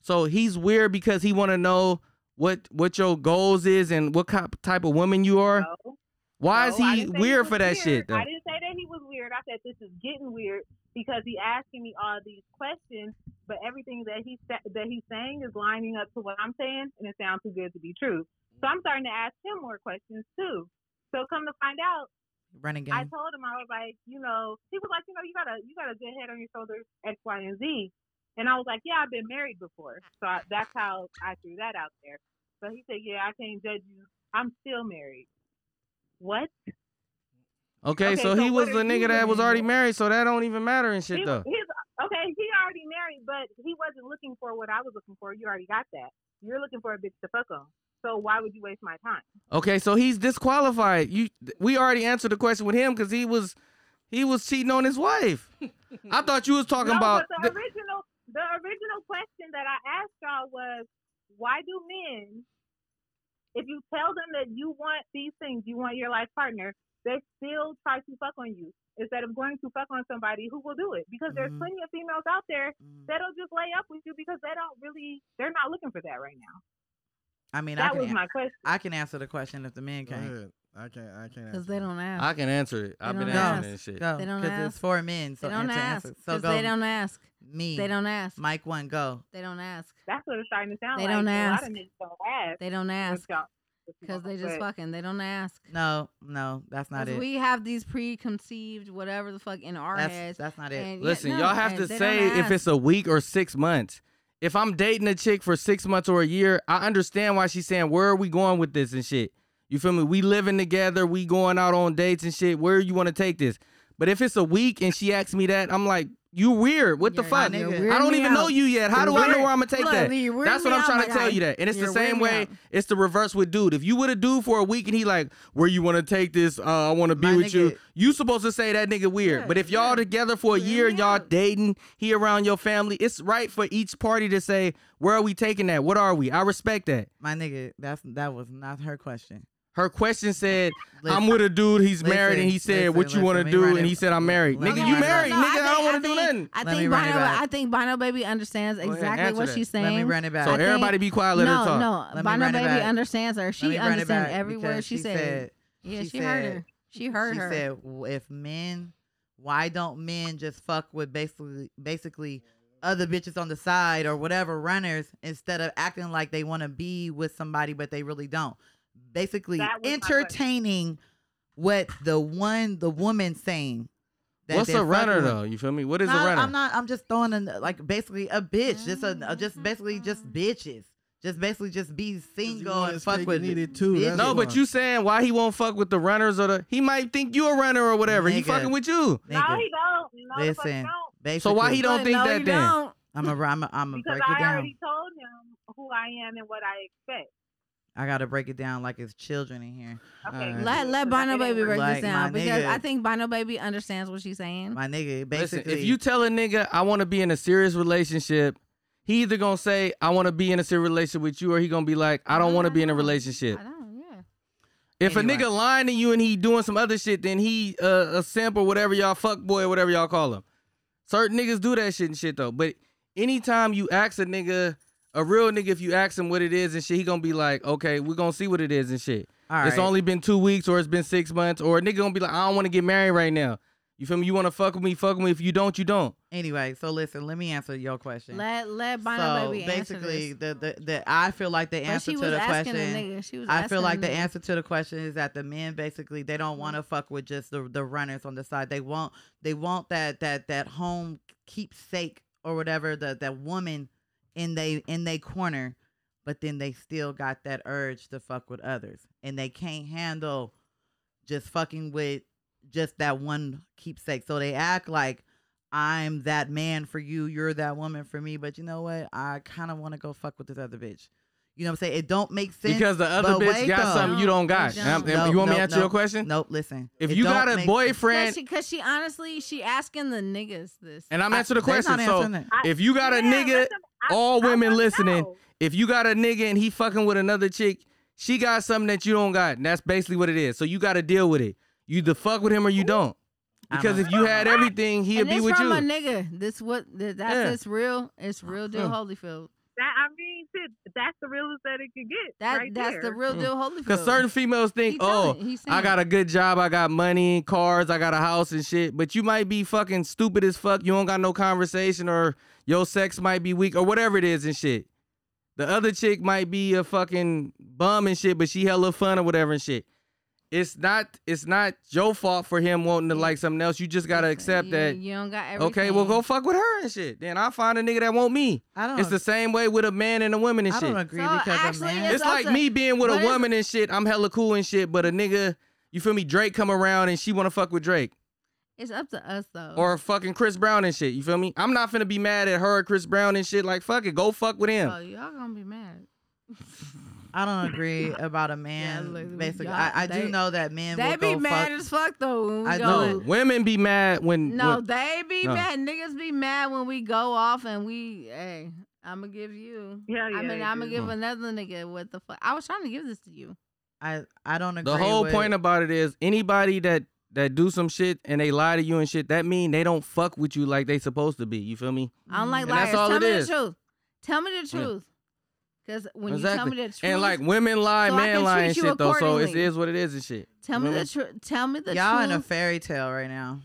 Speaker 3: So he's weird because he want to know what what your goals is and what cop, type of woman you are.
Speaker 4: No.
Speaker 3: Why is
Speaker 4: No, I
Speaker 3: he
Speaker 4: didn't say
Speaker 3: weird
Speaker 4: was
Speaker 3: for that
Speaker 4: weird.
Speaker 3: shit though?
Speaker 4: I didn't say that he was weird. I said this is getting weird because he asking me all these questions, but everything that he sa- that he's saying is lining up to what I'm saying, and it sounds too good to be true. So I'm starting to ask him more questions too. So come to find out,
Speaker 5: Running
Speaker 4: I
Speaker 5: game.
Speaker 4: told him I was like, you know, he was like, you know, you got a you got a good head on your shoulders, X, Y, and Z. And I was like, yeah, I've been married before, so I, that's how I threw that out there. So he said, yeah, I can't judge you. I'm still married. What?
Speaker 3: Okay,
Speaker 4: Okay,
Speaker 3: so,
Speaker 4: so
Speaker 3: he
Speaker 4: what
Speaker 3: was
Speaker 4: are
Speaker 3: the
Speaker 4: you
Speaker 3: nigga that was
Speaker 4: doing?
Speaker 3: already married, so that don't even matter and
Speaker 4: He-
Speaker 3: shit though.
Speaker 4: he's okay. He already married, but he wasn't looking for what I was looking for. You already got that. You're looking for a bitch to fuck on. So why would you waste my time?
Speaker 3: Okay, so he's disqualified. You we already answered the question with him because he was he was cheating on his wife. I thought you was talking
Speaker 4: no,
Speaker 3: about
Speaker 4: but
Speaker 3: th-
Speaker 4: the original the original question that I asked y'all was why do men if you tell them that you want these things, you want your life partner, they still try to fuck on you instead of going to fuck on somebody who will do it. Because there's
Speaker 5: Mhm.
Speaker 4: plenty of females out there
Speaker 5: Mm.
Speaker 4: that'll just lay up with you because they don't really they're not looking for that right now.
Speaker 5: I mean, I
Speaker 4: that
Speaker 5: can,
Speaker 4: was
Speaker 5: an-
Speaker 4: my question.
Speaker 5: I can answer the question if the men
Speaker 7: Go
Speaker 5: can't.
Speaker 7: ahead. I can't. I can't.
Speaker 1: Because
Speaker 7: answer
Speaker 1: they
Speaker 7: that.
Speaker 1: don't ask.
Speaker 3: I can answer it. I've
Speaker 1: They
Speaker 3: been
Speaker 1: don't
Speaker 3: answering
Speaker 5: ask.
Speaker 3: this shit.
Speaker 5: Go,
Speaker 1: They don't
Speaker 5: because
Speaker 1: ask.
Speaker 5: it's for men. So
Speaker 1: they don't
Speaker 5: answer,
Speaker 1: ask.
Speaker 5: answer. So
Speaker 1: Because
Speaker 5: go.
Speaker 1: they don't ask.
Speaker 5: me.
Speaker 1: They don't ask.
Speaker 5: Mike one go.
Speaker 1: They don't ask.
Speaker 4: That's what it's starting to sound
Speaker 1: They
Speaker 4: like.
Speaker 1: don't
Speaker 4: A lot
Speaker 1: ask.
Speaker 4: of niggas don't ask.
Speaker 1: They don't
Speaker 4: what
Speaker 1: ask.
Speaker 4: y'all-
Speaker 1: because they just
Speaker 5: Right.
Speaker 1: fucking they don't ask.
Speaker 5: No, no, that's not
Speaker 1: 'Cause
Speaker 5: it.
Speaker 1: we have these preconceived whatever the fuck in our
Speaker 5: That's-
Speaker 1: heads.
Speaker 5: that's not it.
Speaker 1: and- yeah,
Speaker 3: Listen,
Speaker 1: no,
Speaker 3: y'all have
Speaker 1: and
Speaker 3: to
Speaker 1: they don't
Speaker 3: say if
Speaker 1: ask.
Speaker 3: it's a week or six months. If I'm dating a chick for six months or a year, I understand why she's saying, Where are we going with this and shit? You feel me? We living together, we going out on dates and shit. Where you want to take this? But if it's a week and she asks me that, I'm like, You weird. What the
Speaker 1: You're-
Speaker 3: fuck?
Speaker 1: you're
Speaker 3: I
Speaker 1: weirding
Speaker 3: don't
Speaker 1: me
Speaker 3: even know
Speaker 1: out.
Speaker 3: you yet. How
Speaker 1: You're
Speaker 3: do I know
Speaker 1: weird-
Speaker 3: where I'm gonna take
Speaker 1: Look,
Speaker 3: that?
Speaker 1: you're weirding
Speaker 3: That's what
Speaker 1: me
Speaker 3: I'm
Speaker 1: out,
Speaker 3: trying
Speaker 1: my
Speaker 3: to tell
Speaker 1: guy.
Speaker 3: you that. And it's
Speaker 1: You're
Speaker 3: the same
Speaker 1: weirding me
Speaker 3: way.
Speaker 1: out.
Speaker 3: It's the reverse with dude. If you with a dude for a week and he like, where you want to take this? Uh, I want to be
Speaker 5: My
Speaker 3: with you.
Speaker 5: nigga-
Speaker 3: You supposed to say that nigga weird. but if y'all together for a year and y'all dating, he around your family, it's right for each party to say, where are we taking that? What are we? I respect that.
Speaker 5: My nigga, that's that was not her question.
Speaker 3: Her question said,
Speaker 5: Listen.
Speaker 3: I'm with a dude, he's
Speaker 5: Listen,
Speaker 3: married, and he said,
Speaker 5: listen,
Speaker 3: what you
Speaker 5: listen,
Speaker 3: want
Speaker 5: let
Speaker 3: to
Speaker 5: me
Speaker 3: do?
Speaker 5: run
Speaker 3: And
Speaker 5: it-
Speaker 3: he said, I'm married.
Speaker 5: let me
Speaker 3: nigga, you
Speaker 5: run it
Speaker 3: married.
Speaker 5: back.
Speaker 3: Nigga, I don't want to do
Speaker 1: think-
Speaker 3: nothing.
Speaker 1: I
Speaker 5: Let me
Speaker 1: think
Speaker 5: run it
Speaker 1: Bono,
Speaker 5: back.
Speaker 1: I think Bono Baby understands
Speaker 3: ahead,
Speaker 1: exactly
Speaker 3: answer
Speaker 1: what
Speaker 3: that.
Speaker 1: she's saying.
Speaker 5: Let me run it back.
Speaker 3: So
Speaker 1: I think-
Speaker 3: everybody be quiet, let
Speaker 1: no,
Speaker 3: her talk.
Speaker 1: No,
Speaker 5: Let me
Speaker 1: Bono
Speaker 5: run it
Speaker 1: Baby
Speaker 5: back.
Speaker 1: understands her.
Speaker 5: Let
Speaker 1: She
Speaker 5: me run it
Speaker 1: understands
Speaker 5: back
Speaker 1: every word
Speaker 5: because
Speaker 1: she, said. Yeah, she, heard her. She heard
Speaker 5: she
Speaker 1: her.
Speaker 5: said, "W- if men, why don't men just fuck with basically basically other bitches on the side or whatever runners instead of acting like they want to be with somebody but they really don't? Basically
Speaker 4: That was my question.
Speaker 5: entertaining what the one the woman saying. that
Speaker 3: What's
Speaker 5: they're
Speaker 3: a runner,
Speaker 5: fucking with.
Speaker 3: though? You feel me? What is
Speaker 5: No,
Speaker 3: a runner?
Speaker 5: I'm not. I'm just throwing in like basically a bitch. Just a, a-
Speaker 1: Mm-hmm.
Speaker 5: just basically just bitches. Just basically just be single
Speaker 7: want
Speaker 5: and
Speaker 7: his
Speaker 5: fuck
Speaker 7: cake
Speaker 5: with
Speaker 7: and eat it too. That's
Speaker 5: bitches.
Speaker 3: no, but
Speaker 7: why.
Speaker 3: you saying why he won't fuck with the runners or the he might think you a runner or whatever. He
Speaker 5: Nigga.
Speaker 3: fucking with you.
Speaker 4: No,
Speaker 5: Nigga,
Speaker 4: he don't. No, the fuck he
Speaker 5: Listen,
Speaker 4: don't.
Speaker 5: basically,
Speaker 3: So why he don't
Speaker 1: But
Speaker 3: think
Speaker 1: no,
Speaker 3: that
Speaker 1: you
Speaker 3: then?
Speaker 1: don't.
Speaker 5: I'm a, I'm a, I'm a
Speaker 4: Because
Speaker 5: break it
Speaker 4: I
Speaker 5: down.
Speaker 4: already told him who I am and what I expect.
Speaker 5: I gotta break it down like it's children in here.
Speaker 4: Okay.
Speaker 5: Alright.
Speaker 1: Let let
Speaker 4: Because I
Speaker 1: Bono
Speaker 4: didn't
Speaker 1: Baby
Speaker 4: work.
Speaker 1: break
Speaker 5: Like,
Speaker 1: this down
Speaker 5: my
Speaker 1: because
Speaker 5: nigga.
Speaker 1: I think Bono Baby understands what she's saying.
Speaker 5: My nigga,
Speaker 3: Listen,
Speaker 5: basically,
Speaker 3: if you tell a nigga I want to be in a serious relationship, he either gonna say I want to be in a serious relationship with you, or he gonna be like I don't want to be in a relationship.
Speaker 1: I don't. Yeah.
Speaker 3: If
Speaker 5: Anyway.
Speaker 3: a nigga lying to you and he doing some other shit, then he uh, a simp or whatever y'all fuck boy or whatever y'all call him. Certain niggas do that shit and shit though. But anytime you ask a nigga, a real nigga, if you ask him what it is and shit, he gonna be like, okay, we gonna see what it is and shit.
Speaker 5: all
Speaker 3: It's
Speaker 5: right.
Speaker 3: only been two weeks or it's been six months or a nigga gonna be like, I don't want to get married right now. You feel me? You want to fuck with me? Fuck with me. If you don't, you don't.
Speaker 5: anyway. So listen, let me answer your question.
Speaker 1: Let let Bono
Speaker 5: so
Speaker 1: Baby
Speaker 5: basically,
Speaker 1: answer this.
Speaker 5: the, the the I feel like the
Speaker 1: But
Speaker 5: answer
Speaker 1: she
Speaker 5: to
Speaker 1: was
Speaker 5: the
Speaker 1: asking
Speaker 5: question.
Speaker 1: the nigga. She was.
Speaker 5: I feel like the
Speaker 1: asking- Mm-hmm.
Speaker 5: answer to the question is that the men basically they don't want to fuck with just the, the runners on the side. They want they want that that that home keepsake or whatever the that woman in they in they corner, but then they still got that urge to fuck with others and they can't handle just fucking with just that one keepsake. So they act like I'm that man for you, you're that woman for me, but you know what? I kind of want to go fuck with this other bitch. You know what I'm saying? It don't make sense
Speaker 3: Because the other
Speaker 5: but
Speaker 3: bitch
Speaker 5: wait,
Speaker 3: got
Speaker 5: though.
Speaker 3: something you don't
Speaker 1: No,
Speaker 3: got.
Speaker 1: they
Speaker 3: And I'm-
Speaker 1: don't.
Speaker 3: and you want me to
Speaker 5: Nope,
Speaker 3: answer
Speaker 5: nope,
Speaker 3: your question?
Speaker 5: Nope, listen.
Speaker 3: If
Speaker 5: It
Speaker 3: you
Speaker 5: don't
Speaker 3: got a
Speaker 1: Cause
Speaker 5: make-
Speaker 3: boyfriend,
Speaker 1: she, cause she honestly, she asking the niggas this.
Speaker 3: and I'm
Speaker 5: I-
Speaker 3: answering the
Speaker 5: they not
Speaker 3: question. So
Speaker 5: answering that.
Speaker 4: I-
Speaker 3: if you got a
Speaker 4: Yeah,
Speaker 3: nigga,
Speaker 4: listen, I-
Speaker 3: all
Speaker 4: I
Speaker 3: women
Speaker 4: wanna
Speaker 3: listening,
Speaker 4: know.
Speaker 3: if you got a nigga and he fucking with another chick, she got something that you don't got, and that's basically what it is. So you got to deal with it. You either fuck with him or you don't.
Speaker 5: I
Speaker 3: Because
Speaker 5: don't-
Speaker 3: if you had everything, he'd
Speaker 1: and
Speaker 3: be
Speaker 1: it's
Speaker 3: with
Speaker 1: from
Speaker 3: you.
Speaker 1: a nigga. This what th- that's
Speaker 3: Yeah.
Speaker 1: it's real. It's real deal Holyfield.
Speaker 4: That I mean, shit, that's the realest that it could get.
Speaker 1: That
Speaker 4: right
Speaker 1: that's the
Speaker 4: there.
Speaker 1: real deal Holyfield.
Speaker 3: Because Mm. certain females think,
Speaker 1: He
Speaker 3: oh,
Speaker 1: telling- he's
Speaker 3: I
Speaker 1: saying.
Speaker 3: got a good job, I got money, cars, I got a house and shit. But you might be fucking stupid as fuck. You don't got no conversation, or your sex might be weak, or whatever it is and shit. The other chick might be a fucking bum and shit, but she hella fun or whatever and shit. It's not it's not your fault for him wanting to like something else. You just gotta accept
Speaker 1: you,
Speaker 3: that.
Speaker 1: you don't got everything.
Speaker 3: Okay, well go fuck with her and shit. Then I find a nigga that want me.
Speaker 5: I don't.
Speaker 3: It's the same way with a man and a woman and
Speaker 5: I
Speaker 3: shit.
Speaker 5: don't agree
Speaker 1: So
Speaker 5: because
Speaker 1: actually,
Speaker 5: a
Speaker 1: it's-
Speaker 5: man.
Speaker 3: It's like
Speaker 1: also-
Speaker 3: me being with
Speaker 1: but
Speaker 3: a
Speaker 1: it's-
Speaker 3: woman and shit. I'm hella cool and shit, but a nigga, you feel me? Drake come around and she wanna fuck with Drake
Speaker 1: It's up to us though.
Speaker 3: or fucking Chris Brown and shit. You feel me? I'm not finna be mad at her, or Chris Brown and shit. Like fuck it, go fuck with him.
Speaker 1: oh, y'all gonna be mad.
Speaker 5: I don't agree about a man.
Speaker 1: look,
Speaker 5: basically,
Speaker 1: y'all-
Speaker 5: I, I
Speaker 1: they-
Speaker 5: do know that men
Speaker 1: They
Speaker 5: will
Speaker 1: be
Speaker 5: go
Speaker 1: mad
Speaker 5: fuck.
Speaker 1: as fuck though. When we
Speaker 5: I
Speaker 1: go.
Speaker 3: No,
Speaker 5: know.
Speaker 3: women be mad when
Speaker 1: No,
Speaker 3: when-
Speaker 1: they be
Speaker 3: no.
Speaker 1: mad. Niggas be mad when we go off and we. Hey, I'm gonna give you.
Speaker 4: Hell yeah,
Speaker 1: I mean,
Speaker 4: they
Speaker 1: I'm gonna
Speaker 4: do.
Speaker 1: give
Speaker 3: Hmm.
Speaker 1: another nigga. What the fuck? I was trying to give this to you.
Speaker 5: I I don't agree.
Speaker 3: the whole
Speaker 5: with,
Speaker 3: point about it is anybody that that do some shit and they lie to you and shit, that mean they don't fuck with you like they supposed to be. You feel me?
Speaker 1: I don't like
Speaker 3: Mm. And
Speaker 1: liars.
Speaker 3: that's all
Speaker 1: Tell
Speaker 3: it
Speaker 1: me
Speaker 3: is.
Speaker 1: the truth. Tell me the
Speaker 3: Yeah.
Speaker 1: truth. Because when you tell
Speaker 3: Exactly.
Speaker 1: me the truth,
Speaker 3: And like women lie,
Speaker 1: So I
Speaker 3: man
Speaker 1: can
Speaker 3: lie
Speaker 1: treat
Speaker 3: and
Speaker 1: you
Speaker 3: shit though. So it
Speaker 1: accordingly.
Speaker 3: is what it is and shit.
Speaker 1: tell me
Speaker 3: Remember?
Speaker 1: the truth. Tell me the
Speaker 5: y'all in a
Speaker 1: truth.
Speaker 5: fairy tale right now.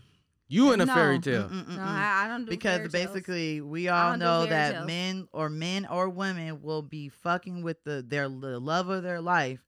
Speaker 3: You in a fairy
Speaker 1: No.
Speaker 3: tale.
Speaker 5: Mm, mm, mm,
Speaker 1: no,
Speaker 5: mm.
Speaker 1: I, I don't do
Speaker 5: because
Speaker 1: fairy tales.
Speaker 5: basically we
Speaker 1: I
Speaker 5: all
Speaker 1: don't do
Speaker 5: know
Speaker 1: fairy
Speaker 5: that
Speaker 1: tales.
Speaker 5: men or men or women will be fucking with the their the love of their life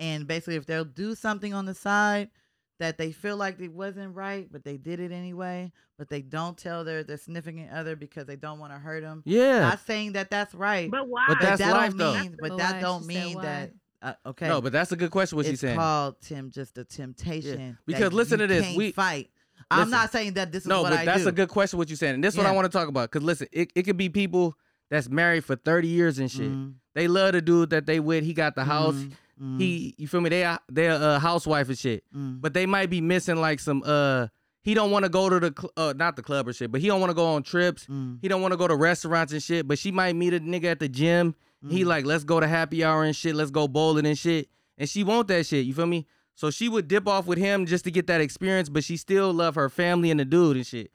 Speaker 5: And basically, if they'll do something on the side that they feel like it wasn't right, but they did it anyway, but they don't tell their, their significant other because they don't want to hurt them.
Speaker 3: Yeah.
Speaker 5: Not saying that that's right.
Speaker 4: But why?
Speaker 3: But that's
Speaker 5: that
Speaker 3: life, though.
Speaker 5: don't mean, but
Speaker 1: But
Speaker 5: that
Speaker 1: why?
Speaker 5: don't
Speaker 1: She said
Speaker 5: mean
Speaker 1: why.
Speaker 5: that. Uh, okay.
Speaker 3: No, but that's a good question. What she's
Speaker 5: it's
Speaker 3: saying.
Speaker 5: called Tim just a temptation. that
Speaker 3: Because listen
Speaker 5: you
Speaker 3: to this,
Speaker 5: can't
Speaker 3: we-
Speaker 5: fight. I'm
Speaker 3: listen.
Speaker 5: not saying that this is
Speaker 3: no,
Speaker 5: what
Speaker 3: but
Speaker 5: I
Speaker 3: that's
Speaker 5: do.
Speaker 3: a good question. What you saying? And this what I
Speaker 5: Yeah.
Speaker 3: want to talk about. Cause listen, it, it could be people that's married for thirty years and shit.
Speaker 5: Mhm,
Speaker 3: They love the dude that they with. He got the house.
Speaker 5: mhm, mhm,
Speaker 3: He, you feel me? They are- they a housewife and shit.
Speaker 5: mhm.
Speaker 3: But they might be missing like some. uh He don't want to go to the cl- uh, not the club or shit. But he don't want to go on trips.
Speaker 5: Mm,
Speaker 3: He don't want to go to restaurants and shit. But she might meet a nigga at the gym. He
Speaker 5: mm.
Speaker 3: like, let's go to happy hour and shit. Let's go bowling and shit. And she want that shit. You feel me? So she would dip off with him just to get that experience, but she still love her family and the dude and shit.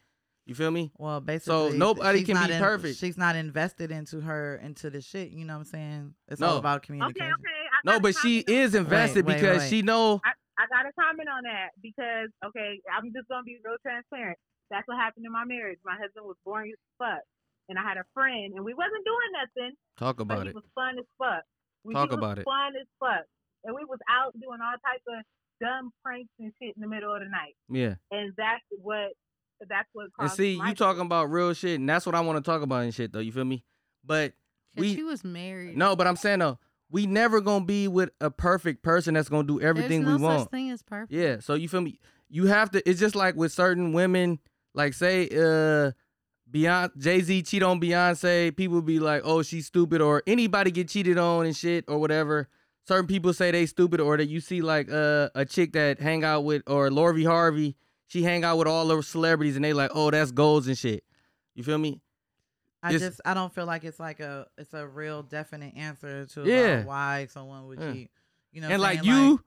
Speaker 3: You feel me?
Speaker 5: Well, basically,
Speaker 3: nobody
Speaker 5: she's
Speaker 3: can
Speaker 5: not
Speaker 3: be perfect.
Speaker 5: She's not invested into her into the shit. You know what I'm saying? It's all
Speaker 3: No.
Speaker 5: about
Speaker 4: Okay, okay.
Speaker 5: communication.
Speaker 4: I
Speaker 3: No,
Speaker 4: gotta
Speaker 3: but she
Speaker 4: comment on-
Speaker 3: is invested
Speaker 5: wait,
Speaker 3: because
Speaker 5: wait.
Speaker 3: she know.
Speaker 4: I got to comment on that because, okay, I'm just going to be real transparent. That's what happened in my marriage. My husband was boring as fuck. And I had a friend, and we wasn't doing nothing,
Speaker 3: Talk
Speaker 4: but
Speaker 3: about
Speaker 4: he
Speaker 3: it.
Speaker 4: was fun as fuck. We,
Speaker 3: Talk
Speaker 4: he was
Speaker 3: about it.
Speaker 4: fun as fuck. And we was out doing all types of dumb pranks and shit in the middle of the night.
Speaker 3: Yeah.
Speaker 4: And that's what, that's what
Speaker 3: And
Speaker 4: caused
Speaker 3: see,
Speaker 4: my
Speaker 3: you talking about real shit, and that's what I want to talk about and shit though. You feel me? But
Speaker 1: We,
Speaker 3: we
Speaker 1: she was married.
Speaker 3: no, but I'm saying though, we never gonna be with a perfect person that's gonna do everything
Speaker 1: There's no
Speaker 3: we want.
Speaker 1: Such thing as perfect.
Speaker 3: Yeah. So you feel me? You have to. It's just like with certain women, like say, uh, Beyonce, Jay Z cheat on Beyonce. People be like, "Oh, she's stupid," or anybody get cheated on and shit or whatever. Certain people say they stupid, or that you see like uh, a chick that hang out with or Lori Harvey. She hang out with all the celebrities, and they like, "Oh, that's goals and shit." You feel me?
Speaker 5: I
Speaker 3: It's-
Speaker 5: just I don't feel like it's like a it's a real definite answer to about
Speaker 3: Yeah.
Speaker 5: why someone would
Speaker 3: Yeah.
Speaker 5: cheat. You know, what
Speaker 3: and
Speaker 5: I'm
Speaker 3: like
Speaker 5: saying?
Speaker 3: you,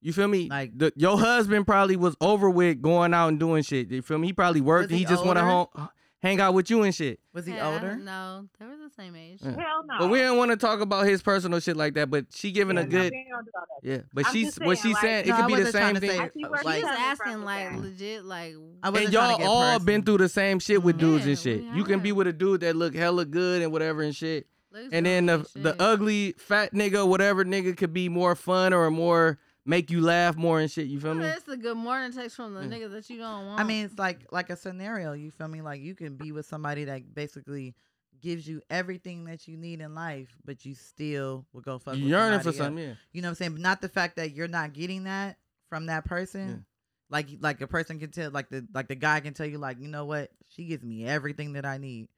Speaker 3: you feel me?
Speaker 5: like-
Speaker 3: Like the, your husband probably was over with going out and doing shit. You feel me? He probably worked.
Speaker 5: he
Speaker 3: he just want to
Speaker 5: older?
Speaker 3: home, hang out with you and shit.
Speaker 5: was he
Speaker 1: Yeah, I
Speaker 5: older?
Speaker 1: don't know. they were the same age.
Speaker 3: Yeah.
Speaker 4: Hell no.
Speaker 3: But we didn't want to talk about his personal shit like that. But she giving
Speaker 4: Yeah,
Speaker 3: a
Speaker 4: no,
Speaker 3: good,
Speaker 4: we ain't gonna do all that.
Speaker 3: yeah. But
Speaker 4: I'm
Speaker 3: she's
Speaker 4: just
Speaker 3: what
Speaker 4: saying,
Speaker 3: she's
Speaker 4: like-
Speaker 3: saying.
Speaker 5: No,
Speaker 3: it
Speaker 5: I
Speaker 3: could be the
Speaker 5: wasn't trying
Speaker 3: same
Speaker 5: to say-
Speaker 4: I
Speaker 3: thing.
Speaker 4: see
Speaker 5: Uh,
Speaker 4: where
Speaker 5: like-
Speaker 4: she's
Speaker 1: She was
Speaker 4: coming from
Speaker 1: asking
Speaker 4: with
Speaker 1: like
Speaker 4: that.
Speaker 1: legit like
Speaker 5: I wasn't
Speaker 3: And
Speaker 5: trying to
Speaker 3: y'all
Speaker 5: get
Speaker 3: all
Speaker 5: personal.
Speaker 3: been through the same shit with
Speaker 5: Mhm.
Speaker 3: dudes
Speaker 1: Yeah,
Speaker 3: and shit.
Speaker 1: we
Speaker 3: You can be
Speaker 1: have.
Speaker 3: with a dude that look hella good and whatever and shit.
Speaker 1: looks
Speaker 3: And then the
Speaker 1: drunk and
Speaker 3: the
Speaker 1: shit.
Speaker 3: ugly fat nigga, whatever nigga, could be more fun or more make you laugh more and shit. You feel
Speaker 1: Well,
Speaker 3: me?
Speaker 1: That's the good morning text from the
Speaker 3: Yeah.
Speaker 1: nigga that you don't want.
Speaker 5: I mean, it's like like a scenario. You feel me? Like you can be with somebody that basically gives you everything that you need in life, but you still will go fuck.
Speaker 3: You
Speaker 5: with
Speaker 3: yearning for
Speaker 5: somebody else.
Speaker 3: something, yeah.
Speaker 5: You know what I'm saying? But not the fact that you're not getting that from that person.
Speaker 3: Yeah.
Speaker 5: Like like a person can tell like the like the guy can tell you like, you know what? She gives me everything that I need,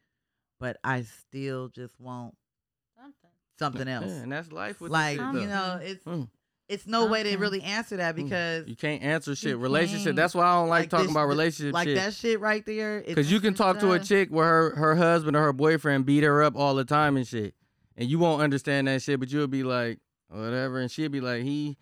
Speaker 5: but I still just want
Speaker 1: Something.
Speaker 5: something
Speaker 3: Yeah,
Speaker 5: else.
Speaker 3: and that's life with
Speaker 5: like,
Speaker 3: this
Speaker 1: shit,
Speaker 5: you
Speaker 3: shit, though.
Speaker 5: know, it's
Speaker 3: Mm.
Speaker 5: it's no way to
Speaker 1: Something.
Speaker 5: really answer that
Speaker 3: Mm.
Speaker 5: because
Speaker 3: you can't answer shit.
Speaker 1: You
Speaker 3: Relationship.
Speaker 1: can't.
Speaker 3: That's why I don't like,
Speaker 5: like
Speaker 3: talking
Speaker 5: this-
Speaker 3: about
Speaker 5: th-
Speaker 3: relationship
Speaker 5: like
Speaker 3: shit.
Speaker 5: that shit right there. It's,
Speaker 3: Cause you can
Speaker 1: It's
Speaker 3: talk to a
Speaker 1: the-
Speaker 3: chick where her her husband or her boyfriend beat her up all the time and shit, and you won't understand that shit, but you'll be like whatever, and she'll be like he,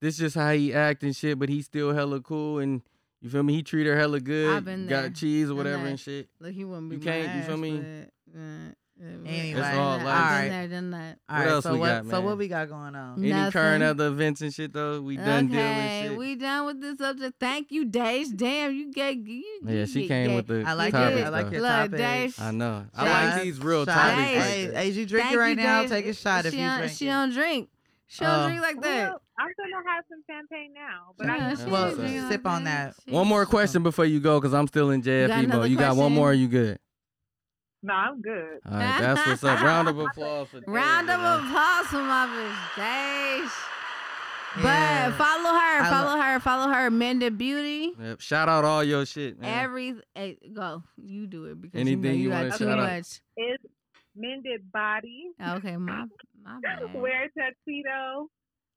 Speaker 3: this just how he act and shit, but he still hella cool and you feel me? He treat her hella good,
Speaker 1: been
Speaker 3: got
Speaker 1: there,
Speaker 3: cheese or
Speaker 1: done
Speaker 3: whatever
Speaker 1: that.
Speaker 3: and shit.
Speaker 1: Like he wouldn't be.
Speaker 3: You
Speaker 1: my
Speaker 3: can't- you feel
Speaker 1: ass,
Speaker 3: me?
Speaker 1: but, uh, it would.
Speaker 5: Anyway,
Speaker 3: It's all
Speaker 1: I've
Speaker 3: life.
Speaker 5: Alright.
Speaker 1: been there, done that.
Speaker 5: all
Speaker 3: What
Speaker 5: right,
Speaker 3: else
Speaker 5: so
Speaker 3: we
Speaker 5: what
Speaker 3: got,
Speaker 5: so what
Speaker 3: man?
Speaker 5: we got going on?
Speaker 3: Any current
Speaker 1: Nothing.
Speaker 3: other events and shit though, we done
Speaker 1: okay,
Speaker 3: dealing with shit.
Speaker 1: we done with this subject. Thank you, Dave. Damn, you get you.
Speaker 3: yeah,
Speaker 1: you
Speaker 3: she
Speaker 1: get
Speaker 3: came
Speaker 1: gay.
Speaker 3: with the
Speaker 5: I like
Speaker 3: topic
Speaker 1: it.
Speaker 5: your I like
Speaker 3: though.
Speaker 5: your
Speaker 1: Look,
Speaker 5: topic.
Speaker 1: Dave,
Speaker 3: I know. I
Speaker 5: Shots.
Speaker 3: like these real
Speaker 5: Shots.
Speaker 3: topics. like
Speaker 1: Hey,
Speaker 3: that.
Speaker 5: Hey, as you drink
Speaker 1: Thank
Speaker 5: it
Speaker 1: you,
Speaker 5: right now,
Speaker 1: Dave.
Speaker 5: take a shot
Speaker 1: she
Speaker 5: if you
Speaker 1: don't,
Speaker 5: drink
Speaker 1: She
Speaker 5: it.
Speaker 1: don't drink. She don't
Speaker 3: Uh,
Speaker 5: Oh.
Speaker 1: drink like that.
Speaker 4: Well, I'm gonna have some champagne now, but
Speaker 1: Yeah,
Speaker 4: I
Speaker 1: she
Speaker 3: that's
Speaker 1: don't
Speaker 3: what's
Speaker 1: drink
Speaker 3: up.
Speaker 1: like
Speaker 5: Sip on that.
Speaker 1: She-
Speaker 3: One more question before you go, cause I'm still in JFE
Speaker 1: another
Speaker 3: mode. You got one
Speaker 1: question?
Speaker 3: more, or you good?
Speaker 4: no, I'm good.
Speaker 3: All right, that's what's up. Round of applause for
Speaker 1: Round
Speaker 3: Dave,
Speaker 1: of
Speaker 3: man.
Speaker 1: applause for my bitch Dave.
Speaker 5: Yeah.
Speaker 1: But follow her,
Speaker 5: I
Speaker 1: follow
Speaker 5: lo-
Speaker 1: her, follow her. Mended Beauty.
Speaker 3: Yep. Shout out all your shit, man.
Speaker 1: Every eh, go, you do it because
Speaker 3: Anything you
Speaker 1: you, know you
Speaker 3: wanna
Speaker 1: got too
Speaker 4: shout out.
Speaker 1: much. Ah,
Speaker 4: It's mended body,
Speaker 1: Okay, my my bad.
Speaker 4: wear tuxedo,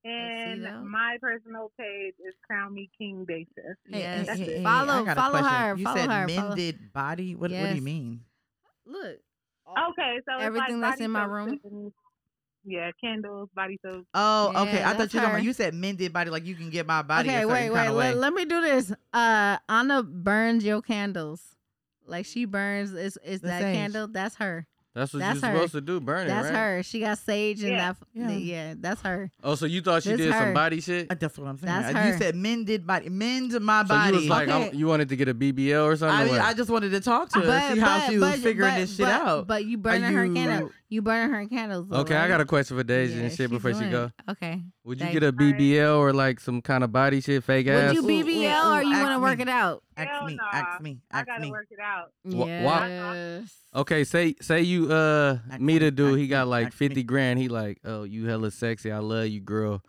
Speaker 4: and
Speaker 1: Mm-hmm. Tuxedo.
Speaker 4: my personal page is Crown Me King Dacia.
Speaker 5: Hey,
Speaker 1: Yes,
Speaker 5: hey, hey, hey, I
Speaker 1: follow
Speaker 5: got a
Speaker 1: follow
Speaker 5: question.
Speaker 1: her,
Speaker 5: You
Speaker 1: follow
Speaker 5: said
Speaker 1: her. follow-
Speaker 5: mended body. What, what do you
Speaker 1: Yes.
Speaker 5: mean?
Speaker 1: Look,
Speaker 4: Okay, so it's
Speaker 1: Oh, Everything
Speaker 4: like
Speaker 1: that's
Speaker 4: body
Speaker 1: in my
Speaker 4: soaps
Speaker 1: room?
Speaker 4: and- yeah, candles, body soaps.
Speaker 5: Oh,
Speaker 1: Yeah,
Speaker 5: okay. I thought
Speaker 1: that's
Speaker 5: you
Speaker 1: her.
Speaker 5: talking. You said mended body, like you can get my body.
Speaker 1: okay,
Speaker 5: a
Speaker 1: wait,
Speaker 5: certain
Speaker 1: wait.
Speaker 5: kind of way.
Speaker 1: Let, let me do this. Uh, Anna burns your candles. Like she burns, it's it's
Speaker 5: The
Speaker 1: that
Speaker 5: sage.
Speaker 1: candle. That's her.
Speaker 3: That's what
Speaker 1: That's
Speaker 3: you're
Speaker 1: her.
Speaker 3: supposed to do, burn it,
Speaker 1: that's
Speaker 3: right?
Speaker 1: her. She got sage and
Speaker 4: Yeah.
Speaker 1: that. Yeah.
Speaker 5: Yeah.
Speaker 1: that's her.
Speaker 3: Oh, so you thought she
Speaker 1: This
Speaker 3: did
Speaker 1: her.
Speaker 3: some body shit?
Speaker 5: Uh, That's what I'm saying.
Speaker 1: That's
Speaker 5: Uh, You
Speaker 1: her.
Speaker 5: said mended body. Mend my
Speaker 3: So you
Speaker 5: body.
Speaker 3: was like, I'm-
Speaker 1: Okay.
Speaker 3: you wanted to get a BBL or something?
Speaker 5: I,
Speaker 3: or what?
Speaker 5: I just wanted to talk to her, see how she was figuring this shit
Speaker 1: but-
Speaker 5: out.
Speaker 1: But you burning her
Speaker 5: you-
Speaker 1: candle. You, You burning her candles. though,
Speaker 3: Okay, I
Speaker 1: right?
Speaker 3: got a question for Daisy
Speaker 1: Yeah,
Speaker 3: and shit
Speaker 1: she
Speaker 3: before she
Speaker 1: doing
Speaker 3: go.
Speaker 1: it. Okay.
Speaker 3: Would you
Speaker 1: Thank-
Speaker 3: get a BBL or like some kind of body shit, fake ass?
Speaker 1: Would you BBL or you
Speaker 5: ask
Speaker 1: want to work
Speaker 5: me.
Speaker 1: it out?
Speaker 5: Ask me, ask me,
Speaker 4: I
Speaker 5: ask
Speaker 4: gotta
Speaker 5: me.
Speaker 4: work it out.
Speaker 3: Wha- wha-
Speaker 1: Yes.
Speaker 3: Okay, say say you uh meet a dude, he got like
Speaker 5: ask
Speaker 3: fifty grand. He like, oh, you hella sexy. I love you, girl.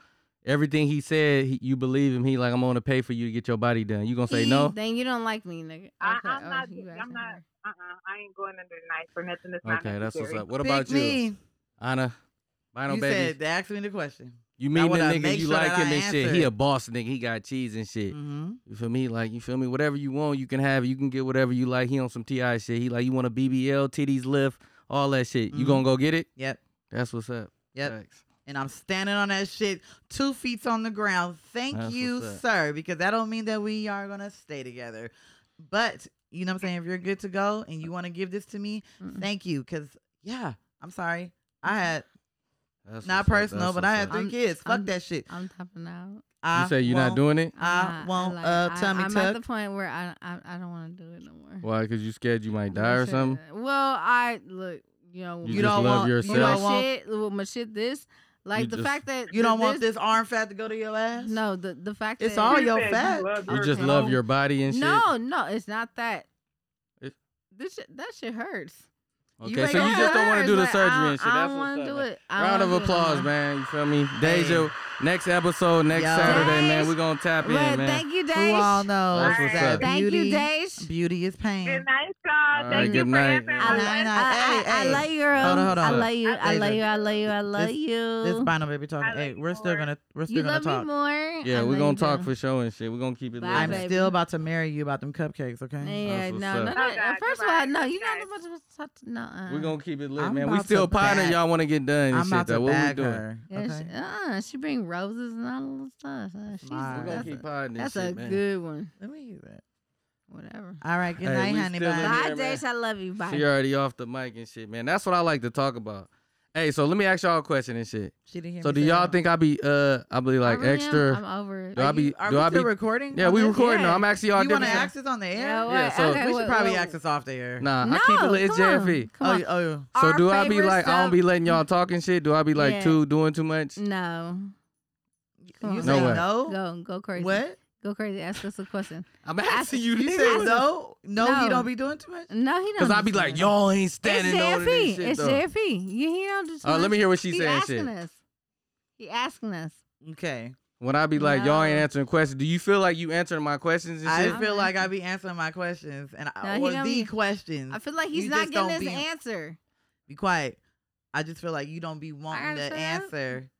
Speaker 3: Everything he said, he, you believe him. He like, I'm gonna pay for you to get your body done. You gonna say no?
Speaker 1: Then you don't like me, nigga.
Speaker 4: I,
Speaker 1: Okay,
Speaker 4: I'm
Speaker 1: oh,
Speaker 4: not.
Speaker 1: you
Speaker 4: I'm
Speaker 1: asking
Speaker 4: not.
Speaker 1: her.
Speaker 4: Uh, uh I ain't going under the knife for nothing. That's not
Speaker 3: Okay, that's what's
Speaker 4: necessary.
Speaker 3: up. What about you,
Speaker 5: me.
Speaker 3: Anna? Bino
Speaker 5: you
Speaker 3: baby,
Speaker 5: said ask me the question.
Speaker 3: you
Speaker 5: Now,
Speaker 3: meeting a
Speaker 5: what I
Speaker 3: nigga,
Speaker 5: make
Speaker 3: you
Speaker 5: sure
Speaker 3: like
Speaker 5: that
Speaker 3: him
Speaker 5: I
Speaker 3: and shit. He
Speaker 5: answer.
Speaker 3: a boss nigga. He got cheese and shit.
Speaker 5: Mm-hmm.
Speaker 3: You feel me? Like you feel me? Whatever you want, you can have. it. You can get whatever you like. He on some Ti shit. He like you want a BBL, titties lift, all that shit. You
Speaker 5: Mhm.
Speaker 3: gonna go get it?
Speaker 5: Yep.
Speaker 3: That's what's up.
Speaker 5: Yep.
Speaker 3: Facts.
Speaker 5: And I'm standing on that shit, two feet on the ground. Thank
Speaker 3: That's
Speaker 5: you,
Speaker 3: what's up.
Speaker 5: sir, because that don't mean that we are gonna stay together. But you know what I'm saying? If you're good to go and you want to give this to me,
Speaker 3: Mm.
Speaker 1: Mm-mm.
Speaker 5: thank you. Cause yeah, I'm sorry. I had
Speaker 3: That's
Speaker 5: not
Speaker 3: what's up.
Speaker 5: personal,
Speaker 3: That's
Speaker 5: but I
Speaker 3: what's
Speaker 5: had
Speaker 3: up.
Speaker 5: 3
Speaker 1: I'm-
Speaker 5: kids. Fuck
Speaker 1: I'm-
Speaker 5: that shit.
Speaker 1: I'm tapping out.
Speaker 5: I
Speaker 3: You say you're not
Speaker 5: won't-
Speaker 3: doing it?
Speaker 5: I
Speaker 1: I'm not-
Speaker 5: won't
Speaker 1: like,
Speaker 5: uh
Speaker 1: I-
Speaker 5: tummy
Speaker 1: I'm at the
Speaker 5: tuck.
Speaker 1: point where I I, I don't want to do it no more.
Speaker 3: Why? Because you scared you might
Speaker 1: My
Speaker 3: die or
Speaker 1: shit-
Speaker 3: something?
Speaker 1: Well, I look. You know,
Speaker 3: You, just
Speaker 5: You don't
Speaker 3: love
Speaker 5: want- you
Speaker 3: yourself?
Speaker 5: don't
Speaker 1: my
Speaker 5: want-
Speaker 1: shit. Well, my shit. This like
Speaker 3: You
Speaker 1: the
Speaker 3: just-
Speaker 1: fact that
Speaker 5: You don't
Speaker 1: that
Speaker 5: want this arm fat to go to your ass?
Speaker 1: No, the the fact
Speaker 5: It's
Speaker 1: that
Speaker 5: all
Speaker 4: She
Speaker 5: your
Speaker 4: said
Speaker 5: fat.
Speaker 4: love
Speaker 3: you
Speaker 4: her
Speaker 3: just
Speaker 4: so
Speaker 3: love your body and shit?
Speaker 1: No, no, it's not that.
Speaker 3: It-
Speaker 1: this shit, that shit hurts.
Speaker 5: you
Speaker 3: Okay,
Speaker 5: ain't
Speaker 3: so you
Speaker 5: gonna
Speaker 3: just don't
Speaker 1: It
Speaker 3: want to
Speaker 1: hurts,
Speaker 3: do the
Speaker 1: like, I
Speaker 3: surgery
Speaker 1: don't-
Speaker 3: and shit.
Speaker 1: I
Speaker 3: That's
Speaker 1: don't
Speaker 3: what's
Speaker 1: wanna
Speaker 3: up,
Speaker 1: do
Speaker 3: man.
Speaker 1: it. I don't
Speaker 3: Round of
Speaker 1: wanna do it no
Speaker 3: applause,
Speaker 1: more.
Speaker 3: man. You feel me? Deja, next episode, next
Speaker 5: Yo.
Speaker 3: Saturday, man.
Speaker 1: Dej.
Speaker 3: We're going to tap in,
Speaker 1: But
Speaker 3: man.
Speaker 1: thank you,
Speaker 5: Who all
Speaker 1: Dave.
Speaker 5: knows
Speaker 3: That's what's
Speaker 5: that
Speaker 3: up.
Speaker 1: Thank you,
Speaker 5: beauty,
Speaker 1: Dave.
Speaker 5: beauty is
Speaker 4: Good
Speaker 5: pain.
Speaker 4: night,
Speaker 3: All
Speaker 4: y'all.
Speaker 3: right,
Speaker 4: Thank you
Speaker 3: good
Speaker 4: for
Speaker 3: night.
Speaker 4: answering
Speaker 1: I
Speaker 4: my
Speaker 5: Good
Speaker 1: love,
Speaker 5: night,
Speaker 4: question.
Speaker 5: night.
Speaker 1: I,
Speaker 5: Hey,
Speaker 1: I, I
Speaker 5: hey.
Speaker 1: love you, girl.
Speaker 5: Hold on, hold
Speaker 1: I
Speaker 5: on.
Speaker 1: love you. I
Speaker 5: Deja.
Speaker 1: love you. I love you. I love you.
Speaker 5: This final baby talking.
Speaker 4: I love
Speaker 5: Hey,
Speaker 4: you
Speaker 5: we're still
Speaker 4: more.
Speaker 5: gonna we're still
Speaker 1: you
Speaker 5: gonna
Speaker 1: love
Speaker 5: talk.
Speaker 1: me more. I
Speaker 3: Yeah, we're
Speaker 1: love
Speaker 3: going
Speaker 1: you
Speaker 3: to talk
Speaker 1: too.
Speaker 3: for sure and shit. We're going to keep it
Speaker 1: Bye,
Speaker 5: I'm
Speaker 3: lit.
Speaker 1: baby.
Speaker 5: still about to marry you about them cupcakes, okay?
Speaker 1: Yeah,
Speaker 3: what's
Speaker 1: no, no,
Speaker 3: up.
Speaker 1: no.
Speaker 4: Oh, God,
Speaker 1: First of
Speaker 4: goodbye.
Speaker 1: all, no, you're
Speaker 4: Guys.
Speaker 1: not supposed to talk to no. Uh,
Speaker 3: We're going to keep it lit,
Speaker 5: I'm
Speaker 3: man. We
Speaker 5: about to
Speaker 3: still potting.
Speaker 5: bag-
Speaker 3: Y'all want to get done and
Speaker 5: I'm
Speaker 3: shit,
Speaker 5: about
Speaker 3: though.
Speaker 5: to
Speaker 3: What we
Speaker 5: bag
Speaker 3: doing?
Speaker 5: her.
Speaker 1: yeah,
Speaker 5: okay?
Speaker 1: she, uh, she bring roses and all little stuff. Uh, she's,
Speaker 5: Smart.
Speaker 3: We're
Speaker 5: We're
Speaker 3: going
Speaker 1: that's
Speaker 3: to
Speaker 1: a,
Speaker 3: keep potting this
Speaker 1: that's
Speaker 3: shit,
Speaker 1: a
Speaker 3: man.
Speaker 1: good one.
Speaker 5: Let me use that.
Speaker 1: Whatever.
Speaker 5: All right, good
Speaker 3: Hey,
Speaker 5: night,
Speaker 3: we
Speaker 5: honey.
Speaker 3: still
Speaker 5: Bye.
Speaker 3: in
Speaker 1: Bye,
Speaker 3: here, man.
Speaker 1: Dash. I love you. Bye.
Speaker 3: She already off the mic and shit, man. That's what I like to talk about. Hey, so let me ask y'all a question and shit.
Speaker 5: She didn't hear
Speaker 3: So
Speaker 5: me
Speaker 3: do
Speaker 5: say
Speaker 3: y'all
Speaker 5: that.
Speaker 3: think I be uh I be
Speaker 1: I
Speaker 3: like
Speaker 1: really am.
Speaker 3: extra?
Speaker 1: I'm over it.
Speaker 3: do I
Speaker 5: Are
Speaker 3: be
Speaker 5: you- are
Speaker 3: do
Speaker 5: we
Speaker 3: I
Speaker 5: still
Speaker 3: be?
Speaker 5: recording?
Speaker 3: Yeah,
Speaker 5: on
Speaker 3: we
Speaker 5: this?
Speaker 3: recording.
Speaker 1: Yeah.
Speaker 3: now. I'm asking y'all
Speaker 5: You want
Speaker 3: different.
Speaker 5: to ask us on the air?
Speaker 1: Yeah,
Speaker 3: Yeah,
Speaker 1: what?
Speaker 3: so-
Speaker 1: okay,
Speaker 5: We should
Speaker 1: what-
Speaker 5: probably
Speaker 1: what-
Speaker 5: ask this off the air.
Speaker 3: Nah,
Speaker 1: no,
Speaker 3: uh, I keep it lit. It's E.
Speaker 1: come on,
Speaker 3: JFE.
Speaker 1: Come
Speaker 5: oh,
Speaker 1: on.
Speaker 5: you- oh, you-
Speaker 3: So
Speaker 1: Our
Speaker 3: do I be
Speaker 1: favorite
Speaker 3: like I don't
Speaker 1: stuff-
Speaker 3: be letting y'all talk and shit? Do I be like
Speaker 1: Yeah.
Speaker 3: too doing too much?
Speaker 5: Mm.
Speaker 1: No. Come
Speaker 5: you
Speaker 1: on.
Speaker 5: say
Speaker 3: No way.
Speaker 5: no?
Speaker 1: Go, go crazy.
Speaker 5: What?
Speaker 1: Go crazy. Ask us a question.
Speaker 3: I'm asking you
Speaker 5: You say
Speaker 3: this
Speaker 5: no? No,
Speaker 1: No.
Speaker 5: you don't be doing too much.
Speaker 1: No, he don't.
Speaker 3: because I
Speaker 1: do
Speaker 3: be
Speaker 1: too
Speaker 3: like
Speaker 1: much.
Speaker 3: y'all ain't
Speaker 1: It's
Speaker 3: standing on this
Speaker 1: JFE.
Speaker 3: shit
Speaker 1: It's
Speaker 3: though.
Speaker 1: JFE. You he don't do too
Speaker 3: Uh, let
Speaker 1: much.
Speaker 3: me hear what she's
Speaker 1: He
Speaker 3: saying.
Speaker 1: asking
Speaker 3: Shit.
Speaker 1: us. He asking us.
Speaker 5: Okay.
Speaker 3: When I be like y'all ain't
Speaker 1: No.
Speaker 3: answering questions, do you feel like you answering my questions and
Speaker 5: I
Speaker 3: shit?
Speaker 1: I'm
Speaker 5: feel like I
Speaker 1: asking-
Speaker 5: be answering my questions and I,
Speaker 1: No, he
Speaker 5: or
Speaker 1: don't
Speaker 5: the
Speaker 1: be-
Speaker 5: questions.
Speaker 1: I feel like he's
Speaker 5: You
Speaker 1: not
Speaker 5: just don't
Speaker 1: getting his
Speaker 5: be-
Speaker 1: answer.
Speaker 5: be quiet. I just feel like you don't be wanting the
Speaker 1: understand.
Speaker 5: answer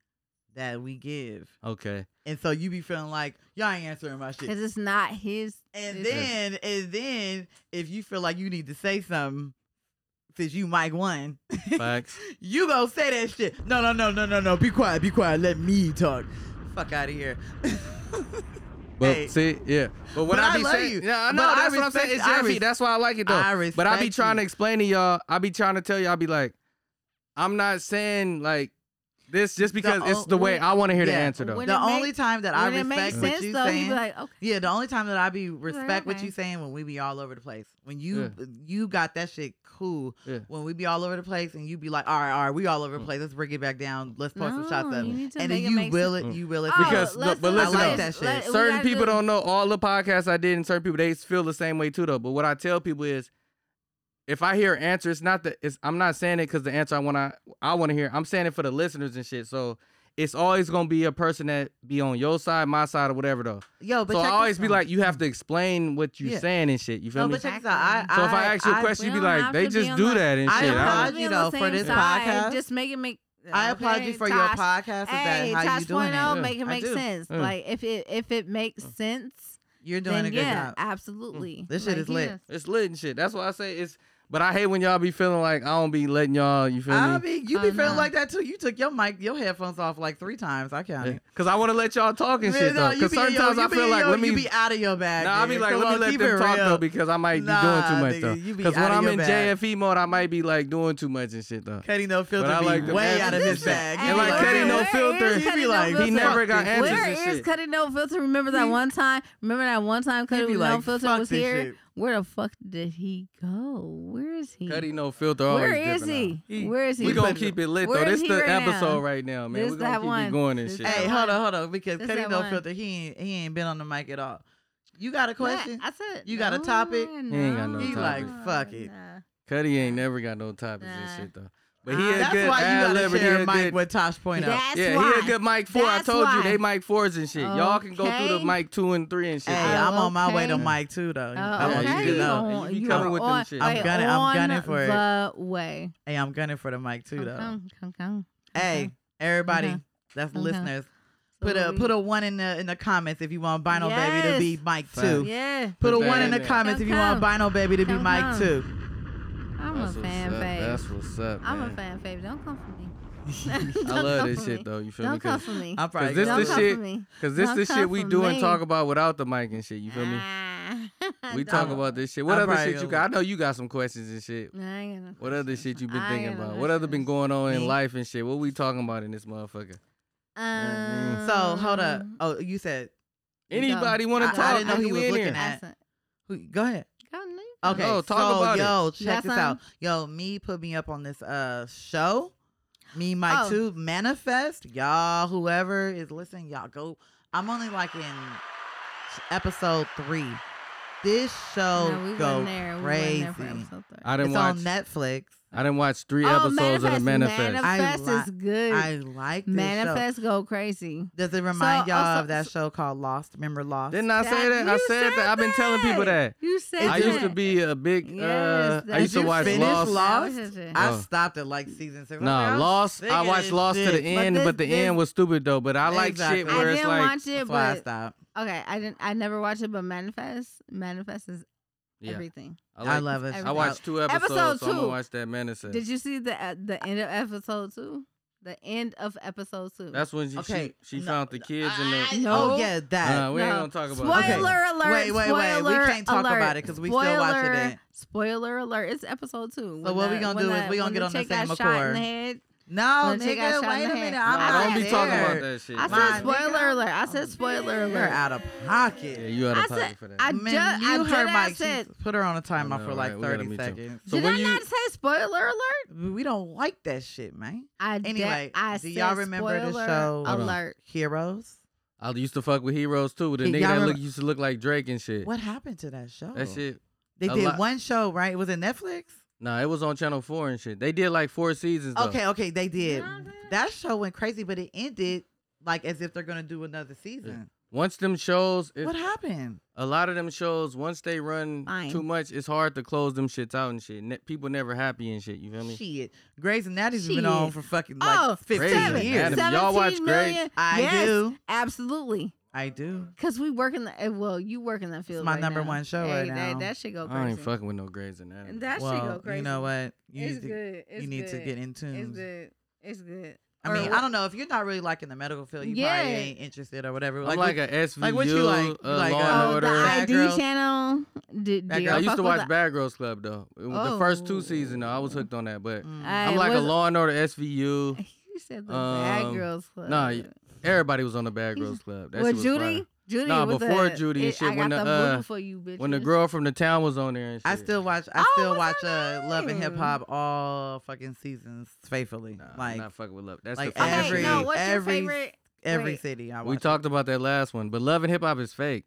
Speaker 5: that we give.
Speaker 3: Okay.
Speaker 5: And so you be feeling like y'all ain't answering my shit.
Speaker 1: Because it's not his.
Speaker 5: And
Speaker 1: it's-
Speaker 5: then and then if you feel like you need to say something since you Mike one,
Speaker 3: Facts.
Speaker 5: you go say that shit. No, no, no, no, no, no. Be quiet, be quiet. Let me talk. Fuck out of here.
Speaker 3: But
Speaker 5: Hey.
Speaker 3: see, yeah. But what
Speaker 5: But
Speaker 3: I,
Speaker 5: I
Speaker 3: be
Speaker 5: love
Speaker 3: saying,
Speaker 5: you.
Speaker 3: yeah, I
Speaker 5: But
Speaker 3: know
Speaker 5: I
Speaker 3: that's what I'm saying. It's
Speaker 5: respect- I
Speaker 3: Jeffy.
Speaker 5: res-
Speaker 3: that's why I like it though.
Speaker 5: I
Speaker 3: but I be
Speaker 5: respect
Speaker 3: trying to
Speaker 5: you.
Speaker 3: explain to y'all. I be trying to tell y'all. I be like, I'm not saying like this just because it's
Speaker 5: o-
Speaker 3: the way I want to hear the
Speaker 5: yeah.
Speaker 3: answer though.
Speaker 1: When
Speaker 5: the
Speaker 1: it make-
Speaker 5: only time that I
Speaker 1: when it makes
Speaker 5: respect what
Speaker 1: sense
Speaker 5: you
Speaker 1: though, he
Speaker 5: saying,
Speaker 1: be like, okay.
Speaker 5: yeah, the only time that I be respect what
Speaker 1: okay.
Speaker 5: you saying when we be all over the place. When you you got that shit cool.
Speaker 3: Yeah. Mm.
Speaker 5: When we be all over the place and you be like, all right, all right, we all over the place. Let's bring it back down. Let's post some shots
Speaker 1: No,
Speaker 5: up.
Speaker 1: you need to
Speaker 5: And then
Speaker 1: make it
Speaker 5: you
Speaker 1: make
Speaker 5: will
Speaker 3: sense.
Speaker 5: it. You will it.
Speaker 1: Oh,
Speaker 3: Because- no, but
Speaker 1: let's-
Speaker 3: listen
Speaker 1: I
Speaker 3: though.
Speaker 1: like that
Speaker 5: Let-
Speaker 1: shit.
Speaker 5: we
Speaker 3: certain people don't know all the podcasts I did, and certain people they feel the same way too though. But what I tell people is, if I hear an answer, it's not the. It's, I'm not saying it because the answer I want to I want to hear. I'm saying it for the listeners and shit. So. It's always gonna be a person that be on your side, my side, or whatever though.
Speaker 5: Yo, but
Speaker 3: so I
Speaker 5: check this
Speaker 3: always be
Speaker 5: out.
Speaker 3: like, you have to explain what you
Speaker 5: Yeah.
Speaker 3: saying and shit. You feel
Speaker 5: No,
Speaker 3: me?
Speaker 5: but check this out. I,
Speaker 3: So if I ask you a question, you
Speaker 1: we
Speaker 3: be
Speaker 1: don't
Speaker 3: like,
Speaker 1: have
Speaker 3: they
Speaker 1: to be
Speaker 3: just
Speaker 1: on
Speaker 3: do
Speaker 1: the-
Speaker 3: that and
Speaker 5: I
Speaker 3: shit.
Speaker 1: don't
Speaker 3: I
Speaker 5: applaud
Speaker 1: have to
Speaker 5: you,
Speaker 1: be on the
Speaker 5: though, for
Speaker 1: same
Speaker 5: this
Speaker 1: side.
Speaker 5: podcast.
Speaker 1: Just make it make.
Speaker 5: I applaud
Speaker 1: Okay,
Speaker 5: you for your
Speaker 1: Tosh.
Speaker 5: podcast. Is that
Speaker 1: Hey,
Speaker 5: how
Speaker 1: Tosh
Speaker 5: you doing
Speaker 1: point
Speaker 5: it?
Speaker 1: oh,
Speaker 3: Yeah,
Speaker 1: make it
Speaker 5: I
Speaker 1: make
Speaker 5: do. Mm.
Speaker 1: sense.
Speaker 3: Yeah.
Speaker 1: Like if it if it makes sense,
Speaker 5: You're doing
Speaker 1: then
Speaker 5: a good
Speaker 1: yeah,
Speaker 5: job. Mm.
Speaker 1: absolutely.
Speaker 5: This shit
Speaker 1: Like,
Speaker 5: is lit.
Speaker 1: yes.
Speaker 3: it's lit and shit. That's why I say it's. But I hate when y'all be feeling like I don't be letting y'all. You feel
Speaker 5: I
Speaker 3: me?
Speaker 5: mean, you
Speaker 1: Oh,
Speaker 5: be feeling
Speaker 1: no.
Speaker 5: like that too. You took your mic, your headphones off like three times. I counted.
Speaker 3: Because I want to let y'all talk and shit
Speaker 5: Man,
Speaker 3: though.
Speaker 5: no, you
Speaker 3: Because
Speaker 5: be in
Speaker 3: sometimes
Speaker 5: your-
Speaker 3: I
Speaker 5: you be
Speaker 3: feel
Speaker 5: in
Speaker 3: like
Speaker 5: your-
Speaker 3: let me.
Speaker 5: You be out of your bag.
Speaker 3: Nah, I be
Speaker 5: man.
Speaker 3: like
Speaker 5: Come
Speaker 3: let me
Speaker 5: on,
Speaker 3: let
Speaker 5: keep
Speaker 3: them
Speaker 5: it
Speaker 3: talk
Speaker 5: real.
Speaker 3: though because I might be doing too
Speaker 5: Nah,
Speaker 3: much
Speaker 5: nigga,
Speaker 3: though.
Speaker 5: you be
Speaker 3: when
Speaker 5: outta
Speaker 3: I'm
Speaker 5: your
Speaker 3: in
Speaker 5: bag.
Speaker 3: JFE mode, I might be like doing too much and shit though.
Speaker 5: Kenny No Filter
Speaker 3: I
Speaker 5: be
Speaker 3: like them
Speaker 5: way
Speaker 3: answers.
Speaker 5: out of his bag.
Speaker 3: And
Speaker 5: He
Speaker 3: like
Speaker 5: be
Speaker 3: Kenny
Speaker 5: man,
Speaker 3: No
Speaker 1: where
Speaker 3: Filter,
Speaker 1: is
Speaker 5: he be
Speaker 1: Cutting
Speaker 5: like,
Speaker 1: no
Speaker 5: he
Speaker 1: Filter?
Speaker 5: never got
Speaker 3: answers
Speaker 1: Where
Speaker 3: and
Speaker 1: is
Speaker 3: shit.
Speaker 1: cutting no filter? Remember that one time? Remember that one time
Speaker 5: He
Speaker 1: cutting
Speaker 5: be
Speaker 1: no
Speaker 5: like,
Speaker 1: filter
Speaker 5: fuck
Speaker 1: was
Speaker 5: this
Speaker 1: here
Speaker 5: shit.
Speaker 1: Where the fuck did he go? Where is he?
Speaker 3: Cuddy no filter.
Speaker 1: Where is
Speaker 3: always dipping out.
Speaker 1: he? Where is he?
Speaker 3: We gonna
Speaker 1: Where
Speaker 3: keep it lit
Speaker 1: is
Speaker 3: though. This
Speaker 1: he
Speaker 3: the
Speaker 1: right now?
Speaker 3: episode right now, man.
Speaker 1: This
Speaker 3: We gonna
Speaker 1: that
Speaker 3: keep
Speaker 1: one.
Speaker 3: it going and
Speaker 1: This
Speaker 3: shit.
Speaker 1: that
Speaker 5: Hey,
Speaker 1: one.
Speaker 5: hold on, hold on, because
Speaker 1: This
Speaker 5: Cuddy
Speaker 1: that
Speaker 5: No
Speaker 1: one.
Speaker 5: Filter, he ain't, he ain't been on the mic at all. You got a
Speaker 1: What?
Speaker 5: question?
Speaker 1: I said
Speaker 5: You got a
Speaker 1: no,
Speaker 5: topic? He
Speaker 3: ain't got no
Speaker 5: He
Speaker 3: topic.
Speaker 5: like, fuck it.
Speaker 1: nah.
Speaker 3: Cuddy ain't never got no topics
Speaker 1: Nah.
Speaker 3: and shit though. But he a
Speaker 5: That's
Speaker 3: good
Speaker 5: why you
Speaker 3: ad-libber,
Speaker 5: gotta
Speaker 3: he
Speaker 5: share
Speaker 3: a
Speaker 5: Mike
Speaker 3: good-
Speaker 5: with Tosh Point out.
Speaker 1: That's
Speaker 3: yeah,
Speaker 1: why.
Speaker 3: he a good mic four.
Speaker 1: That's
Speaker 3: I told
Speaker 1: why.
Speaker 3: you they mic fours and shit. Y'all can go through
Speaker 1: Okay.
Speaker 3: the mic two and three and shit.
Speaker 5: Hey, I'm on my way to
Speaker 1: okay.
Speaker 5: Mike too though. I
Speaker 1: Oh,
Speaker 5: want
Speaker 3: Yeah,
Speaker 1: okay.
Speaker 5: you to
Speaker 3: you
Speaker 5: know.
Speaker 3: know.
Speaker 1: on-
Speaker 3: You be
Speaker 1: you
Speaker 3: coming
Speaker 1: are
Speaker 3: with them
Speaker 1: on,
Speaker 3: shit.
Speaker 5: I'm
Speaker 1: wait,
Speaker 5: gunning- I'm
Speaker 1: on
Speaker 5: gunning for it.
Speaker 1: The way.
Speaker 5: Hey, I'm gunning for the mic too
Speaker 1: Come,
Speaker 5: though.
Speaker 1: come, come, come.
Speaker 5: Hey, everybody
Speaker 1: Okay.
Speaker 5: that's
Speaker 1: Okay.
Speaker 5: listeners,
Speaker 1: So
Speaker 5: put a
Speaker 1: we-
Speaker 5: put a one in the in the comments if you want Bino Baby to
Speaker 1: Yes.
Speaker 5: be Mike
Speaker 3: Facts.
Speaker 5: too.
Speaker 1: Yeah,
Speaker 5: Put, a
Speaker 3: Put that
Speaker 5: one in
Speaker 3: in
Speaker 5: the
Speaker 3: there.
Speaker 5: comments if you
Speaker 1: Come,
Speaker 5: want Bino Baby to be
Speaker 1: Come,
Speaker 5: Mike
Speaker 1: come.
Speaker 5: too.
Speaker 1: I'm
Speaker 3: That's
Speaker 1: a
Speaker 3: what's
Speaker 1: fan
Speaker 3: up. That's
Speaker 1: fave.
Speaker 3: what's up.
Speaker 1: I'm a fan
Speaker 3: man.
Speaker 1: fave. Don't come for me.
Speaker 3: I
Speaker 1: Don't
Speaker 3: love
Speaker 1: come
Speaker 3: this
Speaker 1: for me.
Speaker 3: shit though. You feel me?
Speaker 1: Don't come
Speaker 3: 'Cause
Speaker 1: for me.
Speaker 5: I'm probably
Speaker 3: this
Speaker 1: Don't
Speaker 3: the
Speaker 1: come
Speaker 3: shit-
Speaker 1: for me.
Speaker 3: Cause this
Speaker 1: Don't
Speaker 3: the
Speaker 1: come
Speaker 3: shit we
Speaker 1: for
Speaker 3: do and
Speaker 1: me.
Speaker 3: talk about without the mic and shit. You feel me?
Speaker 1: Ah,
Speaker 3: We
Speaker 1: don't.
Speaker 3: talk about this shit. What
Speaker 5: I'm
Speaker 3: other
Speaker 5: probably
Speaker 3: shit you
Speaker 5: gonna-
Speaker 3: got? I know you got some questions and shit.
Speaker 1: I ain't got no
Speaker 3: What other
Speaker 1: questions.
Speaker 3: shit you been
Speaker 1: I
Speaker 3: thinking
Speaker 1: ain't got no
Speaker 3: about? What other been
Speaker 1: questions.
Speaker 3: going on in
Speaker 5: Me?
Speaker 3: life and shit? What we talking about in this motherfucker? I
Speaker 1: Um,
Speaker 5: So hold up. Oh, you said
Speaker 3: Anybody want
Speaker 5: I-
Speaker 3: to
Speaker 5: I
Speaker 3: talk?
Speaker 5: didn't know
Speaker 3: nigga,
Speaker 5: he
Speaker 3: we
Speaker 5: was
Speaker 3: in
Speaker 5: looking
Speaker 3: here.
Speaker 5: at-
Speaker 1: I
Speaker 5: that.
Speaker 1: said-
Speaker 5: who- go ahead.
Speaker 1: Go on, nigga.
Speaker 5: Okay,
Speaker 3: No, talk
Speaker 5: so
Speaker 3: about it.
Speaker 5: yo, check
Speaker 1: got
Speaker 5: this out. Yo, me put me up on this uh show. Me, Mike,
Speaker 1: Oh.
Speaker 5: too. Manifest, y'all. Whoever is listening, y'all go. I'm only like in episode three. This show
Speaker 1: No, we wasn't
Speaker 5: go
Speaker 1: there. We wasn't
Speaker 5: crazy.
Speaker 1: there for episode three.
Speaker 3: I didn't
Speaker 5: it's
Speaker 3: watch.
Speaker 5: on Netflix.
Speaker 3: I didn't watch three
Speaker 1: Oh,
Speaker 3: episodes of the manifest.
Speaker 5: I
Speaker 1: Manifest
Speaker 5: li-
Speaker 1: is good.
Speaker 5: I like this show.
Speaker 1: Manifest go crazy.
Speaker 5: Does it remind
Speaker 1: So,
Speaker 5: y'all
Speaker 1: also-
Speaker 5: of that show called Lost? Remember Lost?
Speaker 3: Didn't I say that? I
Speaker 1: you
Speaker 3: said that. I've been telling people that.
Speaker 1: You said
Speaker 5: It's
Speaker 3: I used to
Speaker 1: that.
Speaker 3: be a big.
Speaker 1: Yes,
Speaker 3: uh, I
Speaker 1: that's-
Speaker 3: used to
Speaker 1: Did you
Speaker 3: watch
Speaker 5: finish
Speaker 3: Lost.
Speaker 5: Lost?
Speaker 1: That was his shit.
Speaker 5: I
Speaker 3: Oh.
Speaker 5: stopped at like season six.
Speaker 3: Nah, Lost. I watched Lost to the end,
Speaker 1: this-
Speaker 3: but the
Speaker 1: this-
Speaker 3: end was stupid though. But I like
Speaker 5: Exactly.
Speaker 3: shit
Speaker 1: I
Speaker 3: where it's
Speaker 1: didn't
Speaker 3: like,
Speaker 1: watch it,
Speaker 5: That's why I
Speaker 1: but
Speaker 5: stopped.
Speaker 1: okay, I didn't. I never watched it, but Manifest, Manifest is
Speaker 3: yeah,
Speaker 1: everything.
Speaker 5: I,
Speaker 3: like-
Speaker 5: love it.
Speaker 3: I watched two episodes,
Speaker 1: Episode
Speaker 3: so I'm
Speaker 1: two.
Speaker 3: gonna watch that manifest.
Speaker 1: Did you see the uh, the end of episode two? The end of episode two.
Speaker 3: That's when she
Speaker 5: Okay,
Speaker 3: she, she
Speaker 5: no,
Speaker 3: found the kids and the.
Speaker 5: Oh
Speaker 1: No.
Speaker 5: yeah, that.
Speaker 3: Uh, we ain't
Speaker 1: No.
Speaker 3: gonna talk about
Speaker 1: Spoiler
Speaker 3: that.
Speaker 1: alert!
Speaker 5: Wait, wait, wait. We
Speaker 1: spoiler
Speaker 5: can't talk
Speaker 1: alert,
Speaker 5: about it 'cause we still watching
Speaker 1: spoiler-
Speaker 5: it.
Speaker 1: Spoiler alert! It's episode two.
Speaker 5: So
Speaker 1: When
Speaker 5: what we
Speaker 1: the-
Speaker 5: gonna
Speaker 1: when
Speaker 5: do is we gonna
Speaker 1: when
Speaker 5: get on the
Speaker 1: chick got
Speaker 5: same
Speaker 1: shot in
Speaker 5: accord.
Speaker 1: the head.
Speaker 5: No,
Speaker 1: When the chick got
Speaker 5: nigga,
Speaker 1: shot in
Speaker 5: wait a
Speaker 1: the
Speaker 5: minute.
Speaker 1: head.
Speaker 5: I'm
Speaker 1: No,
Speaker 5: not
Speaker 3: don't be talking
Speaker 5: there.
Speaker 3: about that shit.
Speaker 1: I
Speaker 5: My
Speaker 1: said spoiler
Speaker 5: nigga.
Speaker 1: alert. I said spoiler
Speaker 5: You're
Speaker 1: alert.
Speaker 5: out of
Speaker 3: yeah,
Speaker 5: pocket.
Speaker 3: you out
Speaker 1: I
Speaker 3: of pocket
Speaker 1: said
Speaker 3: for that.
Speaker 1: I
Speaker 5: Man,
Speaker 1: ju- I
Speaker 5: you
Speaker 1: did
Speaker 5: heard
Speaker 1: I
Speaker 5: my she-
Speaker 1: said-
Speaker 5: Put her on a
Speaker 3: I
Speaker 5: timeout
Speaker 3: know,
Speaker 5: for like
Speaker 3: right? We gotta
Speaker 5: 30
Speaker 3: meet you.
Speaker 5: seconds.
Speaker 3: So
Speaker 1: Did
Speaker 3: when
Speaker 1: I
Speaker 3: you
Speaker 1: not say spoiler alert?
Speaker 5: We don't like that shit, man.
Speaker 1: I did-
Speaker 5: Anyway,
Speaker 1: I
Speaker 5: do
Speaker 1: said
Speaker 5: y'all remember the
Speaker 1: spoiler
Speaker 5: show? Hold on.
Speaker 1: Alert.
Speaker 5: Heroes.
Speaker 3: I used to fuck with heroes too. The
Speaker 5: Y'all
Speaker 3: nigga that
Speaker 5: remember-
Speaker 3: look, used to look like Drake and shit.
Speaker 5: What Oh. happened to that show?
Speaker 3: That shit.
Speaker 5: They
Speaker 3: a
Speaker 5: did
Speaker 3: lot.
Speaker 5: one show, right? Was it Netflix?
Speaker 3: Nah, it was on Channel Four and shit. They did like four seasons. Though.
Speaker 5: Okay, okay, they did.
Speaker 1: know what I'm saying?
Speaker 5: That show went crazy, but it ended like as if they're gonna do another season.
Speaker 3: Once them shows, if,
Speaker 5: What happened?
Speaker 3: a lot of them shows, once they run
Speaker 1: Fine.
Speaker 3: too much, it's hard to close them shits out and shit. Ne- people never happy and shit. You feel me?
Speaker 5: Shit, Grey's Anatomy's been
Speaker 1: Shit.
Speaker 5: on for fucking like
Speaker 1: oh,
Speaker 5: 15
Speaker 3: seven,
Speaker 5: years.
Speaker 3: Adam, y'all watch
Speaker 1: 17
Speaker 3: Grey's?
Speaker 1: million.
Speaker 5: I
Speaker 1: yes,
Speaker 5: do.
Speaker 1: Absolutely.
Speaker 5: I do.
Speaker 1: Cause we work in the eh, well, you work in that field.
Speaker 5: my
Speaker 1: right
Speaker 5: number
Speaker 1: now.
Speaker 5: one show
Speaker 1: hey,
Speaker 5: right
Speaker 1: That,
Speaker 5: now.
Speaker 1: that should go crazy.
Speaker 3: I ain't fucking with no Grey's Anatomy.
Speaker 1: That should
Speaker 5: well,
Speaker 1: go crazy.
Speaker 5: you know what? You
Speaker 1: it's
Speaker 5: need to,
Speaker 1: good. It's
Speaker 5: you need
Speaker 1: good.
Speaker 5: to get in tune.
Speaker 1: It's good. It's good.
Speaker 5: I
Speaker 1: Or
Speaker 5: mean,
Speaker 1: what-
Speaker 5: I don't know if you're not really like in the medical field, you
Speaker 1: Yeah.
Speaker 5: probably ain't interested or whatever.
Speaker 3: I'm like, a SVU,
Speaker 5: like what you like? You
Speaker 3: uh,
Speaker 5: like,
Speaker 3: Law
Speaker 5: uh,
Speaker 3: and
Speaker 1: Oh,
Speaker 3: Order.
Speaker 1: the
Speaker 5: Bad
Speaker 1: ID
Speaker 5: Girls.
Speaker 1: channel. Did,
Speaker 5: Bad
Speaker 1: did
Speaker 3: I
Speaker 5: Girls.
Speaker 1: y'all
Speaker 3: used
Speaker 1: fuck
Speaker 3: to
Speaker 1: with
Speaker 3: watch
Speaker 1: the-
Speaker 3: Bad Girls Club though. It was The first two seasons, though, I was hooked on that.
Speaker 5: Mm.
Speaker 3: But I'm
Speaker 1: Hey,
Speaker 3: like a
Speaker 1: what's-
Speaker 3: Law and Order SVU.
Speaker 1: You said the Bad
Speaker 3: Um,
Speaker 1: Girls Club.
Speaker 3: nah, Everybody was on the Bad Girls Club. That
Speaker 1: Well,
Speaker 3: shit was fire.
Speaker 1: Judy, Judy.
Speaker 3: Nah,
Speaker 1: with
Speaker 3: before
Speaker 1: the,
Speaker 3: Judy and
Speaker 1: it-
Speaker 3: shit,
Speaker 1: I
Speaker 3: when
Speaker 1: got
Speaker 3: the,
Speaker 1: voodoo
Speaker 3: uh,
Speaker 1: for you, bitch.
Speaker 3: When the girl from the town was on there and shit.
Speaker 5: I still watch. I
Speaker 1: Oh,
Speaker 5: still watch
Speaker 1: what's her
Speaker 5: uh, Love and Hip
Speaker 1: name?
Speaker 5: Hop all fucking seasons faithfully.
Speaker 3: Nah, I'm
Speaker 5: like
Speaker 3: not fucking with love. That's
Speaker 5: like
Speaker 3: the first
Speaker 1: okay,
Speaker 5: every-
Speaker 3: shit.
Speaker 1: no, what's
Speaker 5: every-
Speaker 1: your favorite?
Speaker 5: every
Speaker 1: wait.
Speaker 5: city, I watch.
Speaker 3: We
Speaker 5: it.
Speaker 3: talked about that last one, but love and hip hop is fake.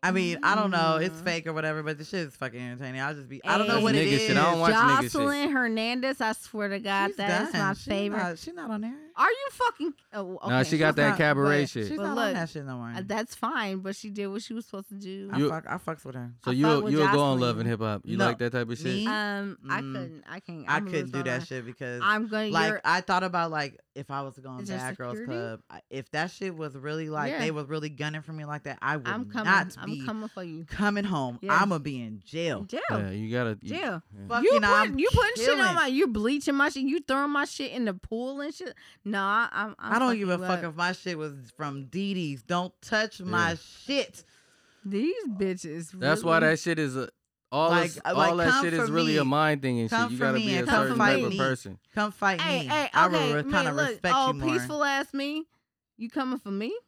Speaker 5: I mean, I don't know. It's
Speaker 1: Mm.
Speaker 5: fake or whatever, but the shit is fucking entertaining. I just be. I don't know
Speaker 1: Hey.
Speaker 5: what it
Speaker 3: Nigga
Speaker 5: is.
Speaker 3: shit, I don't watch nigga shit.
Speaker 1: Jocelyn Hernandez. I swear to God,
Speaker 5: She's
Speaker 1: that is
Speaker 5: done.
Speaker 1: my
Speaker 5: She
Speaker 1: favorite.
Speaker 5: Not, she not on there.
Speaker 1: Are you fucking? Oh, okay.
Speaker 3: Nah, she got
Speaker 5: She's
Speaker 3: that
Speaker 5: not-
Speaker 3: cabaret
Speaker 5: but
Speaker 3: shit.
Speaker 5: She's
Speaker 1: But
Speaker 5: not on
Speaker 1: look,
Speaker 5: that shit no more.
Speaker 1: Uh, That's fine, but she did what she was supposed to do.
Speaker 5: I
Speaker 3: You-
Speaker 5: fuck. I fucks with her.
Speaker 3: So
Speaker 1: I fuck
Speaker 3: you
Speaker 1: with
Speaker 3: you go on
Speaker 1: Jocelyn.
Speaker 3: love and hip hop. You
Speaker 5: No.
Speaker 3: like that type of shit?
Speaker 5: Me?
Speaker 1: um, I
Speaker 5: Mm.
Speaker 1: couldn't. I can't.
Speaker 5: I
Speaker 1: I'm gonna
Speaker 5: couldn't
Speaker 1: lose
Speaker 5: do
Speaker 1: my
Speaker 5: that
Speaker 1: mind.
Speaker 5: shit because
Speaker 1: I'm gonna.
Speaker 5: like
Speaker 1: you're-
Speaker 5: I thought about like if I was going
Speaker 1: Is
Speaker 5: to
Speaker 1: there
Speaker 5: Bad Girls
Speaker 1: security?
Speaker 5: Club, I- if that shit was really like
Speaker 1: Yeah.
Speaker 5: they was really gunning for me like that, I would
Speaker 1: I'm coming.
Speaker 5: not be
Speaker 1: I'm coming for you.
Speaker 5: coming home.
Speaker 1: Yeah.
Speaker 5: I'ma be in jail.
Speaker 1: Jail.
Speaker 3: Yeah, you gotta. You,
Speaker 1: Jail.
Speaker 3: yeah.
Speaker 5: Fucking,
Speaker 1: You put,
Speaker 5: I'm
Speaker 1: you putting shit
Speaker 5: killing.
Speaker 1: on my you bleaching my shit you throwing my shit in the pool and shit. Nah, I'm. I'm
Speaker 5: I don't give a
Speaker 1: fucking
Speaker 5: fuck
Speaker 1: up.
Speaker 5: if my shit was from Dee Dee's. Don't touch my
Speaker 3: Yeah.
Speaker 5: shit.
Speaker 1: These bitches.
Speaker 3: That's
Speaker 1: really,
Speaker 3: why that shit is a, all.
Speaker 5: Like- uh,
Speaker 3: this-
Speaker 5: like,
Speaker 3: all that
Speaker 5: come
Speaker 3: shit is
Speaker 5: for
Speaker 3: really a
Speaker 5: me.
Speaker 3: mind thing and
Speaker 5: Come
Speaker 3: shit. You
Speaker 5: for
Speaker 3: gotta
Speaker 5: me
Speaker 3: be a
Speaker 5: and
Speaker 1: come
Speaker 3: certain
Speaker 1: for
Speaker 3: type
Speaker 1: me.
Speaker 3: of person.
Speaker 5: Come fight
Speaker 1: Hey,
Speaker 5: me.
Speaker 1: hey, okay.
Speaker 5: I will re-
Speaker 1: man,
Speaker 5: kind of
Speaker 1: look,
Speaker 5: respect
Speaker 1: oh,
Speaker 5: you more.
Speaker 1: peaceful ass me. You coming for me?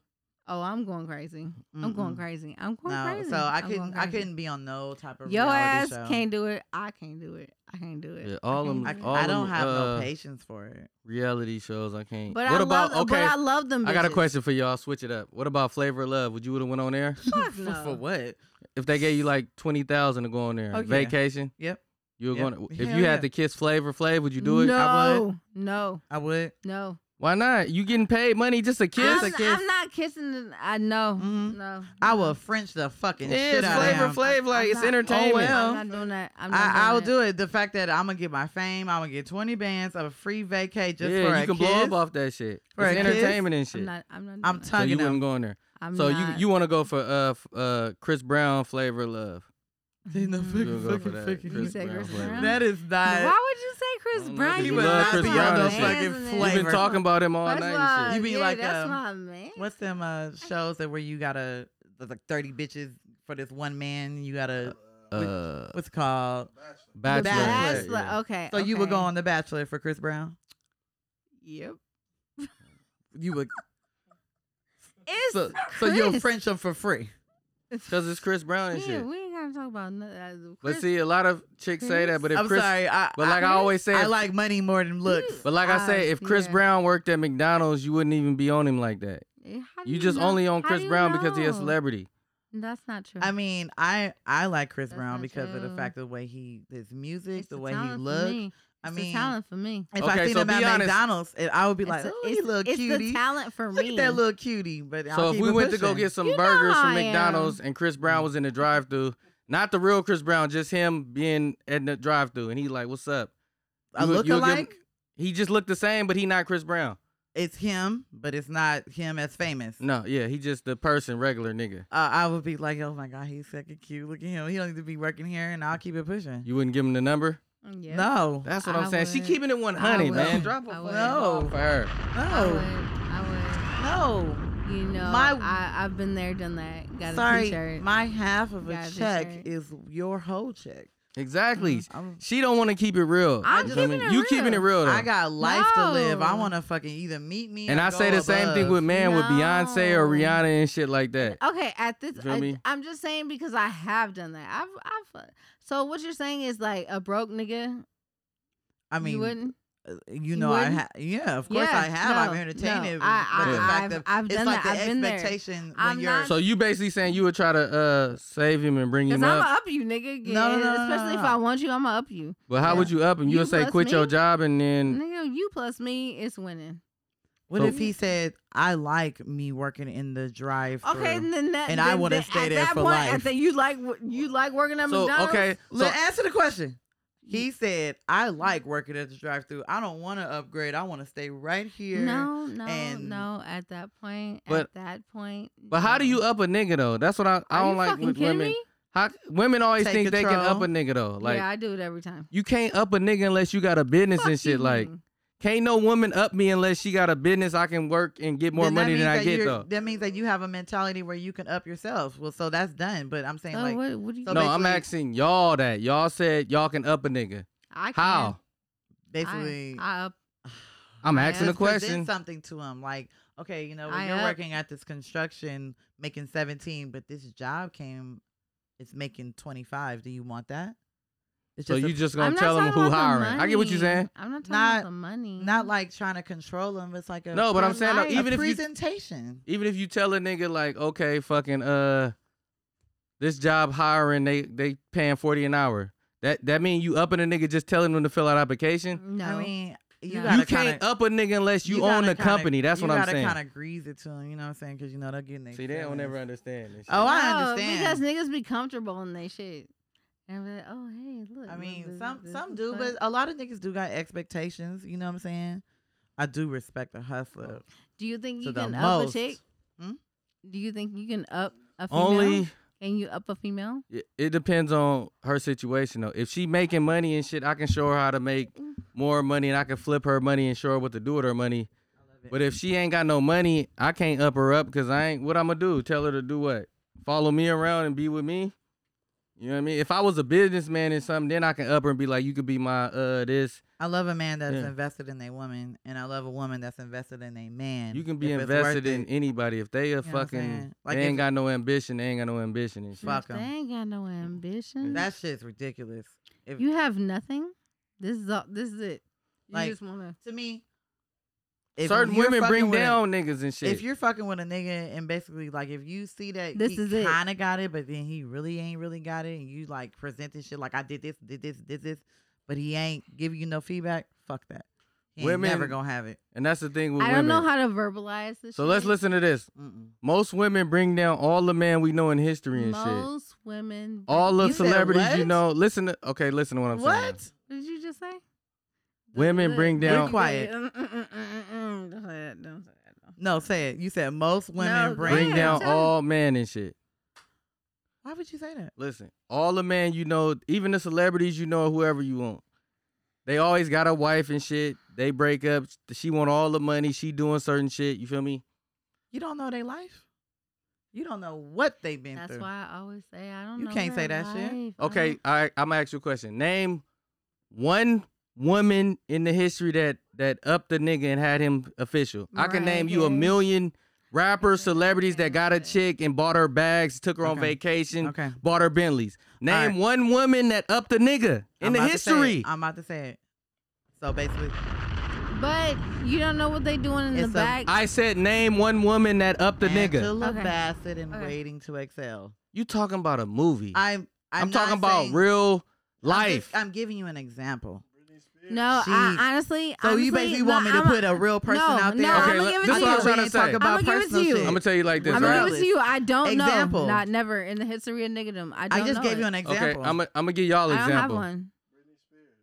Speaker 1: Oh, I'm going crazy. I'm going crazy. I'm going
Speaker 5: No,
Speaker 1: crazy.
Speaker 5: so I
Speaker 1: I'm going
Speaker 5: couldn't. I
Speaker 1: crazy.
Speaker 5: couldn't be on no type of
Speaker 1: Your ass
Speaker 5: reality show.
Speaker 1: can't do it. I can't do it. I can't do it.
Speaker 3: Yeah,
Speaker 1: I
Speaker 3: all
Speaker 1: can't
Speaker 3: them.
Speaker 1: do
Speaker 5: I-
Speaker 1: it.
Speaker 3: Mm. all
Speaker 5: I don't
Speaker 3: them,
Speaker 5: have no
Speaker 3: uh,
Speaker 5: patience for it.
Speaker 3: Reality shows, I can't.
Speaker 1: But
Speaker 3: what
Speaker 1: I
Speaker 3: about
Speaker 1: love- but
Speaker 3: okay?
Speaker 1: I love them
Speaker 3: I got a
Speaker 1: bitches.
Speaker 3: question for y'all. Switch it up. What about Flavor of Love? Would you would have went on there
Speaker 1: Fuck
Speaker 5: For-
Speaker 1: no.
Speaker 5: For what?
Speaker 3: if they gave you like twenty thousand to go on there
Speaker 5: Oh, yeah.
Speaker 3: vacation?
Speaker 5: Yep.
Speaker 3: You were
Speaker 5: Yep.
Speaker 3: going. If
Speaker 5: Hell
Speaker 3: you
Speaker 5: yeah.
Speaker 3: had to kiss Flavor Flav, would you do it?
Speaker 1: No,
Speaker 5: I would.
Speaker 1: no,
Speaker 5: I would.
Speaker 1: no.
Speaker 3: Why not? You getting paid money just to kiss?
Speaker 1: I'm, I'm not kissing. the- I know.
Speaker 5: Mhm.
Speaker 1: No.
Speaker 5: I will French the fucking
Speaker 3: Yeah,
Speaker 5: shit
Speaker 3: it's
Speaker 5: out of
Speaker 3: Flavor
Speaker 5: him.
Speaker 3: Flav. Like
Speaker 1: I'm
Speaker 3: it's
Speaker 1: not-
Speaker 3: entertainment.
Speaker 5: Oh, well.
Speaker 1: I'm not doing that. I'm not
Speaker 5: I, I will
Speaker 1: doing
Speaker 5: do it. The fact that I'm gonna get my fame, I'm gonna get 20 bands of a free vacay just
Speaker 3: yeah,
Speaker 5: for
Speaker 3: you
Speaker 5: a
Speaker 3: can
Speaker 5: kiss.
Speaker 3: blow up off that shit.
Speaker 5: For
Speaker 3: it's
Speaker 5: a kiss?
Speaker 3: entertainment and shit.
Speaker 1: I'm not. I'm not. Doing
Speaker 5: I'm
Speaker 1: that.
Speaker 3: so
Speaker 5: tugging
Speaker 3: you
Speaker 5: him.
Speaker 3: wouldn't go in there.
Speaker 1: I'm
Speaker 3: so
Speaker 1: not.
Speaker 3: you you want to go for uh f- uh Chris Brown Flavor of Love?
Speaker 5: Then the
Speaker 3: Mm. You
Speaker 5: fucking-
Speaker 3: gonna go for
Speaker 5: fucking-
Speaker 3: that?
Speaker 5: fucking-
Speaker 1: You said Chris
Speaker 3: Flavor of
Speaker 1: Brown?
Speaker 3: Love.
Speaker 5: That is not.
Speaker 1: Why would you say Chris
Speaker 3: don't know
Speaker 1: Brown?
Speaker 3: if
Speaker 1: You
Speaker 3: you
Speaker 1: would
Speaker 3: love
Speaker 1: not
Speaker 3: Chris
Speaker 1: be on
Speaker 3: Brown
Speaker 1: no
Speaker 3: and shit.
Speaker 1: fucking
Speaker 5: You've
Speaker 1: flavor.
Speaker 3: You've been talking about him all
Speaker 1: That's
Speaker 3: night
Speaker 1: why-
Speaker 3: and shit.
Speaker 5: You mean
Speaker 1: yeah,
Speaker 5: like,
Speaker 1: that's
Speaker 5: um,
Speaker 1: my man.
Speaker 5: What's them uh, shows that where you gotta there's like 30 bitches for this one man? You gotta
Speaker 3: Uh,
Speaker 5: what's it called?
Speaker 3: Bachelor.
Speaker 5: Bachelor.
Speaker 3: yeah.
Speaker 1: Bachelor, Oh. Okay.
Speaker 5: So you would go
Speaker 1: okay.
Speaker 5: on The Bachelor for Chris Brown?
Speaker 1: Yep.
Speaker 5: You would.
Speaker 1: It's
Speaker 5: So, so you'll
Speaker 1: Chris.
Speaker 5: French them for free.
Speaker 3: Cause it's Chris Brown and
Speaker 1: Yeah,
Speaker 3: shit.
Speaker 1: we ain't gotta talk about uh, nothing.
Speaker 3: But see, a lot of chicks say that, but if
Speaker 5: I'm
Speaker 3: Chris,
Speaker 5: sorry. I,
Speaker 3: but like I, always say,
Speaker 5: I
Speaker 3: if-
Speaker 5: like money more than looks.
Speaker 3: but like I say,
Speaker 1: Ah,
Speaker 3: if Chris
Speaker 1: yeah.
Speaker 3: Brown worked at McDonald's, you wouldn't even be on him like that.
Speaker 1: Eh,
Speaker 3: You just only on Chris Brown because he a celebrity.
Speaker 1: That's not true.
Speaker 5: I mean, I I like Chris
Speaker 1: That's
Speaker 5: Brown
Speaker 1: not
Speaker 5: because of the
Speaker 1: true.
Speaker 5: fact of the way he his music,
Speaker 1: It's
Speaker 5: the
Speaker 1: a
Speaker 5: way he
Speaker 1: talent for
Speaker 5: looks.
Speaker 1: me.
Speaker 5: I
Speaker 1: It's a
Speaker 5: mean,
Speaker 1: talent for me.
Speaker 5: if
Speaker 3: Okay,
Speaker 5: I seen
Speaker 3: so
Speaker 5: him at
Speaker 3: be honest.
Speaker 5: McDonald's, it, I would be
Speaker 1: It's
Speaker 5: like,
Speaker 1: a-
Speaker 5: "Ooh,
Speaker 1: it's,
Speaker 5: he little
Speaker 1: it's
Speaker 5: cutie.
Speaker 1: the talent for
Speaker 5: Look
Speaker 1: me.
Speaker 5: at that little cutie." But I'll
Speaker 3: So if
Speaker 5: keep
Speaker 3: we
Speaker 5: it
Speaker 3: went to go
Speaker 5: pushing.
Speaker 3: get some
Speaker 1: You know
Speaker 3: burgers
Speaker 1: how
Speaker 3: from
Speaker 1: I am.
Speaker 3: McDonald's and Chris Brown was in the drive-thru, not the real Chris Brown, just him being at the drive-thru, and he like, "What's up?"
Speaker 5: a
Speaker 3: you would- you would give him-
Speaker 5: look-alike,
Speaker 3: He just looked the same, but he not Chris Brown.
Speaker 5: it's him, but it's not him as famous.
Speaker 3: No, yeah, he just the person, regular nigga.
Speaker 5: Uh, I would be like, "Oh my god, he's second cute. Look at him. He don't need to be working here." And I'll keep it pushing.
Speaker 3: You wouldn't give him the number.
Speaker 1: Yeah.
Speaker 5: No,
Speaker 3: That's what I
Speaker 1: I
Speaker 3: am saying. She
Speaker 1: would.
Speaker 3: keeping it one hundred,
Speaker 1: would.
Speaker 3: man. Drop a
Speaker 1: I
Speaker 3: fucking
Speaker 1: would.
Speaker 3: ball for her.
Speaker 1: I would.
Speaker 5: no,
Speaker 1: I
Speaker 5: no.
Speaker 1: would. You know,
Speaker 5: My-
Speaker 1: I, I've been there, done that. Got a
Speaker 5: Sorry,
Speaker 1: t-shirt.
Speaker 5: my half of
Speaker 1: Got
Speaker 5: a
Speaker 1: a
Speaker 5: check
Speaker 1: t-shirt.
Speaker 5: is your whole check.
Speaker 3: Exactly.
Speaker 5: I'm-
Speaker 3: She don't want to keep it real.
Speaker 1: I'm
Speaker 3: You know what
Speaker 1: keeping it
Speaker 3: You
Speaker 1: real.
Speaker 3: keeping it real though.
Speaker 5: I got life to live. I
Speaker 1: No.
Speaker 5: want to fucking either meet me.
Speaker 3: and
Speaker 5: or
Speaker 3: I say
Speaker 5: go
Speaker 3: the same thing
Speaker 5: above.
Speaker 3: with man with Beyonce or
Speaker 1: No.
Speaker 3: Rihanna and shit like that.
Speaker 1: Okay, at this,
Speaker 3: You feel
Speaker 1: I,
Speaker 3: me?
Speaker 1: I'm just saying because I have done that. I've, I've. uh, So what you're saying is like a broke nigga.
Speaker 5: I mean, uh,
Speaker 1: you
Speaker 5: you,
Speaker 1: wouldn't. you
Speaker 5: know, I
Speaker 1: wouldn't?
Speaker 5: ha- yeah, of course
Speaker 1: Yeah,
Speaker 5: I have. I'm
Speaker 1: no,
Speaker 5: entertained.
Speaker 1: no,
Speaker 5: it,
Speaker 1: I-
Speaker 5: but the
Speaker 3: I-
Speaker 5: fact
Speaker 1: I've-
Speaker 5: that
Speaker 1: I've
Speaker 5: it's
Speaker 1: done
Speaker 5: like
Speaker 1: that.
Speaker 5: the
Speaker 1: I've been there.
Speaker 5: expectation when
Speaker 1: I'm
Speaker 5: you're
Speaker 1: not-
Speaker 3: So you basically saying you would try to uh save him and bring
Speaker 1: Cause
Speaker 3: him
Speaker 1: I'ma
Speaker 3: up,
Speaker 1: up you, nigga. Yeah,
Speaker 5: no, no, no,
Speaker 1: especially
Speaker 5: no.
Speaker 1: if I want you, I'ma up you.
Speaker 3: but how would you up him? You
Speaker 1: You
Speaker 3: would say
Speaker 1: plus
Speaker 3: quit your
Speaker 1: me?
Speaker 3: job and then
Speaker 1: Nigga, you plus me is winning.
Speaker 5: What
Speaker 3: So-
Speaker 5: if he said, "I like me working in the drive"?
Speaker 1: Okay, and then that.
Speaker 5: And
Speaker 1: then-
Speaker 5: I wanna
Speaker 1: then
Speaker 5: stay
Speaker 1: at
Speaker 5: there
Speaker 1: that
Speaker 5: for
Speaker 1: point,
Speaker 5: life.
Speaker 1: At the, you like you like working at
Speaker 3: so
Speaker 1: McDonald's.
Speaker 3: okay. So,
Speaker 5: Let answer the question. He said, "I like working at the drive-through. I don't want to upgrade. I want to stay right here."
Speaker 1: No, no,
Speaker 5: and-
Speaker 1: no. At that point,
Speaker 3: But-
Speaker 1: at that point.
Speaker 3: but how do
Speaker 1: no.
Speaker 3: you up a nigga though? That's what I, I
Speaker 1: Are
Speaker 3: don't
Speaker 1: you
Speaker 3: like
Speaker 1: fucking
Speaker 3: with
Speaker 1: kidding
Speaker 3: women.
Speaker 1: Me?
Speaker 3: How, women always
Speaker 5: Take
Speaker 3: think they can
Speaker 5: control.
Speaker 3: up a nigga though. Like
Speaker 1: yeah, I do it every time.
Speaker 3: you can't up a nigga unless you got a business and
Speaker 1: Fuck
Speaker 3: shit.
Speaker 1: you
Speaker 3: Like
Speaker 1: mean.
Speaker 3: can't no woman up me unless she got a business I can work and get more
Speaker 5: Then that
Speaker 3: money than
Speaker 5: means
Speaker 3: I
Speaker 5: that
Speaker 3: get
Speaker 5: you're-
Speaker 3: though.
Speaker 5: That means that you have a mentality where you can up yourself. Well, so that's done. But I'm saying
Speaker 1: So
Speaker 5: like
Speaker 1: Uh, Oh, what? What do you?
Speaker 5: so
Speaker 3: no, I'm
Speaker 5: basically-
Speaker 3: asking y'all that. Y'all said y'all can up a nigga.
Speaker 1: I can.
Speaker 3: How?
Speaker 5: basically
Speaker 1: I, I up.
Speaker 3: I'm
Speaker 1: I
Speaker 3: asking the
Speaker 1: asked
Speaker 5: just present
Speaker 3: question.
Speaker 5: something to him like okay you know when
Speaker 1: I
Speaker 5: you're
Speaker 1: up.
Speaker 5: working at this construction making 17 but this job came it's making 25 do you want that it's
Speaker 3: So
Speaker 5: just a-
Speaker 3: you just
Speaker 1: I'm
Speaker 3: gonna
Speaker 1: not
Speaker 3: tell them
Speaker 1: talking
Speaker 3: who
Speaker 1: about the
Speaker 3: hiring. I get what you're
Speaker 1: money.
Speaker 3: saying.
Speaker 1: I'm not talking
Speaker 5: Not-
Speaker 1: about the money.
Speaker 5: not like trying to control him it's like a
Speaker 3: No, but I'm
Speaker 1: But
Speaker 3: saying though,
Speaker 1: like-
Speaker 5: a
Speaker 3: even if you
Speaker 5: presentation
Speaker 3: even if you tell a nigga like, okay, fucking uh this job hiring, they they paying forty an hour. That that mean you upping a nigga just telling them to fill out application?
Speaker 1: No.
Speaker 5: i mean you,
Speaker 1: No.
Speaker 5: gotta
Speaker 3: You can't
Speaker 5: kinda,
Speaker 3: up a nigga unless you, own the company. That's what I'm saying.
Speaker 5: kind of grease it to him you know what i'm saying because you know they're getting their
Speaker 3: See, they don't
Speaker 5: feelings.
Speaker 3: ever understand this shit.
Speaker 5: oh i
Speaker 1: No,
Speaker 5: understand
Speaker 1: Because niggas be comfortable in they shit. And be like, oh hey, look.
Speaker 5: I
Speaker 1: look,
Speaker 5: mean,
Speaker 1: this-
Speaker 5: some
Speaker 1: this
Speaker 5: some
Speaker 1: is
Speaker 5: do,
Speaker 1: what-
Speaker 5: but a lot of niggas do got expectations. You know what I'm saying? I do respect a hustler.
Speaker 3: Oh.
Speaker 1: do you think
Speaker 5: to
Speaker 1: you
Speaker 5: the
Speaker 1: can up a
Speaker 5: most.
Speaker 1: chick?
Speaker 5: Hmm?
Speaker 1: Do you think you can up a female?
Speaker 3: Only
Speaker 1: Can you up a female?
Speaker 3: it, it depends on her situation though. If she making money and shit, I can show her how to make more money and I can flip her money and show her what to do with her money. But if she ain't got no money, I can't up her up because I ain't what I'm gonna do. Tell her to do what? Follow me around and be with me. You know what I mean? If I was a businessman and something, then I can up her and be like, you could be my uh this.
Speaker 5: I love a man that's
Speaker 3: Yeah.
Speaker 5: invested in a woman, and I love a woman that's invested in a man.
Speaker 3: You can be
Speaker 5: if it's worth
Speaker 3: invested
Speaker 5: it.
Speaker 3: in anybody. If they are
Speaker 5: what I'm
Speaker 3: fucking,
Speaker 5: saying? Like
Speaker 3: they
Speaker 5: if-
Speaker 3: ain't got no ambition. They ain't got no ambition and shit.
Speaker 5: Fuck
Speaker 1: They
Speaker 5: 'em.
Speaker 1: ain't got no ambition.
Speaker 5: That shit's ridiculous. If,
Speaker 1: you have nothing. This is all, this is it. You
Speaker 5: Like,
Speaker 1: just wanna
Speaker 5: to me,
Speaker 3: Certain
Speaker 5: you're
Speaker 3: women
Speaker 5: fucking
Speaker 3: bring
Speaker 5: with a-
Speaker 3: down niggas and shit.
Speaker 5: If you're fucking with a nigga and basically like if you see that
Speaker 1: This
Speaker 5: he
Speaker 1: is it.
Speaker 5: kind of got it, but then he really ain't really got it, and you like presenting shit like I did this, did this, did this, but he ain't giving you no feedback. Fuck that. He ain't never
Speaker 3: Women-
Speaker 5: gonna have it.
Speaker 3: and that's the thing with
Speaker 1: I don't
Speaker 3: women.
Speaker 1: know how to verbalize this.
Speaker 3: so let's
Speaker 1: shit.
Speaker 3: listen to this.
Speaker 5: Mm-mm.
Speaker 3: Most women bring down all the men we know in history and shit.
Speaker 1: Most women.
Speaker 3: All the
Speaker 5: You said
Speaker 3: celebrities you
Speaker 5: what?
Speaker 3: know. Listen to okay. Listen to what I'm saying.
Speaker 5: What?
Speaker 1: Did you just say?
Speaker 3: Women
Speaker 1: The-
Speaker 3: bring
Speaker 1: the-
Speaker 3: down- Be
Speaker 5: quiet.
Speaker 1: Mm, mm, mm, mm, mm. Don't say that, don't say that, don't.
Speaker 5: No, say it. You said most women
Speaker 1: No,
Speaker 5: bring.
Speaker 3: Bring
Speaker 1: Yeah,
Speaker 3: down
Speaker 1: tell 'em.
Speaker 3: all men and shit.
Speaker 5: Why would you say that?
Speaker 3: Listen, all the men you know, even the celebrities you know, whoever you want, they always got a wife and shit. They break up. She want all the money. She doing certain shit. You feel me?
Speaker 5: You don't know their life. You don't know what they've been
Speaker 1: That's
Speaker 5: through.
Speaker 1: why I always say I don't.
Speaker 5: You
Speaker 1: know
Speaker 5: can't say
Speaker 1: their
Speaker 5: that shit.
Speaker 1: life. I
Speaker 3: Okay,
Speaker 5: Mm-hmm.
Speaker 1: don't-
Speaker 3: all right. I'm gonna ask you a question. Name one woman in the history that that upped the nigga and had him official. I can name you a
Speaker 1: Mariah.
Speaker 3: million rappers, celebrities that got a
Speaker 1: Okay.
Speaker 3: chick and bought her bags, took her on
Speaker 5: Okay.
Speaker 3: vacation,
Speaker 5: Okay.
Speaker 3: bought her Bentleys. Name
Speaker 5: right.
Speaker 3: one woman that upped the nigga in
Speaker 5: I'm
Speaker 3: the
Speaker 5: about to say it.
Speaker 3: history.
Speaker 5: I'm about to say it. So basically,
Speaker 1: But you don't know what they doing in the
Speaker 5: It's a-
Speaker 1: back.
Speaker 3: I said name one woman that upped the nigga.
Speaker 5: Angela
Speaker 1: Okay.
Speaker 5: Bassett and
Speaker 1: Okay.
Speaker 5: Waiting to Excel.
Speaker 3: You talking about a movie? I,
Speaker 5: I'm. I'm,
Speaker 3: am talking
Speaker 5: not
Speaker 3: about
Speaker 5: saying-
Speaker 3: real
Speaker 5: I'm
Speaker 3: life.
Speaker 5: just- I'm giving you an example.
Speaker 1: no, I,
Speaker 5: She-
Speaker 1: honestly.
Speaker 5: So
Speaker 1: honestly,
Speaker 5: you basically want me
Speaker 1: no,
Speaker 5: to
Speaker 1: I'm
Speaker 5: put a real person
Speaker 1: no,
Speaker 5: out there?
Speaker 1: No,
Speaker 3: Okay,
Speaker 1: I'm
Speaker 3: look,
Speaker 1: gonna give it
Speaker 3: this is
Speaker 1: to
Speaker 3: what
Speaker 1: you.
Speaker 3: I'm trying to
Speaker 5: And talk
Speaker 3: say.
Speaker 5: about
Speaker 1: I'ma give it to
Speaker 5: personal
Speaker 1: you.
Speaker 5: shit.
Speaker 3: I'm gonna tell you like this,
Speaker 1: I'm
Speaker 3: right?
Speaker 1: gonna give it to you. I don't
Speaker 5: Example.
Speaker 1: know. Not never in the history of niggadom. I
Speaker 5: I
Speaker 1: don't
Speaker 5: just
Speaker 1: know
Speaker 5: gave you
Speaker 1: it.
Speaker 5: an
Speaker 3: Okay,
Speaker 5: example.
Speaker 3: I'm gonna I'm give y'all
Speaker 1: I don't have
Speaker 3: example. I'm
Speaker 1: one.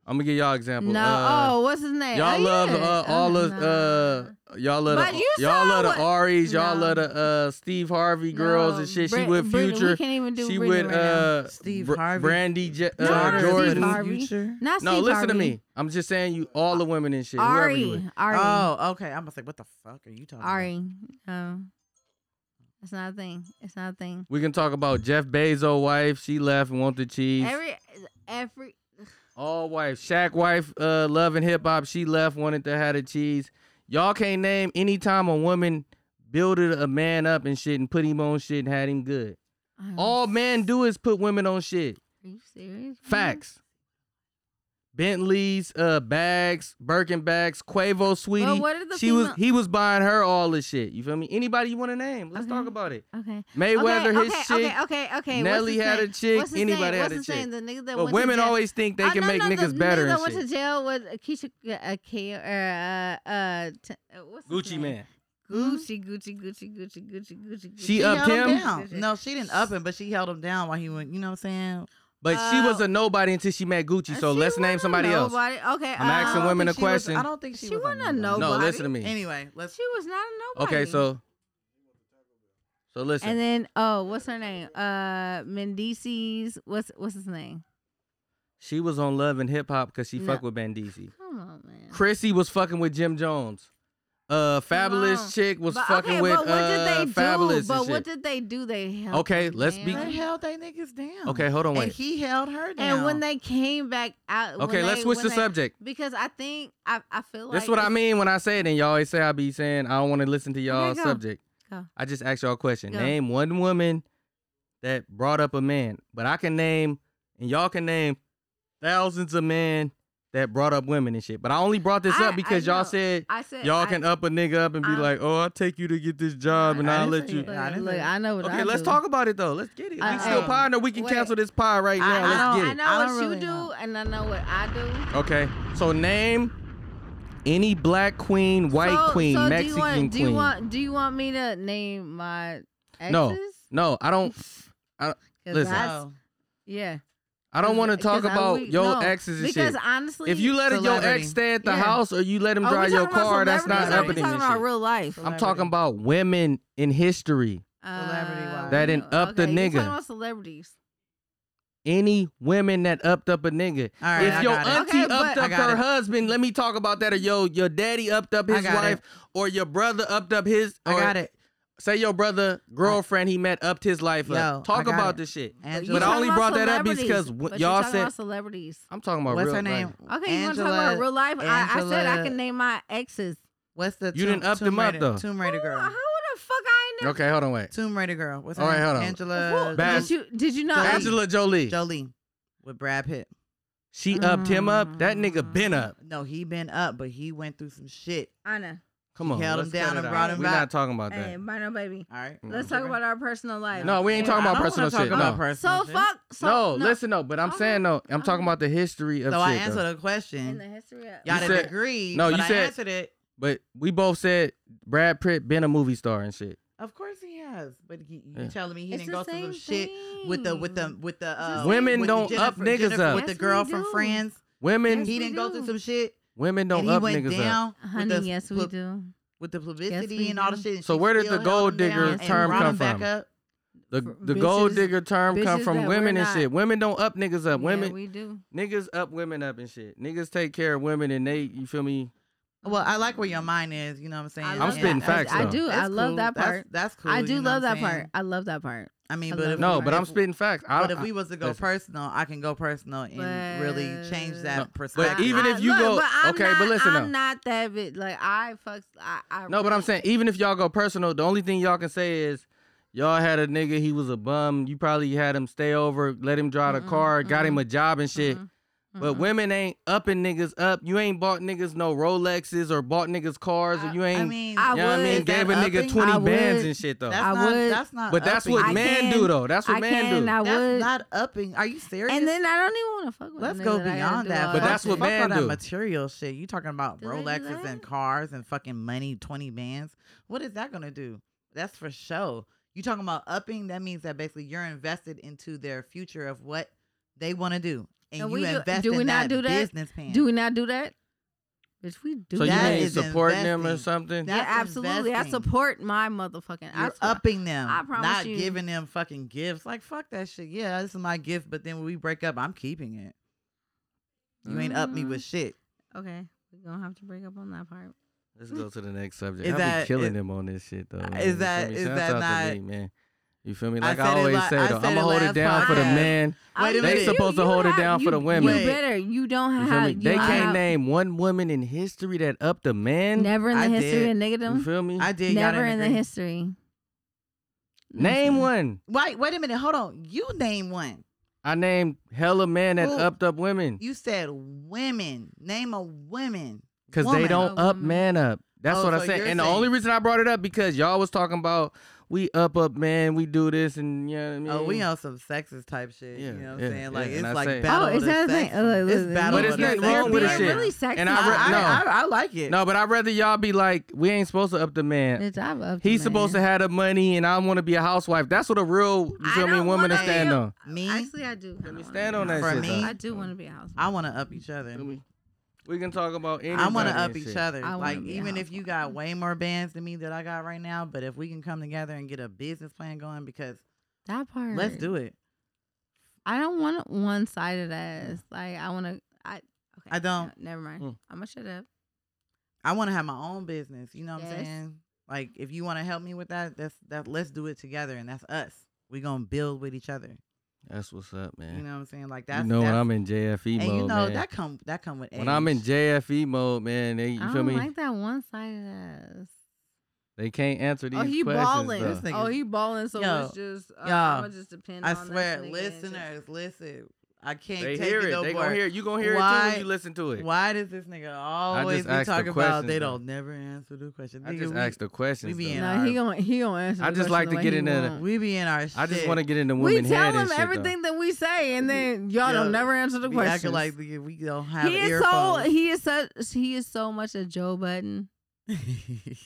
Speaker 3: gonna give y'all example.
Speaker 1: No.
Speaker 3: Uh,
Speaker 1: oh, what's his name?
Speaker 3: y'all
Speaker 1: Oh,
Speaker 3: love
Speaker 1: yeah.
Speaker 3: uh, all
Speaker 1: Oh,
Speaker 3: of uh y'all love
Speaker 1: But
Speaker 3: the,
Speaker 1: you
Speaker 3: y'all
Speaker 1: saw
Speaker 3: love the
Speaker 1: what-
Speaker 3: Aries, y'all
Speaker 1: No.
Speaker 3: love the uh Steve Harvey girls and
Speaker 1: No,
Speaker 3: shit.
Speaker 1: Brit-
Speaker 3: she
Speaker 1: Britney-
Speaker 3: with
Speaker 1: we
Speaker 3: Future.
Speaker 1: can't even do
Speaker 3: she
Speaker 1: Britney
Speaker 3: with
Speaker 1: right now.
Speaker 3: uh
Speaker 5: Steve
Speaker 3: Br-
Speaker 5: Harvey.
Speaker 3: Brandy J-
Speaker 1: No,
Speaker 3: uh,
Speaker 1: Steve
Speaker 3: Jordan.
Speaker 1: Harvey. Not
Speaker 3: No,
Speaker 1: Steve
Speaker 3: listen to
Speaker 1: Harvey.
Speaker 3: me. I'm just saying you all the women and shit. whoever you with. Oh.
Speaker 1: Ari. Ari.
Speaker 5: Oh, okay. I'm gonna say, what the fuck are you talking
Speaker 1: Ari. No. It's not a thing. It's not a thing.
Speaker 3: We can talk about Jeff Bezos' wife. She left and wanted cheese.
Speaker 1: Every every
Speaker 3: All wife, Shaq wife, uh, loving hip hop. She left, wanted to have the cheese. Y'all can't name any time a woman builded a man up and shit and put him on shit and had him good.
Speaker 1: I'm-
Speaker 3: All men do is put women on shit.
Speaker 1: um, Are you serious? bro?
Speaker 3: Facts. Bentleys, uh, bags, Birkin bags, Quavo, sweetie.
Speaker 1: what are the
Speaker 3: she was
Speaker 1: female-
Speaker 3: he was buying her all this shit. You feel me? Anybody you want to name? Let's talk
Speaker 1: Okay.
Speaker 3: about it.
Speaker 1: Okay.
Speaker 3: Mayweather,
Speaker 1: okay,
Speaker 3: his
Speaker 1: okay,
Speaker 3: chick.
Speaker 1: Okay, okay, okay. What's
Speaker 3: Nelly
Speaker 1: his
Speaker 3: had
Speaker 1: name?
Speaker 3: a chick,
Speaker 1: What's his
Speaker 3: anybody
Speaker 1: name?
Speaker 3: had
Speaker 1: What's
Speaker 3: a
Speaker 1: his
Speaker 3: chick.
Speaker 1: Name? The nigga that
Speaker 3: But
Speaker 1: went
Speaker 3: women
Speaker 1: to jail.
Speaker 3: always think they
Speaker 1: Oh,
Speaker 3: can
Speaker 1: no,
Speaker 3: make
Speaker 1: no, the
Speaker 3: niggas
Speaker 1: Nigga
Speaker 3: better and
Speaker 1: that went
Speaker 3: shit.
Speaker 1: to jail with Keisha, uh, K, uh, uh, t- uh, what's his
Speaker 3: Gucci
Speaker 1: name?
Speaker 3: man.
Speaker 1: Gucci, Gucci, Gucci, Gucci, Gucci, Gucci. Gucci.
Speaker 3: She
Speaker 5: about?
Speaker 3: upped
Speaker 5: She held
Speaker 3: him?
Speaker 5: him down. No, she didn't up him, but she held him down while he went. You know what I'm saying?
Speaker 3: But she was
Speaker 1: Uh,
Speaker 3: a nobody until she met
Speaker 1: Uh,
Speaker 3: Gucci. So
Speaker 1: she
Speaker 3: let's name
Speaker 1: wasn't
Speaker 3: somebody else.
Speaker 1: nobody. Okay,
Speaker 3: I'm
Speaker 5: I
Speaker 3: asking
Speaker 5: don't
Speaker 1: uh,
Speaker 3: women
Speaker 5: think
Speaker 3: a
Speaker 5: she was-
Speaker 3: question.
Speaker 5: I don't think she,
Speaker 1: She
Speaker 5: was.
Speaker 1: wasn't a
Speaker 3: No,
Speaker 1: nobody.
Speaker 3: listen to me.
Speaker 5: Anyway, let's.
Speaker 1: She was not a nobody.
Speaker 3: Okay, so so listen.
Speaker 1: and then oh, what's her name? Uh, Mendices. What's what's his name?
Speaker 3: she was on Love and Hip Hop because she
Speaker 1: No.
Speaker 3: fucked with Bandisi.
Speaker 1: Come on, man.
Speaker 3: Chrissy was fucking with Jim Jones. Uh, fabulous
Speaker 1: on.
Speaker 3: chick was
Speaker 1: But,
Speaker 3: fucking
Speaker 1: okay,
Speaker 3: with
Speaker 1: but what did
Speaker 3: uh,
Speaker 1: they
Speaker 3: fabulous.
Speaker 1: do? But
Speaker 3: and
Speaker 1: what
Speaker 3: shit.
Speaker 1: did they do? They helped
Speaker 3: Okay,
Speaker 1: them,
Speaker 3: let's be-
Speaker 1: man.
Speaker 5: They held they niggas down.
Speaker 3: okay, hold on,
Speaker 5: And
Speaker 3: wait.
Speaker 5: he held her down.
Speaker 1: And when they came back out, when
Speaker 3: Okay, let's
Speaker 1: they-
Speaker 3: switch
Speaker 1: when
Speaker 3: the
Speaker 1: they-
Speaker 3: subject.
Speaker 1: because I think I I feel like
Speaker 3: That's what I
Speaker 1: it's-
Speaker 3: mean when I say it, and y'all always say I be saying I don't want to listen to y'all
Speaker 1: go.
Speaker 3: subject.
Speaker 1: Go.
Speaker 3: I just asked y'all a question.
Speaker 1: Go.
Speaker 3: Name one woman that brought up a man, but I can name and y'all can name thousands of men that brought up women and shit. But I only brought this
Speaker 1: I-
Speaker 3: up because
Speaker 1: I
Speaker 3: y'all
Speaker 1: know.
Speaker 3: said
Speaker 1: I said
Speaker 3: y'all
Speaker 1: I-
Speaker 3: can uh, up a nigga up and be
Speaker 1: I-
Speaker 3: like, "Oh, I'll take you to get this job, and
Speaker 5: I
Speaker 3: I'll
Speaker 5: didn't
Speaker 3: let
Speaker 5: say
Speaker 3: you."
Speaker 5: that. I
Speaker 1: Look,
Speaker 5: didn't
Speaker 1: look,
Speaker 5: say
Speaker 1: I know what I
Speaker 3: Okay, let's
Speaker 1: do.
Speaker 3: talk about it though. Let's get
Speaker 5: Uh,
Speaker 3: it.
Speaker 1: I-
Speaker 3: we
Speaker 5: oh,
Speaker 3: still
Speaker 1: hey,
Speaker 3: pondering. We can
Speaker 1: wait.
Speaker 3: cancel this pod right now.
Speaker 5: I
Speaker 3: let's
Speaker 5: don't-
Speaker 3: get
Speaker 1: I
Speaker 3: it.
Speaker 1: know
Speaker 5: I
Speaker 1: what
Speaker 5: don't
Speaker 1: you
Speaker 5: really
Speaker 1: do,
Speaker 5: know.
Speaker 1: and I know what I do.
Speaker 3: Okay, so name any black queen, white
Speaker 1: So-
Speaker 3: queen,
Speaker 1: so do
Speaker 3: Mexican
Speaker 1: you want,
Speaker 3: queen.
Speaker 1: Do you want? Do you want me to name my exes?
Speaker 3: No. No, I don't. I,
Speaker 1: 'Cause
Speaker 3: Listen.
Speaker 1: that's-
Speaker 5: Oh.
Speaker 1: yeah.
Speaker 3: I don't want to
Speaker 1: 'Cause-
Speaker 3: talk
Speaker 1: 'cause I
Speaker 3: about
Speaker 1: would-
Speaker 3: your
Speaker 1: no.
Speaker 3: exes and
Speaker 1: because
Speaker 3: shit.
Speaker 1: honestly,
Speaker 3: if you let your
Speaker 5: Celebrity.
Speaker 3: ex stay at the
Speaker 1: Yeah.
Speaker 3: house or you let him
Speaker 1: Are we
Speaker 3: drive your
Speaker 1: talking about
Speaker 3: car, that's not
Speaker 1: celebrities or are we
Speaker 3: upping him
Speaker 1: talking
Speaker 3: and
Speaker 1: about
Speaker 3: shit.
Speaker 1: real life.
Speaker 3: I'm talking about women in history.
Speaker 5: Celebrity-wise.
Speaker 3: That done up the
Speaker 1: Uh, okay, you
Speaker 3: nigga.
Speaker 1: talking about celebrities.
Speaker 3: Any women that upped up a nigga.
Speaker 5: All right,
Speaker 3: if
Speaker 5: I
Speaker 3: your
Speaker 5: got it.
Speaker 3: auntie
Speaker 1: Okay,
Speaker 3: upped
Speaker 1: but-
Speaker 3: up
Speaker 5: I got
Speaker 3: her
Speaker 5: it.
Speaker 3: husband, let me talk about that. Or yo, your daddy upped up his
Speaker 5: got it.
Speaker 3: wife, or your brother upped up his.
Speaker 5: I
Speaker 3: or-
Speaker 5: got it.
Speaker 3: Say your brother girlfriend he met upped his life
Speaker 5: Yo,
Speaker 3: up. Talk
Speaker 5: I got
Speaker 3: about
Speaker 5: it.
Speaker 3: this shit.
Speaker 5: Angela-
Speaker 3: But
Speaker 5: You
Speaker 3: I
Speaker 5: talking
Speaker 3: only
Speaker 1: about
Speaker 3: brought that up
Speaker 1: celebrities,
Speaker 3: because wh-
Speaker 1: but you
Speaker 3: y'all
Speaker 1: talking
Speaker 3: said
Speaker 1: about celebrities.
Speaker 3: I'm talking about
Speaker 5: What's
Speaker 3: real,
Speaker 5: her
Speaker 3: like,
Speaker 5: name?
Speaker 1: Okay, you want to talk about real life? I, I said I
Speaker 5: Angela-
Speaker 1: can name my exes.
Speaker 5: What's the
Speaker 3: You
Speaker 5: Tomb-
Speaker 3: didn't up
Speaker 5: Tomb
Speaker 3: them up,
Speaker 5: Raider-
Speaker 3: though.
Speaker 5: Tomb Raider
Speaker 1: How
Speaker 5: girl.
Speaker 1: the fuck I know?
Speaker 3: Okay, hold on, wait.
Speaker 5: Tomb Raider girl. What's her
Speaker 3: All right,
Speaker 5: name?
Speaker 3: hold on.
Speaker 5: Angela
Speaker 3: Who- Bad-
Speaker 1: Did you did you know?
Speaker 5: Jolie.
Speaker 3: Angela Jolie.
Speaker 5: Jolie with Brad Pitt.
Speaker 3: She upped him
Speaker 5: Mm-hmm.
Speaker 3: up. That nigga been up.
Speaker 5: No, he been up, but he went through some shit.
Speaker 1: Anna,
Speaker 3: Come on.
Speaker 5: held him
Speaker 3: let's
Speaker 5: down
Speaker 3: cut
Speaker 5: and
Speaker 3: it out.
Speaker 5: brought him
Speaker 3: We're
Speaker 5: back.
Speaker 3: not talking about
Speaker 1: hey,
Speaker 3: that.
Speaker 1: bye no baby.
Speaker 5: All right.
Speaker 1: Let's talk about our personal life.
Speaker 3: Mm.
Speaker 1: Oh.
Speaker 3: No, we ain't talking
Speaker 5: I
Speaker 3: about
Speaker 5: don't wanna
Speaker 3: personal
Speaker 5: talk
Speaker 3: shit. no.
Speaker 5: about personal
Speaker 1: So
Speaker 5: shit.
Speaker 1: fuck. So,
Speaker 3: no, listen though, but I'm
Speaker 1: Okay.
Speaker 3: saying though, I'm talking about the history of
Speaker 5: So
Speaker 3: shit.
Speaker 5: I
Speaker 3: though.
Speaker 5: answered a
Speaker 1: In
Speaker 5: question.
Speaker 1: the history of
Speaker 5: Y'all
Speaker 3: You
Speaker 5: didn't
Speaker 3: said-
Speaker 5: agree.
Speaker 3: no,
Speaker 5: but
Speaker 3: you
Speaker 5: I
Speaker 3: said-
Speaker 5: answered it.
Speaker 3: But we both said Brad Pitt been a movie star and shit.
Speaker 5: Of course he has, but he, you
Speaker 3: Yeah.
Speaker 5: telling me he
Speaker 1: It's
Speaker 5: didn't
Speaker 1: the
Speaker 5: go through some
Speaker 1: same
Speaker 5: shit with the with the
Speaker 1: thing.
Speaker 5: with the
Speaker 1: the
Speaker 5: uh,
Speaker 1: same Women
Speaker 5: with
Speaker 3: don't
Speaker 5: Jennifer,
Speaker 3: up niggas
Speaker 5: Jennifer,
Speaker 3: up.
Speaker 5: with the
Speaker 1: Yes, we
Speaker 5: girl from
Speaker 1: do.
Speaker 5: Friends.
Speaker 3: Women,
Speaker 1: Yes,
Speaker 5: he
Speaker 1: we
Speaker 5: didn't go through
Speaker 1: do.
Speaker 5: some shit,
Speaker 3: women don't
Speaker 5: and he
Speaker 3: up
Speaker 5: went
Speaker 3: niggas up.
Speaker 5: down. with
Speaker 1: honey,
Speaker 5: the
Speaker 1: yes we
Speaker 5: plu-
Speaker 1: do.
Speaker 5: with the publicity
Speaker 1: we
Speaker 5: and all
Speaker 1: do.
Speaker 5: the shit. and
Speaker 3: So
Speaker 5: she
Speaker 3: where did
Speaker 5: still
Speaker 3: the
Speaker 5: held
Speaker 3: gold
Speaker 5: him down
Speaker 3: digger
Speaker 5: and
Speaker 3: term
Speaker 5: brought
Speaker 3: come
Speaker 5: him back
Speaker 3: from?
Speaker 5: up.
Speaker 3: The
Speaker 1: For
Speaker 3: the gold
Speaker 1: bitches-
Speaker 3: digger term come
Speaker 1: bitches
Speaker 3: from
Speaker 1: that
Speaker 3: women
Speaker 1: we're
Speaker 3: and
Speaker 1: not-
Speaker 3: shit. Women don't up niggas up.
Speaker 1: Yeah,
Speaker 3: women
Speaker 1: we do.
Speaker 3: niggas up women up and shit. Niggas take care of women and they you feel me?
Speaker 5: Well, I like where your mind is. You know what I'm saying?
Speaker 1: I
Speaker 3: I'm
Speaker 1: love
Speaker 3: spitting
Speaker 1: that.
Speaker 3: facts,
Speaker 1: I, I
Speaker 3: though.
Speaker 1: do. I
Speaker 5: That's
Speaker 1: love
Speaker 5: cool.
Speaker 1: that
Speaker 5: That's-
Speaker 1: part.
Speaker 5: That's, cool.
Speaker 1: I
Speaker 5: you
Speaker 1: do
Speaker 5: know
Speaker 1: love
Speaker 5: what I'm
Speaker 1: that part.
Speaker 5: saying?
Speaker 1: I love that part.
Speaker 5: I mean,
Speaker 1: I
Speaker 5: but
Speaker 1: love
Speaker 5: if,
Speaker 1: it.
Speaker 3: No, but I'm
Speaker 5: if-
Speaker 3: spitting facts. I,
Speaker 5: But if we was to go
Speaker 3: listen.
Speaker 5: personal, I can go personal and really change that
Speaker 3: But-
Speaker 5: perspective.
Speaker 3: But even
Speaker 1: I-
Speaker 3: if you
Speaker 1: look,
Speaker 3: go-
Speaker 1: but I'm
Speaker 3: okay,
Speaker 1: not,
Speaker 3: but
Speaker 1: I'm
Speaker 3: listen though.
Speaker 1: not that bit. Like I fucks. I, I
Speaker 3: no, but I'm
Speaker 1: really-
Speaker 3: saying even if y'all go personal, the only thing y'all can say is y'all had a nigga, he was a bum. You probably had him stay over, let him drive the
Speaker 5: Mm-hmm,
Speaker 1: Mm-mm,
Speaker 3: car, got him
Speaker 1: mm-mm,
Speaker 3: a job and shit.
Speaker 1: Mhm,
Speaker 3: But
Speaker 1: mhm.
Speaker 3: women ain't upping niggas up. You ain't bought niggas no Rolexes or bought niggas cars, or you ain't.
Speaker 5: I mean,
Speaker 1: I
Speaker 3: you know what I mean?
Speaker 1: would.
Speaker 3: Gave a
Speaker 5: Is that
Speaker 3: nigga
Speaker 5: upping?
Speaker 3: twenty
Speaker 1: I
Speaker 3: bands
Speaker 1: would.
Speaker 3: and shit though.
Speaker 5: that's
Speaker 1: I
Speaker 5: not,
Speaker 1: would-
Speaker 5: That's not.
Speaker 3: but that's
Speaker 5: upping.
Speaker 3: what
Speaker 1: I
Speaker 3: man
Speaker 1: can.
Speaker 3: do though. That's what
Speaker 1: I
Speaker 3: man
Speaker 1: can.
Speaker 3: do.
Speaker 1: I
Speaker 5: That's
Speaker 1: would.
Speaker 5: not upping. Are you serious?
Speaker 1: and then I don't even want to fuck with. a
Speaker 5: Let's
Speaker 1: nigga
Speaker 5: go
Speaker 1: that I gotta
Speaker 5: beyond
Speaker 1: do all
Speaker 5: that.
Speaker 3: But that's
Speaker 5: Fuck-
Speaker 3: what
Speaker 5: fuck all
Speaker 3: man
Speaker 5: that
Speaker 3: do.
Speaker 5: material shit. You talking about
Speaker 1: Do they do
Speaker 5: Rolexes
Speaker 1: that?
Speaker 5: and cars and fucking money, twenty bands. What is that gonna do? That's for show. You talking about upping? That means that basically you're invested into their future of what they want to do, and
Speaker 1: And
Speaker 5: you
Speaker 1: we do-
Speaker 5: invest
Speaker 1: do we
Speaker 5: in
Speaker 1: not
Speaker 5: that
Speaker 1: do that?
Speaker 5: business plan.
Speaker 1: Do we not do that? Bitch, we do
Speaker 3: So you
Speaker 1: that.
Speaker 5: That
Speaker 3: ain't
Speaker 5: is
Speaker 3: supporting them or
Speaker 5: investing.
Speaker 3: something.
Speaker 1: yeah,
Speaker 5: That's
Speaker 1: absolutely. I
Speaker 5: investing.
Speaker 1: support my motherfucking. I
Speaker 5: You're
Speaker 1: support-
Speaker 5: upping them,
Speaker 1: I promise
Speaker 5: not
Speaker 1: you.
Speaker 5: giving them fucking gifts. Like fuck that shit. Yeah, this is my gift, but then when we break up, I'm keeping it. You ain't up me
Speaker 1: Mm-hmm.
Speaker 5: with shit.
Speaker 1: Okay, we're gonna have to break up on that part.
Speaker 3: Let's go to the next subject.
Speaker 5: Is
Speaker 3: I
Speaker 5: that-
Speaker 3: be killing
Speaker 5: is- uh,
Speaker 3: them on this shit though.
Speaker 5: is
Speaker 3: man. You feel
Speaker 5: that-
Speaker 3: me?
Speaker 5: is
Speaker 3: Shouts
Speaker 5: that
Speaker 3: out to
Speaker 5: not-
Speaker 3: me, man? You feel me?
Speaker 5: I
Speaker 3: Like I,
Speaker 5: said it
Speaker 3: always
Speaker 5: la-
Speaker 3: say
Speaker 5: I
Speaker 3: though,
Speaker 5: said
Speaker 3: I'ma
Speaker 5: it
Speaker 3: hold it
Speaker 5: last
Speaker 3: down for the
Speaker 5: podcast.
Speaker 3: man.
Speaker 5: Wait a
Speaker 1: I-
Speaker 5: They
Speaker 1: you-
Speaker 3: supposed to
Speaker 1: you
Speaker 3: hold it
Speaker 1: have-
Speaker 3: down for
Speaker 1: you-
Speaker 3: the women.
Speaker 1: You
Speaker 5: Wait.
Speaker 1: better. You don't
Speaker 3: You feel
Speaker 1: have.
Speaker 3: me?
Speaker 1: you
Speaker 3: They
Speaker 1: don't
Speaker 3: can't
Speaker 1: have-
Speaker 3: name one woman in history that upped a man.
Speaker 1: Never in the
Speaker 5: I
Speaker 1: history
Speaker 5: did.
Speaker 1: of niggadom.
Speaker 3: You feel me?
Speaker 5: I did. y'all
Speaker 1: Never
Speaker 5: didn't
Speaker 1: in the
Speaker 5: agree.
Speaker 1: history.
Speaker 3: Name one.
Speaker 5: Wait, wait a minute. Hold on. You name one.
Speaker 3: I named hella man that
Speaker 5: Who?
Speaker 3: upped up women.
Speaker 5: You said women. Name a women.
Speaker 3: Cause they
Speaker 5: Woman.
Speaker 3: don't
Speaker 1: A
Speaker 3: up
Speaker 1: Oh, woman.
Speaker 3: man up. That's
Speaker 5: Oh,
Speaker 3: what I
Speaker 5: so
Speaker 3: said. And
Speaker 5: you're
Speaker 3: the
Speaker 5: saying-
Speaker 3: only reason I brought it up because y'all was talking about we up up man, we do this and you know what I mean.
Speaker 5: Oh, we on some sexist type shit.
Speaker 3: Yeah,
Speaker 5: you know what
Speaker 3: yeah,
Speaker 5: I'm saying? Like
Speaker 3: yeah, and I
Speaker 5: it's like
Speaker 3: say-
Speaker 5: battle.
Speaker 1: Oh, is
Speaker 5: of
Speaker 1: that
Speaker 5: the
Speaker 1: a thing?
Speaker 5: sexes.
Speaker 1: Oh,
Speaker 5: It's
Speaker 1: look,
Speaker 5: battle.
Speaker 3: But
Speaker 5: of
Speaker 3: it's
Speaker 5: the
Speaker 3: nothing wrong
Speaker 5: sexes
Speaker 3: with the
Speaker 5: right
Speaker 3: shit.
Speaker 5: now.
Speaker 1: Really sexy.
Speaker 3: And
Speaker 5: I,
Speaker 3: I re-
Speaker 5: I,
Speaker 3: no.
Speaker 5: I, I like it.
Speaker 3: No, but I'd rather y'all be like, we ain't supposed to up the man.
Speaker 1: Bitch, I've upped
Speaker 3: He's
Speaker 1: a
Speaker 3: supposed to
Speaker 1: man.
Speaker 3: have the money, and I want to be a housewife. That's what a real you
Speaker 1: I
Speaker 3: feel me
Speaker 1: don't
Speaker 3: woman to
Speaker 1: wanna
Speaker 3: stand
Speaker 1: be a-
Speaker 3: on.
Speaker 5: Me,
Speaker 1: Actually, I do. kinda
Speaker 3: me
Speaker 1: wanna
Speaker 3: stand
Speaker 1: be a
Speaker 3: on that
Speaker 1: housewife.
Speaker 5: shit, For though. me?
Speaker 1: I do want to be a housewife.
Speaker 5: I want to up each other.
Speaker 3: Feel me? We can talk about anything.
Speaker 5: I want to up each other.
Speaker 1: I wanna
Speaker 5: Like
Speaker 1: be a
Speaker 5: even if you
Speaker 1: housewife.
Speaker 5: got way more bands than me that I got right now, but if we can come together and get a business plan going, because
Speaker 1: that part.
Speaker 5: let's do it.
Speaker 1: I don't want one sided ass. Like I want to. I. Okay,
Speaker 5: I don't.
Speaker 1: no, Never mind.
Speaker 3: Mm.
Speaker 1: I'm gonna shut up.
Speaker 5: I want to have my own business. You know what I'm
Speaker 1: Yes.
Speaker 5: saying? Like if you want to help me with that, that's that. Let's do it together, and that's us. We gonna build with each other.
Speaker 3: That's what's up, man.
Speaker 5: You know what I'm saying? Like
Speaker 3: You
Speaker 5: that's
Speaker 3: know when
Speaker 5: that's-
Speaker 3: I'm in JFE
Speaker 5: and
Speaker 3: mode,
Speaker 5: you know
Speaker 3: man.
Speaker 5: that come that come with age.
Speaker 3: when I'm in JFE mode, man, they, you
Speaker 1: I
Speaker 3: feel
Speaker 1: don't
Speaker 3: me?
Speaker 1: like that one sided ass.
Speaker 3: They can't answer these
Speaker 1: Oh, he
Speaker 3: questions.
Speaker 1: balling.
Speaker 3: though.
Speaker 5: This nigga-
Speaker 1: Oh, he balling. So
Speaker 5: Yo,
Speaker 1: it's just. Uh,
Speaker 5: yo,
Speaker 1: I'm gonna just depend.
Speaker 5: I
Speaker 1: on this
Speaker 5: swear,
Speaker 1: nigga and
Speaker 5: listeners, listen. I can't
Speaker 3: They
Speaker 5: take
Speaker 3: hear
Speaker 5: it
Speaker 3: it.
Speaker 5: no
Speaker 3: They
Speaker 5: more.
Speaker 3: gonna hear it. You gonna hear it too
Speaker 5: Why-
Speaker 3: when you listen to it.
Speaker 5: Why does this nigga always be
Speaker 3: asked the
Speaker 5: talking about
Speaker 3: questions,
Speaker 5: they
Speaker 3: though.
Speaker 5: don't never answer the question?
Speaker 3: I
Speaker 5: Nigga,
Speaker 3: just
Speaker 5: we,
Speaker 3: asked the questions.
Speaker 5: we be
Speaker 3: though.
Speaker 5: in
Speaker 1: Just, no,
Speaker 5: our-
Speaker 1: he gonna he gonna answer. the
Speaker 3: I just
Speaker 1: question
Speaker 3: like
Speaker 1: the
Speaker 3: to
Speaker 1: way
Speaker 3: get
Speaker 1: he
Speaker 3: into the-
Speaker 1: want.
Speaker 5: we be in our shit.
Speaker 3: I just want to get into
Speaker 1: We
Speaker 3: women
Speaker 1: tell
Speaker 3: head and
Speaker 1: him
Speaker 3: shit, though.
Speaker 1: everything that we say, and then y'all
Speaker 5: Yo,
Speaker 1: don't never answer the
Speaker 5: we
Speaker 1: question.
Speaker 5: acting like we we don't have
Speaker 1: he is
Speaker 5: earphones.
Speaker 1: so he is such he is so much a Joe Button.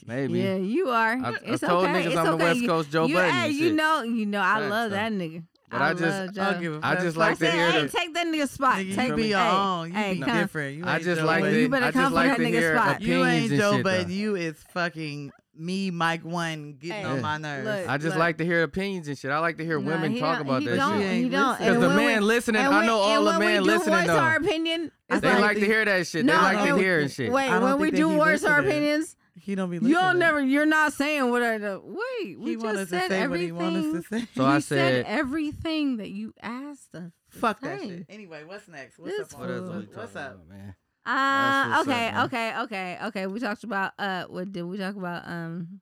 Speaker 3: Maybe.
Speaker 1: Yeah, you are.
Speaker 3: I, I
Speaker 1: it's
Speaker 3: told
Speaker 1: okay.
Speaker 3: niggas
Speaker 1: it's
Speaker 3: I'm
Speaker 1: okay.
Speaker 3: the West
Speaker 1: You-
Speaker 3: Coast Joe
Speaker 1: you,
Speaker 3: Budden.
Speaker 1: Hey,
Speaker 3: and
Speaker 1: you
Speaker 3: shit.
Speaker 1: know, you know, I
Speaker 3: Facts,
Speaker 1: love
Speaker 3: though.
Speaker 1: that nigga.
Speaker 3: But
Speaker 1: I,
Speaker 3: I just-
Speaker 1: love Joe.
Speaker 5: I don't give a
Speaker 3: I
Speaker 5: fuck.
Speaker 3: just
Speaker 1: I
Speaker 3: like to
Speaker 1: said,
Speaker 3: hear
Speaker 1: hey,
Speaker 3: the-
Speaker 1: take that nigga spot.
Speaker 5: Nigga, you
Speaker 1: take
Speaker 5: be
Speaker 1: hey,
Speaker 5: your own. You
Speaker 1: hey,
Speaker 5: be
Speaker 1: come.
Speaker 5: different. You
Speaker 3: I
Speaker 5: ain't
Speaker 3: just
Speaker 5: Joe
Speaker 3: like
Speaker 5: Budden.
Speaker 1: You
Speaker 3: to.
Speaker 1: better
Speaker 3: I
Speaker 1: come
Speaker 3: just
Speaker 1: for
Speaker 3: like
Speaker 1: that
Speaker 3: to
Speaker 1: nigga's
Speaker 3: hear
Speaker 1: spot.
Speaker 3: opinions
Speaker 5: You ain't
Speaker 3: and
Speaker 5: Joe,
Speaker 3: shit,
Speaker 5: but
Speaker 3: though.
Speaker 5: you is fucking me, Mike One, getting
Speaker 1: Hey,
Speaker 5: on my nerves.
Speaker 1: look,
Speaker 3: I just
Speaker 1: Look.
Speaker 3: like to hear opinions and shit. I like to hear
Speaker 1: Nah,
Speaker 3: women
Speaker 1: he
Speaker 3: talk
Speaker 1: don't-
Speaker 3: about
Speaker 1: he
Speaker 3: that
Speaker 1: don't,
Speaker 3: shit.
Speaker 1: He don't.
Speaker 5: Because
Speaker 3: Because
Speaker 1: And
Speaker 3: the
Speaker 1: when we-
Speaker 3: man listening,
Speaker 1: and
Speaker 3: I
Speaker 1: when-
Speaker 3: know all
Speaker 1: and
Speaker 3: the
Speaker 1: when
Speaker 3: man
Speaker 1: we do
Speaker 3: listening
Speaker 1: voice our
Speaker 3: though.
Speaker 1: opinion.
Speaker 5: I
Speaker 1: It's
Speaker 3: They
Speaker 5: think-
Speaker 1: like,
Speaker 3: like to hear that shit. They
Speaker 1: No,
Speaker 3: like to
Speaker 1: and-
Speaker 3: hear and shit.
Speaker 1: wait,
Speaker 5: I don't
Speaker 1: when we
Speaker 5: think they
Speaker 1: do
Speaker 5: be
Speaker 1: voice our
Speaker 5: listening.
Speaker 1: opinions,
Speaker 5: He don't be listening.
Speaker 1: You'll never. You're not saying what I. the- Wait, we
Speaker 5: He want
Speaker 1: just
Speaker 5: us to
Speaker 1: said
Speaker 5: say what he
Speaker 1: everything.
Speaker 5: want us to say.
Speaker 3: So I
Speaker 1: He said
Speaker 3: said-
Speaker 1: everything that you asked us. to
Speaker 5: Fuck that
Speaker 1: say.
Speaker 5: shit. Anyway, what's next? What's
Speaker 1: This
Speaker 5: up?
Speaker 3: What else are we
Speaker 5: on-
Speaker 3: talking
Speaker 5: What's up?
Speaker 3: about, man?
Speaker 1: Uh,
Speaker 3: That's what's up,
Speaker 1: okay,
Speaker 3: man.
Speaker 1: okay, okay, okay. We talked about uh, what did we talk about? Um,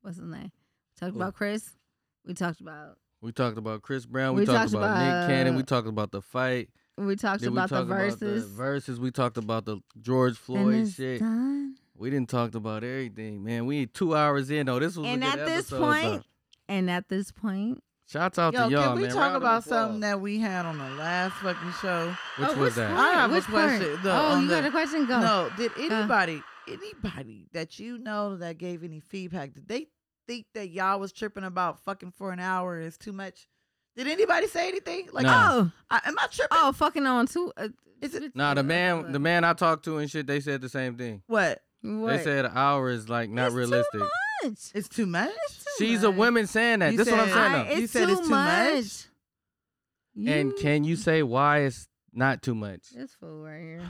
Speaker 1: what's his name? We talked
Speaker 3: Who?
Speaker 1: about Chris. We talked about.
Speaker 3: We talked about Chris Brown. We,
Speaker 1: We
Speaker 3: talked,
Speaker 1: talked
Speaker 3: about,
Speaker 1: about-
Speaker 3: Nick Cannon. We talked about the fight.
Speaker 1: We talked
Speaker 3: Then we
Speaker 1: about the
Speaker 3: talked about the
Speaker 1: verses.
Speaker 3: verses. We talked about the George
Speaker 1: and
Speaker 3: Floyd
Speaker 1: it's
Speaker 3: shit.
Speaker 1: done.
Speaker 3: We didn't talked about everything, man. We two hours in though. This was
Speaker 1: And
Speaker 3: a good
Speaker 1: at this
Speaker 3: episode,
Speaker 1: point,
Speaker 3: though.
Speaker 1: and at this point,
Speaker 3: Shouts out
Speaker 5: Yo,
Speaker 3: to y'all,
Speaker 5: can we
Speaker 3: man.
Speaker 5: talk
Speaker 3: Round of applause.
Speaker 5: about something that we had on the last fucking show?
Speaker 3: Which
Speaker 1: Oh,
Speaker 3: was
Speaker 1: which
Speaker 3: that?
Speaker 1: one?
Speaker 5: I have
Speaker 1: which
Speaker 5: a
Speaker 1: part?
Speaker 5: question. The,
Speaker 1: oh,
Speaker 5: on
Speaker 1: you
Speaker 5: the,
Speaker 1: got a question? Go.
Speaker 5: No, did anybody, anybody that you know that gave any feedback, did they think that y'all was tripping about fucking for an hour is too much? Did anybody say anything? Like,
Speaker 3: No.
Speaker 1: Oh,
Speaker 5: I, am I tripping?
Speaker 1: oh, fucking on too. Uh,
Speaker 5: Is it-
Speaker 3: Nah, the man, the man I talked to and shit, they said the same thing.
Speaker 5: What?
Speaker 1: What?
Speaker 3: They said an hour is like not
Speaker 1: It's too
Speaker 3: realistic.
Speaker 1: much.
Speaker 5: It's too much?
Speaker 3: She's a
Speaker 1: much.
Speaker 3: woman saying that.
Speaker 5: You
Speaker 3: This is what I'm
Speaker 5: said-
Speaker 3: saying.
Speaker 1: I-
Speaker 3: though.
Speaker 1: it's,
Speaker 5: You said
Speaker 1: too
Speaker 5: it's too
Speaker 1: much.
Speaker 5: much?
Speaker 3: And
Speaker 1: You-
Speaker 3: can you say why it's not too much?
Speaker 1: This fool right here.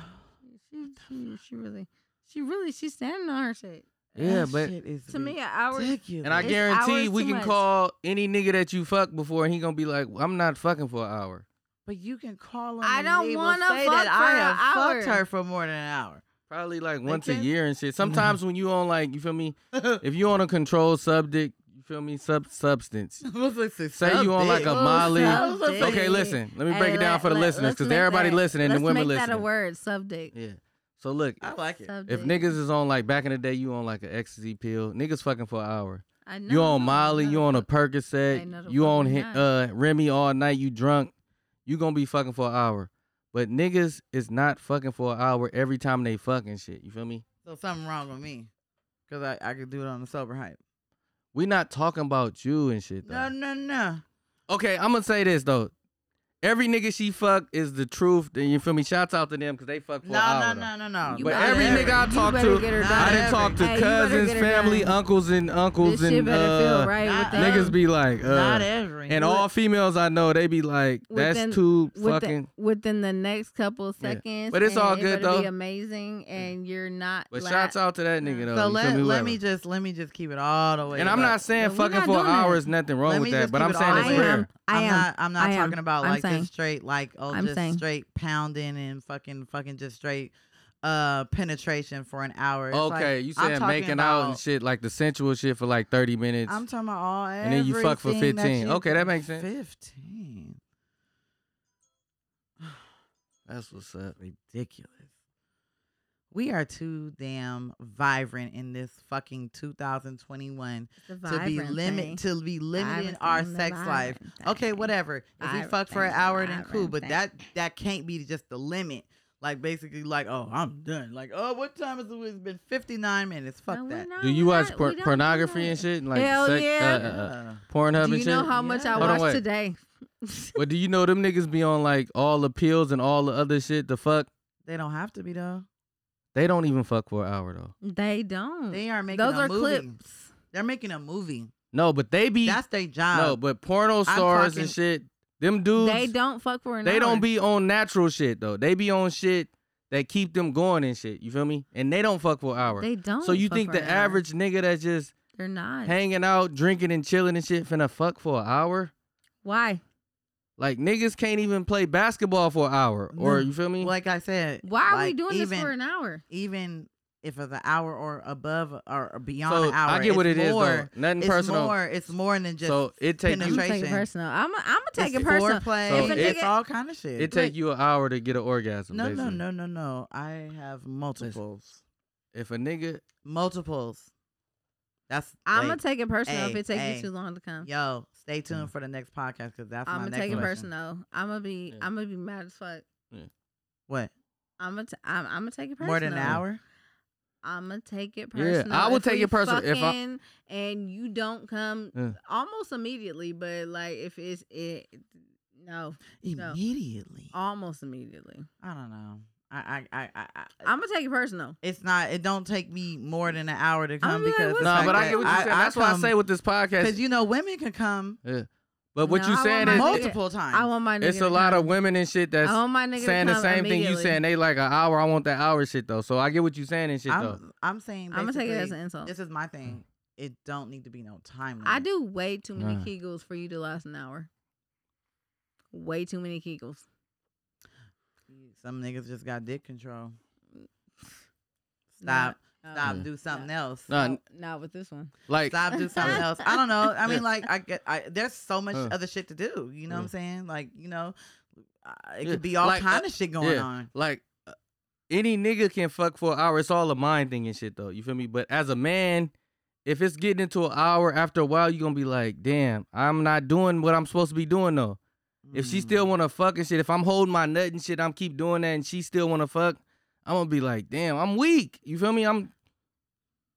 Speaker 1: She, she, she really, she really, she's standing on her shit.
Speaker 3: Yeah,
Speaker 5: That
Speaker 3: but
Speaker 5: shit is
Speaker 1: To me, an hour.
Speaker 5: ridiculous.
Speaker 3: and I
Speaker 1: It's
Speaker 3: guarantee
Speaker 1: hours
Speaker 3: we
Speaker 1: too
Speaker 3: can
Speaker 1: much.
Speaker 3: call any nigga that you fuck before, and he gonna be like, "I'm not fucking for an hour."
Speaker 5: But you can call him.
Speaker 1: I
Speaker 5: and
Speaker 1: don't
Speaker 5: they will
Speaker 1: wanna
Speaker 5: say
Speaker 1: fuck
Speaker 5: that I have
Speaker 1: for an
Speaker 5: fucked
Speaker 1: hour.
Speaker 5: her for more than an hour.
Speaker 3: Probably like once a
Speaker 5: can-
Speaker 3: year and
Speaker 1: Mm-hmm.
Speaker 3: shit. Sometimes when you on like, you feel me? if you on a controlled subject, you feel me? Sub substance. Say you on like a
Speaker 1: Oh,
Speaker 3: Molly.
Speaker 1: sub dick.
Speaker 3: Okay, listen. Let me
Speaker 1: Hey,
Speaker 3: break it down
Speaker 1: let-
Speaker 3: for the
Speaker 1: let-
Speaker 3: listeners
Speaker 1: let's
Speaker 3: because
Speaker 1: make
Speaker 3: everybody
Speaker 1: that-
Speaker 3: listening and
Speaker 1: let's
Speaker 3: the women
Speaker 1: make that
Speaker 3: listening.
Speaker 1: a word, sub dick.
Speaker 3: Yeah. So look,
Speaker 5: I like it.
Speaker 1: Sub
Speaker 3: if
Speaker 1: dick.
Speaker 3: niggas is on like back in the day, you on like an ecstasy pill. Niggas fucking for an hour.
Speaker 1: I
Speaker 3: you
Speaker 1: know,
Speaker 3: on Molly,
Speaker 1: no,
Speaker 3: you on a
Speaker 1: Ain't no
Speaker 3: Percocet, you
Speaker 1: fucking
Speaker 3: on hi-
Speaker 1: not.
Speaker 3: uh Remy all night, you drunk, you gonna be fucking for an hour. But niggas is not fucking for an hour every time they fucking shit. You feel me?
Speaker 5: So something wrong with me. Because I, I could do it on the sober hype.
Speaker 3: We not talking about you and shit though.
Speaker 5: No, no, no.
Speaker 3: Okay, I'm gonna say this though. Every nigga she fuck is the truth, and you feel me? Shouts out to them because they fuck for an
Speaker 5: No, no,
Speaker 3: hour.
Speaker 5: no, no, no.
Speaker 3: But
Speaker 1: better
Speaker 3: every
Speaker 1: get
Speaker 3: nigga
Speaker 1: her-
Speaker 3: I
Speaker 1: you
Speaker 3: talk
Speaker 1: better
Speaker 3: to,
Speaker 1: get her
Speaker 5: Nah,
Speaker 3: though.
Speaker 5: done.
Speaker 3: I didn't
Speaker 5: every-
Speaker 3: talk to
Speaker 1: Hey, you better
Speaker 3: cousins,
Speaker 1: get her
Speaker 3: family,
Speaker 1: done.
Speaker 3: uncles, and
Speaker 1: This
Speaker 3: uncles,
Speaker 1: shit
Speaker 3: and
Speaker 1: better
Speaker 3: uh,
Speaker 1: feel right
Speaker 5: nah,
Speaker 1: with that.
Speaker 3: niggas be like, uh,
Speaker 5: Um, Not every.
Speaker 3: and all females I know, they be like, that's
Speaker 1: Within-
Speaker 3: too fucking.
Speaker 1: within, within the next couple seconds.
Speaker 3: But it's
Speaker 1: and
Speaker 3: all
Speaker 1: it
Speaker 3: good,
Speaker 1: better Be
Speaker 3: though.
Speaker 1: amazing, and you're not.
Speaker 3: But
Speaker 1: la-
Speaker 3: shouts out to that nigga though. you
Speaker 5: So
Speaker 3: feel
Speaker 5: let, let
Speaker 3: whoever.
Speaker 5: me just let me just keep it all the way.
Speaker 3: And I'm
Speaker 5: up.
Speaker 3: not saying
Speaker 1: Yeah, we
Speaker 3: fucking
Speaker 1: not
Speaker 3: for
Speaker 1: doing
Speaker 3: an hour
Speaker 1: that.
Speaker 3: is nothing wrong
Speaker 5: Let
Speaker 3: with
Speaker 5: me
Speaker 3: that.
Speaker 5: just
Speaker 3: But
Speaker 5: keep
Speaker 3: I'm
Speaker 5: it
Speaker 3: saying
Speaker 5: all
Speaker 3: it's
Speaker 1: I am.
Speaker 3: rare.
Speaker 1: I
Speaker 5: I'm
Speaker 1: am.
Speaker 5: not. I'm not
Speaker 1: I am.
Speaker 5: talking about
Speaker 1: I'm
Speaker 5: like
Speaker 1: saying.
Speaker 5: just straight like oh
Speaker 1: I'm
Speaker 5: just
Speaker 1: saying.
Speaker 5: straight pounding and fucking fucking just straight uh penetration for an hour. It's like,
Speaker 3: Okay, you
Speaker 5: I'm
Speaker 3: saying
Speaker 5: talking
Speaker 3: making out and
Speaker 5: about-
Speaker 3: shit like the sensual shit for like 30 minutes.
Speaker 5: I'm talking about all
Speaker 3: And then you fuck for
Speaker 5: everything that
Speaker 3: 15.
Speaker 5: you-
Speaker 3: Okay, that makes sense.
Speaker 5: Fifteen.
Speaker 3: That's what's up.
Speaker 5: ridiculous. We are too damn vibrant in this fucking 2021
Speaker 1: It's a
Speaker 5: to be
Speaker 1: vibrant thing.
Speaker 5: limit to be limiting
Speaker 1: Vibrant
Speaker 5: our
Speaker 1: thing, the
Speaker 5: sex life.
Speaker 1: vibrant
Speaker 5: Okay,
Speaker 1: thing.
Speaker 5: whatever. If we
Speaker 1: Vibrant
Speaker 5: fuck for an
Speaker 1: thing,
Speaker 5: hour, then cool.
Speaker 1: vibrant
Speaker 5: But
Speaker 1: thing.
Speaker 5: that that can't be just the limit. Like basically, like oh, I'm done. Like oh, what time is it? It's been 59 minutes. Fuck
Speaker 1: No, we're
Speaker 5: that.
Speaker 1: not-
Speaker 3: Do you
Speaker 1: we're
Speaker 3: watch
Speaker 1: not-
Speaker 3: por-
Speaker 1: we don't do
Speaker 3: pornography
Speaker 1: that.
Speaker 3: and shit? Like
Speaker 1: Hell
Speaker 3: sex,
Speaker 1: yeah.
Speaker 3: uh, uh, uh,
Speaker 5: Yeah.
Speaker 3: Pornhub
Speaker 1: Do
Speaker 3: and
Speaker 1: you know
Speaker 3: shit?
Speaker 1: how much I
Speaker 3: Hold on, wait.
Speaker 1: watched today?
Speaker 3: But do you know them niggas be on like all the pills and all the other shit? The fuck?
Speaker 5: They don't have to be though.
Speaker 3: They don't even fuck for an hour though.
Speaker 1: They don't.
Speaker 5: They are making
Speaker 1: Hmm. Those
Speaker 5: a
Speaker 1: are
Speaker 5: movie.
Speaker 1: clips.
Speaker 5: They're making a movie.
Speaker 3: No, but they be
Speaker 5: That's their job.
Speaker 3: no, but porno stars
Speaker 5: talking-
Speaker 3: and shit. Them dudes,
Speaker 1: They don't fuck for an
Speaker 3: they
Speaker 1: hour.
Speaker 3: don't be on natural shit though. They be on shit that keep them going and shit. You feel me? And they don't fuck for an hour.
Speaker 1: They don't.
Speaker 3: So you
Speaker 1: fuck
Speaker 3: think
Speaker 1: for
Speaker 3: the
Speaker 1: an hour.
Speaker 3: average nigga that's just
Speaker 1: They're not.
Speaker 3: hanging out, drinking and chilling and shit finna fuck for an hour?
Speaker 1: Why?
Speaker 3: Like niggas can't even play basketball for an hour. Or
Speaker 5: No.
Speaker 3: you feel me?
Speaker 5: like I said,
Speaker 1: Why are we
Speaker 5: like,
Speaker 1: doing
Speaker 5: even-
Speaker 1: this for an hour?
Speaker 5: even if it's an hour or above or or beyond
Speaker 3: so
Speaker 5: an hour.
Speaker 3: I get what
Speaker 5: it's
Speaker 3: it is
Speaker 5: more,
Speaker 3: though. Nothing
Speaker 5: it's
Speaker 3: personal.
Speaker 5: more. It's more than just.
Speaker 3: so it take
Speaker 1: I'm gonna
Speaker 3: you
Speaker 1: take it
Speaker 5: penetration.
Speaker 1: personal. I'm gonna I'm take
Speaker 5: it's
Speaker 1: it personal.
Speaker 5: Foreplay.
Speaker 3: So
Speaker 5: it's,
Speaker 3: it-
Speaker 5: it's all kind of shit.
Speaker 3: it take you an hour to get an orgasm.
Speaker 5: No, no,
Speaker 3: basically.
Speaker 5: no, no, no. I have multiples.
Speaker 3: If a nigga
Speaker 5: Multiples. That's.
Speaker 1: I'm
Speaker 5: wait.
Speaker 1: gonna take it personal if
Speaker 5: Hey,
Speaker 1: it takes
Speaker 5: hey.
Speaker 1: you too long to come.
Speaker 5: Yo, stay
Speaker 3: Mm.
Speaker 5: tuned for the next podcast because that's
Speaker 1: I'm
Speaker 5: my
Speaker 1: gonna
Speaker 5: next
Speaker 1: take it
Speaker 5: question.
Speaker 1: personal. I'm gonna be
Speaker 3: Yeah.
Speaker 1: I'm gonna be mad as fuck.
Speaker 5: What?
Speaker 1: I'm gonna t- I'm, I'm gonna take it personal.
Speaker 5: More than an hour?
Speaker 1: I'm gonna take it
Speaker 3: Yeah,
Speaker 1: personal.
Speaker 3: I would
Speaker 1: If
Speaker 3: take
Speaker 1: we
Speaker 3: it personal if I-
Speaker 1: fucking and you don't come
Speaker 3: Yeah.
Speaker 1: almost immediately, but like if it's it, no, No.
Speaker 5: Immediately.
Speaker 1: almost immediately.
Speaker 5: I don't know. I, I, I, I, I
Speaker 1: I'm gonna take it personal.
Speaker 5: it's not. It don't take me more than an hour to come
Speaker 1: be like,
Speaker 5: because
Speaker 1: what
Speaker 5: the
Speaker 1: the
Speaker 3: No,
Speaker 5: fact
Speaker 3: but I
Speaker 5: that
Speaker 3: get what you're saying. That's why I
Speaker 5: come-
Speaker 3: say with this
Speaker 5: Because
Speaker 3: podcast.
Speaker 5: you know, women can come.
Speaker 3: Yeah. But what
Speaker 1: No,
Speaker 3: you
Speaker 1: I want
Speaker 3: saying
Speaker 1: my
Speaker 3: is
Speaker 1: nigga-
Speaker 5: Multiple times.
Speaker 1: I want my nigga
Speaker 3: it's
Speaker 1: to
Speaker 3: a lot
Speaker 1: come.
Speaker 3: of women and shit that's
Speaker 1: I want my nigga to
Speaker 3: saying the
Speaker 1: come
Speaker 3: same thing you
Speaker 1: immediately.
Speaker 3: saying. They like an hour. I want that hour shit though. So I get what you saying and shit though.
Speaker 5: I'm, I'm saying
Speaker 1: I'ma take it as
Speaker 5: basically,
Speaker 1: an insult.
Speaker 5: This is my thing. It don't need to be no time.
Speaker 1: I
Speaker 5: limit.
Speaker 1: do way too many
Speaker 3: Nah.
Speaker 1: kegels for you to last an hour. Way too many kegels.
Speaker 5: Some niggas just got dick control. Stop.
Speaker 1: Nah, no,
Speaker 5: Stop.
Speaker 3: Yeah.
Speaker 5: Do something else.
Speaker 3: Nah,
Speaker 1: no,
Speaker 3: n-
Speaker 1: not with this one.
Speaker 3: like
Speaker 5: Stop. Do something else. I don't know. I mean, like, I get. I there's so much
Speaker 3: Huh.
Speaker 5: other shit to do. You know what I'm
Speaker 3: Yeah.
Speaker 5: saying? Like, you know, I- it
Speaker 3: Yeah,
Speaker 5: could be all
Speaker 3: like, uh,
Speaker 5: kind of shit going
Speaker 3: yeah,
Speaker 5: on.
Speaker 3: Like uh, any nigga can fuck for an hour. It's all a mind thing and shit though. You feel me? But as a man, if it's getting into an hour, after a while you gonna be like, damn, I'm not doing what I'm supposed to be doing though. If she
Speaker 5: Mm.
Speaker 3: still wanna fuck and shit, if I'm holding my nut and shit, I'm keep doing that, and she still wanna fuck, I'm gonna be like, damn, I'm weak. You feel me? I'm.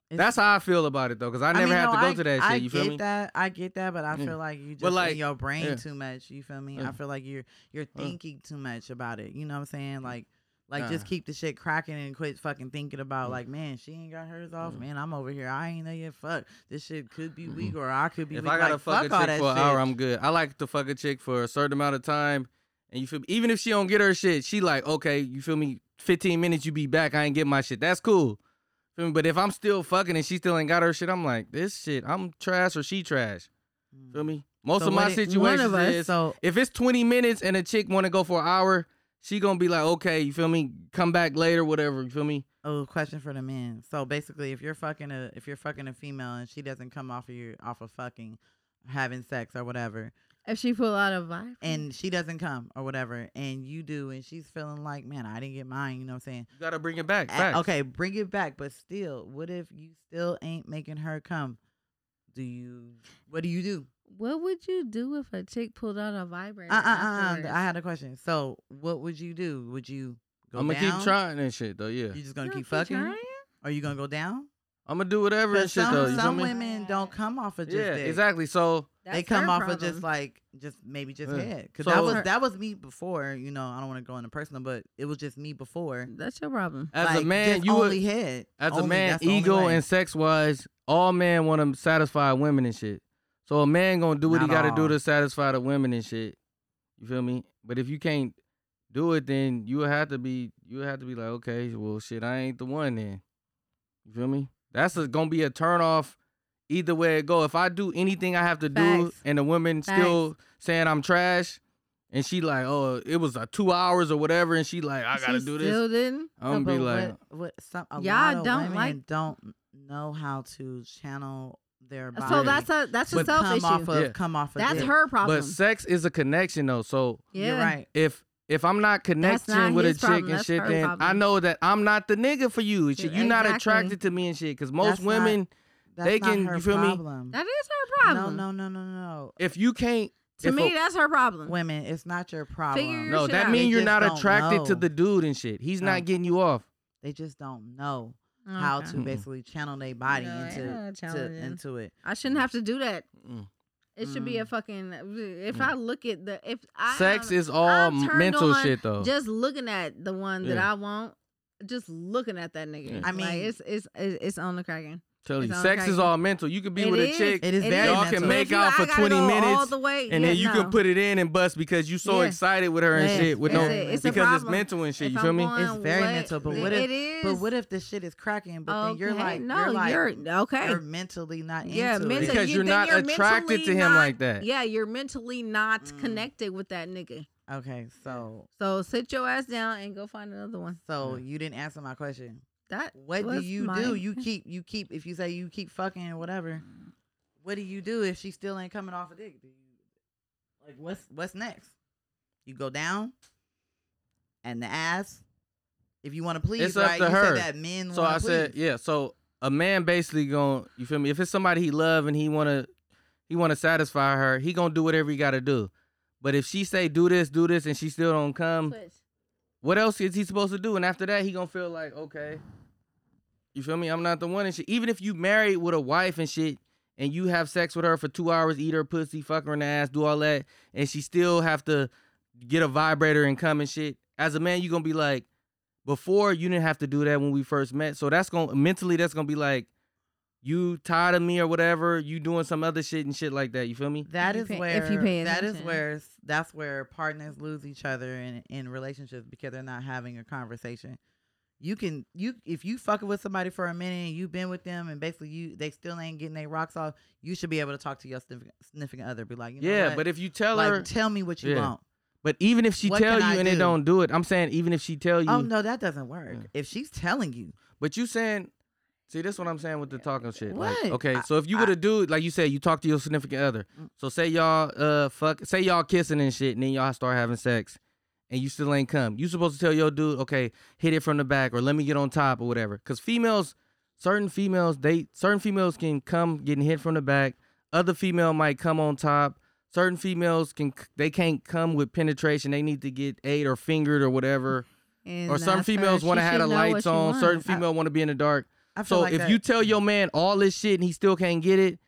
Speaker 5: It's-
Speaker 3: That's how I feel about it though, because I never
Speaker 5: mean,
Speaker 3: have
Speaker 5: no,
Speaker 3: to go
Speaker 5: I,
Speaker 3: to that
Speaker 5: I
Speaker 3: shit. You
Speaker 5: get
Speaker 3: feel me?
Speaker 5: that. I get that, but I
Speaker 3: Yeah.
Speaker 5: feel like you just
Speaker 3: like,
Speaker 5: in your brain
Speaker 3: yeah.
Speaker 5: too much. You feel me?
Speaker 3: Yeah.
Speaker 5: I feel like you're you're
Speaker 3: Yeah.
Speaker 5: thinking too much about it. You know what I'm saying? Like like just
Speaker 3: Nah.
Speaker 5: keep the shit cracking and quit fucking thinking about
Speaker 3: Mm.
Speaker 5: like, man, she ain't got hers off.
Speaker 3: Mm.
Speaker 5: Man, I'm over here. I ain't know yet. Fuck. This shit could be
Speaker 3: Mm-mm.
Speaker 5: weak or I could be
Speaker 3: Mm-hmm. If
Speaker 5: weak.
Speaker 3: I gotta
Speaker 5: like,
Speaker 3: fuck a
Speaker 5: all
Speaker 3: chick for
Speaker 5: that
Speaker 3: an
Speaker 5: shit.
Speaker 3: hour, I'm good. I like to fuck a chick for a certain amount of time, and you feel me? even if she don't get her shit, she like okay, you feel me? 15 minutes, you be back. I ain't get my shit. That's cool. Feel me? But if I'm still fucking and she still ain't got her shit, I'm like this shit. I'm trash or she trash.
Speaker 5: Mm.
Speaker 3: Feel me? Most
Speaker 5: So
Speaker 3: of my
Speaker 5: what it-
Speaker 3: situations
Speaker 5: one of us,
Speaker 3: is
Speaker 5: so
Speaker 3: if it's 20 minutes and a chick want to go for an hour, she gonna be like okay, you feel me? Come back later, whatever. You feel me?
Speaker 5: Oh, question for the men. So basically, if you're fucking a if you're fucking a female and she doesn't come off of you off of fucking having sex or whatever,
Speaker 1: If she pull out a vibe,
Speaker 3: Mm-hmm.
Speaker 5: and she doesn't come or whatever, and you do, and she's feeling like, man, I didn't get mine. You know what I'm saying?
Speaker 3: You gotta bring it back.
Speaker 5: A-
Speaker 3: Facts.
Speaker 5: Okay, bring it back, but still, what if you still ain't making her come? Do you? What do you do?
Speaker 1: what would you do if a chick pulled out a vibrator?
Speaker 5: Uh, uh, uh,
Speaker 1: afterwards?
Speaker 5: I had a question. So, what would you do? Would you go
Speaker 3: I'm gonna
Speaker 5: down?
Speaker 3: keep trying and shit though. Yeah,
Speaker 5: You just gonna
Speaker 1: You
Speaker 5: keep
Speaker 1: don't
Speaker 5: fucking?
Speaker 1: trying?
Speaker 5: Are you gonna go down?
Speaker 3: I'm gonna do whatever and
Speaker 5: Because
Speaker 3: shit
Speaker 5: some,
Speaker 3: though. You feel
Speaker 5: some
Speaker 3: me?
Speaker 5: women don't come off of just
Speaker 3: Yeah,
Speaker 5: dick.
Speaker 3: exactly. So.
Speaker 5: they
Speaker 1: That's
Speaker 5: come
Speaker 1: her
Speaker 5: off of
Speaker 1: problem.
Speaker 5: just like just maybe just
Speaker 3: Yeah.
Speaker 5: head. Cause
Speaker 3: So-
Speaker 5: that was
Speaker 3: Her-
Speaker 5: that was me before. You know, I don't want to go into personal, but it was just me before.
Speaker 1: That's your problem.
Speaker 3: As a
Speaker 5: Like,
Speaker 3: man,
Speaker 5: just
Speaker 3: you
Speaker 5: only
Speaker 3: would,
Speaker 5: head.
Speaker 3: as a
Speaker 5: Only,
Speaker 3: man,
Speaker 5: that's the only
Speaker 3: ego
Speaker 5: way.
Speaker 3: and sex wise, all men want to satisfy women and shit. So a man gonna do what he
Speaker 5: Not
Speaker 3: gotta do
Speaker 5: all.
Speaker 3: to satisfy the women and shit. You feel me? But if you can't do it, then you would have to be you would have to be like, okay, well, shit, I ain't the one then. You feel me? That's a, gonna be a turn off either way it go. If I do anything I have to do,
Speaker 1: Facts.
Speaker 3: and the woman still saying I'm trash, and she like, oh, it was uh, two hours or whatever, and she like, I gotta
Speaker 1: She
Speaker 3: do
Speaker 1: Still
Speaker 3: this.
Speaker 1: didn't.
Speaker 3: I'm
Speaker 5: But
Speaker 3: gonna be like,
Speaker 5: what, what some a
Speaker 1: Y'all
Speaker 5: lot of
Speaker 1: don't
Speaker 5: women
Speaker 1: like-
Speaker 5: don't know how to channel their body.
Speaker 1: So that's a that's
Speaker 5: to
Speaker 1: a self
Speaker 5: come
Speaker 1: issue.
Speaker 5: off of
Speaker 3: Yeah.
Speaker 5: come off of.
Speaker 1: that's
Speaker 5: dick.
Speaker 1: her problem.
Speaker 3: But sex is a connection though. So
Speaker 1: yeah.
Speaker 5: You're right.
Speaker 3: if if I'm not connecting
Speaker 1: not
Speaker 3: with a
Speaker 1: his
Speaker 3: chick
Speaker 1: problem,
Speaker 3: and
Speaker 1: that's
Speaker 3: shit,
Speaker 1: her
Speaker 3: then I
Speaker 1: problem.
Speaker 3: know that I'm not the nigga for you. and shit.
Speaker 1: Yeah,
Speaker 3: You're not
Speaker 1: exactly.
Speaker 3: attracted to me and shit. Cause most
Speaker 5: That's not-
Speaker 3: women,
Speaker 5: That's
Speaker 3: They
Speaker 5: not
Speaker 3: can-
Speaker 5: Her
Speaker 3: you feel me?
Speaker 5: problem.
Speaker 1: That is her problem.
Speaker 5: No, no, no, no, no.
Speaker 3: if you can't,
Speaker 1: To
Speaker 3: if
Speaker 1: me,
Speaker 3: a-
Speaker 1: that's her problem.
Speaker 5: Women, it's not your problem.
Speaker 1: your
Speaker 3: no,
Speaker 1: shit
Speaker 3: that
Speaker 1: out.
Speaker 3: means
Speaker 5: They
Speaker 3: you're
Speaker 5: just
Speaker 3: not
Speaker 5: don't
Speaker 3: attracted to
Speaker 5: know.
Speaker 3: the dude and shit. He's
Speaker 5: No.
Speaker 1: Oh.
Speaker 3: not getting you off.
Speaker 5: They just don't know
Speaker 1: Okay.
Speaker 5: how to
Speaker 3: Mm-mm.
Speaker 5: basically channel their body
Speaker 1: No, ain't no
Speaker 5: into to,
Speaker 1: challenging.
Speaker 5: into it.
Speaker 1: I shouldn't have to do that.
Speaker 3: Mm.
Speaker 1: It should be a
Speaker 5: Mm.
Speaker 1: fucking. If
Speaker 3: Mm.
Speaker 1: I look at the if I
Speaker 3: sex
Speaker 1: am
Speaker 3: is all
Speaker 1: I'm turned
Speaker 3: mental
Speaker 1: on
Speaker 3: shit though.
Speaker 1: just looking at the one that
Speaker 3: Yeah.
Speaker 1: I want, just looking at that nigga.
Speaker 3: Yeah.
Speaker 5: I
Speaker 1: Like,
Speaker 5: mean-
Speaker 1: it's it's it's it's on the cracking.
Speaker 3: Tell you,
Speaker 1: it's all
Speaker 3: sex is
Speaker 1: crazy.
Speaker 3: all mental. You could be
Speaker 1: It
Speaker 3: with
Speaker 1: is.
Speaker 3: a chick,
Speaker 5: It is
Speaker 1: It
Speaker 5: very
Speaker 3: Y'all can
Speaker 5: mental.
Speaker 3: make
Speaker 1: If you-
Speaker 3: out for
Speaker 1: I gotta
Speaker 3: 20
Speaker 1: go all
Speaker 3: minutes,
Speaker 1: the way.
Speaker 3: and
Speaker 1: yeah,
Speaker 3: then you
Speaker 1: no.
Speaker 3: can put it in and bust because you so
Speaker 1: Yeah.
Speaker 3: excited with her and
Speaker 5: Yes,
Speaker 3: shit. With
Speaker 5: it's
Speaker 3: no,
Speaker 5: a- it's a
Speaker 3: because it's
Speaker 1: problem.
Speaker 3: mental and shit.
Speaker 1: If
Speaker 3: you
Speaker 1: I'm
Speaker 3: feel me?
Speaker 1: going
Speaker 5: It's very
Speaker 1: way-
Speaker 5: mental, but what
Speaker 1: it
Speaker 5: if-
Speaker 1: is?
Speaker 5: But what if the shit is cracking? But then you're
Speaker 1: Okay,
Speaker 5: like,
Speaker 1: no,
Speaker 5: you're like,
Speaker 1: okay.
Speaker 5: you're mentally not into
Speaker 1: yeah, mentally,
Speaker 5: it.
Speaker 3: Because
Speaker 1: you,
Speaker 3: you're
Speaker 1: then
Speaker 3: not attracted
Speaker 1: mentally
Speaker 3: to him
Speaker 1: not-
Speaker 3: like that.
Speaker 1: Yeah, you're mentally not
Speaker 5: Mm.
Speaker 1: connected with that nigga.
Speaker 5: Okay, so
Speaker 1: So sit your ass down and go find another one.
Speaker 5: so you didn't answer my question.
Speaker 1: That
Speaker 5: What do
Speaker 1: was
Speaker 5: you
Speaker 1: my-
Speaker 5: do? You keep you keep if you say you keep fucking or whatever. What do you do if she still ain't coming off a dick? Do you like what's what's next? You go down and the ass. If you want to please,
Speaker 3: It's up
Speaker 5: right?
Speaker 3: to
Speaker 5: you
Speaker 3: her.
Speaker 5: said that men.
Speaker 3: So
Speaker 5: wanna
Speaker 3: I said,
Speaker 5: please.
Speaker 3: yeah. So a man basically going, you feel me? If it's somebody he love and he wanna, he wanna satisfy her, he gonna do whatever he gotta do. But if she say do this, do this, and she still don't come,
Speaker 1: Switch.
Speaker 3: what else is he supposed to do? And after that, he gonna feel like, okay, you feel me? I'm not the one and shit. Even if you married with a wife and shit, and you have sex with her for two hours, eat her pussy, fuck her in the ass, do all that, and she still have to get a vibrator and come and shit. As a man, you gonna be like, before you didn't have to do that when we first met. So that's gonna mentally that's gonna be like, you tired of me or whatever, you doing some other shit and shit like that. You feel me?
Speaker 5: That
Speaker 1: you
Speaker 5: is
Speaker 1: pay- if
Speaker 5: where
Speaker 1: you pay
Speaker 5: that is
Speaker 1: attention.
Speaker 5: where s- that's where partners lose each other in in relationships because they're not having a conversation. You can you if you fucking with somebody for a minute and you've been with them and basically you they still ain't getting their rocks off. You should be able to talk to your significant, significant other. Be like, you know
Speaker 3: yeah,
Speaker 5: what?
Speaker 3: but if you tell
Speaker 5: like
Speaker 3: her,
Speaker 5: tell me what you
Speaker 3: Yeah.
Speaker 5: want.
Speaker 3: but even if she
Speaker 5: what
Speaker 3: tell you
Speaker 5: can I
Speaker 3: and they
Speaker 5: do?
Speaker 3: don't do it, I'm saying even if she tell you,
Speaker 5: Oh no, that doesn't work. If she's telling you,
Speaker 3: but you saying, see, this what I'm saying with the talking shit.
Speaker 5: What?
Speaker 3: Like, okay,
Speaker 5: I- Mm.
Speaker 3: so if you were to do like you said, you talk to your significant other. So say y'all, uh, fuck, say y'all kissing and shit, and then y'all start having sex, and you still ain't come. You supposed to tell your dude, okay, hit it from the back or let me get on top or whatever. Cause females, certain females, they certain females can come getting hit from the back. Other female might come on top. Certain females can they can't come with penetration. They need to get ate or fingered or whatever.
Speaker 1: And
Speaker 3: or some
Speaker 1: that's
Speaker 3: females
Speaker 1: her.
Speaker 3: want to
Speaker 1: She
Speaker 3: have
Speaker 1: should
Speaker 3: the
Speaker 1: know what
Speaker 3: lights
Speaker 1: she
Speaker 3: on. Certain
Speaker 1: wants. I-
Speaker 3: female want to be in the dark.
Speaker 5: I feel
Speaker 3: So
Speaker 5: like
Speaker 3: if
Speaker 5: that-
Speaker 3: you tell your man all this shit and he still can't get it,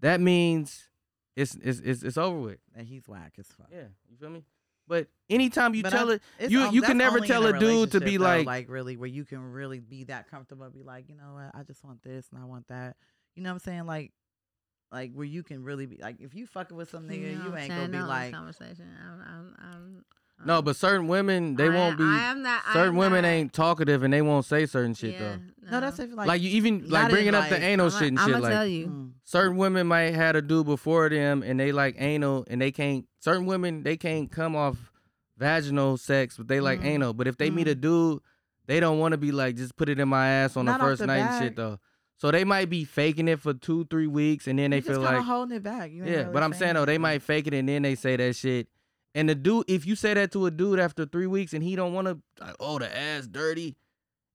Speaker 3: that means it's it's it's, it's over with.
Speaker 5: that he's whack as fuck.
Speaker 3: Yeah, you feel me? But anytime you
Speaker 5: But
Speaker 3: tell
Speaker 5: I-
Speaker 3: it,
Speaker 5: it's
Speaker 3: you
Speaker 5: on-
Speaker 3: you can
Speaker 5: that's
Speaker 3: never
Speaker 5: only
Speaker 3: tell
Speaker 5: in
Speaker 3: a dude to be
Speaker 5: relationship, though,
Speaker 3: like,
Speaker 5: like really where you can really be that comfortable and be like, you know what, I just want this and I want that. You know what I'm saying? Like like where you can really be like if you fucking with some nigga,
Speaker 1: know
Speaker 5: you
Speaker 1: what I'm
Speaker 5: ain't
Speaker 1: saying?
Speaker 5: gonna be
Speaker 1: No
Speaker 5: like
Speaker 1: conversation. I'm, I'm, I'm, I'm,
Speaker 3: no. But certain women they
Speaker 1: I-
Speaker 3: won't be.
Speaker 1: I am not- I
Speaker 3: certain
Speaker 1: am
Speaker 3: women
Speaker 1: not-
Speaker 3: ain't talkative and they won't say certain shit
Speaker 1: yeah,
Speaker 3: though.
Speaker 5: No, that's if like,
Speaker 3: Like, you even
Speaker 5: not
Speaker 3: like
Speaker 5: in,
Speaker 3: bringing up
Speaker 5: like-
Speaker 3: the anal shit and
Speaker 1: I'm
Speaker 3: shit
Speaker 1: gonna
Speaker 3: like
Speaker 1: tell you.
Speaker 5: mm,
Speaker 3: certain women might had a dude before them and they like anal and they can't certain women they can't come off vaginal sex but they like
Speaker 5: Mm-hmm.
Speaker 1: Mhm.
Speaker 3: anal but if they meet a dude they don't want to be like just put it in my ass on
Speaker 5: Not
Speaker 3: the
Speaker 5: off
Speaker 3: first
Speaker 5: the
Speaker 3: night and shit
Speaker 5: back.
Speaker 3: though so they might be faking it for two three weeks and then they
Speaker 5: you just
Speaker 3: feel
Speaker 5: kinda
Speaker 3: like
Speaker 5: holding it back. You ain't
Speaker 3: yeah
Speaker 5: really
Speaker 3: but i'm saying though they
Speaker 5: nothing.
Speaker 3: might fake it and then they say that shit and the dude if you say that to a dude after three weeks and he don't want to like oh the ass dirty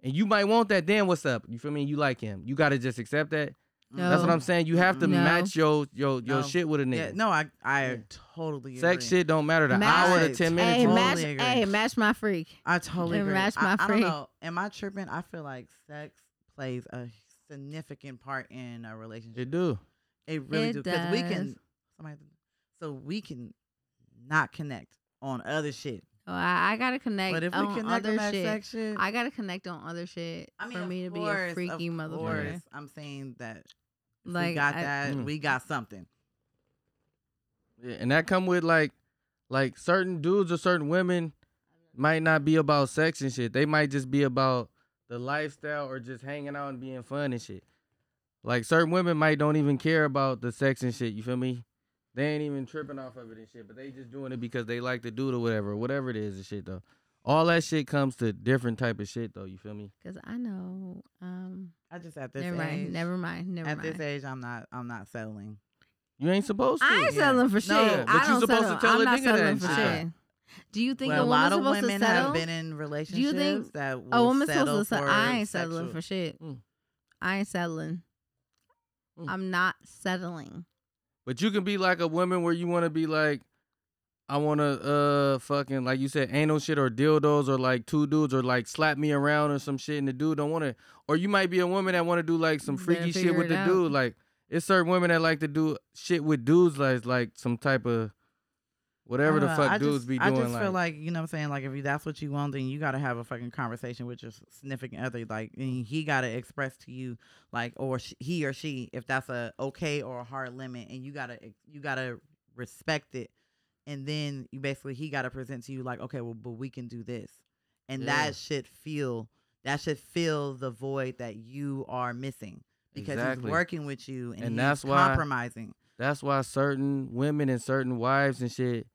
Speaker 3: and you might want that then what's up you feel me you like him you gotta just accept that
Speaker 5: Mm.
Speaker 1: No.
Speaker 3: that's what I'm saying. You have to
Speaker 1: No.
Speaker 3: match your your your
Speaker 5: No.
Speaker 3: shit with a
Speaker 5: Yeah,
Speaker 3: nigga.
Speaker 5: no, I I totally
Speaker 3: Sex
Speaker 5: agree.
Speaker 3: shit don't matter. The
Speaker 1: Match-
Speaker 3: hour to ten minutes.
Speaker 1: Hey,
Speaker 5: Totally
Speaker 1: match,
Speaker 5: agree.
Speaker 1: hey, match my freak.
Speaker 5: I totally
Speaker 1: It
Speaker 5: agree.
Speaker 1: matched
Speaker 5: I,
Speaker 1: my
Speaker 5: I don't
Speaker 1: freak.
Speaker 5: know. Am I tripping? I feel like sex plays a significant part in a relationship.
Speaker 3: It do.
Speaker 5: It really
Speaker 1: It
Speaker 5: do because we
Speaker 1: does.
Speaker 5: can. Somebody, so we can not connect on other shit.
Speaker 1: Oh, I, I gotta connect.
Speaker 5: But if we
Speaker 1: on
Speaker 5: connect on
Speaker 1: other
Speaker 5: that
Speaker 1: shit,
Speaker 5: sex shit,
Speaker 1: I gotta connect on other shit for
Speaker 5: of
Speaker 1: me to be
Speaker 5: course,
Speaker 1: a
Speaker 5: of
Speaker 1: freaky motherfucker.
Speaker 5: course, I'm saying that if
Speaker 1: Like,
Speaker 5: we got
Speaker 1: I-
Speaker 5: that.
Speaker 3: Mm.
Speaker 5: We got something.
Speaker 3: Yeah, and that come with like like certain dudes or certain women might not be about sex and shit. They might just be about the lifestyle or just hanging out and being fun and shit. Like certain women might don't even care about the sex and shit. You feel me? They ain't even tripping off of it and shit, but they just doing it because they like the dude or whatever, whatever it is and shit though. All that shit comes to different type of shit though. You feel me?
Speaker 1: Cause I know. Um,
Speaker 5: I just at this
Speaker 1: never
Speaker 5: age.
Speaker 1: mind. Never mind. Never
Speaker 5: at
Speaker 1: mind.
Speaker 5: this age, I'm not. I'm not settling.
Speaker 3: You ain't supposed to.
Speaker 1: I ain't
Speaker 5: Yeah.
Speaker 1: settling for shit.
Speaker 5: No,
Speaker 3: but
Speaker 1: I
Speaker 3: you
Speaker 1: don't
Speaker 3: supposed to
Speaker 1: settle.
Speaker 3: tell
Speaker 1: I'm
Speaker 3: a
Speaker 1: not
Speaker 3: nigga that
Speaker 1: settling for
Speaker 3: shit.
Speaker 1: shit. Do you think
Speaker 5: Well,
Speaker 1: a
Speaker 5: a
Speaker 1: woman's
Speaker 5: lot of
Speaker 1: supposed
Speaker 5: women
Speaker 1: to settle?
Speaker 5: have been in relationships that will
Speaker 1: a woman's
Speaker 5: settle
Speaker 1: supposed to settle?
Speaker 5: for
Speaker 1: I ain't settling
Speaker 5: sexual-
Speaker 1: for shit.
Speaker 3: Mm.
Speaker 1: I ain't settling.
Speaker 3: Mm.
Speaker 1: I'm not settling.
Speaker 3: But you can be like a woman where you want to be like, I want to uh fucking like you said anal shit or dildos or like two dudes or like slap me around or some shit and the dude don't want to. Or you might be a woman that want to do like some
Speaker 1: Better
Speaker 3: freaky shit
Speaker 1: figure
Speaker 3: with
Speaker 1: it
Speaker 3: the
Speaker 1: out.
Speaker 3: dude. Like it's certain women that like to do shit with dudes like like some type of whatever
Speaker 5: I
Speaker 3: the
Speaker 5: don't know,
Speaker 3: fuck
Speaker 5: Uh, I
Speaker 3: dudes
Speaker 5: just,
Speaker 3: be
Speaker 5: I
Speaker 3: doing.
Speaker 5: just
Speaker 3: like,
Speaker 5: feel like you know what I'm saying. Like if you, that's what you want, then you got to have a fucking conversation with your significant other. Like and he got to express to you, like or sh- he or she, if that's a okay or a hard limit, and you gotta you gotta respect it. And then you basically he got to present to you like, okay, well, but we can do this, and
Speaker 3: Yeah.
Speaker 5: that should feel that should fill the void that you are missing because
Speaker 3: Exactly.
Speaker 5: he's working with you and,
Speaker 3: And
Speaker 5: he's
Speaker 3: that's why-
Speaker 5: compromising.
Speaker 3: that's why certain women and certain wives and shit,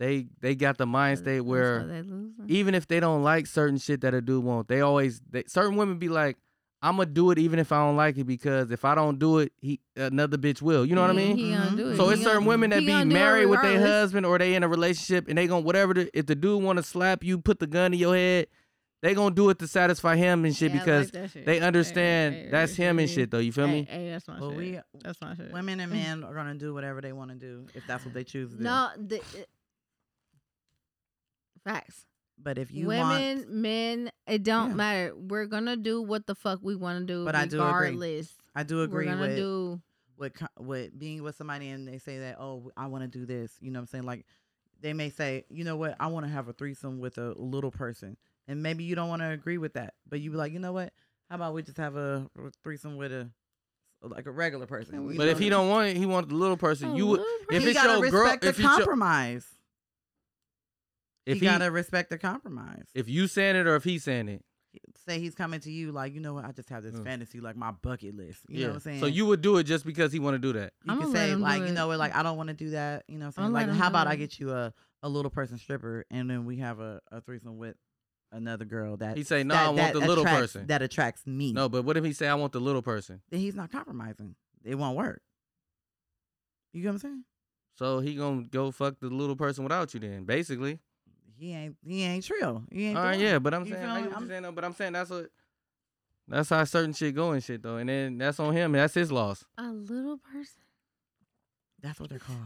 Speaker 3: they they got the mind state
Speaker 1: That's why
Speaker 3: where. E,
Speaker 1: they losing.
Speaker 3: even if they don't like certain shit that a dude want, they always they, certain women be like, "I'm gonna do it even if I don't like it because if I don't do it, he another bitch will." You know what I
Speaker 1: He-
Speaker 3: mean?
Speaker 1: he
Speaker 5: Mm-hmm.
Speaker 1: gonna do it.
Speaker 3: so
Speaker 1: He
Speaker 3: it's certain
Speaker 1: gonna-
Speaker 3: women that
Speaker 1: he
Speaker 3: be
Speaker 1: gonna do it
Speaker 3: married with their
Speaker 1: regardless.
Speaker 3: husband or they in a relationship and they gonna whatever. The, if the dude want to slap you, put the gun in your head, they gonna do it to satisfy him and shit
Speaker 1: Yeah, I like
Speaker 3: because
Speaker 1: that shit.
Speaker 3: they
Speaker 1: Hey,
Speaker 3: understand
Speaker 1: hey,
Speaker 3: that's
Speaker 1: hey,
Speaker 3: him and
Speaker 1: hey.
Speaker 3: shit though. You feel
Speaker 1: Hey,
Speaker 3: me?
Speaker 1: hey, that's my
Speaker 5: But
Speaker 1: shit.
Speaker 5: we
Speaker 1: That's my shit.
Speaker 5: women and men are gonna do whatever they want to do if that's what they choose to do.
Speaker 1: No, the, it- facts.
Speaker 5: But if you
Speaker 1: women,
Speaker 5: want,
Speaker 1: men, it don't
Speaker 5: Yeah.
Speaker 1: matter. We're gonna do what the fuck we want to do.
Speaker 5: But I do agree.
Speaker 1: regardless.
Speaker 5: I do agree
Speaker 1: We're gonna
Speaker 5: with
Speaker 1: do.
Speaker 5: with co- with being with somebody and they say that oh I want to do this. You know what I'm saying? Like they may say you know what I want to have a threesome with a little person, and maybe you don't want to agree with that, but you be like you know what? How about we just have a threesome with a like a regular person. We
Speaker 3: But if he don't want it, he want the little
Speaker 1: Oh,
Speaker 3: person. You would if
Speaker 5: he
Speaker 3: it's
Speaker 5: gotta
Speaker 3: your girl,
Speaker 5: respect
Speaker 3: if
Speaker 5: the
Speaker 3: it's your-
Speaker 5: compromise.
Speaker 3: if
Speaker 5: he,
Speaker 3: he-
Speaker 5: gotta respect the compromise.
Speaker 3: if you saying it or if he saying it,
Speaker 5: Say he's coming to you like, you know what? I just have this
Speaker 3: Mm.
Speaker 5: fantasy, like my bucket list. You
Speaker 3: yeah.
Speaker 5: know what I'm saying?
Speaker 3: So you would do it just because he want to do that.
Speaker 5: you can say like, you know what? Like I don't want to do that. You know what I'm
Speaker 1: I'll
Speaker 5: saying? Like
Speaker 1: let him
Speaker 5: how about
Speaker 1: do
Speaker 5: I
Speaker 1: it.
Speaker 5: get you a a little person stripper and then we have a, a threesome with another girl that
Speaker 3: He say, "No,
Speaker 5: that-
Speaker 3: I want
Speaker 5: that
Speaker 3: the little
Speaker 5: attracts-
Speaker 3: person."
Speaker 5: that attracts me.
Speaker 3: No, but what if he say I want the little person?
Speaker 5: Then he's not compromising. It won't work. You get what I'm saying?
Speaker 3: So he gonna go fuck the little person without you then, basically.
Speaker 5: He ain't he ain't trill. He
Speaker 3: All
Speaker 5: ain't.
Speaker 3: right,
Speaker 5: the one.
Speaker 3: Uh, yeah, but I'm
Speaker 5: You
Speaker 3: saying,
Speaker 5: feel
Speaker 3: I
Speaker 5: me?
Speaker 3: get what
Speaker 5: I'm-
Speaker 3: you're saying though, but I'm saying that's what that's how certain shit go and shit though, and then that's on him. That's his loss.
Speaker 1: a little person.
Speaker 5: That's what they're called.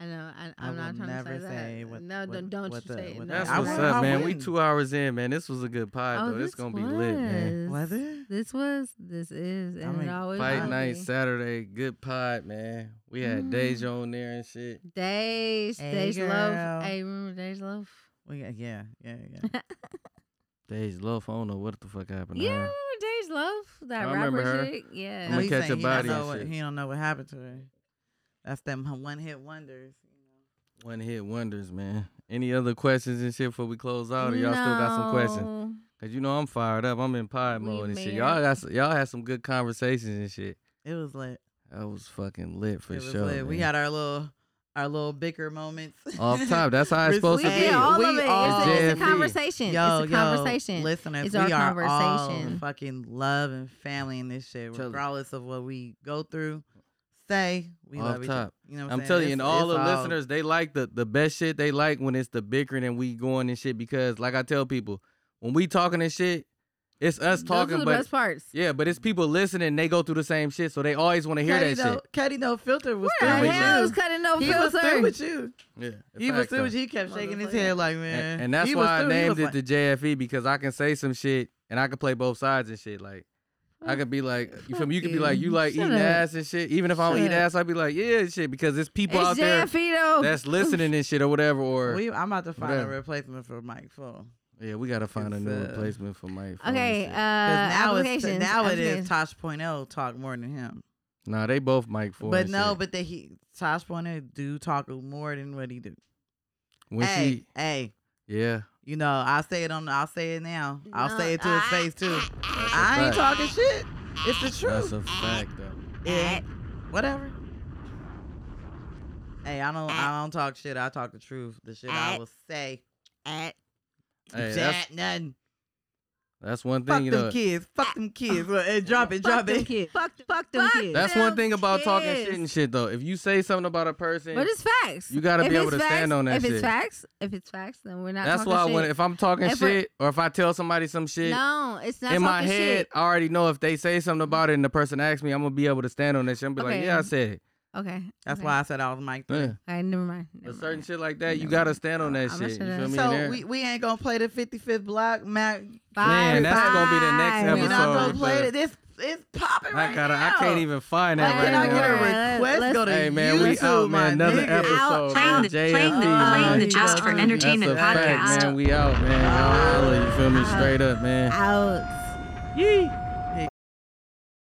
Speaker 1: I know. I,
Speaker 5: I
Speaker 1: I'm not
Speaker 5: will
Speaker 1: trying
Speaker 5: never
Speaker 1: to say,
Speaker 5: say
Speaker 1: that.
Speaker 5: what-
Speaker 1: no,
Speaker 5: what-
Speaker 1: don't, don't
Speaker 5: what
Speaker 1: you
Speaker 5: the-
Speaker 1: say it. No.
Speaker 5: what the-
Speaker 3: That's
Speaker 5: I
Speaker 3: what's
Speaker 5: wouldn't-
Speaker 3: up,
Speaker 5: I
Speaker 3: man. We
Speaker 5: wouldn't.
Speaker 3: two hours in, man. This was a good pod
Speaker 1: Oh,
Speaker 3: though. This,
Speaker 1: this
Speaker 3: gonna be lit, man.
Speaker 1: was.
Speaker 5: Was it?
Speaker 1: This was. This is. And
Speaker 5: mean,
Speaker 1: it always
Speaker 3: Fight
Speaker 1: will
Speaker 3: night
Speaker 1: be.
Speaker 3: Saturday, good pod, man. We
Speaker 5: Mm-hmm.
Speaker 3: had Deja on there and shit.
Speaker 1: Dej,
Speaker 5: Hey,
Speaker 1: Dej Loaf.
Speaker 5: girl.
Speaker 1: Hey, remember Dej Loaf?
Speaker 5: We got, yeah, yeah, yeah.
Speaker 3: Deja Love, I don't know what the fuck happened. to
Speaker 1: Yeah,
Speaker 3: her.
Speaker 1: remember Dej Loaf? That
Speaker 3: I remember
Speaker 1: rapper
Speaker 3: her.
Speaker 1: chick? Yeah.
Speaker 3: I'ma
Speaker 5: he's
Speaker 3: catch
Speaker 5: saying
Speaker 3: a
Speaker 5: he don't
Speaker 3: body and
Speaker 5: know what-
Speaker 3: shit.
Speaker 5: He don't know what happened to her. That's them one hit wonders.
Speaker 3: One hit wonders, man. Any other questions and shit before we close out, or y'all still got some questions?
Speaker 1: No.
Speaker 3: Cause you know I'm fired up. I'm in pod
Speaker 1: We
Speaker 3: mode and shit.
Speaker 1: married.
Speaker 3: Y'all got s- y'all had some good conversations and shit.
Speaker 5: It was lit.
Speaker 3: That was fucking lit for
Speaker 5: it was
Speaker 3: sure.
Speaker 5: lit. We
Speaker 3: man.
Speaker 5: had our little our little bicker moments.
Speaker 3: off top. That's how it's supposed
Speaker 1: We
Speaker 3: to be.
Speaker 5: Respect.
Speaker 1: did all
Speaker 5: We
Speaker 1: of it.
Speaker 5: all-
Speaker 1: It's, a, it's a
Speaker 3: JFE.
Speaker 1: conversation.
Speaker 5: Yo,
Speaker 1: it's a
Speaker 5: yo,
Speaker 1: conversation.
Speaker 5: listeners,
Speaker 1: It's our
Speaker 5: we are all
Speaker 1: conversation.
Speaker 5: fucking love and family in this shit,
Speaker 3: Tell 'em.
Speaker 5: regardless of what we go through. Say we
Speaker 3: Off
Speaker 5: love each other.
Speaker 3: top.
Speaker 5: You know, what
Speaker 3: I'm
Speaker 5: saying?
Speaker 3: telling you,
Speaker 5: It's-
Speaker 3: and all
Speaker 5: it's
Speaker 3: the listeners, they like the the best shit. They like when it's the bickering and we going and shit. Because like I tell people, when we talking and shit, it's us
Speaker 1: Those are
Speaker 3: talking,
Speaker 1: the
Speaker 3: but
Speaker 1: best parts.
Speaker 3: yeah, but it's people listening. They go through the same shit, so they always want to hear
Speaker 5: Cutty
Speaker 3: that
Speaker 5: no,
Speaker 3: shit.
Speaker 5: Cutty no filter was
Speaker 1: Where
Speaker 5: through
Speaker 1: the
Speaker 3: we
Speaker 5: with
Speaker 1: hell
Speaker 5: you.
Speaker 1: is cutting no
Speaker 5: He was through
Speaker 1: filter?
Speaker 5: with you.
Speaker 3: Yeah,
Speaker 5: He was
Speaker 3: fact,
Speaker 5: through
Speaker 3: though.
Speaker 5: with you. He kept shaking his head like, man.
Speaker 3: and, and that's
Speaker 5: He was
Speaker 3: why I
Speaker 5: through. He
Speaker 3: named
Speaker 5: was
Speaker 3: it
Speaker 5: like-
Speaker 3: the JFE because I can say some shit and I can play both sides and shit. Like I could be like, you feel me? You could be like, you like
Speaker 1: Shut
Speaker 3: eating
Speaker 1: up.
Speaker 3: ass and shit. Even if I don't
Speaker 1: Shut
Speaker 3: eat
Speaker 1: up.
Speaker 3: ass, I'd be like, yeah, shit, because it's people out
Speaker 1: It's
Speaker 3: there
Speaker 1: JFE though.
Speaker 3: that's listening and shit or whatever. Or
Speaker 5: We, I'm about to find
Speaker 3: Whatever.
Speaker 5: a replacement for Mike Full.
Speaker 3: yeah, we gotta find a
Speaker 5: It's,
Speaker 3: new
Speaker 5: uh,
Speaker 3: replacement for Mike. Phone and
Speaker 1: Okay. Uh,
Speaker 3: shit.
Speaker 5: now it's
Speaker 1: applications.
Speaker 5: now it
Speaker 1: applications.
Speaker 5: is Tosh Point oh talk more than him.
Speaker 3: nah, they both Mike for.
Speaker 5: But no, but they he Tosh Point oh do talk more than what he do.
Speaker 3: when
Speaker 5: hey, hey,
Speaker 3: she, yeah,
Speaker 5: you know I'll say it on. I'll say it now. I'll say it to his face too.
Speaker 3: that's a
Speaker 5: I ain't
Speaker 3: fact.
Speaker 5: talking shit. It's the
Speaker 3: That's
Speaker 5: truth.
Speaker 3: a fact though.
Speaker 5: Yeah. Whatever. Hey, I don't. I don't talk shit. I talk the truth. The shit I will say.
Speaker 3: Hey, that's,
Speaker 5: Jack, nothing.
Speaker 3: that's one thing
Speaker 5: Fuck
Speaker 3: you
Speaker 5: them
Speaker 3: know.
Speaker 5: kids. Fuck them kids. Well, hey, drop it. Drop
Speaker 1: Fuck them
Speaker 5: it.
Speaker 1: kids. Fuck, fuck them kids.
Speaker 3: That's one thing about talking
Speaker 1: kids.
Speaker 3: shit and shit though. If you say something about a person,
Speaker 1: But it's facts.
Speaker 3: You gotta
Speaker 1: If
Speaker 3: be able
Speaker 1: it's
Speaker 3: to stand
Speaker 1: facts-
Speaker 3: on that
Speaker 1: If
Speaker 3: shit.
Speaker 1: it's facts, if it's facts, then we're not.
Speaker 3: that's
Speaker 1: talking
Speaker 3: why
Speaker 1: shit.
Speaker 3: when if I'm talking
Speaker 1: If we're-
Speaker 3: shit or if I tell somebody some shit.
Speaker 1: no, it's not
Speaker 3: in my
Speaker 1: talking
Speaker 3: head,
Speaker 1: shit.
Speaker 3: I already know if they say something about it and the person asks me, I'm gonna be able to stand on that shit. I'm gonna be
Speaker 1: Okay.
Speaker 3: like, yeah, I said it.
Speaker 1: Okay,
Speaker 5: That's
Speaker 1: okay.
Speaker 5: why I said I was Mike.
Speaker 3: Yeah.
Speaker 1: All right, never mind. Never
Speaker 3: But certain
Speaker 1: mind.
Speaker 3: shit like that, you
Speaker 1: Never
Speaker 3: gotta
Speaker 1: mind.
Speaker 3: stand on that
Speaker 1: I'ma
Speaker 3: shit.
Speaker 1: shut
Speaker 3: You feel
Speaker 1: up.
Speaker 3: me? And
Speaker 5: So
Speaker 3: there-
Speaker 5: we, we ain't gonna play the 55th block, Mac.
Speaker 1: Bye,
Speaker 3: Man, that's gonna be the next
Speaker 1: bye.
Speaker 5: We're not
Speaker 3: episode.
Speaker 5: gonna
Speaker 3: we
Speaker 5: play
Speaker 3: better-
Speaker 5: it. It's it's popping
Speaker 3: I
Speaker 5: right
Speaker 3: gotta. I
Speaker 5: now.
Speaker 3: can't even find
Speaker 1: Hey,
Speaker 3: that right
Speaker 5: Can I
Speaker 1: Right
Speaker 5: get a
Speaker 1: now.
Speaker 3: now.
Speaker 1: Let-
Speaker 5: request?
Speaker 1: let's-
Speaker 5: Go to
Speaker 3: Hey man,
Speaker 5: YouTube,
Speaker 3: we out
Speaker 5: my
Speaker 3: man. Another
Speaker 5: nigga.
Speaker 2: Playing
Speaker 3: episode.
Speaker 2: the, playing the,
Speaker 3: JFE,
Speaker 2: playing the
Speaker 3: man.
Speaker 2: Just for
Speaker 5: That's a
Speaker 2: Entertainment
Speaker 3: That's a
Speaker 2: podcast.
Speaker 3: fact, man. We out, man. Y'all holla, you feel me? Straight up, man.
Speaker 1: Out.
Speaker 3: Yee.